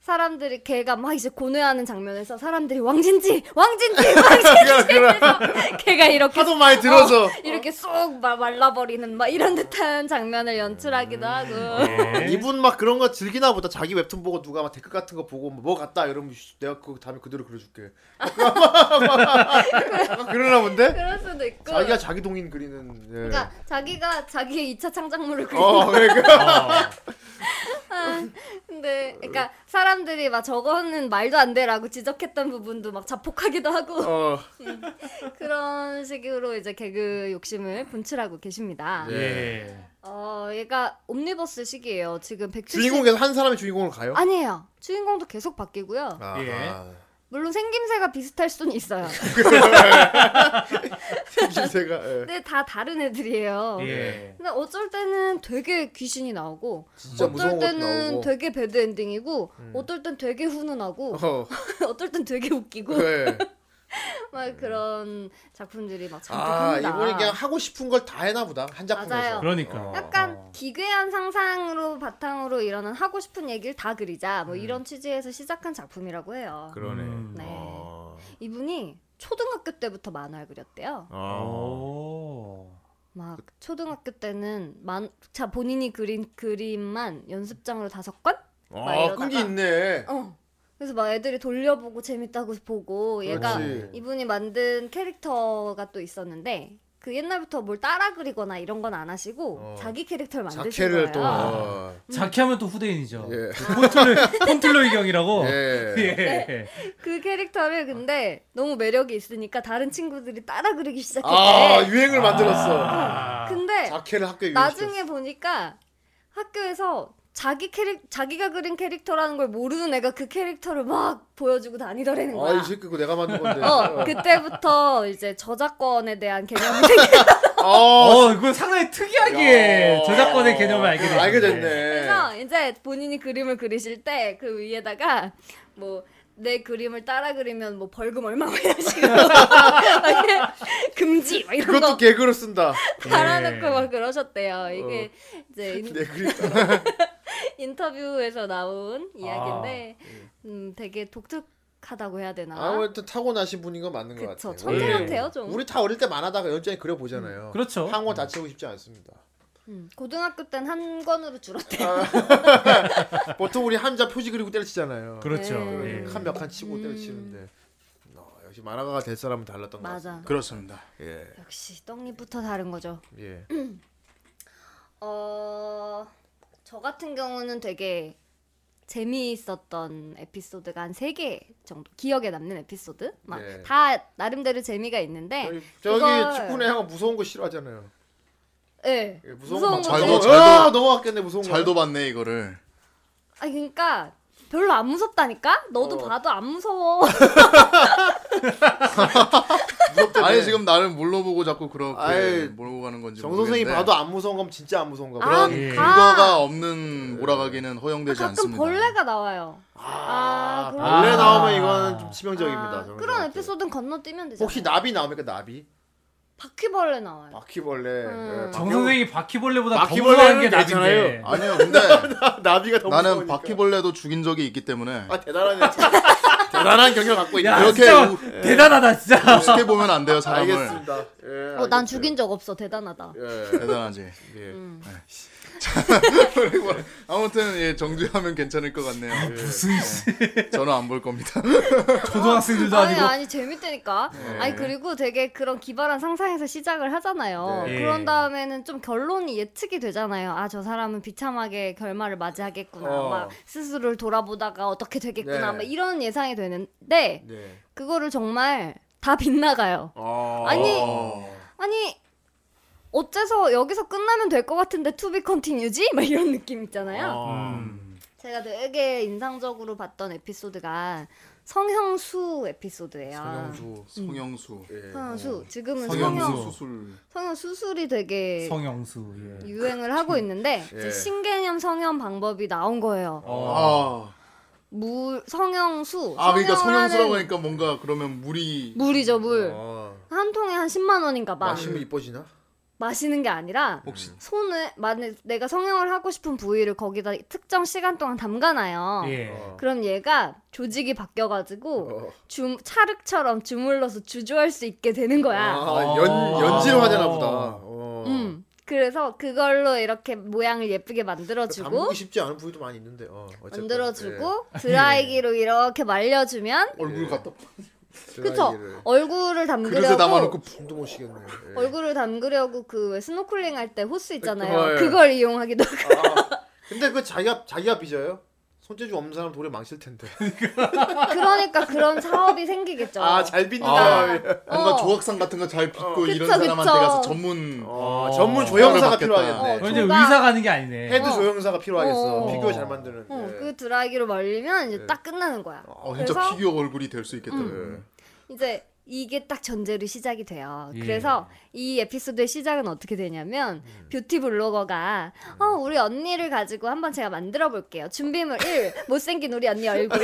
[SPEAKER 10] 사람들이 걔가 막 이제 고뇌하는 장면에서 사람들이 왕진지 왕진지 왕진지 해서 걔가 이렇게
[SPEAKER 1] 하도 많이 들어서.
[SPEAKER 10] 어, 이렇게 쏙 마- 말라버리는 막 이런 듯한 장면을 연출하기도 하고
[SPEAKER 1] 음. 이분 막 그런 거 즐기나 보다. 자기 웹툰 보고 누가 막 댓글 같은 거 보고 뭐 같다 이러면 씨, 내가 그 다음에 그대로 그려줄게. 약간 그러나 본데?
[SPEAKER 10] 그럴 수도 있고
[SPEAKER 1] 예. 자기가 자기 동인 그리는. 예.
[SPEAKER 10] 그러니까 자기가 자기의 2차 창작물을 그리는
[SPEAKER 1] 어, 그러니까.
[SPEAKER 10] 아, 근데 그러니까 사람들이 막 저거는 말도 안 돼라고 지적했던 부분도 막 자폭하기도 하고
[SPEAKER 1] 어.
[SPEAKER 10] 그런 식으로 이제 개그 욕심을 분출하고 계십니다.
[SPEAKER 1] 예.
[SPEAKER 10] 어, 얘가 옴니버스 시기예요. 지금 170
[SPEAKER 1] 주인공에서 한 사람의 주인공으로 가요?
[SPEAKER 10] 아니에요. 주인공도 계속 바뀌고요.
[SPEAKER 1] 아하. 예.
[SPEAKER 10] 물론 생김새가 비슷할 수는 있어요.
[SPEAKER 1] 생김새가. 예.
[SPEAKER 10] 근데 다 다른 애들이에요.
[SPEAKER 1] 예.
[SPEAKER 10] 근데 어쩔 때는 되게 귀신이 나오고,
[SPEAKER 1] 진짜
[SPEAKER 10] 어쩔
[SPEAKER 1] 무서운 것도
[SPEAKER 10] 때는
[SPEAKER 1] 나오고. 음.
[SPEAKER 10] 되게 배드 엔딩이고, 어떨 땐 되게 훈훈하고,
[SPEAKER 1] 어.
[SPEAKER 10] 어떨 땐 되게 웃기고,
[SPEAKER 1] 네.
[SPEAKER 10] 막 그런 작품들이 막
[SPEAKER 1] 아
[SPEAKER 10] 잔뜩합니다.
[SPEAKER 1] 이분이 그냥 하고 싶은 걸 다 해나 보다 한 작품에서.
[SPEAKER 10] 맞아요.
[SPEAKER 9] 그러니까.
[SPEAKER 10] 약간 기괴한 상상으로 바탕으로 일어난 하고 싶은 얘기를 다 그리자 뭐 이런 취지에서 시작한 작품이라고 해요.
[SPEAKER 1] 음. 그러네.
[SPEAKER 9] 음.
[SPEAKER 10] 네.
[SPEAKER 1] 아.
[SPEAKER 10] 이분이 초등학교 때부터 만화를 그렸대요.
[SPEAKER 1] 어. 아,
[SPEAKER 10] 막
[SPEAKER 1] 그-
[SPEAKER 10] 초등학교 때는 만, 자 본인이 그린 그림만 연습장으로 다섯 권? 막
[SPEAKER 1] 아
[SPEAKER 10] 이러다가-
[SPEAKER 1] 끈기 있네.
[SPEAKER 10] 어. 그래서 막 애들이 돌려보고 재밌다고 보고 얘가
[SPEAKER 1] 그렇지.
[SPEAKER 10] 이분이 만든 캐릭터가 또 있었는데 그 옛날부터 뭘 따라 그리거나 이런 건 안 하시고 자기 캐릭터를 만드신 거예요.
[SPEAKER 1] 어. 자캐를 또. 어.
[SPEAKER 9] 자키하면 또 후대인이죠. 그
[SPEAKER 1] 예.
[SPEAKER 9] 폰틀로이 폰틀로이 경이라고.
[SPEAKER 1] 예.
[SPEAKER 9] 예.
[SPEAKER 10] 그 캐릭터를 근데 너무 매력이 있으니까 다른 친구들이 따라 그리기 시작했대.
[SPEAKER 1] 아 유행을
[SPEAKER 9] 아.
[SPEAKER 1] 만들었어.
[SPEAKER 10] 근데
[SPEAKER 1] 자캐를 학교에 유행시켰어.
[SPEAKER 10] 나중에 보니까 학교에서 자기 캐릭 자기가 그린 캐릭터라는 걸 모르는 애가 그 캐릭터를 막 보여주고 다니더라는 거야.
[SPEAKER 1] 아이 새끼 그거 내가 만든 건데.
[SPEAKER 10] 어, 그때부터 이제 저작권에 대한 개념이
[SPEAKER 1] 네.
[SPEAKER 10] 생겨서
[SPEAKER 1] 아.
[SPEAKER 9] 어, 이거 상당히 특이하게
[SPEAKER 1] 야.
[SPEAKER 9] 예, 저작권의 개념을 알게 됐네.
[SPEAKER 1] 아, 알게 됐네.
[SPEAKER 10] 이제 본인이 그림을 그리실 때 그 위에다가 뭐 내 그림을 따라 그리면 뭐 벌금 얼마 뭐 이런 식으로 막 이렇게 금지 막 이런
[SPEAKER 1] 그것도
[SPEAKER 10] 거
[SPEAKER 1] 개그로 쓴다. 네.
[SPEAKER 10] 달아놓고 막 그러셨대요. 이게
[SPEAKER 1] 어.
[SPEAKER 10] 이제 인,
[SPEAKER 1] 내 네, 그림.
[SPEAKER 10] 인터뷰에서 나온
[SPEAKER 1] 아,
[SPEAKER 10] 이야기인데 음, 되게 독특하다고 해야 되나?
[SPEAKER 1] 네. 아무튼 타고나신 분인 건 맞는 것
[SPEAKER 10] 그쵸,
[SPEAKER 1] 같아요. 네.
[SPEAKER 10] 천재 같아요, 좀.
[SPEAKER 1] 우리 다 어릴 때 만화다가 연장에 그려
[SPEAKER 4] 음,
[SPEAKER 1] 보잖아요.
[SPEAKER 9] 그렇죠.
[SPEAKER 1] 항어 다치고 싶지 않습니다.
[SPEAKER 10] 음, 고등학교 땐 한 권으로 줄었대.
[SPEAKER 1] 보통 우리 한자 표지 그리고 때려치잖아요.
[SPEAKER 9] 그렇죠. 네.
[SPEAKER 4] 예.
[SPEAKER 1] 한 몇 칸 치고 때려치는데. 어, 역시 만화가가 될 사람은 달랐던 것
[SPEAKER 10] 맞아.
[SPEAKER 1] 같습니다.
[SPEAKER 4] 그렇습니다.
[SPEAKER 1] 예.
[SPEAKER 10] 역시 떡잎부터 다른 거죠.
[SPEAKER 1] 예.
[SPEAKER 10] 어, 저 같은 경우는 되게 재미있었던 에피소드가 한 세 개 정도 기억에 남는 에피소드
[SPEAKER 1] 예.
[SPEAKER 10] 막 다 나름대로 재미가 있는데
[SPEAKER 1] 저기, 저기
[SPEAKER 10] 그걸-
[SPEAKER 1] 축구네 형은 무서운 거 싫어하잖아요.
[SPEAKER 10] 예,
[SPEAKER 1] 예, 무서운,
[SPEAKER 10] 무서운
[SPEAKER 1] 거.
[SPEAKER 10] 거
[SPEAKER 4] 잘도
[SPEAKER 10] 되게-
[SPEAKER 4] 잘도
[SPEAKER 1] 아, 넘어갔겠네 무서운 거.
[SPEAKER 4] 잘도 봤네 이거를.
[SPEAKER 10] 아 그러니까 별로 안 무섭다니까 너도 봐도 안 무서워
[SPEAKER 4] 아니 지금 나를 물러보고 자꾸 그렇게
[SPEAKER 1] 아이,
[SPEAKER 4] 몰고 가는 건지
[SPEAKER 1] 정 선생이
[SPEAKER 4] 모르겠는데
[SPEAKER 1] 봐도 아- 안 무서운 거면 진짜 안 무서운 거.
[SPEAKER 10] 아,
[SPEAKER 1] 그런
[SPEAKER 4] 그런
[SPEAKER 10] 가. 그러니까
[SPEAKER 4] 근거가 없는 몰아가기는 허용되지
[SPEAKER 10] 가끔
[SPEAKER 4] 않습니다.
[SPEAKER 10] 벌레가 나와요 아, 그런
[SPEAKER 1] 원래 나오면 이거는 좀 치명적입니다.
[SPEAKER 10] 아,
[SPEAKER 1] 정
[SPEAKER 10] 그런
[SPEAKER 1] 선생한테.
[SPEAKER 10] 에피소드는 건너뛰면 되잖아
[SPEAKER 1] 혹시 나비 나옵니까 나비?
[SPEAKER 10] 바퀴벌레 나와요
[SPEAKER 1] 바퀴벌레.
[SPEAKER 10] 음.
[SPEAKER 1] 예,
[SPEAKER 9] 정
[SPEAKER 1] 바퀴벌레.
[SPEAKER 9] 선생이 바퀴벌레보다 더 무서운 게
[SPEAKER 1] 바퀴벌레는
[SPEAKER 9] 나잖아요.
[SPEAKER 1] 괜찮아요.
[SPEAKER 4] 아니요, 근데
[SPEAKER 1] 나비가 더
[SPEAKER 4] 나는
[SPEAKER 1] 무서우니까.
[SPEAKER 4] 바퀴벌레도 죽인 적이 있기 때문에
[SPEAKER 1] 아 대단하네. 진짜. 대단한 경력 갖고 있네.
[SPEAKER 9] 야,
[SPEAKER 1] 이렇게 네.
[SPEAKER 4] 이렇게
[SPEAKER 9] 진짜
[SPEAKER 4] 우-
[SPEAKER 9] 대단하다 진짜.
[SPEAKER 4] 우습게 보면 안 돼요 사람을.
[SPEAKER 1] 알겠습니다. 예,
[SPEAKER 10] 어 난 죽인 적 없어 대단하다
[SPEAKER 1] 알겠- 예.
[SPEAKER 4] 대단하지. 네.
[SPEAKER 1] 예.
[SPEAKER 4] 아무튼 예, 정주하면 괜찮을 것 같네요.
[SPEAKER 9] 아, 무슨 씨, 음.
[SPEAKER 4] 저는 안 볼 겁니다.
[SPEAKER 9] 초등학생들도
[SPEAKER 10] 아니
[SPEAKER 9] 아니고.
[SPEAKER 10] 아니 재밌다니까. 아니 그리고 되게 그런 기발한 상상에서 시작을 하잖아요.
[SPEAKER 9] 네.
[SPEAKER 10] 그런
[SPEAKER 9] 예.
[SPEAKER 10] 다음에는 좀 결론이 예측이 되잖아요. 아 저 사람은 비참하게 결말을 맞이하겠구나.
[SPEAKER 1] 어.
[SPEAKER 10] 막 스스로를 돌아보다가 어떻게 되겠구나.
[SPEAKER 1] 네.
[SPEAKER 10] 막 이런 예상이 되는데
[SPEAKER 1] 네.
[SPEAKER 10] 그거를 정말 다 빗나가요.
[SPEAKER 1] 어.
[SPEAKER 10] 아니 아니 어째서 여기서 끝나면 될 것 같은데 투비 컨티뉴지? 막 이런 느낌 있잖아요.
[SPEAKER 4] 어.
[SPEAKER 9] 음.
[SPEAKER 10] 제가 되게 인상적으로 봤던 에피소드가 성형수 에피소드예요. 네.
[SPEAKER 4] 성형수, 성형수,
[SPEAKER 1] 예.
[SPEAKER 10] 성형수 지금은
[SPEAKER 4] 성형수
[SPEAKER 10] 성형
[SPEAKER 4] 수술.
[SPEAKER 10] 성형 수술이 되게
[SPEAKER 9] 성형수. 예.
[SPEAKER 10] 유행을 하고 있는데
[SPEAKER 1] 예.
[SPEAKER 10] 이제 신개념 성형 방법이 나온 거예요.
[SPEAKER 4] 아,
[SPEAKER 10] 물 성형수
[SPEAKER 4] 아 그러니까
[SPEAKER 10] 성형을 하는
[SPEAKER 4] 성형수라고 하니까 뭔가 그러면 물이
[SPEAKER 10] 물이죠 물.
[SPEAKER 1] 어.
[SPEAKER 10] 한 통에 한 10만 원인가
[SPEAKER 4] 아,
[SPEAKER 10] 봐.
[SPEAKER 4] 그
[SPEAKER 1] 마시면 이뻐지나?
[SPEAKER 10] 마시는 게 아니라 손을 만약 내가 성형을 하고 싶은 부위를 거기다 특정 시간 동안 담가놔요.
[SPEAKER 4] 네.
[SPEAKER 9] 예. 어.
[SPEAKER 10] 그럼 얘가 조직이 바뀌어가지고 주, 찰흙처럼 주물러서 주조할 수 있게 되는 거야.
[SPEAKER 4] 어.
[SPEAKER 1] 아, 연, 연진화되나 보다. 어.
[SPEAKER 10] 음. 그래서 그걸로 이렇게 모양을 예쁘게 만들어주고
[SPEAKER 1] 그러니까 담그기 쉽지 않은 부위도 많이 있는데. 어, 어쨌든.
[SPEAKER 10] 만들어주고 드라이기로 이렇게 말려주면
[SPEAKER 4] 얼굴 갖다
[SPEAKER 10] 그쵸
[SPEAKER 1] 예. 드라이기를.
[SPEAKER 10] 얼굴을
[SPEAKER 4] 그릇에 담아놓고
[SPEAKER 10] 담그려고
[SPEAKER 4] 분도 못 쉬겠네요. 예.
[SPEAKER 10] 얼굴을 담그려고 그 왜 스노클링 할 때 호스 있잖아요
[SPEAKER 1] 어, 예.
[SPEAKER 10] 그걸 이용하기도 하고
[SPEAKER 1] 근데 그 자기가 자기가 빚어요? 손재주 없는 사람 도리 망칠 텐데.
[SPEAKER 10] 그러니까 그런 사업이 생기겠죠
[SPEAKER 1] 아 잘 빚는
[SPEAKER 4] 아,
[SPEAKER 1] 사람.
[SPEAKER 4] 뭔가
[SPEAKER 10] 어.
[SPEAKER 4] 조각상 같은 거 잘 빚고
[SPEAKER 10] 그쵸,
[SPEAKER 4] 이런 사람한테
[SPEAKER 10] 그쵸.
[SPEAKER 4] 가서 전문
[SPEAKER 1] 어, 전문 조형사가
[SPEAKER 4] 받겠다.
[SPEAKER 1] 필요하겠네.
[SPEAKER 9] 그럼 이제
[SPEAKER 10] 조각.
[SPEAKER 9] 의사 가는 게 아니네.
[SPEAKER 1] 헤드 조형사가 필요하겠어.
[SPEAKER 10] 어.
[SPEAKER 1] 피규어 잘 만드는.
[SPEAKER 10] 어,
[SPEAKER 1] 예.
[SPEAKER 10] 그 드라이기로 말리면
[SPEAKER 1] 네.
[SPEAKER 10] 이제 딱 끝나는 거야
[SPEAKER 4] 어, 진짜
[SPEAKER 10] 그래서-
[SPEAKER 4] 피규어 얼굴이 될 수 있겠다.
[SPEAKER 1] 음.
[SPEAKER 4] 예.
[SPEAKER 10] 이제 이게 딱 전제로 시작이 돼요.
[SPEAKER 9] 예.
[SPEAKER 10] 그래서 이 에피소드의 시작은 어떻게 되냐면
[SPEAKER 1] 음.
[SPEAKER 10] 뷰티 블로거가 어, 우리 언니를 가지고 한번 제가 만들어 볼게요. 준비물 1. 못생긴 우리 언니 얼굴.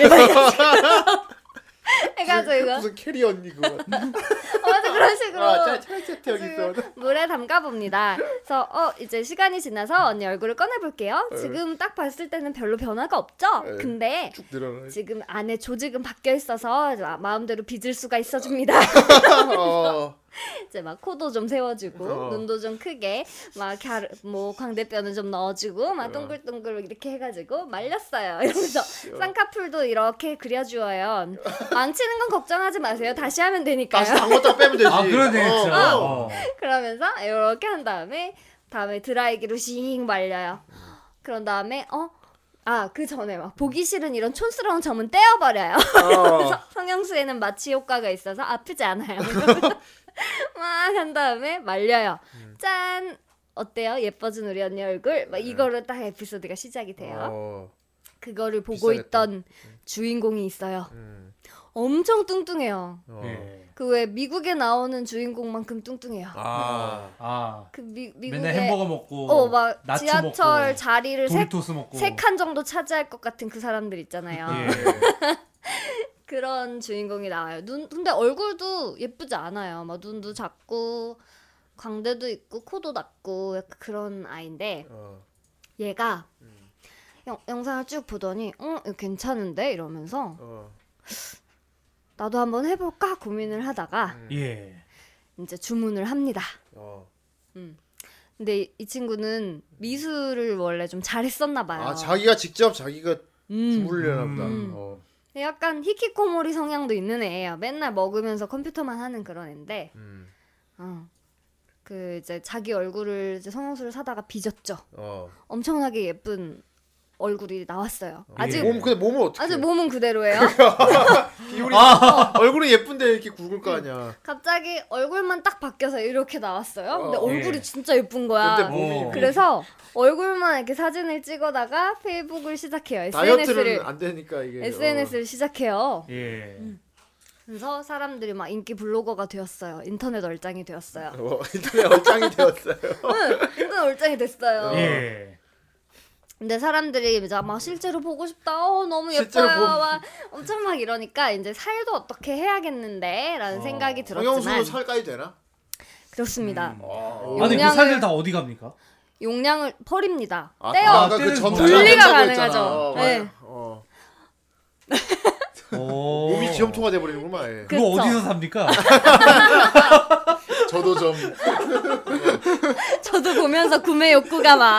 [SPEAKER 10] 해가지고 이거
[SPEAKER 1] 무슨 캐리 언니 그거.
[SPEAKER 10] 어, 맞아 그런 식으로
[SPEAKER 1] 아, 차- 차량 세트 여기 있어.
[SPEAKER 10] 지금 물에 담가 봅니다. 그래서 어 이제 시간이 지나서 언니 얼굴을 꺼내 볼게요.
[SPEAKER 1] 네.
[SPEAKER 10] 지금 딱 봤을 때는 별로 변화가 없죠. 근데
[SPEAKER 4] 쭉 늘어나.
[SPEAKER 10] 지금 안에 조직은 바뀌어 있어서 마- 마음대로 빚을 수가 있어줍니다.
[SPEAKER 1] 어.
[SPEAKER 10] 이제 막 코도 좀 세워주고 눈도 좀 크게 막뭐 광대뼈는 좀 넣어주고 막 동글동글 이렇게 해가지고 말렸어요. 이러면서 쌍꺼풀도 이렇게 그려주어요. 망치는 건 걱정하지 마세요. 다시 하면 되니까요.
[SPEAKER 1] 다시 담궜다 빼면 되지.
[SPEAKER 9] 아 그러네.
[SPEAKER 1] 어,
[SPEAKER 9] 진짜.
[SPEAKER 1] 어.
[SPEAKER 9] 어.
[SPEAKER 10] 그러면서 이렇게 한 다음에 다음에 드라이기로 씩 말려요. 그런 다음에 어? 아 그 전에 막 보기 싫은 이런 촌스러운 점은 떼어버려요. 그래서 성형수에는 마취 효과가 있어서 아프지 않아요. 막 한 다음에 말려요. 짠 어때요 예뻐진 우리 언니 얼굴 막 이거로 딱 에피소드가 시작이 돼요.
[SPEAKER 1] 네. 어.
[SPEAKER 10] 그거를 보고
[SPEAKER 1] 비싸겠다. 음.
[SPEAKER 10] 있던 주인공이 있어요. 엄청 뚱뚱해요.
[SPEAKER 1] 어.
[SPEAKER 9] 예.
[SPEAKER 10] 그 왜 미국에 나오는 주인공만큼 뚱뚱해요.
[SPEAKER 1] 아.
[SPEAKER 9] 아
[SPEAKER 10] 그 미, 미국에
[SPEAKER 9] 맨날 햄버거 먹고.
[SPEAKER 10] 어막
[SPEAKER 9] 뭐 나초
[SPEAKER 10] 지하철
[SPEAKER 9] 먹고,
[SPEAKER 10] 자리를
[SPEAKER 9] 도리토스 먹고.
[SPEAKER 10] 세칸 정도 차지할 것 같은 그 사람들 있잖아요.
[SPEAKER 9] 예.
[SPEAKER 10] 그런 주인공이 나와요. 눈 근데 얼굴도 예쁘지 않아요. 막 눈도 작고 광대도 있고 코도 낮고 약간 그런 아이인데
[SPEAKER 1] 어.
[SPEAKER 10] 얘가 영, 영상을 쭉 보더니 응 이거 괜찮은데 이러면서
[SPEAKER 1] 어.
[SPEAKER 10] 나도 한번 해볼까 고민을 하다가
[SPEAKER 9] 예.
[SPEAKER 10] 이제 주문을 합니다.
[SPEAKER 1] 어.
[SPEAKER 10] 근데 이, 이 친구는 미술을 원래 좀 잘했었나 봐요.
[SPEAKER 1] 아 자기가 직접 자기가
[SPEAKER 10] 음.
[SPEAKER 1] 주물려나 보다.
[SPEAKER 10] 음.
[SPEAKER 1] 어.
[SPEAKER 10] 약간 히키코모리 성향도 있는 애예요. 맨날 먹으면서 컴퓨터만 하는 그런 애인데,
[SPEAKER 1] 음.
[SPEAKER 10] 어. 그 이제 자기 얼굴을 이제 성형수를 사다가 빚었죠.
[SPEAKER 1] 어.
[SPEAKER 10] 음. 엄청나게 예쁜 얼굴이 나왔어요.
[SPEAKER 1] 예.
[SPEAKER 10] 아직
[SPEAKER 1] 몸 근데 몸은 어떻게?
[SPEAKER 10] 아직 몸은 그대로예요.
[SPEAKER 1] 비율이
[SPEAKER 10] 아.
[SPEAKER 1] 얼굴은 예쁜데 이렇게 굵을 거 아니야.
[SPEAKER 10] 음. 갑자기 얼굴만 딱 바뀌어서 이렇게 나왔어요. 근데
[SPEAKER 1] 어,
[SPEAKER 10] 얼굴이
[SPEAKER 9] 예.
[SPEAKER 10] 진짜 예쁜 거야.
[SPEAKER 1] 근데
[SPEAKER 9] 어.
[SPEAKER 1] 몸이
[SPEAKER 10] 그래서 얼굴만 이렇게 사진을 찍어다가 페이북을 시작해요.
[SPEAKER 1] 다이어트는
[SPEAKER 10] SNS를
[SPEAKER 1] 안 되니까 이게.
[SPEAKER 10] SNS를 시작해요.
[SPEAKER 9] 예.
[SPEAKER 10] 그래서 사람들이 막 인기 블로거가 되었어요. 인터넷 얼짱이 되었어요.
[SPEAKER 1] 어. 어, 인터넷 얼짱이 되었어요.
[SPEAKER 10] 인터넷 얼짱이 됐어요.
[SPEAKER 9] 예.
[SPEAKER 10] 근데 사람들이 이제 아마 실제로 보고 싶다. 어, 너무
[SPEAKER 1] 실제로
[SPEAKER 10] 예뻐요.
[SPEAKER 1] 보고
[SPEAKER 10] 막 엄청 막 이러니까 이제 살도 어떻게 해야겠는데라는 생각이 들었지만
[SPEAKER 1] 어, 성형수로 살까지 음. 되나?
[SPEAKER 10] 그렇습니다.
[SPEAKER 9] 아니 그
[SPEAKER 10] 용량을-
[SPEAKER 9] 살들 다 어디 갑니까?
[SPEAKER 10] 용량을 버립니다.
[SPEAKER 1] 아,
[SPEAKER 10] 떼요.
[SPEAKER 9] 아,
[SPEAKER 4] 아까 그
[SPEAKER 9] 때는
[SPEAKER 4] 점자
[SPEAKER 10] 분리가
[SPEAKER 4] 한다고
[SPEAKER 10] 가능하죠.
[SPEAKER 4] 했잖아. 어,
[SPEAKER 10] 네.
[SPEAKER 1] 맞아요. 어.
[SPEAKER 9] 오.
[SPEAKER 3] 어.
[SPEAKER 1] 몸이 지엄통화 돼버리는구만. 예.
[SPEAKER 9] 어. 그거
[SPEAKER 10] 그쵸.
[SPEAKER 9] 어디서 삽니까?
[SPEAKER 4] 저도 좀
[SPEAKER 10] 저도 보면서 구매 욕구가 막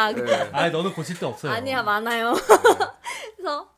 [SPEAKER 9] 아 너는 고칠 데 없어요. 네.
[SPEAKER 10] 아니야 많아요. 그래서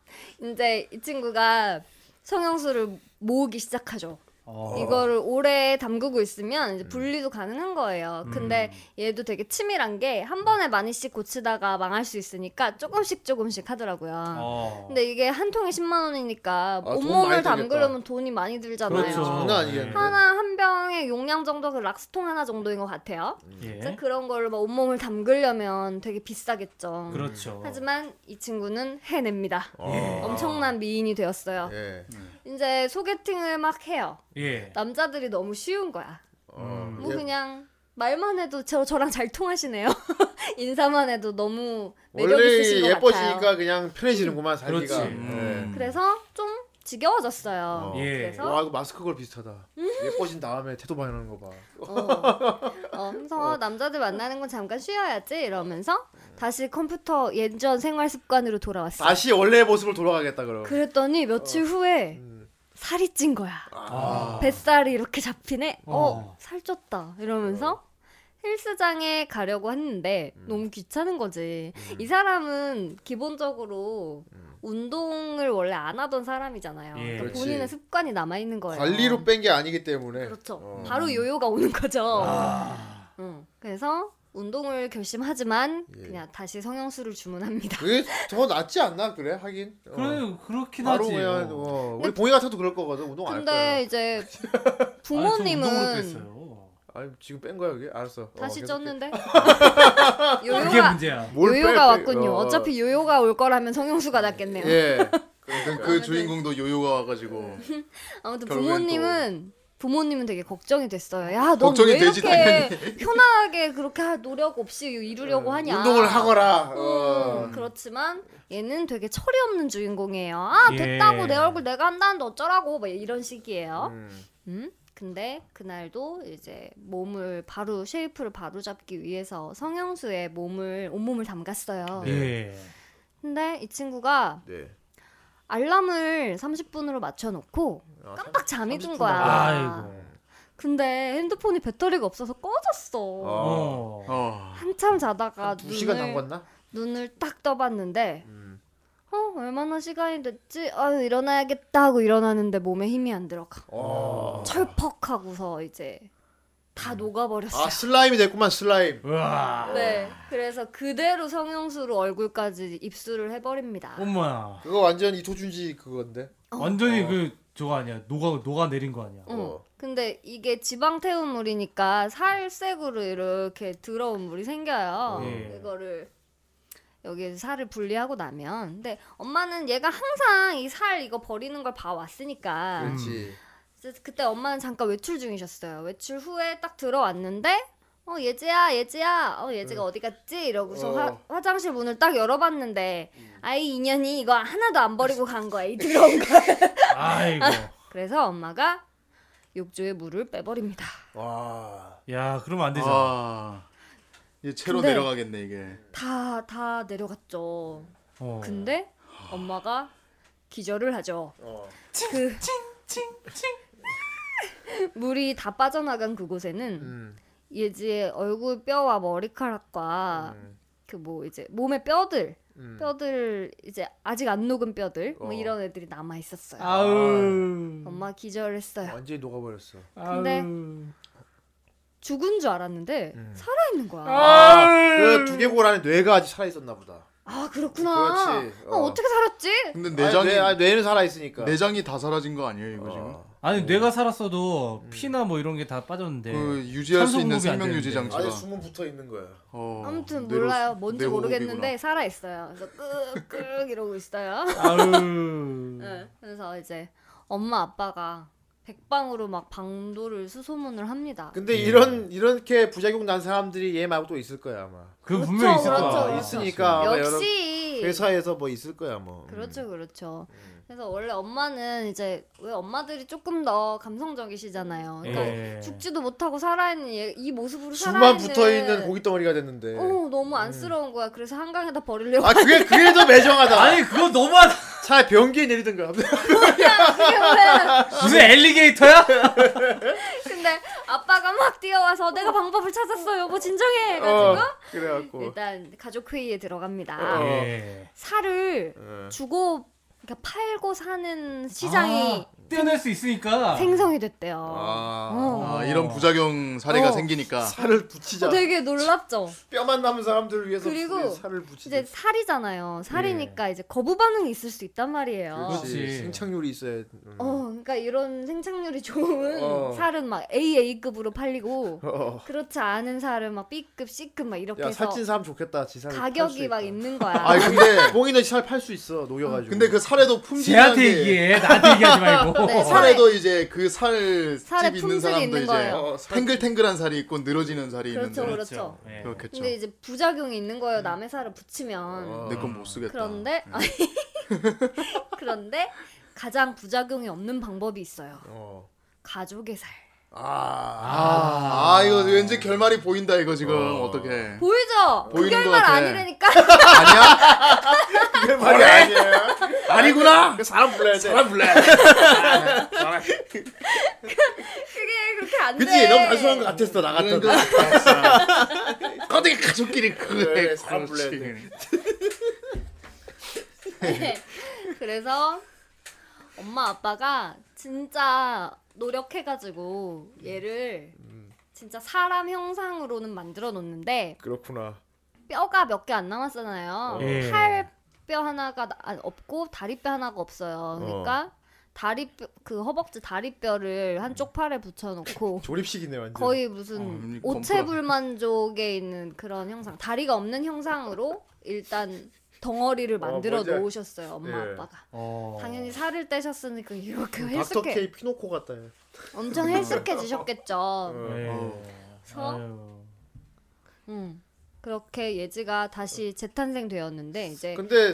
[SPEAKER 10] 이제 이 친구가 성형수를 모으기 시작하죠.
[SPEAKER 9] 어. 음.
[SPEAKER 10] 이거를 오래 담그고 있으면 이제 분리도 가능한 거예요. 근데 얘도 되게 치밀한 게 한 번에 많이씩 고치다가 망할 수 있으니까 조금씩 조금씩 하더라고요.
[SPEAKER 9] 어. 아,
[SPEAKER 10] 근데 이게 한 통에 10만 원이니까
[SPEAKER 1] 돈
[SPEAKER 10] 온몸을
[SPEAKER 1] 많이 들겠다.
[SPEAKER 10] 담그려면 돈이 많이 들잖아요.
[SPEAKER 9] 그렇죠.
[SPEAKER 1] 장난 아니겠네.
[SPEAKER 10] 하나 한 병의 용량 정도가 그 락스통 하나 정도인 것 같아요. 그래서
[SPEAKER 9] 예.
[SPEAKER 10] 그런 걸로 막 온몸을 담그려면 되게 비싸겠죠.
[SPEAKER 9] 그렇죠.
[SPEAKER 10] 하지만 이 친구는 해냅니다.
[SPEAKER 1] 아.
[SPEAKER 10] 예, 엄청난 미인이 되었어요.
[SPEAKER 1] 어. 예.
[SPEAKER 10] 이제 소개팅을 막 해요.
[SPEAKER 1] 네.
[SPEAKER 9] 예.
[SPEAKER 10] 남자들이 너무 쉬운 거야.
[SPEAKER 1] 어.
[SPEAKER 10] 뭐 그냥 말만 해도 저 저랑 잘 통하시네요. 인사만 해도 너무 매력
[SPEAKER 1] 원래
[SPEAKER 10] 있으신 것
[SPEAKER 1] 예뻐지니까
[SPEAKER 10] 같아요.
[SPEAKER 1] 그냥 편해지는구만 살기가.
[SPEAKER 9] 그렇지.
[SPEAKER 1] 예.
[SPEAKER 9] 음.
[SPEAKER 10] 그래서 좀 지겨워졌어요. 그래서
[SPEAKER 1] 와 이거 마스크 걸 비슷하다. 예뻐진 다음에 태도 반하는 거 봐.
[SPEAKER 10] 어, 그래서 남자들 만나는 건 잠깐 쉬어야지 이러면서 다시 컴퓨터 예전 생활 습관으로 돌아왔어요.
[SPEAKER 1] 다시 원래의 모습을 돌아가겠다 그럼.
[SPEAKER 10] 그랬더니 며칠 후에 살이 찐 거야.
[SPEAKER 1] 어. 음. 아.
[SPEAKER 10] 뱃살이 이렇게 잡히네. 어,
[SPEAKER 1] 어.
[SPEAKER 10] 살쪘다. 이러면서 헬스장에 가려고 했는데
[SPEAKER 1] 음.
[SPEAKER 10] 너무 귀찮은 거지. 이 사람은 기본적으로 운동을 원래 안 하던 사람이잖아요.
[SPEAKER 1] 음. 예.
[SPEAKER 10] 그러니까
[SPEAKER 1] 그렇지.
[SPEAKER 10] 본인의 습관이 남아 있는 거예요.
[SPEAKER 1] 관리로 뺀 게 아니기 때문에.
[SPEAKER 10] 그렇죠.
[SPEAKER 1] 어. 아.
[SPEAKER 10] 바로 요요가 오는 거죠. 응. 그래서 운동을 결심하지만
[SPEAKER 1] 예.
[SPEAKER 10] 그냥 다시 성형수를 주문합니다.
[SPEAKER 1] 그게 더 낫지 않나 그래 하긴. 어.
[SPEAKER 9] 그래 그렇긴
[SPEAKER 1] 바로
[SPEAKER 9] 하지.
[SPEAKER 1] 그냥
[SPEAKER 9] 어.
[SPEAKER 1] 어. 우리 봉이 같아도 그럴 거거든 운동 안 할 거야.
[SPEAKER 10] 근데 이제
[SPEAKER 9] 아, 운동으로
[SPEAKER 10] 부모님은
[SPEAKER 9] 됐어요.
[SPEAKER 1] 아니 지금 뺀 거야 여기 알았어. 어,
[SPEAKER 10] 다시
[SPEAKER 1] 계속
[SPEAKER 10] 쪘는데
[SPEAKER 9] 그게
[SPEAKER 10] 요요가
[SPEAKER 9] 문제야.
[SPEAKER 1] 뭘 빼, 빼.
[SPEAKER 10] 요요가 왔군요.
[SPEAKER 1] 어.
[SPEAKER 10] 어. 차피 요요가 올 거라면 성형수가 낫겠네요.
[SPEAKER 1] 예.
[SPEAKER 4] 그, 그 주인공도 요요가 와가지고
[SPEAKER 1] 음.
[SPEAKER 10] 아무튼
[SPEAKER 4] 결국엔
[SPEAKER 10] 부모님은 부모님은 되게 걱정이 됐어요. 야, 넌
[SPEAKER 4] 걱정이
[SPEAKER 10] 왜
[SPEAKER 4] 되지,
[SPEAKER 10] 이렇게 편하게 그렇게 하- 노력 없이 이루려고 하냐?
[SPEAKER 1] 어, 운동을 하거라. 어.
[SPEAKER 10] 음, 그렇지만 얘는 되게 철이 없는 주인공이에요. 아
[SPEAKER 9] 예.
[SPEAKER 10] 됐다고 내 얼굴 내가 한다는데 어쩌라고 막 이런 식이에요.
[SPEAKER 1] 음.
[SPEAKER 10] 음? 근데 그날도 이제 몸을 바로 쉐이프를 바로 잡기 위해서 성형수에 몸을 온몸을 담갔어요.
[SPEAKER 9] 예.
[SPEAKER 10] 근데 이 친구가
[SPEAKER 1] 네.
[SPEAKER 10] 알람을 30분으로 맞춰놓고
[SPEAKER 1] 아,
[SPEAKER 10] 깜빡 잠이 든
[SPEAKER 1] 30분
[SPEAKER 10] 거야.
[SPEAKER 9] 아이고.
[SPEAKER 10] 근데 핸드폰이 배터리가 없어서 꺼졌어.
[SPEAKER 1] 어.
[SPEAKER 9] 어.
[SPEAKER 4] 어.
[SPEAKER 10] 한참 자다가
[SPEAKER 1] 두 시간
[SPEAKER 10] 아,
[SPEAKER 1] 음.
[SPEAKER 10] 눈을
[SPEAKER 1] 남겼나?
[SPEAKER 10] 눈을 딱 떠봤는데 어 얼마나 시간이 됐지? 아유 일어나야겠다 하고 일어나는데 몸에 힘이 안 들어가
[SPEAKER 1] 어.
[SPEAKER 10] 철퍽 하고서 이제 다 녹아버렸어요
[SPEAKER 1] 아 슬라임이 됐구만 슬라임.
[SPEAKER 9] 우와.
[SPEAKER 10] 네 그래서 그대로 성형수로 얼굴까지 입술을 해버립니다
[SPEAKER 9] 엄마야.
[SPEAKER 1] 그거 완전 이토준지 그건데.
[SPEAKER 10] 어.
[SPEAKER 9] 완전히 그 저거 아니야. 녹아 녹아 내린 거 아니야.
[SPEAKER 10] 응.
[SPEAKER 1] 어.
[SPEAKER 10] 근데 이게 지방 태운물이니까 살색으로 이렇게 더러운 물이 생겨요
[SPEAKER 9] 예.
[SPEAKER 10] 이거를 여기에서 살을 분리하고 나면 근데 엄마는 얘가 항상 이 살 이거 버리는 걸 봐왔으니까
[SPEAKER 1] 그렇지.
[SPEAKER 10] 그래서 그때 엄마는 잠깐 외출 중이셨어요. 외출 후에 딱 들어왔는데 어 예지야 예지야 어 예지가 어디 갔지 이러고서
[SPEAKER 1] 음. 어. 음.
[SPEAKER 10] 화, 화장실 문을 딱 열어봤는데 아이 인연이 이거 하나도 안 버리고 간 거야 이 들어온 거.
[SPEAKER 9] 아이고.
[SPEAKER 10] 그래서 엄마가 욕조에 물을 빼버립니다.
[SPEAKER 1] 와.
[SPEAKER 9] 야, 그러면 안 되잖아.
[SPEAKER 4] 아. 이제 채로
[SPEAKER 10] 근데-
[SPEAKER 4] 내려가겠네 이게.
[SPEAKER 10] 다 다 내려갔죠.
[SPEAKER 9] 어.
[SPEAKER 10] 근데 엄마가 기절을 하죠.
[SPEAKER 1] 어.
[SPEAKER 10] 그 물이 다 빠져나간 그곳에는
[SPEAKER 1] 음.
[SPEAKER 10] 예지의 얼굴 뼈와 머리카락과
[SPEAKER 1] 음.
[SPEAKER 10] 그 뭐 이제 몸의 뼈들
[SPEAKER 1] 음.
[SPEAKER 10] 뼈들 이제 아직 안 녹은 뼈들 뭐
[SPEAKER 1] 어.
[SPEAKER 10] 이런 애들이 남아 있었어요.
[SPEAKER 9] 아우.
[SPEAKER 10] 엄마 기절했어요.
[SPEAKER 1] 완전히 녹아버렸어.
[SPEAKER 10] 근데 죽은 줄 알았는데
[SPEAKER 1] 음.
[SPEAKER 10] 살아 있는 거야. 아,
[SPEAKER 1] 아, 그 두개골 안에 뇌가 아직 살아 있었나 보다.
[SPEAKER 10] 그렇구나.
[SPEAKER 1] 그렇지.
[SPEAKER 10] 어.
[SPEAKER 1] 어.
[SPEAKER 10] 어떻게 살았지?
[SPEAKER 4] 근데
[SPEAKER 1] 아니,
[SPEAKER 9] 네,
[SPEAKER 4] 내장이
[SPEAKER 1] 뇌, 아니, 뇌는 살아 있으니까. 어.
[SPEAKER 4] 내장이 다 사라진 거 아니에요 이거 지금?
[SPEAKER 9] 아니
[SPEAKER 10] 음.
[SPEAKER 9] 뇌가 살았어도 피나 뭐 이런 게 다 빠졌는데.
[SPEAKER 4] 그 유지할 수 있는
[SPEAKER 9] 산소 공급이 안
[SPEAKER 4] 생명 유지
[SPEAKER 9] 되는데.
[SPEAKER 4] 장치가.
[SPEAKER 1] 아직 숨은 붙어 있는 거야.
[SPEAKER 4] 어,
[SPEAKER 10] 아무튼
[SPEAKER 4] 뇌로-
[SPEAKER 10] 몰라요. 뭔지
[SPEAKER 4] 뇌 호흡이구나.
[SPEAKER 10] 모르겠는데 살아 있어요. 그래서 끄끄 이러고 있어요.
[SPEAKER 9] 아우.
[SPEAKER 10] 네. 그래서 이제 엄마 아빠가 백방으로 막 방도를 수소문을 합니다.
[SPEAKER 1] 근데 이런 이렇게 부작용 난 사람들이 얘 말고 또 있을 거야 아마.
[SPEAKER 9] 그 분명 있을
[SPEAKER 10] 그렇죠,
[SPEAKER 9] 거야.
[SPEAKER 10] 그렇죠.
[SPEAKER 1] 있으니까 아마 네, 여러
[SPEAKER 10] 역시
[SPEAKER 1] 회사에서 뭐 있을 거야 뭐.
[SPEAKER 10] 그렇죠, 그렇죠. 그래서 원래 엄마는 이제 왜 엄마들이 조금 더 감성적이시잖아요. 그러니까
[SPEAKER 9] 예.
[SPEAKER 10] 죽지도 못하고 살아있는 얘, 이 모습으로
[SPEAKER 1] 숨만
[SPEAKER 10] 살아있는
[SPEAKER 1] 붙어 있는 고기 덩어리가 됐는데.
[SPEAKER 10] 어 너무 안쓰러운 거야. 그래서 한강에다 버리려고.
[SPEAKER 1] 아 그게 그게 더 매정하다.
[SPEAKER 9] 아니 그거 너무하다.
[SPEAKER 1] 차라리 변기에
[SPEAKER 10] 아,
[SPEAKER 1] 내리든가.
[SPEAKER 10] 그게 왜?
[SPEAKER 9] 무슨 엘리게이터야?
[SPEAKER 10] 근데 아빠가 막 뛰어와서 내가 방법을 찾았어. 여보
[SPEAKER 1] 어,
[SPEAKER 10] 진정해. 해가지고
[SPEAKER 1] 그래갖고.
[SPEAKER 10] 일단 가족 회의에 들어갑니다.
[SPEAKER 1] 어.
[SPEAKER 9] 예.
[SPEAKER 10] 살을
[SPEAKER 1] 어.
[SPEAKER 10] 주고 그러니까 팔고 사는 시장이
[SPEAKER 9] 아, 떼어낼 수
[SPEAKER 1] 아.
[SPEAKER 9] 있으니까.
[SPEAKER 10] 생성이 됐대요. 어.
[SPEAKER 4] 아, 이런 부작용 사례가
[SPEAKER 10] 어.
[SPEAKER 4] 생기니까.
[SPEAKER 1] 살을 붙이자.
[SPEAKER 10] 어, 되게 놀랍죠.
[SPEAKER 1] 뼈만 남은 사람들을 위해서
[SPEAKER 10] 그리고
[SPEAKER 1] 살을 붙이자.
[SPEAKER 10] 이제 살이잖아요. 살이니까 이제 거부 반응이 있을 수 있단 말이에요.
[SPEAKER 1] 네. 그렇지.
[SPEAKER 9] 그렇지.
[SPEAKER 1] 생착률이 있어야. 음.
[SPEAKER 10] 어, 그러니까 이런 생착률이 좋은
[SPEAKER 1] 어.
[SPEAKER 10] 살은 막 AA급으로 팔리고
[SPEAKER 1] 어.
[SPEAKER 10] 그렇지 않은 살은 막 B급, C급 막 이렇게
[SPEAKER 1] 야
[SPEAKER 10] 해서
[SPEAKER 1] 살찐 사람 좋겠다. 지살
[SPEAKER 10] 가격이 막 있는 거야.
[SPEAKER 4] 아 근데
[SPEAKER 1] 봉이는 살 팔 수 있어 녹여가지고.
[SPEAKER 4] 근데 그 사례도 품질한
[SPEAKER 9] 쟤한테
[SPEAKER 4] 게
[SPEAKER 9] 얘기해. 나한테 얘기하지 말고.
[SPEAKER 10] 네, 사-
[SPEAKER 4] 살에도 이제 그 살
[SPEAKER 10] 살에
[SPEAKER 4] 집 있는
[SPEAKER 10] 품질이
[SPEAKER 4] 사람도
[SPEAKER 10] 있는
[SPEAKER 4] 이제
[SPEAKER 10] 거예요.
[SPEAKER 1] 어, 살-
[SPEAKER 4] 탱글탱글한 살이 있고 늘어지는 살이
[SPEAKER 10] 그렇죠,
[SPEAKER 4] 있는데
[SPEAKER 10] 그렇죠.
[SPEAKER 9] 예.
[SPEAKER 4] 그렇겠죠.
[SPEAKER 10] 근데 이제 부작용이 있는 거예요.
[SPEAKER 4] 어,
[SPEAKER 10] 남의 살을 붙이면.
[SPEAKER 4] 내 건 못 쓰겠다.
[SPEAKER 10] 그런데 아니 그런데 가장 부작용이 없는 방법이 있어요.
[SPEAKER 1] 어.
[SPEAKER 10] 가족의 살.
[SPEAKER 4] 아, 아, 이거 왠지 결말이 보인다 이거 지금 어. 떻게
[SPEAKER 10] 보이죠?
[SPEAKER 4] 보이는
[SPEAKER 10] 그게
[SPEAKER 4] 것
[SPEAKER 10] 얼마
[SPEAKER 4] 같아.
[SPEAKER 10] 아니라니까.
[SPEAKER 1] 그게 말이 아니야. 아니구나. 사람 불러야 돼. 사람 불러야 돼.
[SPEAKER 10] 그게 그렇게 안 돼.
[SPEAKER 1] 그치? 너무 단순한 것 같았어 나 같은.
[SPEAKER 10] 음, 그-
[SPEAKER 4] 어떻게 가족끼리 그래
[SPEAKER 1] 그래, 사람 불러야 돼.
[SPEAKER 4] 그렇지.
[SPEAKER 10] 네. 그래서 엄마 아빠가 진짜 노력해가지고 얘를 진짜 사람 형상으로는 만들어 놓는데
[SPEAKER 1] 그렇구나.
[SPEAKER 10] 뼈가 몇 개 안 남았잖아요.
[SPEAKER 9] 예.
[SPEAKER 10] 팔 뼈 하나가 나- 아, 없고 다리뼈 하나가 없어요. 그러니까 다리뼈 그 허벅지 다리뼈를 한쪽 팔에 붙여놓고
[SPEAKER 1] 어, 조립식이네 완전.
[SPEAKER 10] 거의 무슨
[SPEAKER 4] 음,
[SPEAKER 10] 오체불만족에 있는 그런 형상 다리가 없는 형상으로 일단 덩어리를 만들어
[SPEAKER 1] 뭔지 알-
[SPEAKER 10] 놓으셨어요 엄마
[SPEAKER 1] 예. 음,
[SPEAKER 10] 아빠가 당연히 살을 떼셨으니까 그 이렇게
[SPEAKER 1] 닥터
[SPEAKER 10] 헬스케 어.
[SPEAKER 1] K 피노코 같다. 얘.
[SPEAKER 10] 엄청 헬스케지셨겠죠
[SPEAKER 1] 어. 아, 예.
[SPEAKER 10] 그래서 음, 그렇게 예지가 다시 재탄생 되었는데 이제
[SPEAKER 1] 근데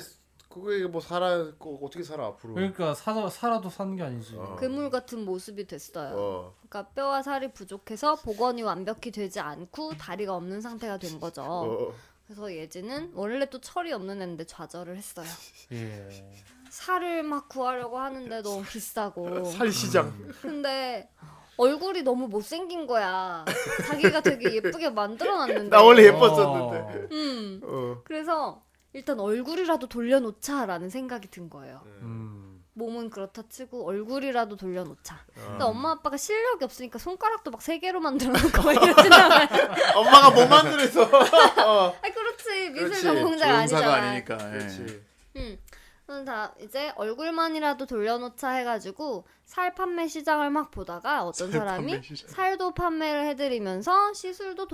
[SPEAKER 1] 그게 뭐 살아 그 어떻게 살아 앞으로?
[SPEAKER 9] 그러니까 사서 살아도 사는 게 아니지.
[SPEAKER 10] 괴물 같은 모습이 됐어요
[SPEAKER 1] 어.
[SPEAKER 10] 그러니까 뼈와 살이 부족해서 복원이 완벽히 되지 않고 다리가 없는 상태가 된 거죠
[SPEAKER 1] 어. 어.
[SPEAKER 10] 그래서 예지는 원래 또 철이 없는 애인데 좌절을 했어요.
[SPEAKER 9] 예.
[SPEAKER 10] 살을 막 구하려고 하는데 너무 비싸고.
[SPEAKER 1] 살 시장.
[SPEAKER 10] 근데 얼굴이 너무 못생긴 거야. 자기가 되게 예쁘게 만들어놨는데.
[SPEAKER 1] 나 원래 예뻤었는데.
[SPEAKER 10] 음.
[SPEAKER 1] 어.
[SPEAKER 10] 그래서 일단 얼굴이라도 돌려놓자라는 생각이 든 거예요.
[SPEAKER 9] 음.
[SPEAKER 10] 몸은 그렇다 치고 얼굴이라도 돌려놓자. 근데 엄마 아빠가 실력이 없으니까 손가락도 막 세 개로 만들어놓고 막 이러시나 봐요.
[SPEAKER 1] 엄마가 못 만들어서. 어.
[SPEAKER 10] 아
[SPEAKER 1] 그렇지.
[SPEAKER 10] 그렇지 미술
[SPEAKER 4] 좋은
[SPEAKER 10] 전공자가
[SPEAKER 4] 사가
[SPEAKER 10] 아니잖아.
[SPEAKER 4] 아니니까. 예.
[SPEAKER 1] 그렇지.
[SPEAKER 10] 음. 그럼 다 이제 얼굴만이라도 돌려놓자 해가지고 살 판매 시장을 막 보다가 어떤
[SPEAKER 4] 살
[SPEAKER 10] 사람이
[SPEAKER 4] 판매 시장.
[SPEAKER 10] 살도 판매를 해드리면서 시술도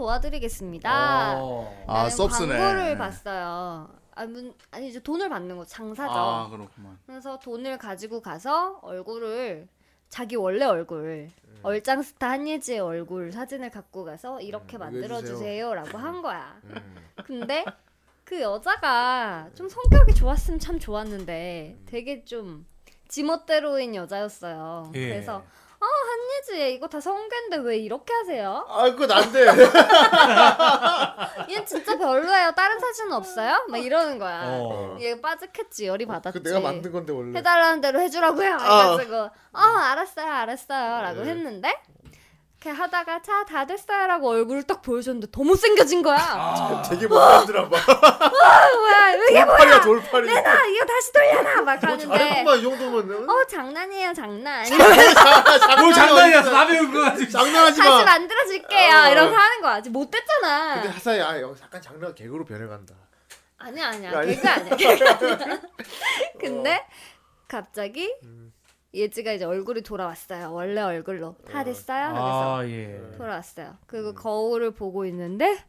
[SPEAKER 10] 도와드리겠습니다.
[SPEAKER 9] 어.
[SPEAKER 4] 아,
[SPEAKER 10] 라는
[SPEAKER 4] 서브스네.
[SPEAKER 10] 광고를 봤어요. 아, 문, 아니 이제 돈을 받는 거 장사죠.
[SPEAKER 4] 아, 그렇구만.
[SPEAKER 10] 그래서 돈을 가지고 가서 얼굴을 자기 원래 얼굴 얼짱 스타 한예지의 얼굴 사진을 갖고 가서 이렇게 만들어 주세요라고 한 거야. 근데 그 여자가 좀 성격이 좋았으면 참 좋았는데 되게 좀 지멋대로인 여자였어요.
[SPEAKER 9] 예.
[SPEAKER 10] 그래서 아 한예지 이거 다 성괴인데 왜 이렇게 하세요?
[SPEAKER 1] 아 그거 난데.
[SPEAKER 10] 얘 진짜 별로예요. 다른 사진은 없어요? 막 이러는 거야.
[SPEAKER 9] 어.
[SPEAKER 10] 얘 빠득했지 열이 받았지.
[SPEAKER 1] 그 내가 만든 건데 원래.
[SPEAKER 10] 해달라는 대로 해주라고요. 그래가지고 어 알았어요, 알았어요라고
[SPEAKER 1] 네.
[SPEAKER 10] 했는데 이렇게 하다가 자 다 됐어요라고 얼굴을 딱 보여줬는데 더 못생겨진 거야.
[SPEAKER 1] 아. 되게 못 만들어 봐.
[SPEAKER 10] 아, 뭐야 이게
[SPEAKER 1] 돌팔이야 돌팔이.
[SPEAKER 10] 뭐야 이거 다시 돌려놔 막 하는데
[SPEAKER 1] 뭐 잘했구만 이 정도면.
[SPEAKER 10] 어 장난이에요 장난
[SPEAKER 1] 뭐
[SPEAKER 9] 뭘 장난이야. 나 배운 거 가지고.
[SPEAKER 1] 장난하지 마.
[SPEAKER 10] 다시 만들어줄게요
[SPEAKER 1] 어.
[SPEAKER 10] 이러면서 하는 거야 지금 못 됐잖아
[SPEAKER 1] 근데 하사야 아, 여기 약간 장르가 개그로 변해간다.
[SPEAKER 10] 아니야 아니야
[SPEAKER 1] 아니. 어.
[SPEAKER 10] 개그 아니야 개그 아니야 근데 갑자기 예지가 이제 얼굴이 돌아왔어요 원래 얼굴로 다 됐어요 하면서
[SPEAKER 9] 아, 예.
[SPEAKER 10] 돌아왔어요. 그리고 거울을 보고 있는데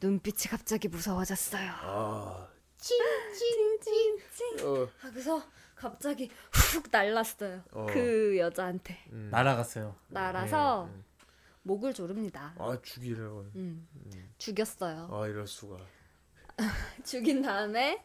[SPEAKER 10] 눈빛이 갑자기 무서워졌어요. 아, 찡찡찡찡.
[SPEAKER 1] 어.
[SPEAKER 10] 하고서 아, 갑자기 훅 날랐어요. 그 여자한테
[SPEAKER 9] 날아갔어요.
[SPEAKER 10] 날아서 목을 조릅니다.
[SPEAKER 1] 아 죽이려고.
[SPEAKER 10] 음. 어. 죽였어요.
[SPEAKER 1] 아 이럴 수가.
[SPEAKER 10] 죽인 다음에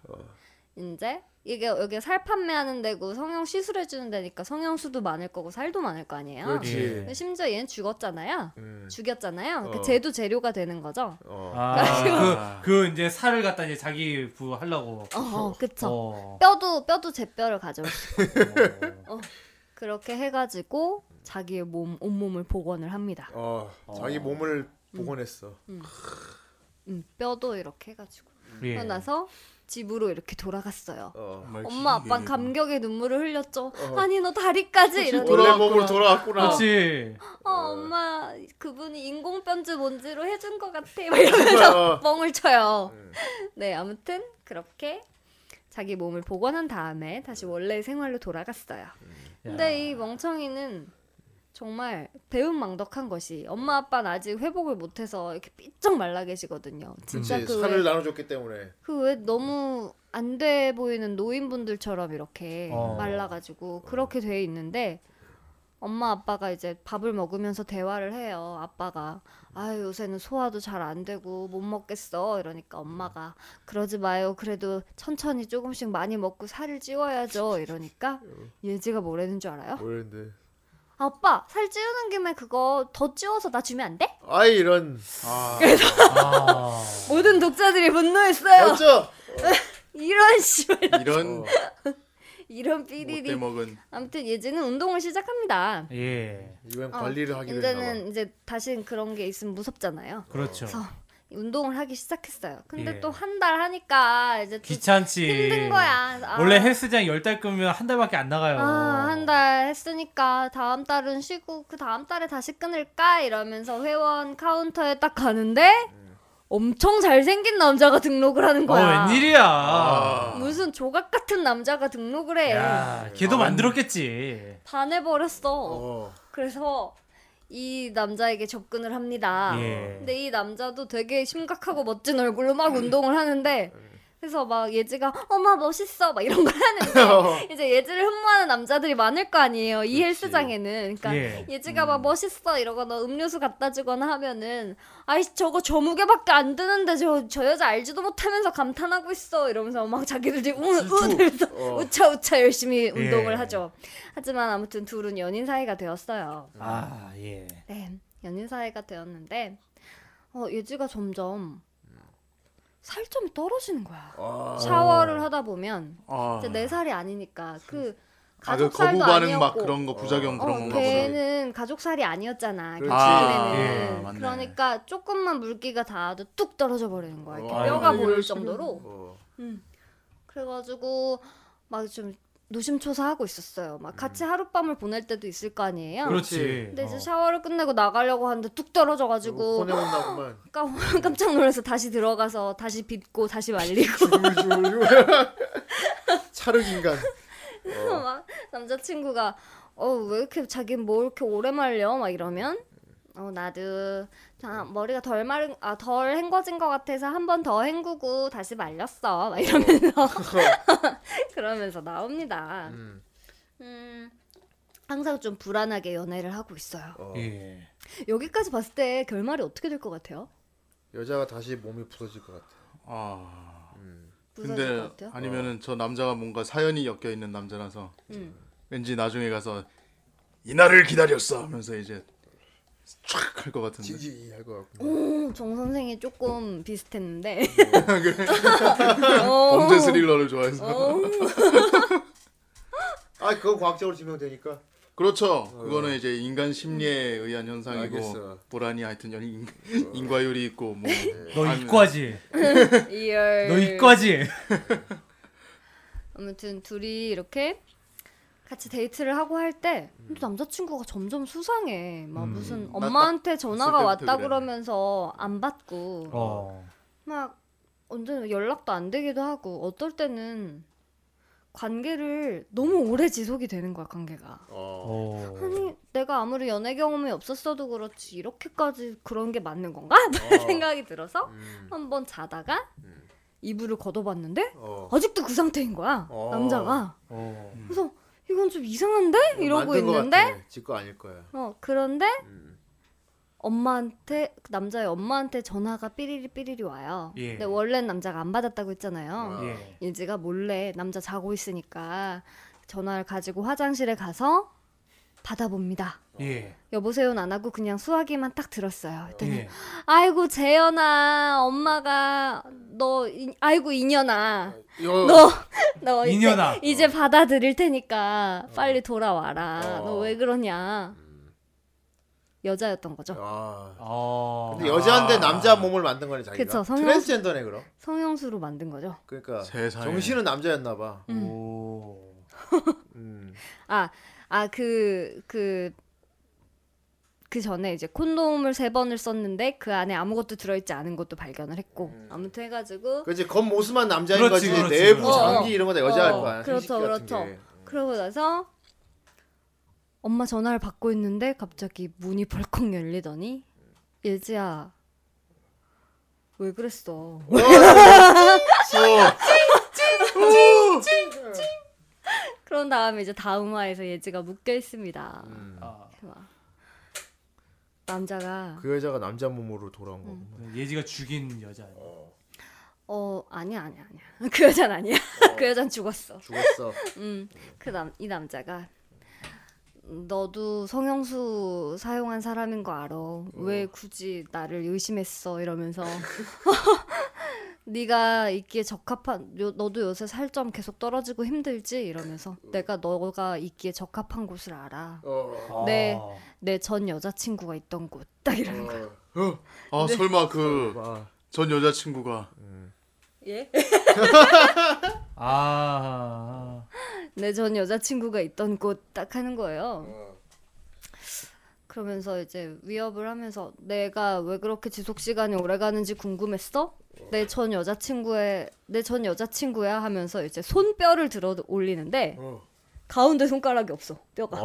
[SPEAKER 10] 이제 이게 여기 살 판매하는 데고 성형 시술해 주는 데니까 성형수도 많을 거고 살도 많을 거 아니에요.
[SPEAKER 9] 예.
[SPEAKER 1] 그렇지.
[SPEAKER 10] 근데 심지어 얘는 죽었잖아요.
[SPEAKER 1] 예. 음.
[SPEAKER 10] 죽였잖아요. 그러니까
[SPEAKER 1] 어.
[SPEAKER 10] 재도 재료가 되는 거죠.
[SPEAKER 1] 어.
[SPEAKER 9] 아, 그, 그 이제 살을 갖다 이제 자기 부 하려고.
[SPEAKER 10] 어, 어 그쵸.
[SPEAKER 9] 어.
[SPEAKER 10] 뼈도 뼈도 제 뼈를 가져올 수 있고 어, 그렇게 해가지고 자기의 몸 온몸을 복원을 합니다.
[SPEAKER 1] 어. 자기 몸을 복원했어.
[SPEAKER 10] 음, 뼈도 이렇게 해가지고
[SPEAKER 9] 예.
[SPEAKER 10] 어, 그러나서 집으로 이렇게 돌아갔어요.
[SPEAKER 1] 어.
[SPEAKER 4] 음. 뭐
[SPEAKER 10] 엄마
[SPEAKER 4] 그
[SPEAKER 10] 아빠 감격의 눈물을 흘렸죠. 아니 너 다리까지 이러니
[SPEAKER 1] 원래 몸으로 돌아왔구나.
[SPEAKER 9] 그렇지.
[SPEAKER 10] 어 엄마 그분이 인공 뼈인지 뭔지로 해준 것 같아 막 이러면서
[SPEAKER 1] 어.
[SPEAKER 10] 뻥을 쳐요. 네 아무튼 그렇게 자기 몸을 복원한 다음에 다시 원래의 생활로 돌아갔어요.
[SPEAKER 1] 음.
[SPEAKER 10] 근데 이 멍청이는 정말 배은망덕한 것이 엄마 아빠는 아직 회복을 못해서 이렇게 삐쩍 말라 계시거든요. 진짜
[SPEAKER 1] 그렇지.
[SPEAKER 10] 그왜
[SPEAKER 1] 어. 살을 나눠줬기 때문에.
[SPEAKER 10] 그 왜 너무 안 돼 보이는 노인분들처럼 이렇게
[SPEAKER 9] 어.
[SPEAKER 10] 말라가지고 그렇게 돼 있는데 엄마 아빠가 이제 밥을 먹으면서 대화를 해요. 아빠가 아 요새는 소화도 잘 안 되고 못 먹겠어 이러니까 엄마가 그러지 마요. 그래도 천천히 조금씩 많이 먹고 살을 찌워야죠. 이러니까 예지가 뭐라는 줄 알아요?
[SPEAKER 1] 뭐랬는데?
[SPEAKER 10] 아빠 살 찌우는 김에 그거 더 찌워서 나 주면 안 돼?
[SPEAKER 1] 아이 이런.
[SPEAKER 10] 그래서 모든 독자들이 분노했어요.
[SPEAKER 1] 맞죠? 어.
[SPEAKER 10] 이런 씨
[SPEAKER 4] 이런
[SPEAKER 10] 이런 삐리리.
[SPEAKER 4] 못돼 먹은
[SPEAKER 10] 아무튼 예지는 운동을 시작합니다.
[SPEAKER 9] 예.
[SPEAKER 1] 이건
[SPEAKER 10] 어,
[SPEAKER 1] 관리를 하기로 했나 봐.
[SPEAKER 10] 이제는 이제 다시 그런 게 있으면 무섭잖아요.
[SPEAKER 9] 그렇죠.
[SPEAKER 10] 그래서 운동을 하기 시작했어요. 근데
[SPEAKER 9] 예.
[SPEAKER 10] 또 한 달 하니까 이제 또
[SPEAKER 9] 귀찮지.
[SPEAKER 10] 힘든 거야. 아.
[SPEAKER 9] 원래 헬스장 열 달 끄면 한 달밖에 안 나가요.
[SPEAKER 10] 아, 한 달 했으니까 다음 달은 쉬고 그 다음 달에 다시 끊을까 이러면서 회원 카운터에 딱 가는데 엄청 잘생긴 남자가 등록을 하는
[SPEAKER 9] 어,
[SPEAKER 10] 거야.
[SPEAKER 9] 웬일이야. 아.
[SPEAKER 10] 무슨 조각 같은 남자가 등록을 해.
[SPEAKER 9] 야, 걔도 만들었겠지.
[SPEAKER 10] 반해버렸어.
[SPEAKER 1] 어.
[SPEAKER 10] 그래서 이 남자에게 접근을 합니다.
[SPEAKER 9] 예.
[SPEAKER 10] 근데 이 남자도 되게 심각하고 멋진 얼굴로 막 운동을 하는데 그래서 막 예지가 어머 멋있어 막 이런 걸 하는데 이제 예지를 흠모하는 남자들이 많을 거 아니에요 이 헬스장에는 그러니까
[SPEAKER 9] 예.
[SPEAKER 10] 예. 지가막 멋있어 이러거나 음료수 갖다 주거나 하면은 아이 저거 저 무게밖에 안 드는데 저, 저 여자 알지도 못하면서 감탄하고 있어 이러면서 막 자기들이 우우면서
[SPEAKER 1] 어.
[SPEAKER 10] 우차우차 열심히 운동을
[SPEAKER 9] 예.
[SPEAKER 10] 하죠 하지만 아무튼 둘은 연인 사이가 되었어요
[SPEAKER 9] 아, 예.
[SPEAKER 10] 네, 연인 사이가 되었는데 어, 예지가 점점 살점이 떨어지는 거야. 샤워를 하다 보면
[SPEAKER 4] 아,
[SPEAKER 10] 이제 내 살이 아니니까 그
[SPEAKER 4] 아, 그
[SPEAKER 10] 가족
[SPEAKER 4] 거부
[SPEAKER 10] 살도
[SPEAKER 4] 반응
[SPEAKER 10] 아니었고
[SPEAKER 4] 막 그런 거 부작용 그런
[SPEAKER 10] 어,
[SPEAKER 4] 건가 보다.
[SPEAKER 10] 걔는 가족 살이 아니었잖아. 걔
[SPEAKER 1] 그렇지.
[SPEAKER 4] 아,
[SPEAKER 10] 전에는.
[SPEAKER 4] 예, 맞네.
[SPEAKER 10] 그러니까 조금만 물기가 닿아도 뚝 떨어져 버리는 거야. 이렇게
[SPEAKER 1] 어,
[SPEAKER 10] 뼈가
[SPEAKER 1] 아이고,
[SPEAKER 10] 보일
[SPEAKER 1] 열심히.
[SPEAKER 10] 정도로.
[SPEAKER 1] 어.
[SPEAKER 4] 아.
[SPEAKER 10] 그래가지고 막 좀 노심초사하고 있었어요.
[SPEAKER 4] 음.
[SPEAKER 10] 막 같이 하룻밤을 보낼 때도 있을 거
[SPEAKER 4] 그렇죠.
[SPEAKER 10] 아니에요.
[SPEAKER 9] 그렇지.
[SPEAKER 10] 근데 이제
[SPEAKER 9] 어.
[SPEAKER 10] 샤워를 끝내고 나가려고 하는데 뚝 떨어져가지고
[SPEAKER 1] 혼영 나구만.
[SPEAKER 10] 깜- 깜짝 놀라서 다시 들어가서 다시 빗고 다시 말리고
[SPEAKER 1] 차륵 인간.
[SPEAKER 10] 그래서 막 남자친구가 어 왜 이렇게 자기는 뭐 이렇게 오래 말려 막 이러면 어 나도 자, 머리가 덜 마른 아 덜 헹궈진 것 같아서 한 번 더 헹구고 다시 말렸어 막 이러면서 그러면서 나옵니다.
[SPEAKER 1] 음.
[SPEAKER 10] 음 항상 좀 불안하게 연애를 하고 있어요.
[SPEAKER 1] 어.
[SPEAKER 9] 예.
[SPEAKER 10] 여기까지 봤을 때 결말이 어떻게 될 것 같아요?
[SPEAKER 1] 여자가 다시 몸이 부서질 것 같아.
[SPEAKER 4] 아,
[SPEAKER 10] 무서워질
[SPEAKER 4] 근데
[SPEAKER 10] 것 같아요?
[SPEAKER 4] 아니면은 저 남자가 뭔가 사연이 엮여 있는 남자라서
[SPEAKER 10] 음.
[SPEAKER 4] 왠지 나중에 가서 이날을 기다렸어 하면서 이제 촥할 것 같은데.
[SPEAKER 1] 지지 할것 같고.
[SPEAKER 10] 오, 음, 정 선생이 조금 비슷했는데. 어.
[SPEAKER 4] 범죄 스릴러를 좋아해서.
[SPEAKER 1] 아 그건 과학적으로 증명되니까.
[SPEAKER 4] 그렇죠. 그거는 이제 인간 심리에
[SPEAKER 10] 음.
[SPEAKER 4] 의한 현상이고
[SPEAKER 1] 알겠어.
[SPEAKER 4] 보라니 하여튼 연 인, 인과율이 있고 뭐.
[SPEAKER 9] 너
[SPEAKER 4] 아니면-
[SPEAKER 9] 이과지.
[SPEAKER 10] 이열.
[SPEAKER 9] 너 이과지.
[SPEAKER 10] 아무튼 둘이 이렇게 같이 데이트를 하고 할 때 남자친구가 점점 수상해.
[SPEAKER 9] 음.
[SPEAKER 10] 막 무슨 엄마한테 전화가
[SPEAKER 4] 때부터
[SPEAKER 10] 왔다
[SPEAKER 4] 음. 그래.
[SPEAKER 10] 그러면서안 받고
[SPEAKER 9] 어.
[SPEAKER 10] 막 언제는 연락도 안 되기도 하고 어떨 때는 관계를 너무 오래 지속이 되는 거야 관계가.
[SPEAKER 1] 어.
[SPEAKER 9] 어.
[SPEAKER 10] 아니 내가 아무리 연애 경험이 없었어도 그렇지 이렇게까지 그런 게 맞는 건가
[SPEAKER 4] 어.
[SPEAKER 10] 생각이 들어서
[SPEAKER 1] 음.
[SPEAKER 10] 한번 자다가
[SPEAKER 4] 음.
[SPEAKER 10] 이불을 걷어봤는데
[SPEAKER 1] 어.
[SPEAKER 10] 아직도 그 상태인 거야
[SPEAKER 1] 어. 음.
[SPEAKER 10] 남자가
[SPEAKER 9] 어.
[SPEAKER 10] 그래서 이건 좀 이상한데 이러고
[SPEAKER 1] 어, 만든 것
[SPEAKER 10] 있는데
[SPEAKER 1] 같아. 지거 아닐 거야.
[SPEAKER 10] 어 그런데
[SPEAKER 1] 음.
[SPEAKER 10] 엄마한테 그 남자의 엄마한테 전화가 삐리리 삐리리 와요
[SPEAKER 9] 예.
[SPEAKER 10] 근데 원래는 남자가 안 받았다고 했잖아요
[SPEAKER 9] 예.
[SPEAKER 10] 예지가 몰래 남자 자고 있으니까 전화를 가지고 화장실에 가서 받아봅니다
[SPEAKER 9] 예.
[SPEAKER 10] 여보세요는 안 하고 그냥 수화기만 딱 들었어요. 그랬더니
[SPEAKER 9] 예.
[SPEAKER 10] 아이고 재현아 엄마가 너 이- 아이고 인연아
[SPEAKER 1] 이거
[SPEAKER 10] 너너 이제,
[SPEAKER 9] 인연아. 어.
[SPEAKER 10] 이제 받아들일 테니까 빨리 돌아와라.
[SPEAKER 1] 어.
[SPEAKER 10] 너 왜 그러냐?
[SPEAKER 9] 음.
[SPEAKER 10] 여자였던 거죠.
[SPEAKER 1] 아.
[SPEAKER 9] 어.
[SPEAKER 1] 근데 여자인데 남자 몸을 만든 거네 자기가.
[SPEAKER 10] 그쵸, 성형-
[SPEAKER 1] 트랜스젠더네 그럼.
[SPEAKER 10] 성형수로 만든 거죠.
[SPEAKER 1] 그러니까
[SPEAKER 4] 세상에.
[SPEAKER 1] 정신은 남자였나 봐.
[SPEAKER 10] 음.
[SPEAKER 9] 오.
[SPEAKER 1] 음.
[SPEAKER 10] 아아 그 그 그 전에 이제 콘돔을 세 번을 썼는데 그 안에 아무것도 들어있지 않은 것도 발견을 했고 아무튼 해가지고
[SPEAKER 1] 그렇지 겉모습만 남자인
[SPEAKER 9] 그렇지,
[SPEAKER 1] 거지
[SPEAKER 9] 그렇지,
[SPEAKER 1] 내부
[SPEAKER 10] 그렇지.
[SPEAKER 1] 장기 이런 거다 여자일
[SPEAKER 10] 어,
[SPEAKER 1] 거야.
[SPEAKER 10] 그렇죠,
[SPEAKER 1] 생식 같은
[SPEAKER 10] 그렇죠.
[SPEAKER 1] 게.
[SPEAKER 10] 그러고 나서 엄마 전화를 받고 있는데 갑자기 문이 벌컥 열리더니 예지야 왜 그랬어?
[SPEAKER 1] 어.
[SPEAKER 10] 그런 다음에 이제 다음 화에서 예지가 묶여 있습니다.
[SPEAKER 3] 아.
[SPEAKER 10] 와. 남자가
[SPEAKER 1] 그 여자가 남자 몸으로 돌아온
[SPEAKER 10] 음.
[SPEAKER 1] 거구만.
[SPEAKER 3] 예지가 죽인 여자.
[SPEAKER 10] 어 아니야 아니야 아니야 그 여잔 아니야 그 여잔 죽었어
[SPEAKER 1] 죽었어.
[SPEAKER 10] 음그남이 남자가 너도 성형수 사용한 사람인 거 알아 왜 굳이 나를 의심했어 이러면서 네가 있기에 적합한 요, 너도 요새 살 점 계속 떨어지고 힘들지 이러면서 내가 너가 있기에 적합한 곳을 알아 내 내 전 여자친구가 있던 곳 딱 이러는 거야
[SPEAKER 4] 어. 아 설마 그 전 여자친구가
[SPEAKER 10] 예?
[SPEAKER 3] 아.
[SPEAKER 10] 내 네, 전 여자친구가 있던 곳 딱 하는 거예요. 그러면서 이제 위협을 하면서 내가 왜 그렇게 지속 시간이 오래 가는지 궁금했어? 내 전 여자친구의 내 전 여자친구야 하면서 이제 손뼈를 들어 올리는데 가운데 손가락이 없어 뼈가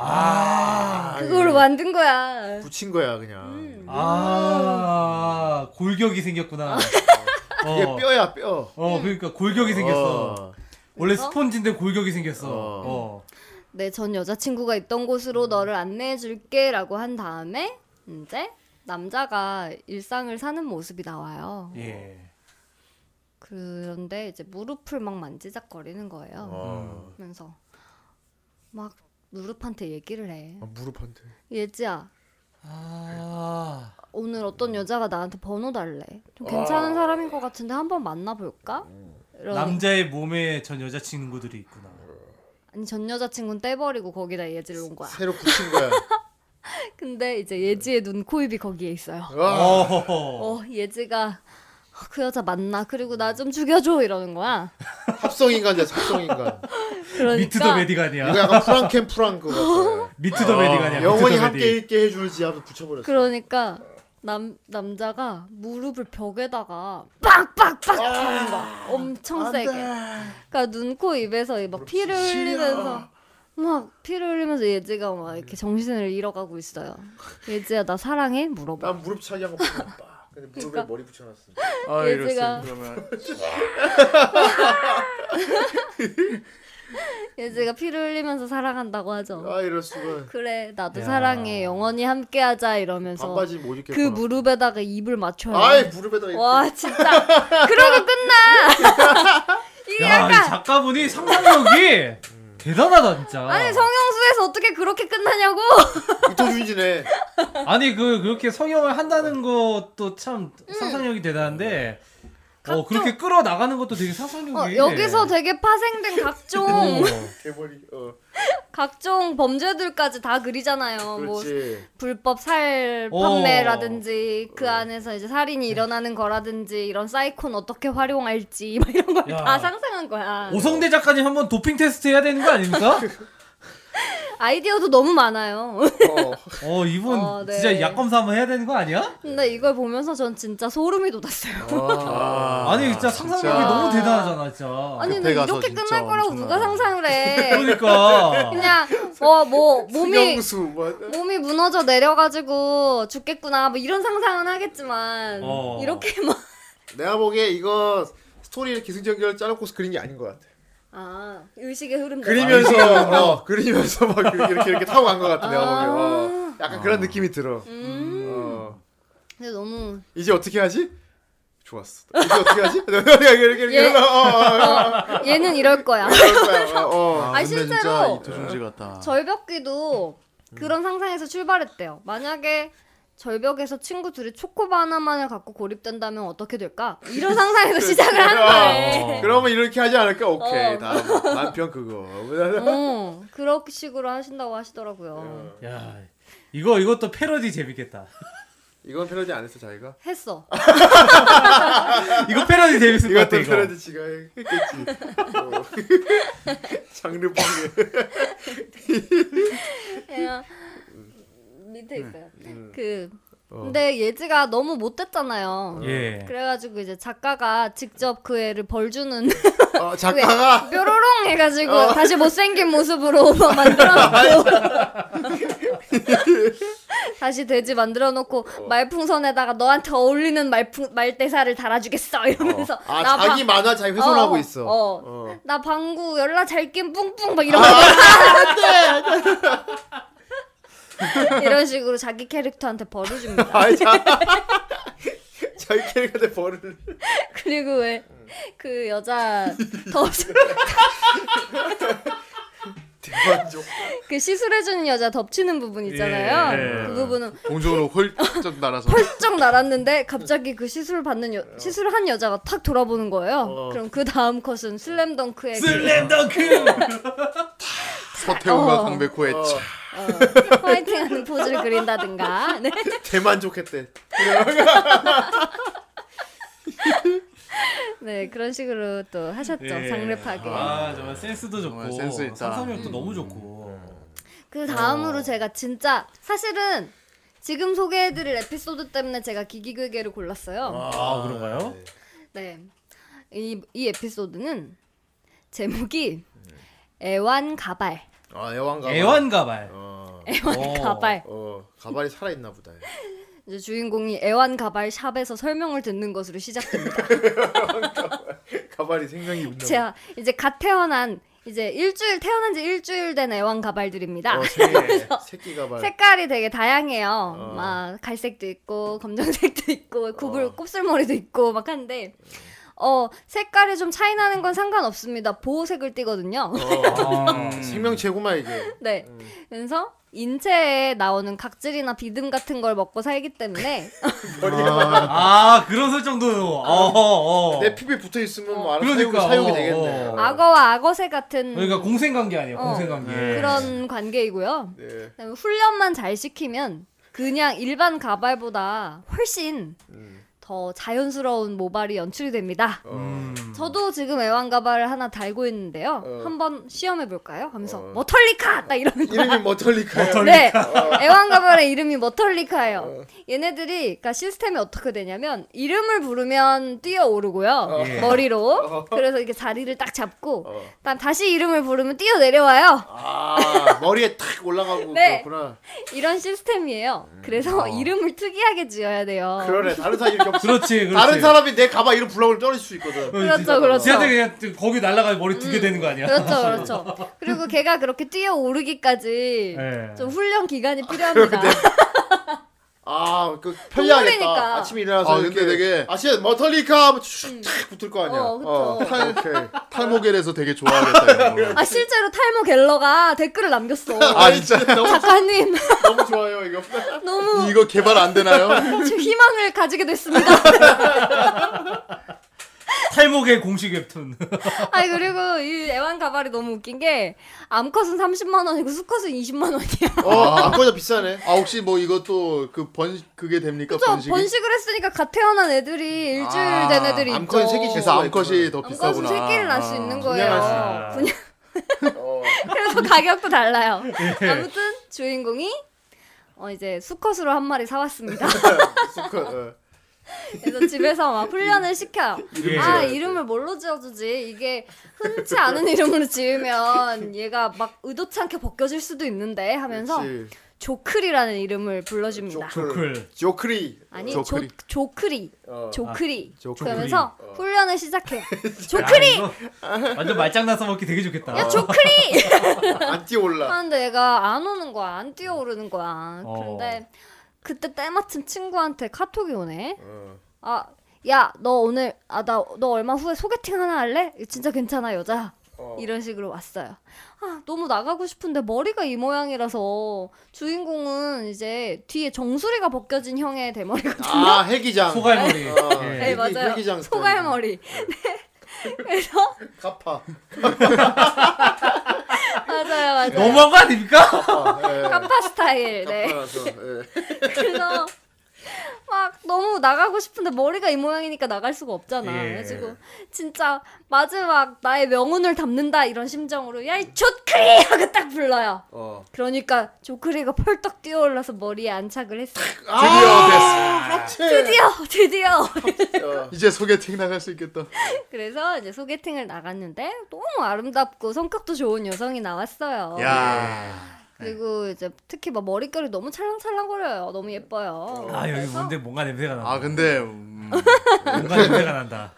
[SPEAKER 1] 아,
[SPEAKER 10] 그걸 음. 로 만든 거야.
[SPEAKER 1] 붙인 거야 그냥.
[SPEAKER 3] 아. 골격이 생겼구나.
[SPEAKER 1] 이게 아, 뼈야 뼈.
[SPEAKER 3] 어, 그러니까 골격이 생겼어. 원래 스폰지인데 골격이 생겼어. 어.
[SPEAKER 10] 내 네, 전 여자친구가 있던
[SPEAKER 3] 음.
[SPEAKER 10] 곳으로 너를 안내해 줄게라고 한 다음에 이제 남자가 일상을 사는 모습이 나와요.
[SPEAKER 3] 예.
[SPEAKER 10] 그런데 이제 무릎을 막 만지작거리는
[SPEAKER 3] 어.
[SPEAKER 10] 거예요.
[SPEAKER 1] 와.
[SPEAKER 10] 그러면서 막 무릎한테 얘기를 해.
[SPEAKER 1] 아, 무릎한테.
[SPEAKER 10] 예지야,
[SPEAKER 3] 아.
[SPEAKER 10] 오늘 어떤 여자가 나한테 번호 달래. 좀 괜찮은 사람인 것 같은데 한번 만나볼까? 이러는-
[SPEAKER 3] 음. 남자의 몸에 전 여자친구들이 있구나.
[SPEAKER 10] 아니 전 여자친구는 떼버리고 거기다 예지를 온 거야.
[SPEAKER 1] 새로 붙인 거야.
[SPEAKER 10] 근데
[SPEAKER 1] 네.
[SPEAKER 10] 이제 예지의 눈, 코, 입이 거기에 있어요.
[SPEAKER 1] 와.
[SPEAKER 10] 어, 예지가 그 여자 만나. 그리고 나 좀 죽여줘 이러는 거야.
[SPEAKER 1] 합성인간이야 합성인간.
[SPEAKER 10] 그러니까
[SPEAKER 3] 미트 더 메디가니야.
[SPEAKER 1] 이거 약간 프랑켄 프랑크 같아.
[SPEAKER 3] 미트 더 메디가니야.
[SPEAKER 1] 어. 영원히 함께 있게 해줄지 하고 붙여버렸어.
[SPEAKER 10] 그러니까 남 남자가 무릎을 벽에다가 빡빡빡
[SPEAKER 1] 아.
[SPEAKER 10] 쳐는 거야. 엄청 세게. 그러니까 눈, 코, 입에서 막 피를 흘리면서 막 피를 흘리면서 예지가 막 이렇게 정신을 잃어가고 있어요. 예지야 나 사랑해? 물어봐.
[SPEAKER 1] 난 무릎 차기 한거 보면 빡. 근데 무릎에
[SPEAKER 10] 그러니까.
[SPEAKER 1] 머리 붙여놨어.
[SPEAKER 4] 아
[SPEAKER 10] 예지가-
[SPEAKER 4] 이랬어 그러면
[SPEAKER 10] 예지가 피를 흘리면서 사랑한다고 하죠.
[SPEAKER 1] 아 이럴 수가.
[SPEAKER 10] 그래 나도 사랑해 영원히 함께하자 이러면서
[SPEAKER 1] 반바지 못 입겠구나.
[SPEAKER 10] 그 무릎에다가 입을 맞춰요.
[SPEAKER 1] 아이 무릎에다가.
[SPEAKER 10] 와 진짜 그러고 끝나. 이게
[SPEAKER 3] 야, 이
[SPEAKER 10] 약간
[SPEAKER 3] 작가분이 상상력이 대단하다 진짜.
[SPEAKER 10] 아니 성형수에서 어떻게 그렇게 끝나냐고.
[SPEAKER 1] 이토준이네.
[SPEAKER 3] 아니, 그 그렇게 성형을 한다는 것도 참 상상력이 대단한데 어,
[SPEAKER 10] 음. 각종-
[SPEAKER 3] 그렇게 끌어 나가는 것도 되게 상상력이
[SPEAKER 10] 어, 여기서 되게 파생된 각종
[SPEAKER 1] 개머리. 어.
[SPEAKER 10] 각종 범죄들까지 다 그리잖아요. 뭐
[SPEAKER 1] 그렇지.
[SPEAKER 10] 불법 살
[SPEAKER 3] 어.
[SPEAKER 10] 판매라든지 그 안에서 이제 살인이 일어나는 거라든지 이런 사이콘 어떻게 활용할지 막 이런 걸
[SPEAKER 3] 야.
[SPEAKER 10] 다 상상한 거야.
[SPEAKER 3] 오성대 작가님 한번 도핑 테스트 해야 되는 거 아닙니까?
[SPEAKER 10] 아이디어도 너무 많아요.
[SPEAKER 3] 어, 이분
[SPEAKER 10] 어, 네.
[SPEAKER 3] 진짜 약 검사 한번 해야 되는 거 아니야?
[SPEAKER 10] 근데 이걸 보면서 전 진짜 소름이 돋았어요.
[SPEAKER 3] 아, 니 진짜 상상력이 너무 대단하잖아, 어, 진짜.
[SPEAKER 10] 아니
[SPEAKER 4] 옆에
[SPEAKER 10] 근데
[SPEAKER 4] 가서
[SPEAKER 10] 이렇게
[SPEAKER 4] 진짜
[SPEAKER 10] 끝날 거라고
[SPEAKER 4] 엄청나다.
[SPEAKER 10] 누가 상상을 해?
[SPEAKER 3] 그러니까
[SPEAKER 10] 그냥 어 뭐 몸이
[SPEAKER 1] 영수 뭐.
[SPEAKER 10] 몸이 무너져 내려가지고 죽겠구나 뭐 이런 상상은 하겠지만
[SPEAKER 3] 어.
[SPEAKER 10] 이렇게 막
[SPEAKER 1] 내가 보기에 이거 스토리를 기승전결 짜놓고서 그린 게 아닌 것 같아.
[SPEAKER 10] 아, 의식의 흐름
[SPEAKER 1] 그리면서 어, 그리면서 막 이렇게 이렇게, 이렇게 타고 간 것 같아 내가 보기에. 어, 약간 그런 느낌이 들어.
[SPEAKER 10] 음.
[SPEAKER 1] 어.
[SPEAKER 10] 근데 너무
[SPEAKER 1] 이제 어떻게 하지? 좋았어. 이제 어떻게 하지? 이렇게 이렇게 이렇게.
[SPEAKER 10] 예.
[SPEAKER 1] 어, 어, 어,
[SPEAKER 10] 어, 얘는 이럴 거야.
[SPEAKER 1] 어, 어, 어.
[SPEAKER 10] 아니,
[SPEAKER 4] 근데
[SPEAKER 10] 실제로-
[SPEAKER 4] 진짜 이토준지 같다
[SPEAKER 1] 아,
[SPEAKER 10] 절벽기도 그런 상상에서 출발했대요. 만약에 절벽에서 친구 둘이 초코바 하나만을 갖고 고립된다면 어떻게 될까? 이런 상상에서 시작을 한
[SPEAKER 1] 그러니까.
[SPEAKER 10] 거예요.
[SPEAKER 1] 그러면 이렇게 하지 않을까? 오케이
[SPEAKER 10] 네. 어.
[SPEAKER 1] 다음 단편 그거.
[SPEAKER 10] 어, 그런 식으로 하신다고 하시더라고요.
[SPEAKER 3] 야 이거 이것도 패러디 재밌겠다.
[SPEAKER 1] 이건 패러디 안 했어 자기가?
[SPEAKER 10] 했어.
[SPEAKER 3] 이거 패러디 재밌을 것
[SPEAKER 1] 이것도
[SPEAKER 3] 같아 이거.
[SPEAKER 1] 패러디 지가 했겠지. 어. 장르 파괴.
[SPEAKER 10] 그냥
[SPEAKER 1] 음.
[SPEAKER 10] 밑에 있어요. 그
[SPEAKER 1] 어.
[SPEAKER 10] 근데 예지가 너무 못됐잖아요.
[SPEAKER 3] 예.
[SPEAKER 10] 그래가지고 이제 작가가 직접 그 애를 벌 주는
[SPEAKER 1] 어, 작가가
[SPEAKER 10] 뾰로롱 해가지고
[SPEAKER 1] 어.
[SPEAKER 10] 다시 못생긴 모습으로 만들어놓고 다시 돼지 만들어 놓고 말풍선에다가 너한테 어울리는 말풍 말대사를 달아주겠어 이러면서
[SPEAKER 1] 아, 자기
[SPEAKER 10] 방-
[SPEAKER 1] 만화 자기 훼손하고
[SPEAKER 10] 어,
[SPEAKER 1] 있어.
[SPEAKER 10] 어.
[SPEAKER 1] 어. 아.
[SPEAKER 10] 나 방구 열라 잘낀 뿡뿡 막 이런
[SPEAKER 1] 네,
[SPEAKER 10] 거 이런 식으로 자기 캐릭터한테 벌을 줍니다.
[SPEAKER 1] 아이, 자- 자기 캐릭터한테 벌을.
[SPEAKER 10] 그리고 왜 그 여자 더
[SPEAKER 1] 대만족.
[SPEAKER 10] 그 시술해주는 여자 덮치는 부분 있잖아요.
[SPEAKER 4] 예.
[SPEAKER 10] 그 부분은
[SPEAKER 4] 공중으로 홀쩍 날아서
[SPEAKER 10] 쩍 날았는데 갑자기 그 시술 받는 여, 시술을 한 여자가 탁 돌아보는 거예요. 그럼 그 다음 컷은 슬램덩크의 그
[SPEAKER 4] 서태웅과
[SPEAKER 10] 어.
[SPEAKER 4] 강백호의 차.
[SPEAKER 10] 그 화이팅하는 포즈를 그린다든가. 네.
[SPEAKER 1] 대만족했대.
[SPEAKER 10] 네 그런 식으로 또 하셨죠
[SPEAKER 9] 예.
[SPEAKER 10] 장르파괴.
[SPEAKER 9] 아 정말 센스도 좋고
[SPEAKER 4] 정말 센스 있다.
[SPEAKER 9] 상상력도 너무 좋고.
[SPEAKER 10] 그 다음으로 제가 진짜 사실은 지금 소개해드릴 에피소드 때문에 제가 기기괴계를 골랐어요.
[SPEAKER 9] 아 그런가요?
[SPEAKER 10] 네, 이, 이 에피소드는 제목이 애완 가발.
[SPEAKER 1] 아 애완 가발.
[SPEAKER 9] 애완 가발.
[SPEAKER 1] 어,
[SPEAKER 10] 애완 가발.
[SPEAKER 1] 어 가발이 살아있나 보다.
[SPEAKER 10] 이제 주인공이 애완 가발 샵에서 설명을 듣는 것으로 시작됩니다.
[SPEAKER 1] 가발이 생명이 있나 보다.
[SPEAKER 10] 제가 이제 갓 태어난 이제 일주일 태어난 지 일주일 된 애완 가발들입니다.
[SPEAKER 1] 어, 새끼, 새끼 가발.
[SPEAKER 10] 색깔이 되게 다양해요.
[SPEAKER 1] 어.
[SPEAKER 10] 막 갈색도 있고 검정색도 있고 구불 곱슬머리도 있고 막 한데 어 색깔이 좀 차이 나는 건 상관없습니다. 보호색을 띠거든요.
[SPEAKER 1] 어,
[SPEAKER 10] 음.
[SPEAKER 1] 생명 최고만 이게.
[SPEAKER 10] 네. 그래서 인체에 나오는 각질이나 비듬 같은 걸 먹고 살기 때문에
[SPEAKER 1] 어.
[SPEAKER 9] 아 그런 설정도. 어, 어.
[SPEAKER 1] 내 피부에 붙어 있으면 뭐 알아서
[SPEAKER 9] 그러니까,
[SPEAKER 1] 사육이, 사육이
[SPEAKER 9] 어,
[SPEAKER 1] 되겠네.
[SPEAKER 9] 어.
[SPEAKER 10] 악어와 악어새 같은
[SPEAKER 9] 그러니까 공생 관계 아니에요?
[SPEAKER 10] 어.
[SPEAKER 9] 공생 관계.
[SPEAKER 10] 그런 관계이고요.
[SPEAKER 1] 네.
[SPEAKER 10] 그다음에 훈련만 잘 시키면 그냥 일반 가발보다 훨씬
[SPEAKER 1] 음.
[SPEAKER 10] 더 자연스러운 모발이 연출이 됩니다.
[SPEAKER 1] 어.
[SPEAKER 9] 음.
[SPEAKER 10] 저도 지금 애완 가발을 하나 달고 있는데요.
[SPEAKER 1] 어.
[SPEAKER 10] 한번 시험해 볼까요? 하면서
[SPEAKER 1] 어.
[SPEAKER 10] 머털리카 딱 이러는 거야.
[SPEAKER 1] 이름이 뭐 머털리카요.
[SPEAKER 9] 뭐
[SPEAKER 10] 네, 애완 가발의 이름이 머털리카예요. 얘네들이 그러니까 시스템이 어떻게 되냐면 이름을 부르면 뛰어오르고요
[SPEAKER 9] 예. 어.
[SPEAKER 10] 머리로 그래서 이렇게 자리를 딱 잡고 그다음 다시 이름을 부르면 뛰어 내려와요.
[SPEAKER 1] 아 머리에 탁 올라가고
[SPEAKER 10] 네.
[SPEAKER 1] 그렇구나.
[SPEAKER 10] 이런 시스템이에요.
[SPEAKER 9] 음. 어.
[SPEAKER 10] 그래서 이름을 특이하게 지어야 돼요.
[SPEAKER 9] 그렇죠.
[SPEAKER 1] 그러네. 다른 사람이 이렇게 없어.
[SPEAKER 9] 그렇지, 그렇지.
[SPEAKER 1] 다른 사람이 내 가방 이름 불러오면 떨어질 수 있거든.
[SPEAKER 10] 그렇죠, 그렇죠. 음.
[SPEAKER 9] 지한테 그냥 거기 날아가 머리 두 개 되는 거 아니야?
[SPEAKER 10] 그렇죠, 그렇죠. 그리고 걔가 그렇게 뛰어오르기까지
[SPEAKER 9] 예.
[SPEAKER 10] 좀 훈련 기간이 필요합니다.
[SPEAKER 1] 아, 그 편리하겠다.
[SPEAKER 10] 동물이니까.
[SPEAKER 1] 아침에 일어나서
[SPEAKER 4] 아, 근데
[SPEAKER 1] 이렇게
[SPEAKER 4] 되게-
[SPEAKER 1] 아시아 머털리카 하면 촥 붙을 거 아니야.
[SPEAKER 10] 음. 어, 그쵸.
[SPEAKER 1] 탈, 오케이.
[SPEAKER 4] 탈모겔에서 되게 좋아하겠다. 이거.
[SPEAKER 10] 아 실제로 탈모 갤러가 댓글을 남겼어.
[SPEAKER 4] 아 진짜
[SPEAKER 1] 너무,
[SPEAKER 10] 작가님
[SPEAKER 1] 너무 좋아요 이거.
[SPEAKER 10] 너무
[SPEAKER 4] 이거 개발 안 되나요?
[SPEAKER 10] 지금 희망을 가지게 됐습니다.
[SPEAKER 9] 탈목의 공식 웹툰.
[SPEAKER 10] 아니 그리고 이 애완 가발이 너무 웃긴 게 암컷은 30만 원이고 수컷은 20만 원이야.
[SPEAKER 1] 어, 안거자 비싸네.
[SPEAKER 4] 아 혹시 뭐 이것도 그 번 그게 됩니까
[SPEAKER 10] 그쵸?
[SPEAKER 4] 번식이?
[SPEAKER 10] 번식을 했으니까 갓 태어난 애들이 일주일
[SPEAKER 4] 아,
[SPEAKER 10] 된 애들이 있죠.
[SPEAKER 1] 암컷이 새끼
[SPEAKER 4] 그래서
[SPEAKER 1] 있구나.
[SPEAKER 4] 암컷이 더
[SPEAKER 10] 암컷은
[SPEAKER 4] 비싸구나.
[SPEAKER 10] 새끼를 낳을 수
[SPEAKER 4] 아.
[SPEAKER 10] 있는
[SPEAKER 9] 분양할
[SPEAKER 10] 거예요.
[SPEAKER 9] 수
[SPEAKER 10] 분양. 그래서 가격도 달라요. 아무튼 주인공이 어 이제 수컷으로 한 마리 사왔습니다.
[SPEAKER 1] 수컷. 어.
[SPEAKER 10] 그래서 집에서 막 훈련을 시켜요.
[SPEAKER 9] 이름
[SPEAKER 10] 아
[SPEAKER 9] 지어야
[SPEAKER 10] 이름을 뭘로 지어주지? 이게 흔치 않은 이름으로 지으면 얘가 막 의도치 않게 벗겨질 수도 있는데 하면서 음,
[SPEAKER 1] 그렇지.
[SPEAKER 10] 조클이라는 이름을 불러줍니다.
[SPEAKER 9] 조클.
[SPEAKER 1] 조크리.
[SPEAKER 10] 아니 조,
[SPEAKER 4] 조클이.
[SPEAKER 10] 조클이
[SPEAKER 1] 어.
[SPEAKER 10] 조클이
[SPEAKER 1] 조클이.
[SPEAKER 10] 그러면서 훈련을 시작해. 조클이
[SPEAKER 9] 아, 이거 완전 말장난 써먹기 되게 좋겠다.
[SPEAKER 10] 야 조클이
[SPEAKER 1] 안 뛰어올라.
[SPEAKER 10] 하는데 얘가 안 오는 거야, 안 뛰어오르는 거야.
[SPEAKER 9] 어.
[SPEAKER 10] 그런데 그때 때마침 친구한테 카톡이 오네.
[SPEAKER 1] 어.
[SPEAKER 10] 아, 야, 너 오늘 아, 나 너 얼마 후에 소개팅 하나 할래? 진짜 괜찮아, 여자.
[SPEAKER 1] 어.
[SPEAKER 10] 이런 식으로 왔어요. 아, 너무 나가고 싶은데 머리가 이 모양이라서 주인공은 이제 뒤에 정수리가 벗겨진 형의 대머리거든요.
[SPEAKER 1] 아 해기장.
[SPEAKER 9] 소갈머리.
[SPEAKER 1] 어.
[SPEAKER 9] 예.
[SPEAKER 10] 네, 맞아요.
[SPEAKER 1] 회기장 어. 스타일.
[SPEAKER 10] 소갈머리. 네. 그래서
[SPEAKER 1] 카파.
[SPEAKER 10] 맞아요, 맞아요.
[SPEAKER 9] 너무한 거 아닙니까?
[SPEAKER 10] 카파 스타일. 네.
[SPEAKER 1] 예. 카파라서. 예.
[SPEAKER 10] 그래서 막 너무 나가고 싶은데 머리가 이 모양이니까 나갈 수가 없잖아.
[SPEAKER 9] 예.
[SPEAKER 10] 그래가지고 진짜 마지막 나의 명운을 담는다 이런 심정으로 야이 조크리 하고 딱 불러요.
[SPEAKER 1] 어.
[SPEAKER 10] 그러니까 조크리가 펄떡 뛰어올라서 머리에 안착을 했어.
[SPEAKER 1] 아, 드디어
[SPEAKER 10] 드디어 드디어.
[SPEAKER 1] 됐어.
[SPEAKER 4] 이제 소개팅 나갈 수 있겠다.
[SPEAKER 10] 그래서 이제
[SPEAKER 1] 아, 네.
[SPEAKER 10] 소개팅을 나갔는데 너무 아름답고 성격도 좋은 여성이 나왔어요.
[SPEAKER 4] 야
[SPEAKER 10] 그리고 이제 특히 막 머릿결이 너무 찰랑찰랑거려요. 너무 예뻐요.
[SPEAKER 6] 어.
[SPEAKER 9] 아 여기
[SPEAKER 1] 어?
[SPEAKER 9] 뭔데 뭔가 냄새가 난다.
[SPEAKER 4] 아 근데
[SPEAKER 9] 뭔가 냄새가 난다.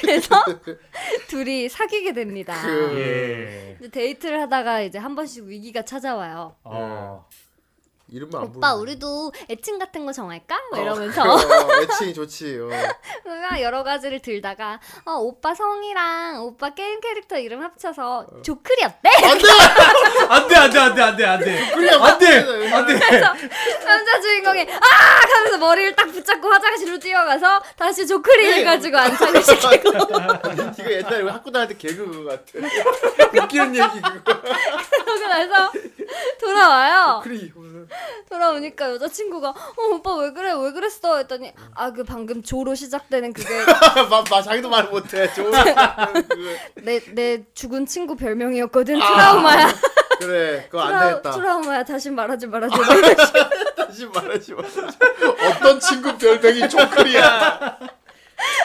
[SPEAKER 10] 그래서 둘이 사귀게 됩니다.
[SPEAKER 1] 그
[SPEAKER 9] 예.
[SPEAKER 10] 이제 데이트를 하다가 이제 한 번씩 위기가 찾아와요.
[SPEAKER 9] 어.
[SPEAKER 1] 이름만 안
[SPEAKER 10] 오빠
[SPEAKER 1] 부르네.
[SPEAKER 10] 우리도 애칭 같은 거 정할까? 뭐
[SPEAKER 1] 아, 어,
[SPEAKER 10] 이러면서
[SPEAKER 1] 어, 애칭이 좋지. 어.
[SPEAKER 10] 그러면 여러 가지를 들다가 어, 오빠 성이랑 오빠 게임 캐릭터 이름 합쳐서 조클이 어때?
[SPEAKER 9] 안돼 안돼 안돼 안돼 안돼. 안돼 안돼.
[SPEAKER 10] 남자 주인공이 아 하면서 머리를 딱 붙잡고 화장실로 뛰어가서 다시 조클이 해가지고 안착을 시키고
[SPEAKER 1] 이거 옛날에 우리 학교 다닐 때 개그 그거 같아. 웃기는 얘기 그거.
[SPEAKER 10] 그러고 나서 돌아와요.
[SPEAKER 1] 그리.
[SPEAKER 10] 돌아오니까 여자친구가 어 오빠 왜 그래 왜 그랬어 했더니 아 그 방금 조로 시작되는 그게
[SPEAKER 1] 막, 막 자기도 말 못해. 좋은 그거.
[SPEAKER 10] 내 내 죽은 친구 별명이었거든
[SPEAKER 4] 아,
[SPEAKER 10] 트라우마야
[SPEAKER 1] 그래 그거 안
[SPEAKER 10] 트라우,
[SPEAKER 1] 되겠다.
[SPEAKER 10] 트라우마야 다시 말하지 말아줘
[SPEAKER 1] 다시 말하지 마.
[SPEAKER 4] 어떤 친구 별명이 초클이야.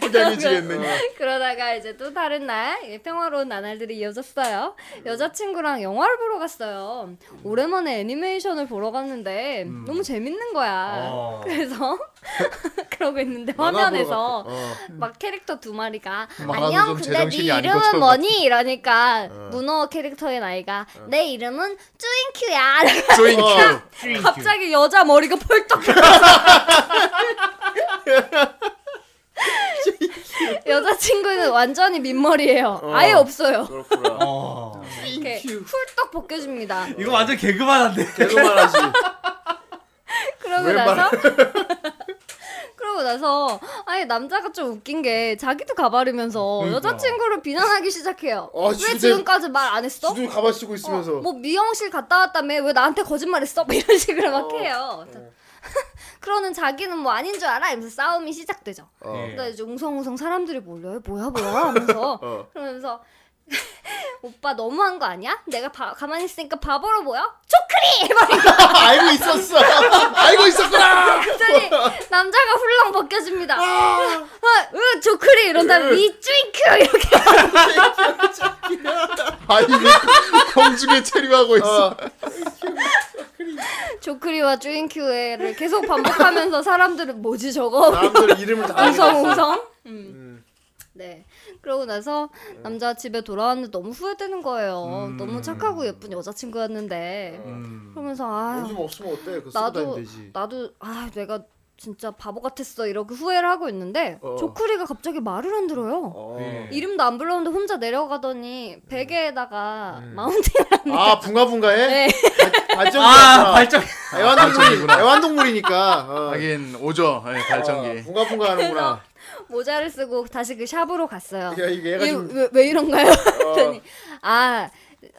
[SPEAKER 4] 석양이 지겠네.
[SPEAKER 10] 그러다가 이제 또 다른 날 예, 평화로운 나날들이 이어졌어요. 여자친구랑 영화를 보러 갔어요. 오랜만에 애니메이션을 보러 갔는데
[SPEAKER 4] 음.
[SPEAKER 10] 너무 재밌는 거야.
[SPEAKER 4] 아.
[SPEAKER 9] 어.
[SPEAKER 10] 그래서 그러고 있는데
[SPEAKER 1] 만화 보러
[SPEAKER 10] 화면에서
[SPEAKER 1] 갔다. 어.
[SPEAKER 10] 막 캐릭터 두 마리가
[SPEAKER 4] 음, 만화도
[SPEAKER 10] 안녕
[SPEAKER 4] 좀
[SPEAKER 10] 근데 네
[SPEAKER 4] 제정신이 아닌
[SPEAKER 10] 이름은
[SPEAKER 4] 것처럼
[SPEAKER 10] 뭐니 이러니까 문어 캐릭터의 나이가
[SPEAKER 4] 어.
[SPEAKER 10] 내 이름은 쭈잉큐야.
[SPEAKER 4] 조잉큐.
[SPEAKER 1] 어,
[SPEAKER 10] 갑자기 여자 머리가 펄떡 여자친구는 완전히 민머리예요. 아예 없어요.
[SPEAKER 1] 그렇구나.
[SPEAKER 9] 어.
[SPEAKER 10] 이렇게 훌떡 벗겨줍니다.
[SPEAKER 9] 이거 완전 개그만한데.
[SPEAKER 1] 개그만 하지.
[SPEAKER 10] 그러고
[SPEAKER 1] 왜
[SPEAKER 10] 나서 그러고 나서 아예 남자가 좀 웃긴 게 자기도 가바르면서
[SPEAKER 9] 그러니까.
[SPEAKER 10] 여자친구를 비난하기 시작해요.
[SPEAKER 1] 어,
[SPEAKER 10] 왜
[SPEAKER 1] 지금-
[SPEAKER 10] 지금까지 말 안 했어?
[SPEAKER 1] 주둥이 가만 쓰고
[SPEAKER 10] 어,
[SPEAKER 1] 있으면서.
[SPEAKER 10] 뭐 미용실 갔다 왔다며 왜 나한테 거짓말했어? 막 이런 식으로 막
[SPEAKER 1] 어.
[SPEAKER 10] 해요. 그러는 자기는 뭐 아닌 줄 알아? 이러면서 싸움이 시작되죠.
[SPEAKER 1] 어.
[SPEAKER 10] 근데 이제 웅성웅성 사람들이 몰려요. 뭐야 뭐야 하면서
[SPEAKER 1] 어.
[SPEAKER 10] 그러면서 오빠 너무한 거 아니야? 내가 바- 가만히 있으니까 바보로 보여? 초크리! 막
[SPEAKER 1] 아, 알고 있었어. 알고 있었구나.
[SPEAKER 10] 했더니 남자가 훌렁 벗겨집니다.
[SPEAKER 1] 아.
[SPEAKER 10] 어, 으, 조크리 이런 다음에
[SPEAKER 1] 네.
[SPEAKER 10] 이쭈이크 이렇게
[SPEAKER 4] 아이 공중에 체류하고 있어.
[SPEAKER 10] 조크리와 쭈잉큐를 계속 반복하면서 사람들은 뭐지 저거?
[SPEAKER 1] 남들 이름을 다 알고
[SPEAKER 10] 웅성
[SPEAKER 1] 있어.
[SPEAKER 10] 웅성. 음. 네. 그러고 나서 남자 집에 돌아왔는데 너무 후회되는 거예요.
[SPEAKER 1] 음.
[SPEAKER 10] 너무 착하고 예쁜 여자친구였는데 그러면서 아
[SPEAKER 1] 요즘 없으면 음. 어때? 그거 쓰고 다니면
[SPEAKER 10] 나도
[SPEAKER 1] 되지.
[SPEAKER 10] 나도 아 내가 진짜 바보 같았어 이러고 후회를 하고 있는데
[SPEAKER 1] 어.
[SPEAKER 10] 조크리가 갑자기 말을 안 들어요.
[SPEAKER 1] 어.
[SPEAKER 10] 이름도 안 불렀는데 혼자 내려가더니 베개에다가
[SPEAKER 1] 음.
[SPEAKER 10] 마운틴을
[SPEAKER 1] 아 붕가붕가해?
[SPEAKER 10] 네.
[SPEAKER 1] 발전기
[SPEAKER 9] 아
[SPEAKER 1] 아,
[SPEAKER 9] 발전.
[SPEAKER 1] 애완동물이 애완동물이니까 어.
[SPEAKER 4] 하긴 오죠. 예,
[SPEAKER 1] 어,
[SPEAKER 4] 아, 발전기.
[SPEAKER 1] 붕가붕가 하는구나
[SPEAKER 10] 모자를 쓰고 다시 그 샵으로 갔어요.
[SPEAKER 1] 야 이게 어. 얘가
[SPEAKER 10] 얘
[SPEAKER 1] 지금
[SPEAKER 10] 왜, 왜 이런가요? 했더니 아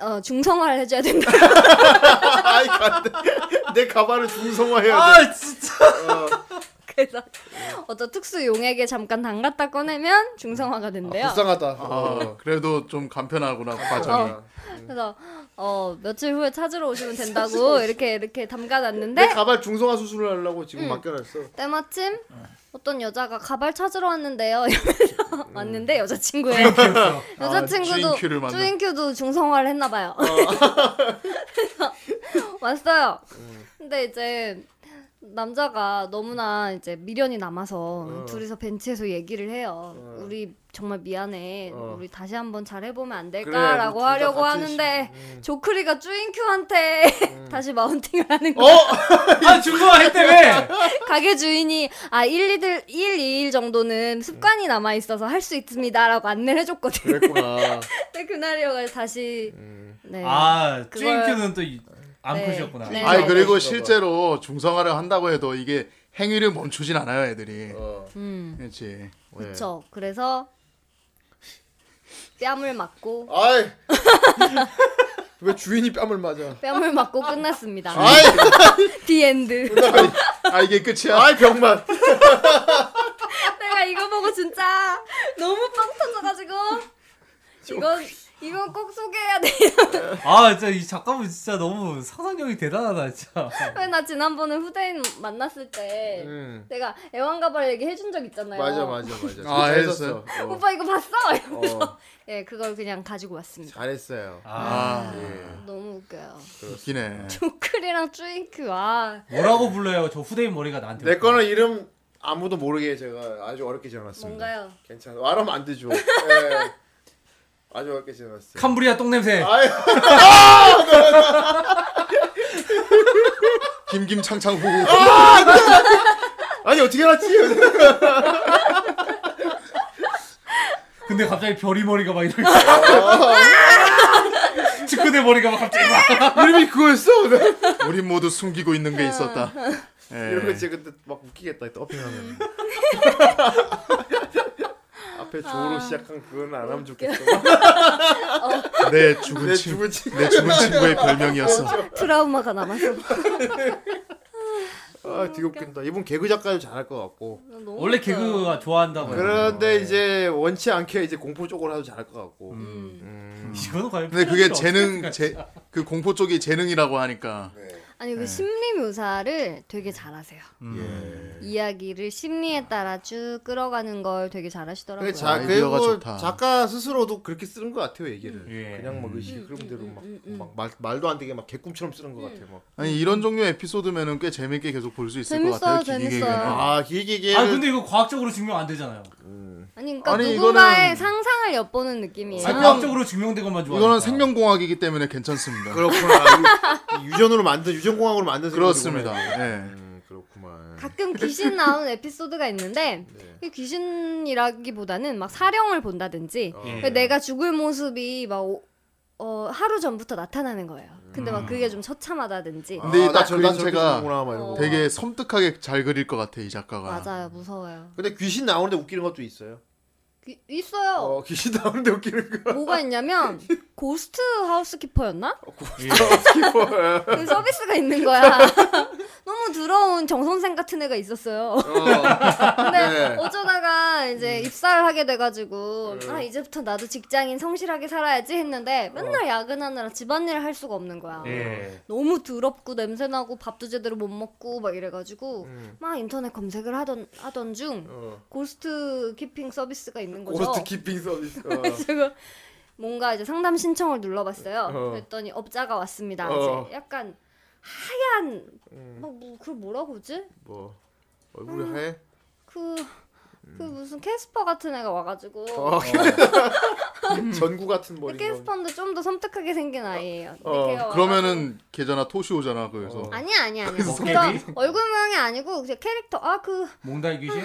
[SPEAKER 10] 어, 중성화를 해줘야 된다.
[SPEAKER 1] 아이 간대 내 가발을 중성화해야 돼
[SPEAKER 9] 아 진짜.
[SPEAKER 10] 그래서 어떤 특수 용액에 잠깐 담갔다 꺼내면 중성화가 된대요.
[SPEAKER 1] 불쌍하다 어.
[SPEAKER 4] 아, 그래도 좀 간편하구나 발전기.
[SPEAKER 10] 어. 그래서 어 며칠 후에 찾으러 오시면 된다고 이렇게 이렇게
[SPEAKER 1] 내
[SPEAKER 10] 담가놨는데
[SPEAKER 1] 가발 중성화 수술을 하려고 지금 맡겨놨어
[SPEAKER 10] 때마침
[SPEAKER 1] 네.
[SPEAKER 10] 어떤 여자가 가발 찾으러 왔는데요. 이러면서
[SPEAKER 1] 음.
[SPEAKER 10] 왔는데 여자친구예요.
[SPEAKER 1] 아,
[SPEAKER 10] 여자친구도
[SPEAKER 4] 주인큐를 만나-
[SPEAKER 10] 주인큐도 중성화를 했나 봐요.
[SPEAKER 1] 어.
[SPEAKER 10] 그래서 왔어요.
[SPEAKER 1] 음.
[SPEAKER 10] 근데 이제 남자가 너무나 이제 미련이 남아서
[SPEAKER 1] 어.
[SPEAKER 10] 둘이서 벤치에서 얘기를 해요. 우리 정말 미안해.
[SPEAKER 1] 어.
[SPEAKER 10] 우리 다시 한번 잘 해보면 안
[SPEAKER 1] 그래,
[SPEAKER 10] 될까라고
[SPEAKER 1] 둘다
[SPEAKER 10] 하려고
[SPEAKER 1] 같이 음.
[SPEAKER 10] 하는데 조크리가 주인큐한테 다시 마운팅을 하는
[SPEAKER 1] 어?
[SPEAKER 10] 거예요.
[SPEAKER 9] 아 중성화 했대 왜?
[SPEAKER 10] 가게 주인이 아 1, 2일 1, 2일
[SPEAKER 1] 음.
[SPEAKER 10] 정도는 습관이 남아 있어서 할 수 있습니다라고 안내를 해줬거든요.
[SPEAKER 1] 그랬구나
[SPEAKER 10] 근데 그날이어가지고 다시
[SPEAKER 1] 음.
[SPEAKER 10] 네.
[SPEAKER 9] 아
[SPEAKER 10] 그걸-
[SPEAKER 9] 쭈잉큐는 또 이-
[SPEAKER 10] 네.
[SPEAKER 9] 암컷이었구나.
[SPEAKER 10] 네.
[SPEAKER 4] 아니 그리고
[SPEAKER 1] 그러신가
[SPEAKER 4] 실제로 중성화를 한다고 해도 이게 행위를 멈추진 않아요 애들이.
[SPEAKER 1] 어.
[SPEAKER 10] 음.
[SPEAKER 4] 그렇지.
[SPEAKER 10] 그렇죠. 그래서 뺨을 맞고
[SPEAKER 1] 네. 아이 왜 주인이 뺨을 맞아
[SPEAKER 10] 뺨을 맞고 끝났습니다.
[SPEAKER 1] 아이
[SPEAKER 10] 디엔드.
[SPEAKER 4] 아 이게 끝이야.
[SPEAKER 1] 아이 병맛
[SPEAKER 10] 내가 이거 보고 진짜 너무 빵 터져가지고 이건
[SPEAKER 1] 그-
[SPEAKER 10] 이건 꼭 소개해야 돼.
[SPEAKER 9] 아 진짜 이 작가분 진짜 너무 상상력이 대단하다 진짜.
[SPEAKER 10] 왜 나 지난번에 후대인 만났을 때
[SPEAKER 9] 음.
[SPEAKER 10] 내가 애완가발 얘기 해준 적 있잖아요.
[SPEAKER 1] 맞아 맞아 맞아.
[SPEAKER 4] 아,
[SPEAKER 1] 잘
[SPEAKER 4] 했어요.
[SPEAKER 1] 썼어. 어.
[SPEAKER 10] 오빠 이거 봤어? 이러면서 예 그걸 그냥 가지고 왔습니다.
[SPEAKER 1] 잘했어요.
[SPEAKER 9] 아.
[SPEAKER 1] 예.
[SPEAKER 10] 너무 웃겨요.
[SPEAKER 4] 웃기네.
[SPEAKER 10] 조클이랑 아, 쭈잉크 와
[SPEAKER 9] 뭐라고 불러요? 저 후대인 머리가 나한테.
[SPEAKER 1] 내 거는 이름 아무도 모르게 제가 아주 어렵게 지어놨습니다.
[SPEAKER 10] 뭔가요?
[SPEAKER 1] 괜찮아. 말하면 안 되죠. 예. 아주 어렵게 지어놨어요.
[SPEAKER 9] 캄브리아 똥 냄새.
[SPEAKER 1] 아유.
[SPEAKER 4] 김김창창 후.
[SPEAKER 1] 아니 어떻게 알았지?
[SPEAKER 9] 근데 갑자기 별이 머리가 막 이렇게. 직구대 머리가 막 갑자기 막.
[SPEAKER 1] 이름이 그거였어?
[SPEAKER 4] 우리 모두 숨기고 있는 게 있었다.
[SPEAKER 1] 이러고
[SPEAKER 4] 예.
[SPEAKER 1] 이제 근데 막 웃기겠다.
[SPEAKER 10] 음.
[SPEAKER 1] 더빙하면. 앞에 조로
[SPEAKER 10] 아.
[SPEAKER 1] 시작한 그건 안 하면 좋겠어.
[SPEAKER 4] 내 죽은
[SPEAKER 1] 내
[SPEAKER 4] 친,
[SPEAKER 1] 죽은 친구.
[SPEAKER 4] 내 죽은 친구의 별명이었어.
[SPEAKER 10] 트라우마가 남아서
[SPEAKER 1] 아 되게 웃긴다. 이분 개그 작가도 잘할 것 같고. 어.
[SPEAKER 10] 너무
[SPEAKER 9] 원래
[SPEAKER 10] 웃겨요.
[SPEAKER 9] 개그가 좋아한다고.
[SPEAKER 1] 그런데 이제 원치 않게 이제 공포 쪽으로 하도 잘할 것 같고.
[SPEAKER 9] 음, 이거는 과연.
[SPEAKER 4] 근데 그게
[SPEAKER 9] 표현이
[SPEAKER 4] 재능
[SPEAKER 9] 어떻게
[SPEAKER 4] 제 그 공포 쪽이 재능이라고 하니까
[SPEAKER 1] 네.
[SPEAKER 10] 아니
[SPEAKER 4] 네.
[SPEAKER 10] 그 심리 묘사를 되게 잘하세요.
[SPEAKER 4] 음. 예.
[SPEAKER 10] 이야기를 심리에 따라 쭉 끌어가는 걸 되게 잘하시더라고요.
[SPEAKER 4] 네,
[SPEAKER 1] 그래, 자,
[SPEAKER 4] 아이디어가
[SPEAKER 1] 그리고
[SPEAKER 4] 좋다.
[SPEAKER 1] 작가 스스로도 그렇게 쓰는 것 같아요 얘기를.
[SPEAKER 9] 예.
[SPEAKER 1] 그냥 막 의식
[SPEAKER 4] 음,
[SPEAKER 1] 흐름대로 막, 막 말, 말도 안 되게 막 개꿈처럼 쓰는 것 같아요. 뭐. 막.
[SPEAKER 4] 아니 이런 종류의 에피소드면은 꽤 재밌게 계속 볼 수 있을 것
[SPEAKER 10] 재밌어요,
[SPEAKER 4] 같아요.
[SPEAKER 10] 재밌어요.
[SPEAKER 4] 기기계는. 아,
[SPEAKER 1] 아 길게
[SPEAKER 9] 아 근데 이거 과학적으로 증명 안 되잖아요.
[SPEAKER 10] 아니 그러니까
[SPEAKER 4] 아니,
[SPEAKER 10] 누군가의
[SPEAKER 4] 이거는-
[SPEAKER 10] 상상을 엿보는 느낌이에요.
[SPEAKER 9] 아니, 과학적으로 증명된 것만 좋아.
[SPEAKER 4] 이거는 생명공학이기 때문에 괜찮습니다.
[SPEAKER 1] 그렇구나. 이- 이 유전으로 만든 유전공학으로 만든
[SPEAKER 4] 그렇습니다.
[SPEAKER 1] 생각이구나.
[SPEAKER 9] 네.
[SPEAKER 4] 예.
[SPEAKER 1] 음, 그렇구만.
[SPEAKER 10] 가끔 귀신 나오는 에피소드가 있는데
[SPEAKER 4] 네.
[SPEAKER 10] 이 귀신이라기보다는 막 사령을 본다든지
[SPEAKER 1] 아.
[SPEAKER 4] 어.
[SPEAKER 9] 예.
[SPEAKER 10] 내가 죽을 모습이 막 오- 어, 하루 전부터 나타나는 거예요. 근데 막 그게 좀 처참하다든지
[SPEAKER 4] 근데
[SPEAKER 1] 아,
[SPEAKER 4] 딱
[SPEAKER 1] 나 저- 나 저렇게
[SPEAKER 4] 그림체가
[SPEAKER 1] 쓰는구나, 막 이러고.
[SPEAKER 4] 되게 섬뜩하게 잘 그릴 것 같아 이 작가가.
[SPEAKER 10] 맞아요, 무서워요.
[SPEAKER 1] 근데 귀신 나오는데 웃기는 것도 있어요.
[SPEAKER 10] 귀- 있어요.
[SPEAKER 1] 어 귀신 나오는데 웃기는 거.
[SPEAKER 10] 뭐가 있냐면 고스트 하우스키퍼였나? 그 서비스가 있는 거야. 너무 더러운 정 선생 같은 애가 있었어요. 네. 음. 근데 어쩌다가 이제 입사를 하게 돼가지고 아 이제부터 나도 직장인 성실하게 살아야지 했는데 맨날 야근하느라 집안일을 할 수가 없는 거야.
[SPEAKER 9] 예.
[SPEAKER 10] 너무 더럽고 냄새나고 밥도 제대로 못 먹고 막 이래가지고
[SPEAKER 1] 음.
[SPEAKER 10] 막 인터넷 검색을 하던 하던 중 고스트 키핑 서비스가 있는 거죠.
[SPEAKER 1] 어. 고스트 키핑 서비스. 어.
[SPEAKER 10] 그래서 뭔가 이제 상담 신청을 눌러봤어요.
[SPEAKER 1] 어.
[SPEAKER 10] 그랬더니 업자가 왔습니다.
[SPEAKER 1] 어. 음.
[SPEAKER 10] 이제 약간 하얀 뭐, 뭐 그걸 뭐라고 그러지?
[SPEAKER 1] 뭐 얼굴이
[SPEAKER 4] 음.
[SPEAKER 1] 하얘?
[SPEAKER 10] 그, 그 무슨 캐스퍼 같은 애가 와가지고
[SPEAKER 1] 음.
[SPEAKER 10] 그
[SPEAKER 1] 어. 전구 같은 머리.
[SPEAKER 10] 캐스퍼인데 좀 더 섬뜩하게 생긴 아이예요. 근데
[SPEAKER 1] 어,
[SPEAKER 10] 걔가 와가지고-
[SPEAKER 4] 그러면은 걔잖아 토시오잖아 그래서.
[SPEAKER 1] 어.
[SPEAKER 10] 아니야 아니야 아니야.
[SPEAKER 9] 그래서
[SPEAKER 10] 그러니까
[SPEAKER 9] 걔비?
[SPEAKER 10] 얼굴 모양이 아니고 그냥 캐릭터 아그
[SPEAKER 9] 몽달 귀신?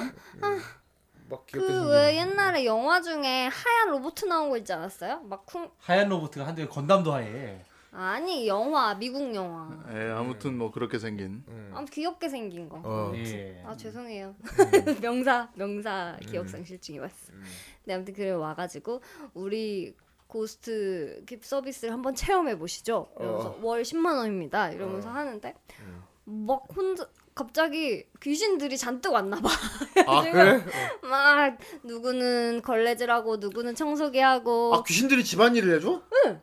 [SPEAKER 1] 막 귀엽게
[SPEAKER 10] 그
[SPEAKER 1] 생긴.
[SPEAKER 10] 왜 옛날에 영화 중에 하얀 로봇 나온 거 있지 않았어요? 막쿵
[SPEAKER 9] 하얀 로봇가 한대 건담도 하에.
[SPEAKER 10] 아니 영화 미국 영화
[SPEAKER 4] 예, 아무튼 뭐 그렇게 생긴.
[SPEAKER 1] 음.
[SPEAKER 10] 아무 귀엽게 생긴
[SPEAKER 4] 그
[SPEAKER 10] 거.
[SPEAKER 1] 어.
[SPEAKER 3] 네.
[SPEAKER 9] 예.
[SPEAKER 10] 아 죄송해요 명사 명사 기억상실증이 왔어. 네 아무튼 그래 와가지고 우리 고스트 깁 서비스를 한번 체험해 보시죠. 이러면서 월 10만 원입니다. 이러면서 하는데 막 혼자 갑자기 귀신들이 잔뜩 왔나 봐.
[SPEAKER 1] 아 그래?
[SPEAKER 10] 막 누구는 걸레질하고 누구는 청소기하고
[SPEAKER 1] 아 귀신들이 집안일을 해줘?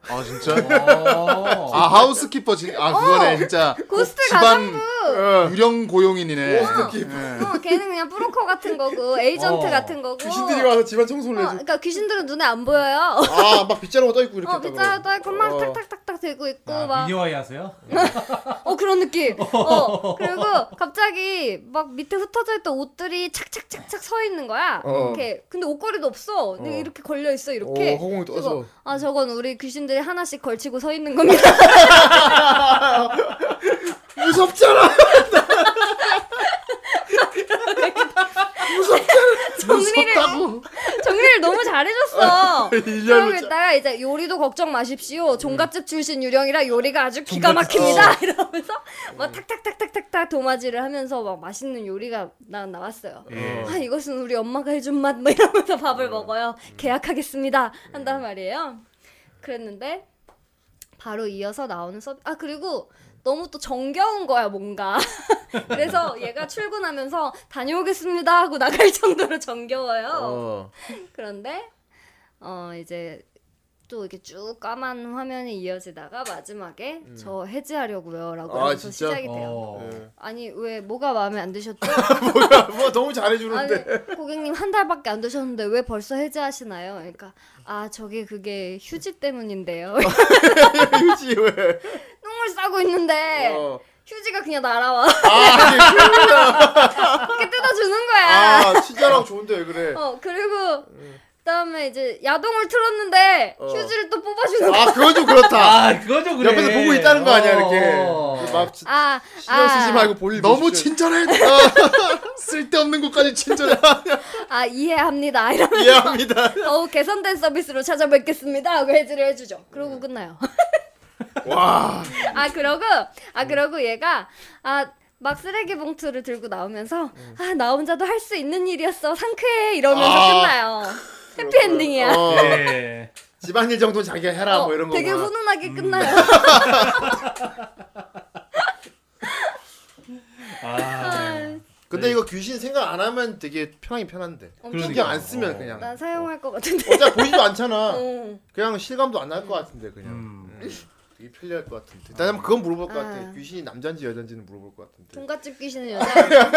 [SPEAKER 4] 아 진짜?
[SPEAKER 9] 어.
[SPEAKER 4] 아 하우스키퍼 진, 아 그거네 진짜.
[SPEAKER 10] 고스트
[SPEAKER 4] 집안
[SPEAKER 1] 어.
[SPEAKER 4] 유령 고용인이네. 예.
[SPEAKER 10] 어, 걔는 그냥 브로커 같은 거고 에이전트
[SPEAKER 9] 어.
[SPEAKER 10] 같은 거고.
[SPEAKER 1] 귀신들이 와서 집안
[SPEAKER 10] 어,
[SPEAKER 1] 청소를 해줘.
[SPEAKER 10] 그러니까 귀신들은 눈에 안 보여요.
[SPEAKER 1] 아막 빗자루가 떠 있고 이렇게.
[SPEAKER 10] 어,
[SPEAKER 1] 있다
[SPEAKER 10] 빗자루 떠 있고 막
[SPEAKER 1] 어.
[SPEAKER 10] 탁탁탁탁 되고 있고
[SPEAKER 9] 아,
[SPEAKER 10] 막
[SPEAKER 9] 미녀와이 하세요?
[SPEAKER 10] 어 그런 느낌. 어 그리고 갑자기 막 밑에 흩어져 있던 옷들이 착착착착 서 있는 거야.
[SPEAKER 1] 어.
[SPEAKER 10] 이렇게 근데 옷걸이도 없어. 근데 이렇게 걸려 있어 이렇게.
[SPEAKER 1] 어, 허공에 떠서.
[SPEAKER 10] 그래서 아 저건 우리 귀신들이 하나씩 걸치고 서 있는 겁니다.
[SPEAKER 1] 그러고. 무섭잖아.
[SPEAKER 10] 정리를 정리를 너무 잘해줬어. 그러고
[SPEAKER 1] 일렬로
[SPEAKER 10] 있다가 이제 요리도 걱정 마십시오. 종갓집 출신 유령이라 요리가 아주 기가 막힙니다. 이러면서 막 탁탁탁탁탁탁 도마지를 하면서 막 맛있는 요리가 나, 나왔어요.
[SPEAKER 9] 예.
[SPEAKER 10] 아 이것은 우리 엄마가 해준 맛 뭐 이러면서 밥을 먹어요. 계약하겠습니다. 한단 말이에요. 그랬는데 바로 이어서 나오는 서비 아 그리고 너무 또 정겨운 거야 뭔가 그래서 얘가 출근하면서 다녀오겠습니다 하고
[SPEAKER 4] 어.
[SPEAKER 10] 나갈 정도로 정겨워요
[SPEAKER 1] 어.
[SPEAKER 10] 그런데 어 이제 또 이렇게 쭉 까만 화면이 이어지다가 마지막에 저 해지하려고요라고
[SPEAKER 1] 음. 아,
[SPEAKER 10] 하면서
[SPEAKER 1] 진짜?
[SPEAKER 10] 시작이 돼요.
[SPEAKER 1] 어. 네.
[SPEAKER 10] 아니 왜 뭐가 마음에 안 드셨죠?
[SPEAKER 1] 뭐 너무 잘해주는데.
[SPEAKER 10] 아니, 고객님 한 달밖에 안 되셨는데 왜 벌써 해지하시나요? 그러니까 아 저게 그게 휴지 때문인데요.
[SPEAKER 1] 어. 휴지 왜?
[SPEAKER 10] 똥을 싸고 있는데
[SPEAKER 1] 어.
[SPEAKER 10] 휴지가 그냥 날아와. 이렇게 뜯어주는 거야.
[SPEAKER 1] 아 치자랑 좋은데 왜 그래?
[SPEAKER 10] 어 그리고 그다음에 이제 야동을 틀었는데
[SPEAKER 1] 어.
[SPEAKER 10] 휴지를 또 뽑아주는 거야.
[SPEAKER 1] 아 그건 좀 그렇다.
[SPEAKER 9] 아, 그건 좀 그래.
[SPEAKER 1] 옆에서 보고 있다는 거 아니야
[SPEAKER 9] 어.
[SPEAKER 1] 이렇게. 그 막
[SPEAKER 10] 아,
[SPEAKER 1] 신경 쓰지 말고 볼일 아.
[SPEAKER 4] 너무
[SPEAKER 1] 보십시오.
[SPEAKER 4] 친절해. 쓸데없는 것까지 친절해.
[SPEAKER 10] 아 이해합니다. 이러면서
[SPEAKER 1] 이해합니다.
[SPEAKER 10] 더욱 개선된 서비스로 찾아뵙겠습니다. 하고 해지를 해주죠.
[SPEAKER 1] 네.
[SPEAKER 10] 그러고 끝나요.
[SPEAKER 1] 와.
[SPEAKER 10] 아 그러고
[SPEAKER 1] 네.
[SPEAKER 10] 아 그러고 얘가 아 막 쓰레기 봉투를 들고 나오면서 아 나 혼자도 할 수 있는 일이었어 상쾌해 이러면서
[SPEAKER 1] 네. 아.
[SPEAKER 10] 끝나요 해피엔딩이야
[SPEAKER 1] 어.
[SPEAKER 9] 예.
[SPEAKER 1] 집안일 정도 자기가 해라
[SPEAKER 10] 어,
[SPEAKER 1] 뭐 이런 거.
[SPEAKER 10] 되게 훈훈하게 끝나요
[SPEAKER 9] 아.
[SPEAKER 1] 근데 이거 귀신 생각 안 하면 되게 편하긴 편한데.
[SPEAKER 10] 엄청
[SPEAKER 1] 신경 안 쓰면
[SPEAKER 9] 어.
[SPEAKER 1] 그냥.
[SPEAKER 10] 나 사용할 것 같은데 음.
[SPEAKER 1] 어차피 보이지도 않잖아.
[SPEAKER 10] 응.
[SPEAKER 1] 그냥 실감도 안 날 것 같은데 그냥.
[SPEAKER 9] 음.
[SPEAKER 1] 음. 되게 편리할 것 같은데. 일단 한번 그건 물어볼 것 같아.
[SPEAKER 10] 아. 음.
[SPEAKER 1] 귀신이 남잔지 여잔지는 물어볼 것 같은데.
[SPEAKER 10] 종갓집 귀신은 여자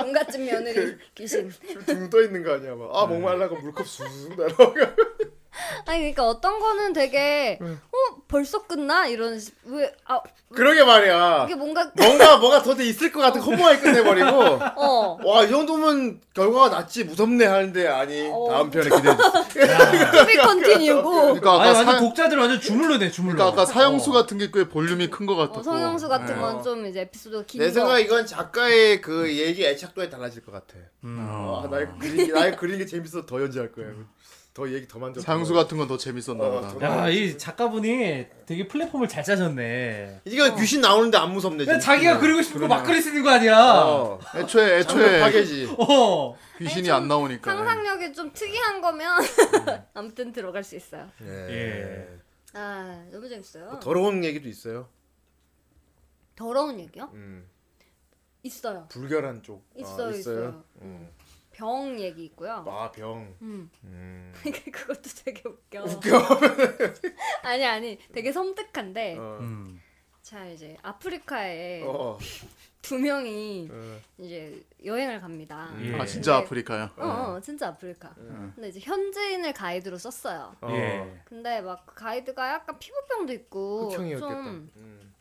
[SPEAKER 10] 종갓집 며느리 귀신
[SPEAKER 1] 등떠 있는 거 아니야? 막. 아
[SPEAKER 9] 네.
[SPEAKER 1] 목말라고 물컵 쑥 날아가.
[SPEAKER 10] 아니 그러니까 어떤 거는
[SPEAKER 1] 네.
[SPEAKER 10] 되게 어 벌써 끝나 이런 왜아
[SPEAKER 1] 그러게 말이야.
[SPEAKER 10] 이게 뭔가
[SPEAKER 1] 뭔가 뭐가 더 돼 있을 것 같은 허무하게 끝내버리고.
[SPEAKER 10] 어
[SPEAKER 1] 와, 이 정도면 결과가 낫지. 무섭네 하는데, 아니.
[SPEAKER 10] 어.
[SPEAKER 1] 다음 편에 기대해 주세요.
[SPEAKER 10] 투비 컨티뉴고
[SPEAKER 4] 그러니까
[SPEAKER 9] 아니
[SPEAKER 4] 아까
[SPEAKER 9] 완전
[SPEAKER 4] 사,
[SPEAKER 9] 곡자들 완전 주물러네 주물러.
[SPEAKER 4] 그러니까 아까 사형수
[SPEAKER 9] 어.
[SPEAKER 4] 같은 게 꽤 볼륨이 큰 것 같았고. 예.
[SPEAKER 10] 어, 성형수 같은 건 좀 이제 에피소드가 긴거
[SPEAKER 1] 네. 내 생각에 이건 작가의 그 얘기 애착도에 달라질 것 같아.
[SPEAKER 9] 음.
[SPEAKER 1] 아, 나의 그리기, 나의 그리기 재밌어서 더 연재할 거야. 더 얘기 더 만져.
[SPEAKER 4] 사형수 같은 건 더 재밌었나
[SPEAKER 1] 어,
[SPEAKER 4] 보다.
[SPEAKER 1] 더-
[SPEAKER 9] 야, 이 작가분이 되게 플랫폼을 잘 짜셨네.
[SPEAKER 1] 이게
[SPEAKER 10] 어.
[SPEAKER 1] 귀신 나오는데 안 무섭네.
[SPEAKER 9] 근데
[SPEAKER 1] 지금.
[SPEAKER 9] 자기가 그리고 싶은 거 막 그리 쓰는 거 아니야.
[SPEAKER 1] 어.
[SPEAKER 4] 애초에
[SPEAKER 1] 애초에
[SPEAKER 4] 애초에
[SPEAKER 1] 파괴지.
[SPEAKER 9] 어.
[SPEAKER 4] 귀신이 안 나오니까.
[SPEAKER 1] 네.
[SPEAKER 10] 상상력이 좀 특이한 거면
[SPEAKER 1] 음.
[SPEAKER 10] 아무튼 들어갈 수 있어요.
[SPEAKER 1] 예. 뭐
[SPEAKER 10] 아 너무 재밌어요.
[SPEAKER 1] 더러운 얘기도 있어요.
[SPEAKER 10] 더러운 얘기요?
[SPEAKER 1] 음.
[SPEAKER 10] 있어요.
[SPEAKER 1] 불결한 쪽. 아,
[SPEAKER 10] 있어요, 있어요.
[SPEAKER 1] 음.
[SPEAKER 10] 병 얘기 있고요.
[SPEAKER 1] 아, 병.
[SPEAKER 10] 음
[SPEAKER 1] 음.
[SPEAKER 10] 그것도 되게 웃겨. 아니 아니 되게 섬뜩한데
[SPEAKER 1] 음. 어.
[SPEAKER 9] 음.
[SPEAKER 10] 자 이제 아프리카에
[SPEAKER 1] 어.
[SPEAKER 10] 두 명이
[SPEAKER 1] 어.
[SPEAKER 10] 이제 여행을 갑니다.
[SPEAKER 1] 음.
[SPEAKER 9] 예.
[SPEAKER 4] 아 진짜
[SPEAKER 1] 네.
[SPEAKER 4] 아프리카야.
[SPEAKER 10] 어, 어 진짜 아프리카. 근데 이제 현지인을 가이드로 썼어요.
[SPEAKER 1] 어.
[SPEAKER 9] 예.
[SPEAKER 10] 근데 막그 가이드가 약간 피부병도 있고
[SPEAKER 1] 흑형이었겠다.
[SPEAKER 10] 뭐 좀
[SPEAKER 1] 음.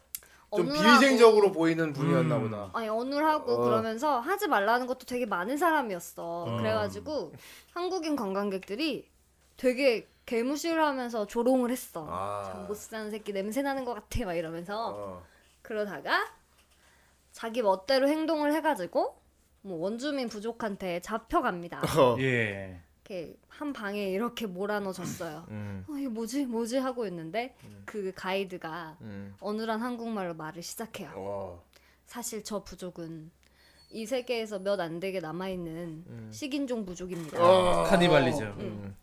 [SPEAKER 1] 좀
[SPEAKER 10] 어눌하고
[SPEAKER 1] 비위생적으로 보이는 분이었나
[SPEAKER 9] 음.
[SPEAKER 1] 보다.
[SPEAKER 10] 아니 어눌하고
[SPEAKER 1] 어. 음.
[SPEAKER 10] 그러면서 하지 말라는 것도 되게 많은 사람이었어. 그래가지고 한국인 관광객들이 되게 개무시를 하면서 조롱을 했어.
[SPEAKER 1] 아.
[SPEAKER 10] 참못 사는 새끼 냄새 나는 것 같아 막 이러면서
[SPEAKER 1] 어.
[SPEAKER 10] 그러다가 자기 멋대로 행동을 해가지고 뭐 원주민 부족한테 잡혀갑니다.
[SPEAKER 1] 어.
[SPEAKER 9] 예.
[SPEAKER 10] 이렇게 한 방에 이렇게 몰아넣어졌어요.
[SPEAKER 1] 음.
[SPEAKER 10] 어, 이게 뭐지 뭐지 하고 있는데 그 가이드가
[SPEAKER 1] 음. 어.
[SPEAKER 10] 어눌한 한국말로 말을 시작해요.
[SPEAKER 1] 와.
[SPEAKER 10] 사실 저 부족은 이 세계에서 몇 안 되게 남아있는
[SPEAKER 1] 음.
[SPEAKER 10] 식인종 부족입니다.
[SPEAKER 1] 어.
[SPEAKER 9] 카니발리즘.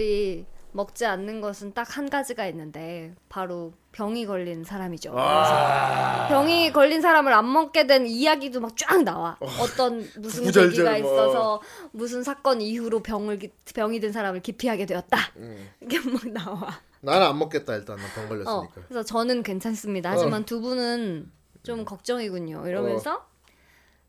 [SPEAKER 10] 그들이 먹지 않는 것은 딱 한 가지가 있는데 바로 병이 걸린 사람이죠. 그래서 병이 걸린 사람을 안 먹게 된 이야기도 막 쫙 나와. 어. 떤 무슨
[SPEAKER 1] 구구절절
[SPEAKER 10] 계기가
[SPEAKER 1] 뭐.
[SPEAKER 10] 있어서 무슨 사건 이후로 병을 기- 병이 든 사람을 기피하게 되었다.
[SPEAKER 1] 음.
[SPEAKER 10] 이게 막 나와.
[SPEAKER 1] 나는 안 먹겠다 일단 난 병
[SPEAKER 10] 어,
[SPEAKER 1] 걸렸으니까. 어.
[SPEAKER 10] 그래서 저는 괜찮습니다. 하지만 두 분은 좀
[SPEAKER 1] 음.
[SPEAKER 10] 걱정이군요. 이러면서
[SPEAKER 1] 어.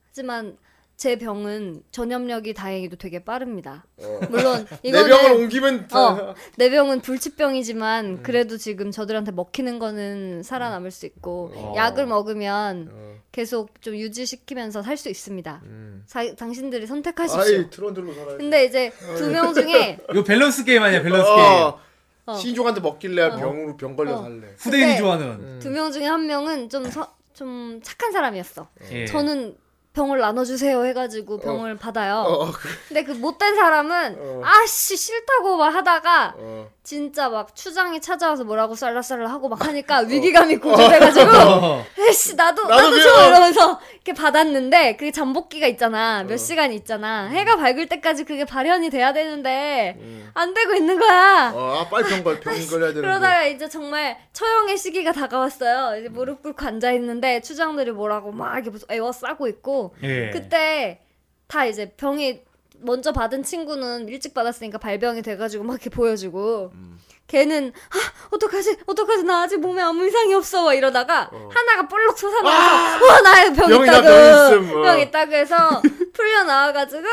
[SPEAKER 10] 하지만 제 병은 전염력이 다행히도 되게 빠릅니다. 물론
[SPEAKER 1] 어. 내네 병을
[SPEAKER 10] 이거는
[SPEAKER 1] 옮기면 다-
[SPEAKER 10] 어, 내 병은 불치병이지만
[SPEAKER 1] 음.
[SPEAKER 10] 그래도 지금 저들한테 먹히는 거는 살아남을 수 있고
[SPEAKER 1] 음. 어.
[SPEAKER 10] 약을 먹으면 계속 좀 유지시키면서 살 수 있습니다. 자, 당신들이 선택하십시오.
[SPEAKER 1] 음. 아이 트런들로 살아야.
[SPEAKER 10] 근데 이제 두 명 중에
[SPEAKER 9] 이거 밸런스 게임 아니야, 밸런스 게임.
[SPEAKER 1] 어.
[SPEAKER 10] 어.
[SPEAKER 1] 신종한테 먹길래 병으로 병 걸려
[SPEAKER 10] 어.
[SPEAKER 1] 살래.
[SPEAKER 9] 후대인이
[SPEAKER 10] 근데-
[SPEAKER 9] 좋아하는.
[SPEAKER 1] 음.
[SPEAKER 10] 두 명 중에 한 명은 좀, 서, 좀 착한 사람이었어.
[SPEAKER 9] 예.
[SPEAKER 10] 저는 병을 나눠주세요 해가지고 병을 받아요.
[SPEAKER 1] 어, 그-
[SPEAKER 10] 근데 그 못된 사람은 아씨 싫다고 막 하다가
[SPEAKER 1] 어.
[SPEAKER 10] 진짜 막 추장이 찾아와서 뭐라고 쌀라쌀라 하고 막 하니까 위기감이 고조돼가지고
[SPEAKER 9] 어.
[SPEAKER 10] 에이씨 나도
[SPEAKER 1] 나도
[SPEAKER 10] 나도
[SPEAKER 1] 그래요.
[SPEAKER 10] 줘 이러면서 이렇게 받았는데 그게 잠복기가 있잖아 몇 시간 있잖아 해가 밝을 때까지 그게 발현이 돼야 되는데 안 되고 있는 거야
[SPEAKER 1] 어, 아 빨리 병 걸, 병 걸려야 되는데.
[SPEAKER 10] 그러다가 이제 정말 처형의 시기가 다가왔어요 이제 무릎 꿇고 앉아 있는데 추장들이 뭐라고 막 이렇게 애워 싸고 있고
[SPEAKER 9] 예.
[SPEAKER 10] 그때 다 이제 병이 먼저 받은 친구는 일찍 받았으니까 발병이 돼가지고 막 이렇게 보여주고
[SPEAKER 1] 음.
[SPEAKER 10] 걔는 아 어떡하지 어떡하지 나 아직 몸에 아무 이상이 없어 막 이러다가 하나가 볼록 솟아나와서 와 나의 병
[SPEAKER 1] 병이다,
[SPEAKER 10] 있다고
[SPEAKER 1] 병 있음, 어.
[SPEAKER 10] 병 있다고 해서 풀려 나와가지고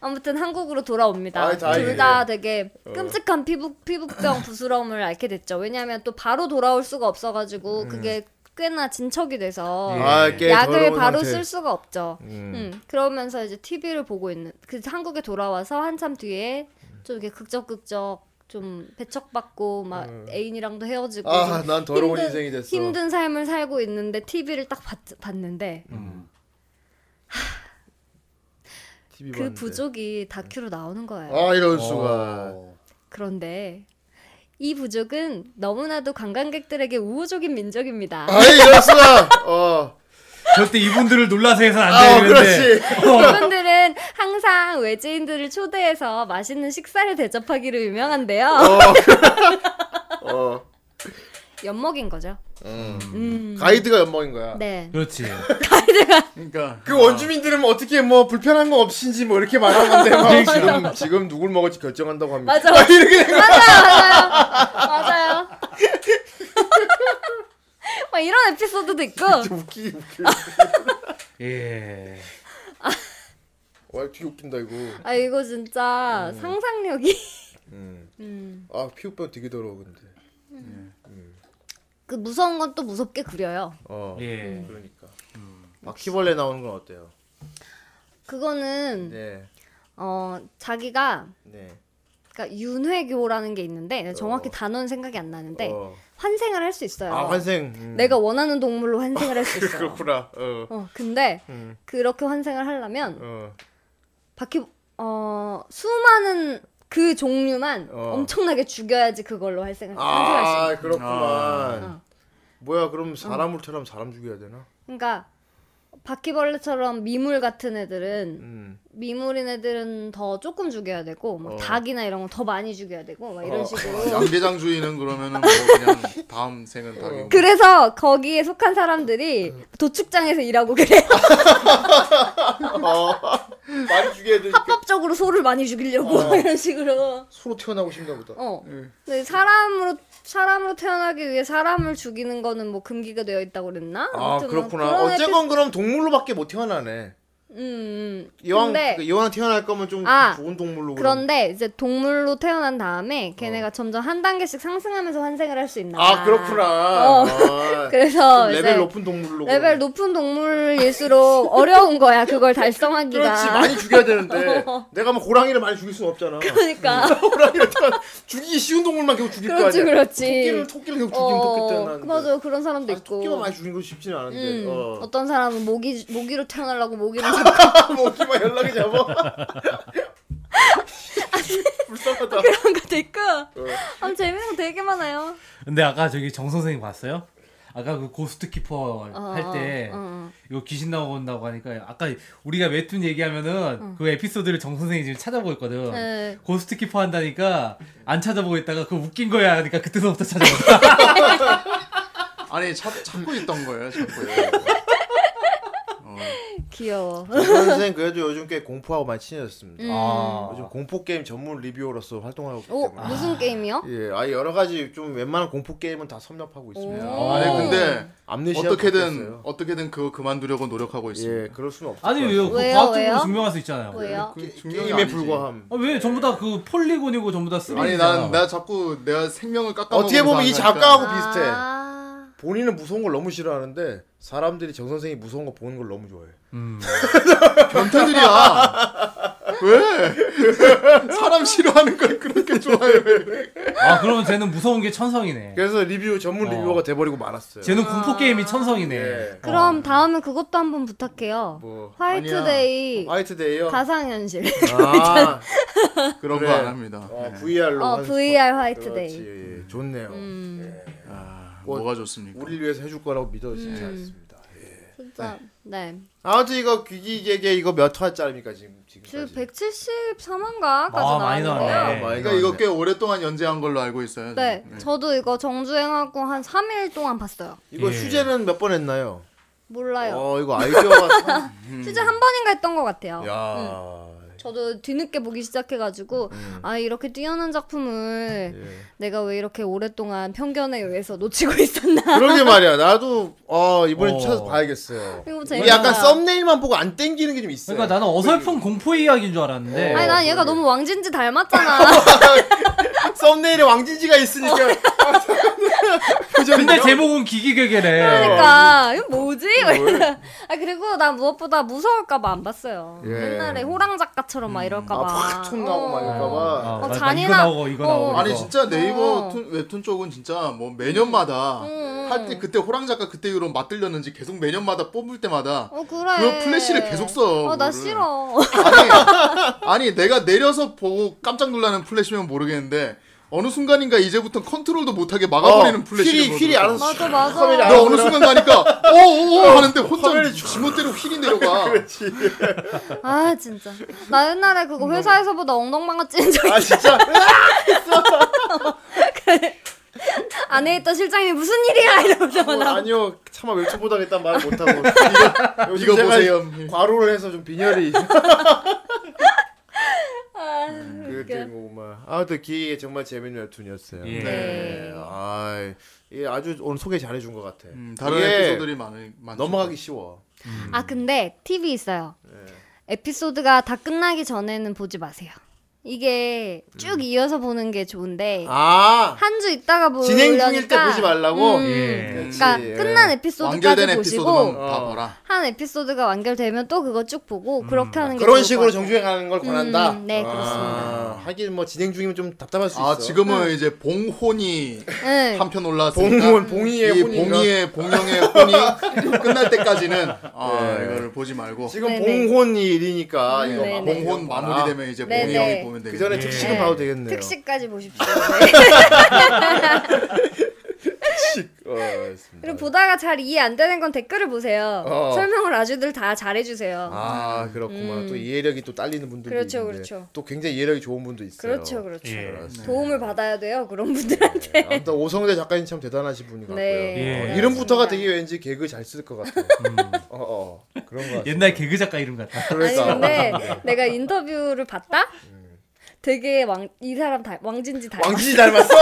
[SPEAKER 10] 아무튼 한국으로 돌아옵니다.
[SPEAKER 1] 아이, 다행이네.
[SPEAKER 10] 둘 다 되게
[SPEAKER 1] 어.
[SPEAKER 10] 끔찍한 피부 피부병 부스럼을 앓게 됐죠. 왜냐하면 또 바로 돌아올 수가
[SPEAKER 1] 음.
[SPEAKER 10] 없어가지고 그게 꽤나 진척이 돼서
[SPEAKER 9] 예.
[SPEAKER 1] 아, 꽤
[SPEAKER 10] 약을
[SPEAKER 1] 더러운
[SPEAKER 10] 바로
[SPEAKER 1] 상태.
[SPEAKER 10] 쓸 수가 없죠.
[SPEAKER 1] 음.
[SPEAKER 10] 음. 그러면서 이제 TV를 보고 있는 그 한국에 돌아와서 한참 뒤에 좀 이렇게 극적극적 좀 배척받고 막
[SPEAKER 1] 음.
[SPEAKER 10] 애인이랑도 헤어지고
[SPEAKER 1] 아,
[SPEAKER 10] 좀
[SPEAKER 1] 난 더러운 인생이 됐어.
[SPEAKER 10] 힘든 삶을 살고 있는데 TV를 딱 봤, 봤는데
[SPEAKER 1] 음. TV
[SPEAKER 10] 그
[SPEAKER 1] 봤는데.
[SPEAKER 10] 부족이 다큐로 나오는 거예요.
[SPEAKER 1] 아 이럴 수가.
[SPEAKER 9] 어.
[SPEAKER 10] 그런데 이 부족은 너무나도 관광객들에게 우호적인 민족입니다.
[SPEAKER 1] 아 이럴 수가. 어.
[SPEAKER 9] 절대 이분들을 놀라서 해서는
[SPEAKER 1] 아,
[SPEAKER 9] 안 되는데.
[SPEAKER 1] 그렇지.
[SPEAKER 10] 이분들은 항상 외지인들을 초대해서 맛있는 식사를 대접하기로 유명한데요.
[SPEAKER 1] 어.
[SPEAKER 10] 엿먹인 거죠. 음.
[SPEAKER 1] 가이드가 연봉인 거야.
[SPEAKER 10] 네.
[SPEAKER 9] 그렇지.
[SPEAKER 4] 그러니까
[SPEAKER 1] 그 원주민들은 어떻게 뭐 불편한 거 없인지 뭐 이렇게 말하는 건데 막
[SPEAKER 9] 그러니까.
[SPEAKER 1] 지금 지금 누굴 먹을지 결정한다고 합니다.
[SPEAKER 10] 맞아. 맞아요. 맞아요. 맞아요. 막 이런 에피소드도 있고.
[SPEAKER 1] 웃기 웃기.
[SPEAKER 3] 예.
[SPEAKER 1] 와 뒤 웃긴다 이거.
[SPEAKER 10] 아 이거 진짜 상상력이
[SPEAKER 1] 아 피부병 되게 더러워 근데.
[SPEAKER 10] 그 무서운 건 또 무섭게 그려요.
[SPEAKER 1] 어.
[SPEAKER 3] 예.
[SPEAKER 1] 그러니까. 바퀴벌레 나오는 건 어때요?
[SPEAKER 10] 그거는
[SPEAKER 1] 네.
[SPEAKER 10] 어 자기가
[SPEAKER 1] 네.
[SPEAKER 10] 그러니까 윤회교라는 게 있는데 정확히
[SPEAKER 1] 어.
[SPEAKER 10] 단어는 생각이 안 나는데
[SPEAKER 1] 어.
[SPEAKER 10] 환생을 할 수 있어요.
[SPEAKER 1] 아 환생. 음.
[SPEAKER 10] 네. 내가 원하는 동물로 환생을 할 수 있어요.
[SPEAKER 1] 그렇구나. 어.
[SPEAKER 10] 어 근데
[SPEAKER 1] 음.
[SPEAKER 10] 그렇게 환생을 하려면
[SPEAKER 1] 어.
[SPEAKER 10] 바퀴 어 수많은 그 종류만
[SPEAKER 1] 어.
[SPEAKER 10] 엄청나게 죽여야지 그걸로 활생을 환생할 수 있어요.
[SPEAKER 1] 아 그렇구만.
[SPEAKER 10] 어.
[SPEAKER 1] 뭐야 그럼 사람물처럼 사람 죽여야 되나?
[SPEAKER 10] 그러니까 바퀴벌레처럼 미물 같은 애들은
[SPEAKER 1] 음.
[SPEAKER 10] 미물인 애들은 더 조금 죽여야 되고 막
[SPEAKER 1] 어.
[SPEAKER 10] 닭이나 이런 거 더 많이 죽여야 되고 막 이런
[SPEAKER 1] 어.
[SPEAKER 10] 식으로
[SPEAKER 4] 양계장 주인은 그러면은 뭐 그냥 다음 생은
[SPEAKER 1] 어.
[SPEAKER 4] 닭이고
[SPEAKER 10] 그래서 거기에 속한 사람들이
[SPEAKER 1] 음.
[SPEAKER 10] 도축장에서 일하고 그래요.
[SPEAKER 1] 어. 많이 죽여야 되니까
[SPEAKER 10] 합법적으로 소를 많이 죽이려고
[SPEAKER 1] 어.
[SPEAKER 10] 이런 식으로.
[SPEAKER 1] 소로 태어나고 싶나 보다.
[SPEAKER 10] 어. 근데 사람으로 사람으로 태어나기 위해 사람을 죽이는 거는 뭐 금기가 되어 있다고 그랬나?
[SPEAKER 1] 아
[SPEAKER 10] 아무튼 뭐
[SPEAKER 1] 그렇구나.
[SPEAKER 10] 그런
[SPEAKER 1] 어쨌건 그럼 동물로밖에 못 태어나네.
[SPEAKER 10] 에피- 음. 음.
[SPEAKER 1] 여왕
[SPEAKER 10] 근데
[SPEAKER 1] 그 여왕 태어날 거면 좀
[SPEAKER 10] 아,
[SPEAKER 1] 좋은 동물로 그럼.
[SPEAKER 10] 그런데 이제 동물로 태어난 다음에 걔네가 점점 한 단계씩 상승하면서 환생을 할 수 있나?
[SPEAKER 1] 아
[SPEAKER 10] 봐.
[SPEAKER 1] 그렇구나.
[SPEAKER 10] 어.
[SPEAKER 1] 아,
[SPEAKER 10] 그래서
[SPEAKER 1] 좀
[SPEAKER 10] 어, 이제
[SPEAKER 1] 레벨 높은 동물로.
[SPEAKER 10] 레벨
[SPEAKER 1] 그럼.
[SPEAKER 10] 높은 동물일수록 어려운 거야. 그걸 달성하기가.
[SPEAKER 1] 그렇지 많이 죽여야 되는데 내가 뭐 고랑이를 많이 죽일 수는 없잖아. 음,
[SPEAKER 10] 그러니까.
[SPEAKER 1] 고랑이를 다 죽이기 쉬운 동물만 계속 죽일 거
[SPEAKER 10] 그렇지
[SPEAKER 1] 아니야.
[SPEAKER 10] 그렇지.
[SPEAKER 1] 토끼를 토끼를 계속 죽이면
[SPEAKER 10] 어,
[SPEAKER 1] 좋겠다는.
[SPEAKER 10] 맞아 그런 사람도 있고.
[SPEAKER 1] 토끼만 많이 죽이는 건 쉽지는 않은데.
[SPEAKER 10] 음,
[SPEAKER 1] 어.
[SPEAKER 10] 어떤 사람은 모기 모기로 태어나려고 모기를
[SPEAKER 1] 먹기만 아, 뭐 연락이 잡아. 불쌍하다.
[SPEAKER 10] 그런 것도 있고. 아, 재밌는 거 되게 많아요.
[SPEAKER 9] 근데 아까 저기 정 선생님 봤어요? 아까 그 고스트 키퍼
[SPEAKER 10] 어,
[SPEAKER 9] 할 때
[SPEAKER 10] 어, 어.
[SPEAKER 9] 이거 귀신 나온다고 하니까 아까 우리가 웹툰 얘기하면은 그 에피소드를 정 선생이 지금 찾아보고 있거든.
[SPEAKER 10] 어. 네.
[SPEAKER 9] 고스트 키퍼 한다니까 안 찾아보고 있다가 그거 웃긴 거야 하니까 그때서부터 찾아봤다.
[SPEAKER 4] 아니 찾, 찾고 있던 거예요 자꾸
[SPEAKER 10] 귀여워.
[SPEAKER 1] 네, 선생 그래도 요즘 꽤 공포하고 많이 친해졌습니다.
[SPEAKER 10] 음.
[SPEAKER 9] 아.
[SPEAKER 1] 요즘 공포 게임 전문 리뷰어로서 활동하고 있기
[SPEAKER 10] 오
[SPEAKER 1] 때문에.
[SPEAKER 10] 무슨 게임이요?
[SPEAKER 1] 예, 아 여러 가지 좀 웬만한 공포 게임은 다 섭렵하고 있습니다.
[SPEAKER 9] 어.
[SPEAKER 10] 오.
[SPEAKER 4] 아니 근데
[SPEAKER 1] 그 암네시아
[SPEAKER 4] 어떻게든 어떻게든 그거 그만두려고 노력하고 있습니다
[SPEAKER 1] 예, 그럴 수는 없어요.
[SPEAKER 9] 아니 왜요?
[SPEAKER 10] 왜요?
[SPEAKER 9] 과학적으로
[SPEAKER 10] 왜요?
[SPEAKER 9] 증명할 수 있잖아요.
[SPEAKER 10] 뭐예요?
[SPEAKER 4] 그 중요한 게
[SPEAKER 1] 게임에
[SPEAKER 4] 아니지.
[SPEAKER 1] 불과함.
[SPEAKER 9] 아, 왜 전부 다 그 폴리곤이고 전부 다 쓰리.
[SPEAKER 4] 아니 난 나 자꾸 내가 생명을 깎아
[SPEAKER 1] 어떻게 보면 이 작가하고 비슷해. 어.
[SPEAKER 10] 아,
[SPEAKER 1] 본인은 무서운 걸 너무 싫어하는데 사람들이 정 선생이 무서운 거 보는 걸 너무 좋아해.
[SPEAKER 4] 변태들이야 왜 사람 싫어하는 걸 그렇게 좋아해
[SPEAKER 9] 아 그러면 쟤는 무서운 게 천성이네.
[SPEAKER 1] 그래서 리뷰 전문
[SPEAKER 9] 어.
[SPEAKER 1] 리뷰어가 돼버리고 말았어요.
[SPEAKER 9] 쟤는 공포 게임이 천성이네.
[SPEAKER 1] 예.
[SPEAKER 10] 아. 그럼 다음에 그것도 한번 부탁해요.
[SPEAKER 1] 뭐, 아,
[SPEAKER 10] 화이트데이
[SPEAKER 1] 화이트데이요.
[SPEAKER 10] 가상현실.
[SPEAKER 1] 아,
[SPEAKER 4] 그런
[SPEAKER 1] 그래.
[SPEAKER 4] 거 안 합니다
[SPEAKER 1] 어,
[SPEAKER 4] 예.
[SPEAKER 1] VR로.
[SPEAKER 10] 어 VR 화이트데이. 음.
[SPEAKER 1] 그렇지, 예, 좋네요.
[SPEAKER 4] 아,
[SPEAKER 1] 뭐-
[SPEAKER 4] 뭐가 좋습니까
[SPEAKER 1] 우리를 위해서 해줄 거라고
[SPEAKER 10] 음.
[SPEAKER 1] 믿어지지 않습니다. 예.
[SPEAKER 10] 진짜 네.
[SPEAKER 1] 아무튼 이거 귀기 개개 이거 몇 화짜리입니까 지금
[SPEAKER 10] 지금
[SPEAKER 1] 지금까지?
[SPEAKER 10] 173화인가까지
[SPEAKER 9] 아, 많이
[SPEAKER 10] 나왔는데요.
[SPEAKER 9] 나왔네.
[SPEAKER 1] 아, 많이
[SPEAKER 4] 그러니까 이거
[SPEAKER 1] 나왔네.
[SPEAKER 4] 꽤 오랫동안 연재한 걸로 알고 있어요
[SPEAKER 10] 네,
[SPEAKER 4] 저는.
[SPEAKER 10] 저도 이거 정주행하고 한 3일 동안 봤어요.
[SPEAKER 1] 이거
[SPEAKER 9] 예.
[SPEAKER 1] 휴재는 몇 번 했나요?
[SPEAKER 10] 몰라요.
[SPEAKER 1] 어 이거 아이디어가 참- 음.
[SPEAKER 10] 휴재 한 번인가 했던 것 같아요.
[SPEAKER 1] 야
[SPEAKER 10] 저도 뒤늦게 보기 시작해가지고
[SPEAKER 4] 음.
[SPEAKER 10] 아 이렇게 뛰어난 작품을
[SPEAKER 4] 예.
[SPEAKER 10] 내가 왜 이렇게 오랫동안 편견에 의해서 놓치고 있었나
[SPEAKER 1] 그러게 말이야. 나도 어, 이번에
[SPEAKER 9] 어.
[SPEAKER 1] 찾아서 봐야겠어요.
[SPEAKER 10] 이거
[SPEAKER 1] 이게
[SPEAKER 10] 재밌어요.
[SPEAKER 1] 약간 썸네일만 보고 안 땡기는 게 좀 있어요.
[SPEAKER 9] 그러니까 나는 어설픈 공포 이야기인 줄 알았는데
[SPEAKER 10] 아니
[SPEAKER 4] 어,
[SPEAKER 10] 난 얘가 너무 왕진지 닮았잖아
[SPEAKER 1] 썸네일에 왕진지가 있으니까
[SPEAKER 9] 근데 제목은 기기괴괴래
[SPEAKER 4] 어, 음.
[SPEAKER 10] 그러니까 이거 뭐지? 아 그리고 나 무엇보다 무서울까봐 안 봤어요.
[SPEAKER 1] 예.
[SPEAKER 10] 옛날에 호랑 작가처럼 막 이럴까봐.
[SPEAKER 4] 음. 아팍총 나오고 막
[SPEAKER 9] 어,
[SPEAKER 4] 이럴까봐.
[SPEAKER 10] 어,
[SPEAKER 9] 나- 나 이거
[SPEAKER 10] 잔인한-
[SPEAKER 9] 나오고 이거
[SPEAKER 10] 어,
[SPEAKER 9] 나오고
[SPEAKER 4] 아니
[SPEAKER 9] 이거.
[SPEAKER 4] 진짜 네이버
[SPEAKER 10] 어. 음,
[SPEAKER 4] 툰- 웹툰 쪽은 진짜 뭐 매년마다 할 때 그때 호랑 작가 그때 이후로 맞들렸는지 계속 매년마다 뽑을 때마다
[SPEAKER 10] 어 그래.
[SPEAKER 4] 그거 플래시를 계속 써,
[SPEAKER 10] 어나
[SPEAKER 4] 그거를.
[SPEAKER 10] 싫어.
[SPEAKER 4] 아니 내가 내려서 보고 깜짝 놀라는 플래시면 모르겠는데 어느 순간인가 이제부터 컨트롤도 못하게 막아버리는
[SPEAKER 1] 어,
[SPEAKER 4] 플래시를
[SPEAKER 1] 휠이- 휠이 알아서 어,
[SPEAKER 10] 맞아 맞아.
[SPEAKER 4] 너 어느 순간 가니까 오오오 하는데 혼자 지멋대로 휠이 내려가
[SPEAKER 10] 아 진짜. 나 옛날에
[SPEAKER 4] 음.
[SPEAKER 10] 그거 회사에서보다 엉덩망아 찐 적.
[SPEAKER 1] 아 진짜
[SPEAKER 10] 안에 있던 실장님이 무슨 일이야 이러면서
[SPEAKER 1] 뭐,
[SPEAKER 10] 어, 나.
[SPEAKER 1] 아니요 차마 웹툰 보다겠단 말을 못하고 이거, 요즘
[SPEAKER 4] 이거
[SPEAKER 1] 제가
[SPEAKER 4] 보세요.
[SPEAKER 1] 과로를 해서 좀 빈혈이
[SPEAKER 10] 아,
[SPEAKER 1] 음, 그때 뭐만 아 근데 기계 정말 재밌는 웹툰이었어요.
[SPEAKER 9] 예.
[SPEAKER 10] 네.
[SPEAKER 1] 아 이게 아주 오늘 소개 잘해준 것 같아.
[SPEAKER 4] 음, 다른
[SPEAKER 1] 이게
[SPEAKER 4] 에피소드들이 많이 많죠.
[SPEAKER 1] 넘어가기 쉬워.
[SPEAKER 10] 아 근데 팁이 있어요.
[SPEAKER 1] 예.
[SPEAKER 10] 에피소드가 다 끝나기 전에는 보지 마세요. 이게 쭉 이어서 보는 게 좋은데
[SPEAKER 1] 음. 아
[SPEAKER 10] 한 주 있다가 보려니까
[SPEAKER 1] 진행 중일 때 보지 말라고.
[SPEAKER 10] 음,
[SPEAKER 9] 예.
[SPEAKER 10] 그러니까
[SPEAKER 1] 그렇지, 예.
[SPEAKER 10] 끝난 에피소드까지
[SPEAKER 4] 완결된 에피소드만
[SPEAKER 10] 보시고
[SPEAKER 4] 다 봐라.
[SPEAKER 10] 한 에피소드가 완결되면 또 그거 쭉 보고 그렇게 하는 게
[SPEAKER 1] 음, 그런
[SPEAKER 10] 좋을
[SPEAKER 1] 식으로
[SPEAKER 10] 것 같아요.
[SPEAKER 1] 정주행하는 걸 권한다.
[SPEAKER 10] 음, 네,
[SPEAKER 1] 아,
[SPEAKER 10] 그렇습니다.
[SPEAKER 1] 하긴 뭐 진행 중이면 좀 답답할 수
[SPEAKER 4] 아
[SPEAKER 1] 있어.
[SPEAKER 4] 지금은 이제 봉혼이
[SPEAKER 10] 네.
[SPEAKER 4] 한 편 올라왔으니까
[SPEAKER 1] 봉혼
[SPEAKER 4] 이
[SPEAKER 1] 봉이의 어. 혼인가?
[SPEAKER 4] 봉이의 봉영의 혼이 끝날 때까지는 아,
[SPEAKER 1] 네.
[SPEAKER 4] 이거를 보지 말고
[SPEAKER 1] 지금
[SPEAKER 10] 네, 네.
[SPEAKER 1] 봉혼이 일이니까 이거
[SPEAKER 10] 네,
[SPEAKER 1] 막
[SPEAKER 10] 네.
[SPEAKER 4] 봉혼
[SPEAKER 1] 봐라.
[SPEAKER 4] 마무리되면 이제
[SPEAKER 10] 네,
[SPEAKER 4] 봉이
[SPEAKER 10] 네.
[SPEAKER 4] 형이 보면
[SPEAKER 1] 그
[SPEAKER 4] 되겠네.
[SPEAKER 1] 전에 특식은 봐도 되겠네요. 아,
[SPEAKER 10] 특식까지 보십시오.
[SPEAKER 1] 어, 알겠습니다.
[SPEAKER 10] 그리고 보다가 잘 이해 안 되는 건 댓글을 보세요.
[SPEAKER 1] 어.
[SPEAKER 10] 설명을 아주들 다 잘해주세요.
[SPEAKER 1] 아 그렇구만. 또 이해력이 또 딸리는 분들도
[SPEAKER 10] 음. 그렇죠,
[SPEAKER 1] 있는데
[SPEAKER 10] 그렇죠.
[SPEAKER 1] 또 굉장히 이해력이 좋은 분도 있어요.
[SPEAKER 10] 그렇죠, 그렇죠.
[SPEAKER 9] 예.
[SPEAKER 10] 도움을 받아야 돼요 그런 분들한테.
[SPEAKER 1] 네. 아무튼 오성대 작가님 참 대단하신 분인 것
[SPEAKER 10] 네.
[SPEAKER 1] 같고요.
[SPEAKER 9] 예. 음.
[SPEAKER 1] 어,
[SPEAKER 10] 그렇습니다.
[SPEAKER 1] 이름부터가 되게 왠지 개그 잘 쓸 것 같아요. 어, 어, 그런 것 같아요.
[SPEAKER 9] 옛날 개그 작가 이름 같다
[SPEAKER 10] 아니
[SPEAKER 1] 그러니까.
[SPEAKER 10] 근데 내가 인터뷰를 봤다. 되게 왕 이 사람 닮- 왕진지 닮
[SPEAKER 1] 왕진이 닮았어?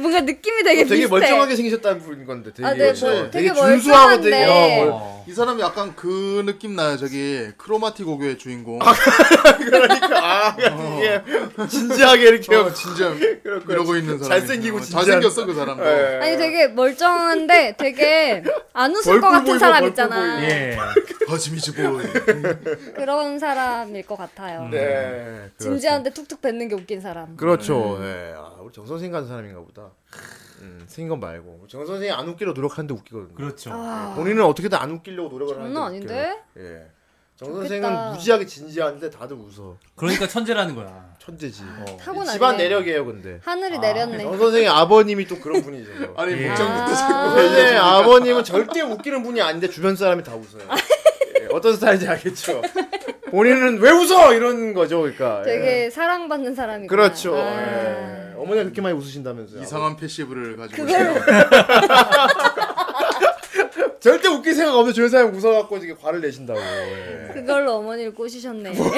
[SPEAKER 10] 뭔가 느낌이 되게,
[SPEAKER 1] 되게
[SPEAKER 10] 비슷해.
[SPEAKER 1] 멀쩡하게 생기셨다는 분인 건데 되게
[SPEAKER 10] 아, 네,
[SPEAKER 1] 어, 되게
[SPEAKER 10] 뭐, 되게
[SPEAKER 1] 준수하고
[SPEAKER 10] 멀쩡한데.
[SPEAKER 1] 되게 어, 멀-
[SPEAKER 9] 어.
[SPEAKER 4] 이 사람 약간 그 느낌 나요. 저기 크로마티 고교의 주인공.
[SPEAKER 1] 아, 그러니까 아 이게 진지하게 이렇게
[SPEAKER 4] 어, 진짜 이러고 있는 사람.
[SPEAKER 1] 잘생기고 진지한-
[SPEAKER 4] 잘생겼어 그 사람도.
[SPEAKER 1] 예.
[SPEAKER 10] 아니 되게 멀쩡한데 되게 안 웃을 것
[SPEAKER 1] 벌꿀
[SPEAKER 10] 같은
[SPEAKER 1] 보이고
[SPEAKER 10] 사람
[SPEAKER 1] 벌꿀
[SPEAKER 10] 있잖아.
[SPEAKER 9] 예.
[SPEAKER 4] 하지미지 뭐. 보이.
[SPEAKER 10] 그런 사람일 것 같아요.
[SPEAKER 1] 네.
[SPEAKER 10] 진지한데 툭툭 뱉는 게 웃긴 사람.
[SPEAKER 1] 그렇죠. 예. 아, 우리 정 선생 같은 사람인가 보다. 음, 생긴 건 말고 정 선생이 안 웃기려 노력하는데 웃기거든요.
[SPEAKER 9] 그렇죠
[SPEAKER 1] 본인은 어떻게든 안 웃기려고 노력을 하는데.
[SPEAKER 10] 장난 아닌데?
[SPEAKER 1] 웃겨요. 예. 정
[SPEAKER 10] 좋겠다.
[SPEAKER 1] 선생은 무지하게 진지한데 다들 웃어.
[SPEAKER 9] 그러니까 천재라는 거야
[SPEAKER 1] 천재지.
[SPEAKER 10] 아,
[SPEAKER 1] 어,
[SPEAKER 10] 타고났네.
[SPEAKER 1] 집안 내력이에요, 근데.
[SPEAKER 10] 하늘이 내렸네.
[SPEAKER 1] 정 선생의 아버님이 또 그런 분이죠.
[SPEAKER 4] 아니
[SPEAKER 9] 예.
[SPEAKER 4] 목장부터 자꾸.
[SPEAKER 1] 선생의 아버님은 절대 웃기는 분이 아닌데 주변 사람이 다 웃어요. 예, 어떤 스타일인지 알겠죠. 본인은 왜 웃어 이런 거죠, 그러니까. 예.
[SPEAKER 10] 되게 사랑받는 사람이구나.
[SPEAKER 1] 그렇죠.
[SPEAKER 10] 아.
[SPEAKER 1] 예. 어머니가 그렇게 많이 웃으신다면서요.
[SPEAKER 4] 이상한 패시브를 가지고.
[SPEAKER 10] 그걸-
[SPEAKER 4] 있어요.
[SPEAKER 1] 절대 웃길 생각 없는 조연사님 웃어갖고 이게 화를 내신다고. 예.
[SPEAKER 10] 그걸로 어머니를 꼬시셨네.
[SPEAKER 1] 뭐.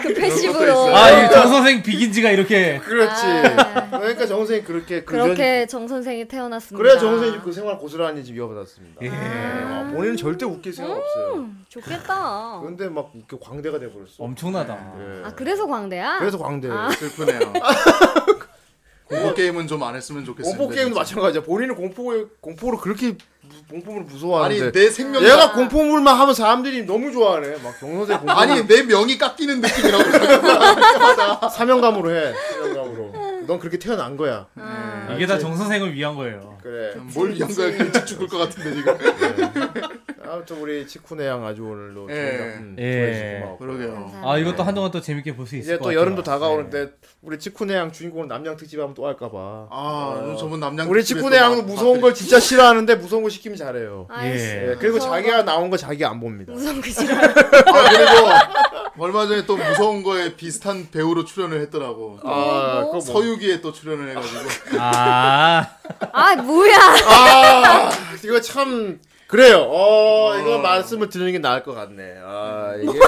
[SPEAKER 10] 그
[SPEAKER 4] 것도
[SPEAKER 10] 패시브로.
[SPEAKER 4] 있어요.
[SPEAKER 9] 아 이정 선생 비긴지가 이렇게
[SPEAKER 1] 그렇지.
[SPEAKER 10] 아.
[SPEAKER 1] 그러니까 정 선생이 그렇게 그
[SPEAKER 10] 그렇게 정 선생이 태어났습니다.
[SPEAKER 1] 그래야 정 선생이 그 생활 고스란히 지금 이어받았습니다.
[SPEAKER 9] 예.
[SPEAKER 1] 아, 음. 본인은 절대 웃길 생각 없어요.
[SPEAKER 10] 좋겠다.
[SPEAKER 1] 그런데 막 이렇게 광대가 돼버렸어.
[SPEAKER 9] 엄청나다
[SPEAKER 1] 예.
[SPEAKER 10] 아 그래서 광대야?
[SPEAKER 1] 그래서 광대.
[SPEAKER 10] 아.
[SPEAKER 4] 슬프네요. 공포 게임은 좀 안 했으면 좋겠습니다.
[SPEAKER 1] 공포 게임도
[SPEAKER 4] 진짜.
[SPEAKER 1] 마찬가지야. 본인은 공포 공포를 그렇게 무- 공포물을
[SPEAKER 4] 아니
[SPEAKER 1] 무서워하는데
[SPEAKER 4] 내 생명.
[SPEAKER 1] 얘가 공포물만 하면 사람들이 너무 좋아하네. 막 정선생 공포
[SPEAKER 4] 아니 내 명이 깎이는
[SPEAKER 1] 아.
[SPEAKER 4] 느낌이라고. 생각해.
[SPEAKER 1] 사명감으로 해. 사명감으로. 넌 그렇게 태어난 거야.
[SPEAKER 9] 이게 다 정 선생을 위한 거예요
[SPEAKER 1] 그래.
[SPEAKER 4] 뭘 연구야? 일찍 죽을 것 같은데 지금.
[SPEAKER 1] 아무튼 우리 치쿠네 양 아주 오늘도
[SPEAKER 4] 예.
[SPEAKER 1] 좋은 작품
[SPEAKER 9] 예.
[SPEAKER 1] 보여주셔서 고마워.
[SPEAKER 4] 그러게요.
[SPEAKER 9] 아
[SPEAKER 1] 네.
[SPEAKER 9] 이것도 한동안 또 재밌게 볼 수 있을
[SPEAKER 1] 이제
[SPEAKER 9] 것
[SPEAKER 1] 또
[SPEAKER 9] 같아요
[SPEAKER 1] 여름도 다가오는데 우리 치쿠네 양 주인공은 남양 특집 하면 또 할까봐.
[SPEAKER 4] 아, 저번 남양.
[SPEAKER 1] 우리 치쿠네 양도 무서운 걸 진짜 싫어하는데 무서운 거 시키면 잘해요.
[SPEAKER 10] 아이씨,
[SPEAKER 1] 예, 그리고
[SPEAKER 10] 무서운
[SPEAKER 1] 자기가
[SPEAKER 10] 거-
[SPEAKER 1] 나온 거 자기가 안 봅니다.
[SPEAKER 10] 무서운 그 싫어.
[SPEAKER 4] 아 그리고 얼마 전에 또 무서운 거에 비슷한 배우로 출연을 했더라고.
[SPEAKER 1] 아, 그거 뭐.
[SPEAKER 4] 서유기에 또 출연을 해가지고.
[SPEAKER 9] 아
[SPEAKER 10] 아 뭐야?
[SPEAKER 1] 아, 이거 참 그래요. 어, 이거 말씀을 드리는 게 나을 것 같네. 아, 이게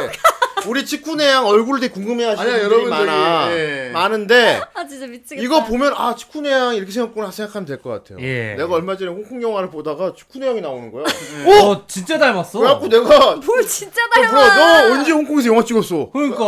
[SPEAKER 1] 우리 직구네양 얼굴 되게 궁금해하시는
[SPEAKER 4] 음. 아니야,
[SPEAKER 1] 분들이
[SPEAKER 4] 여러분들이,
[SPEAKER 1] 많아.
[SPEAKER 4] 예.
[SPEAKER 1] 많은데
[SPEAKER 10] 아 진짜 미치겠다.
[SPEAKER 1] 이거 보면 아 직구네양 이렇게 생겼구나 생각하면 될 것 같아요.
[SPEAKER 3] 예.
[SPEAKER 1] 내가 얼마 전에 홍콩 영화를 보다가 직구네양이 나오는 거야.
[SPEAKER 3] 어,
[SPEAKER 1] 어?
[SPEAKER 3] 진짜 닮았어.
[SPEAKER 1] 그래갖고 내가
[SPEAKER 10] 뭘 진짜
[SPEAKER 1] 너 뭐야?
[SPEAKER 10] 닮아.
[SPEAKER 1] 너 언제 홍콩에서 영화 찍었어?
[SPEAKER 3] 그러니까.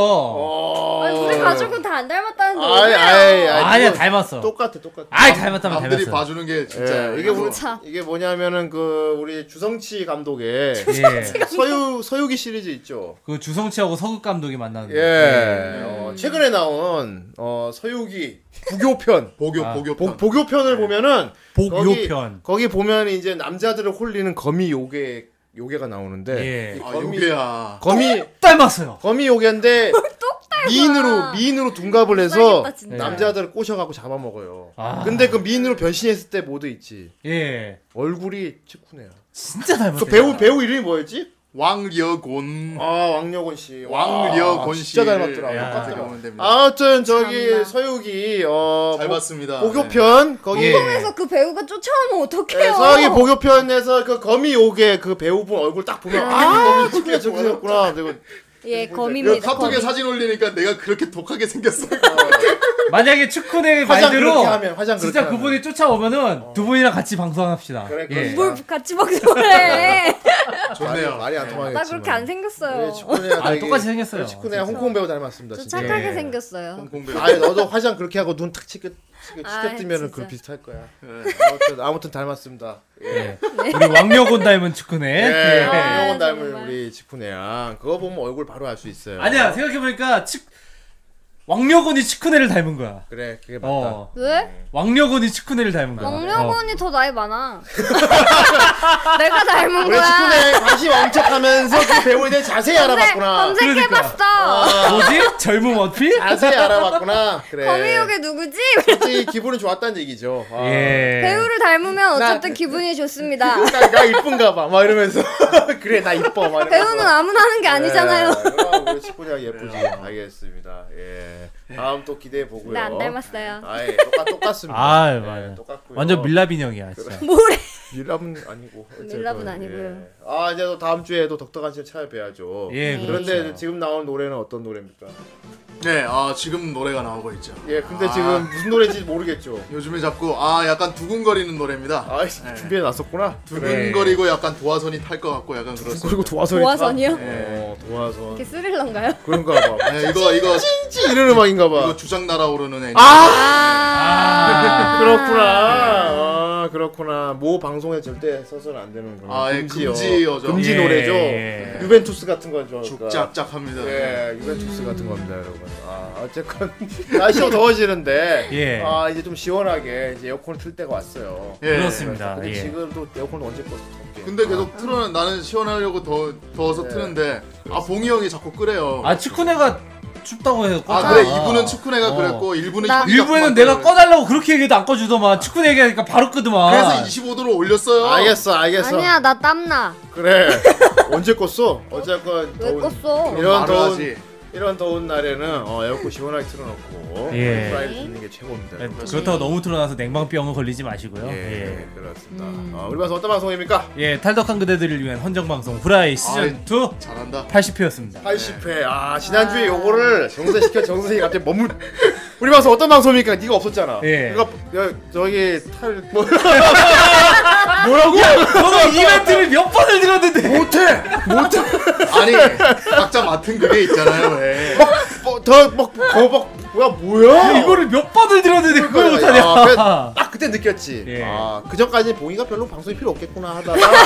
[SPEAKER 10] 아니, 우리 가족은 다 안 닮았다는데.
[SPEAKER 1] 어. 아이,
[SPEAKER 10] 어때요?
[SPEAKER 1] 아이, 아이.
[SPEAKER 3] 아니야
[SPEAKER 1] 이거
[SPEAKER 3] 닮았어.
[SPEAKER 1] 똑같아, 똑같아.
[SPEAKER 3] 아이 닮았다면
[SPEAKER 4] 남들이
[SPEAKER 3] 닮았어.
[SPEAKER 4] 봐주는 게 진짜
[SPEAKER 1] 예, 이게 뭐,
[SPEAKER 10] 참.
[SPEAKER 1] 이게 뭐냐면은 그 우리 주성치 감독의
[SPEAKER 3] 예.
[SPEAKER 1] 서유 서유기 시리즈 있죠.
[SPEAKER 3] 그 주성치하고 서극 감독이 만나는.
[SPEAKER 1] 예.
[SPEAKER 3] 예.
[SPEAKER 1] 어, 최근에 나온 어, 서유기 부교편
[SPEAKER 4] 보교
[SPEAKER 3] 아,
[SPEAKER 4] 보교
[SPEAKER 1] 보, 보교편을 보면은
[SPEAKER 3] 복요편.
[SPEAKER 1] 거기, 거기 보면 이제 남자들을 홀리는 거미 요괴 요괴가 나오는데
[SPEAKER 3] 예.
[SPEAKER 4] 아
[SPEAKER 1] 거미-
[SPEAKER 4] 요괴야
[SPEAKER 1] 거미
[SPEAKER 3] 닮았어요.
[SPEAKER 1] 거미 요괴인데 미인으로 미인으로 둔갑을 해서
[SPEAKER 10] 못 살겠다, 진짜.
[SPEAKER 1] 남자들을 꼬셔갖고 잡아먹어요.
[SPEAKER 3] 네. 아.
[SPEAKER 1] 근데 그 미인으로 변신했을 때 모드 있지
[SPEAKER 3] 예.
[SPEAKER 1] 얼굴이 치쿠네요.
[SPEAKER 3] 진짜 닮았어.
[SPEAKER 1] 그 배우 배우 이름이 뭐였지?
[SPEAKER 4] 왕려곤
[SPEAKER 1] 아 왕려곤 씨.
[SPEAKER 4] 왕려곤 씨
[SPEAKER 1] 진짜 닮았더라.
[SPEAKER 3] 야.
[SPEAKER 1] 똑같아.
[SPEAKER 4] 보면 됩니다.
[SPEAKER 1] 아무튼 저기
[SPEAKER 10] 참나.
[SPEAKER 1] 서유기 어
[SPEAKER 4] 잘
[SPEAKER 1] 보-
[SPEAKER 4] 봤습니다. 네.
[SPEAKER 1] 보교편 거기
[SPEAKER 3] 예.
[SPEAKER 10] 그래서 그 배우가 쫓아오면 어떡해요?
[SPEAKER 1] 네, 서유기 보교편에서 그 거미 요괴 그 배우분 얼굴 딱 보면 아 진짜 저렇게 생겼구나. 그리고
[SPEAKER 10] 예,
[SPEAKER 4] 네.
[SPEAKER 10] 거미입니다.
[SPEAKER 4] 카톡에
[SPEAKER 10] 거미.
[SPEAKER 4] 사진 올리니까 내가 그렇게 독하게 생겼어.
[SPEAKER 3] 만약에 축구네
[SPEAKER 1] 화장
[SPEAKER 3] 말대로
[SPEAKER 1] 그렇게 하면, 화장 그렇게
[SPEAKER 3] 진짜
[SPEAKER 1] 하면.
[SPEAKER 3] 그분이 쫓아오면은 두 분이랑 같이 방송합시다.
[SPEAKER 1] 어. 그래,
[SPEAKER 3] 예.
[SPEAKER 1] 그래.
[SPEAKER 10] 뭘 같이 먹으래.
[SPEAKER 4] 좋네요.
[SPEAKER 1] 말이 안 통하겠지만.
[SPEAKER 10] 나 그렇게 안
[SPEAKER 1] 우리
[SPEAKER 10] 생겼어요.
[SPEAKER 1] 직구네야
[SPEAKER 3] 아,
[SPEAKER 1] 되게-
[SPEAKER 3] 똑같이 생겼어요.
[SPEAKER 1] 우리 직구네야 홍콩 배우 닮았습니다.
[SPEAKER 10] 저
[SPEAKER 1] 진짜.
[SPEAKER 10] 착하게
[SPEAKER 3] 예.
[SPEAKER 10] 생겼어요.
[SPEAKER 4] 공배.
[SPEAKER 1] 아니 너도 화장 그렇게 하고 눈 탁 치게 치게
[SPEAKER 10] 아,
[SPEAKER 1] 치게 뜨면은
[SPEAKER 10] 진짜.
[SPEAKER 1] 그 비슷할 거야.
[SPEAKER 3] 네.
[SPEAKER 1] 아무튼, 아무튼 닮았습니다.
[SPEAKER 3] 예. 우리 왕려곤 닮은 축구네.
[SPEAKER 1] 예,
[SPEAKER 3] 예.
[SPEAKER 10] 아,
[SPEAKER 1] 영원 닮은
[SPEAKER 10] 정말.
[SPEAKER 1] 우리 직구네야. 그거 보면 얼굴 바로 알 수 있어요.
[SPEAKER 3] 아니야 생각해보니까 치... 왕려곤이 치쿠네를 닮은 거야.
[SPEAKER 1] 그래 그게 맞다.
[SPEAKER 3] 어
[SPEAKER 1] 네.
[SPEAKER 10] 왜?
[SPEAKER 3] 왕려곤이 치쿠네를 닮은 거야. 어.
[SPEAKER 10] 왕려곤이 더 나이 많아. 내가 닮은
[SPEAKER 1] 우리
[SPEAKER 10] 거야.
[SPEAKER 1] 직구네 관심 엄청 하면서 그 배우에 대해 자세히 알아봤구나. 그러니까. 아,
[SPEAKER 10] 검색해봤어.
[SPEAKER 3] 뭐지 젊음 어필?
[SPEAKER 1] 자세히 알아봤구나. 그래.
[SPEAKER 10] 거미욕의 누구지?
[SPEAKER 1] 솔직히 기분은 좋았다는 얘기죠. 아.
[SPEAKER 3] 예.
[SPEAKER 10] 배우를 닮으면
[SPEAKER 1] 나-
[SPEAKER 10] 어쨌든 기분이 좋습니다.
[SPEAKER 1] 나, 나 이쁜가 봐. 막 이러면서. 그래, 나 이뻐. 막 이러면서.
[SPEAKER 10] 배우는 아무나 하는 게 아니잖아요.
[SPEAKER 1] 예, 그럼 우리 식구냥 예쁘지.
[SPEAKER 3] 네.
[SPEAKER 1] 알겠습니다. 예. 다음 또 기대해 보고요.
[SPEAKER 10] 나 네, 안 닮았어요.
[SPEAKER 1] 아예 똑같 똑같습니다.
[SPEAKER 3] 아,
[SPEAKER 1] 예,
[SPEAKER 3] 맞아요.
[SPEAKER 1] 똑같고요.
[SPEAKER 3] 완전 밀랍인 형이야 진짜.
[SPEAKER 10] 뭐래?
[SPEAKER 1] 밀랍은 아니고.
[SPEAKER 10] 밀랍은
[SPEAKER 1] 어쨌건,
[SPEAKER 10] 아니고요.
[SPEAKER 1] 예. 아 이제 또 다음 주에도 덕덕한 시간 찾아뵈야죠.
[SPEAKER 3] 예,
[SPEAKER 10] 네.
[SPEAKER 1] 그런데
[SPEAKER 3] 그렇죠.
[SPEAKER 1] 지금 나온 노래는 어떤 노래입니까?
[SPEAKER 4] 네, 아 지금 노래가 나오고 있죠.
[SPEAKER 1] 예, 근데
[SPEAKER 4] 아.
[SPEAKER 1] 지금 무슨 노래인지 모르겠죠.
[SPEAKER 4] 요즘에 자꾸 아 약간 두근거리는 노래입니다.
[SPEAKER 1] 아
[SPEAKER 3] 네.
[SPEAKER 1] 준비해 놨었구나.
[SPEAKER 4] 두근거리고 약간 도화선이 탈 것 같고 약간 그렇습니다.
[SPEAKER 1] 그리고 도화선이
[SPEAKER 10] 도화선이요?
[SPEAKER 1] 다- 어, 도화선.
[SPEAKER 10] 이게 스릴러인가요?
[SPEAKER 1] 그런가 봐.
[SPEAKER 4] 네, 이거 이거
[SPEAKER 1] 찐 이런 음악인가 봐.
[SPEAKER 4] 이거 주장 날아오르는 애니.
[SPEAKER 10] 아.
[SPEAKER 1] 그렇구나. 아, 그렇구나. 모 방송에 절대 써서는 안 되는 그런
[SPEAKER 4] 아, 예,
[SPEAKER 1] 금지어.
[SPEAKER 4] 금지어죠.
[SPEAKER 1] 금지
[SPEAKER 3] 예.
[SPEAKER 1] 노래죠.
[SPEAKER 3] 예.
[SPEAKER 1] 유벤투스 같은 건 좋아하니까.
[SPEAKER 4] 족짝짝합니다.
[SPEAKER 1] 예, 유벤투스 같은 겁니다, 여러분. 아, 어쨌건 날씨가 더워지는데
[SPEAKER 3] 예.
[SPEAKER 1] 아, 이제 좀 시원하게 이제 에어컨을 틀 때가 왔어요.
[SPEAKER 4] 예.
[SPEAKER 3] 그렇습니다.
[SPEAKER 1] 근데
[SPEAKER 3] 예.
[SPEAKER 1] 지금 또 에어컨을 언제 꺼서 덥게.
[SPEAKER 4] 근데 계속 틀어는 나는 시원하려고 더 더워서
[SPEAKER 1] 네.
[SPEAKER 4] 트는데 아 봉이 형이 자꾸 끄래요.
[SPEAKER 10] 뭐-
[SPEAKER 4] 아,
[SPEAKER 3] 아 치쿠네가 춥다고 해서 껐잖아.
[SPEAKER 4] 그래 이분은 축구네가
[SPEAKER 3] 어.
[SPEAKER 4] 그랬고 일부는
[SPEAKER 10] 나-
[SPEAKER 4] 형이
[SPEAKER 3] 일부에는
[SPEAKER 4] 자꾸만
[SPEAKER 3] 내가
[SPEAKER 4] 그래요.
[SPEAKER 3] 꺼달라고 그렇게 얘기해도 안 꺼주더만 축구네 얘기하니까 바로 끄더만.
[SPEAKER 4] 그래서 25도로 올렸어요.
[SPEAKER 1] 아, 알겠어, 알겠어.
[SPEAKER 10] 아니야, 나 땀나.
[SPEAKER 1] 그래. 언제 껐어? 어쨌건
[SPEAKER 10] 왜
[SPEAKER 1] 더운
[SPEAKER 10] 껐어?
[SPEAKER 1] 이런
[SPEAKER 4] 바로
[SPEAKER 1] 더운
[SPEAKER 4] 하지.
[SPEAKER 1] 이런 더운 날에는 어, 에어컨 시원하게 틀어놓고
[SPEAKER 3] 예.
[SPEAKER 1] 프라이를 듣는 게 최고입니다.
[SPEAKER 3] 네, 그렇다고 너무 틀어놔서 냉방병은 걸리지 마시고요.
[SPEAKER 1] 예,
[SPEAKER 3] 예.
[SPEAKER 1] 그렇습니다. 어, 우리 방송 어떤 방송입니까?
[SPEAKER 3] 예, 탈덕한 그대들을 위한 헌정방송 후라이 시즌
[SPEAKER 4] 아이.
[SPEAKER 3] 2
[SPEAKER 4] 잘한다.
[SPEAKER 3] 80회였습니다. 네.
[SPEAKER 1] 80회. 아 지난주에 요거를 정세 시켜 정세이 갑자기 머물. 우리 방송 어떤 방송입니까? 네가 없었잖아.
[SPEAKER 3] 예.
[SPEAKER 1] 그러니까 여, 저기 탈 뭐,
[SPEAKER 4] 아,
[SPEAKER 1] 뭐라고?
[SPEAKER 3] 저는 이벤트를 몇 번을 들었는데
[SPEAKER 1] 못해 못해.
[SPEAKER 4] 아니 각자 맡은 그게 있잖아요. 왜.
[SPEAKER 1] 뭐, 막더막거막 뭐야
[SPEAKER 4] 아,
[SPEAKER 1] 뭐야?
[SPEAKER 3] 이거를 몇 번을 들었는데 그걸 못하냐?
[SPEAKER 1] 아, 그래, 딱 그때 느꼈지.
[SPEAKER 3] 예.
[SPEAKER 1] 아, 그 전까지 봉이가 별로 방송이 필요 없겠구나 하다가 요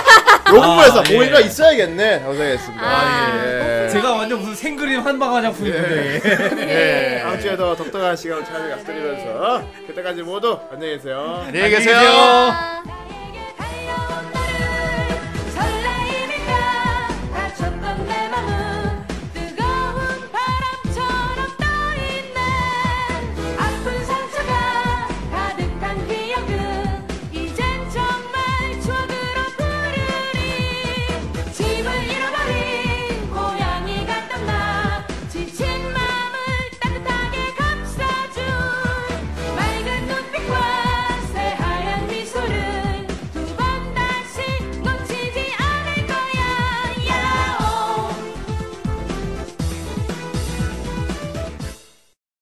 [SPEAKER 1] 부분에서
[SPEAKER 3] 아, 예.
[SPEAKER 1] 봉이가 있어야겠네. 고생했습니다.
[SPEAKER 10] 아,
[SPEAKER 1] 예.
[SPEAKER 4] 그-
[SPEAKER 3] 제가 완전 무슨 생그림 한방 화장품인데. 예.
[SPEAKER 1] 예. 다음 주에도 독특한 시간을 찾아뵙겠습니다. 그때까지 모두 안녕히 계세요.
[SPEAKER 4] 안녕히 계세요.
[SPEAKER 3] 안녕히 계세요.
[SPEAKER 10] 아.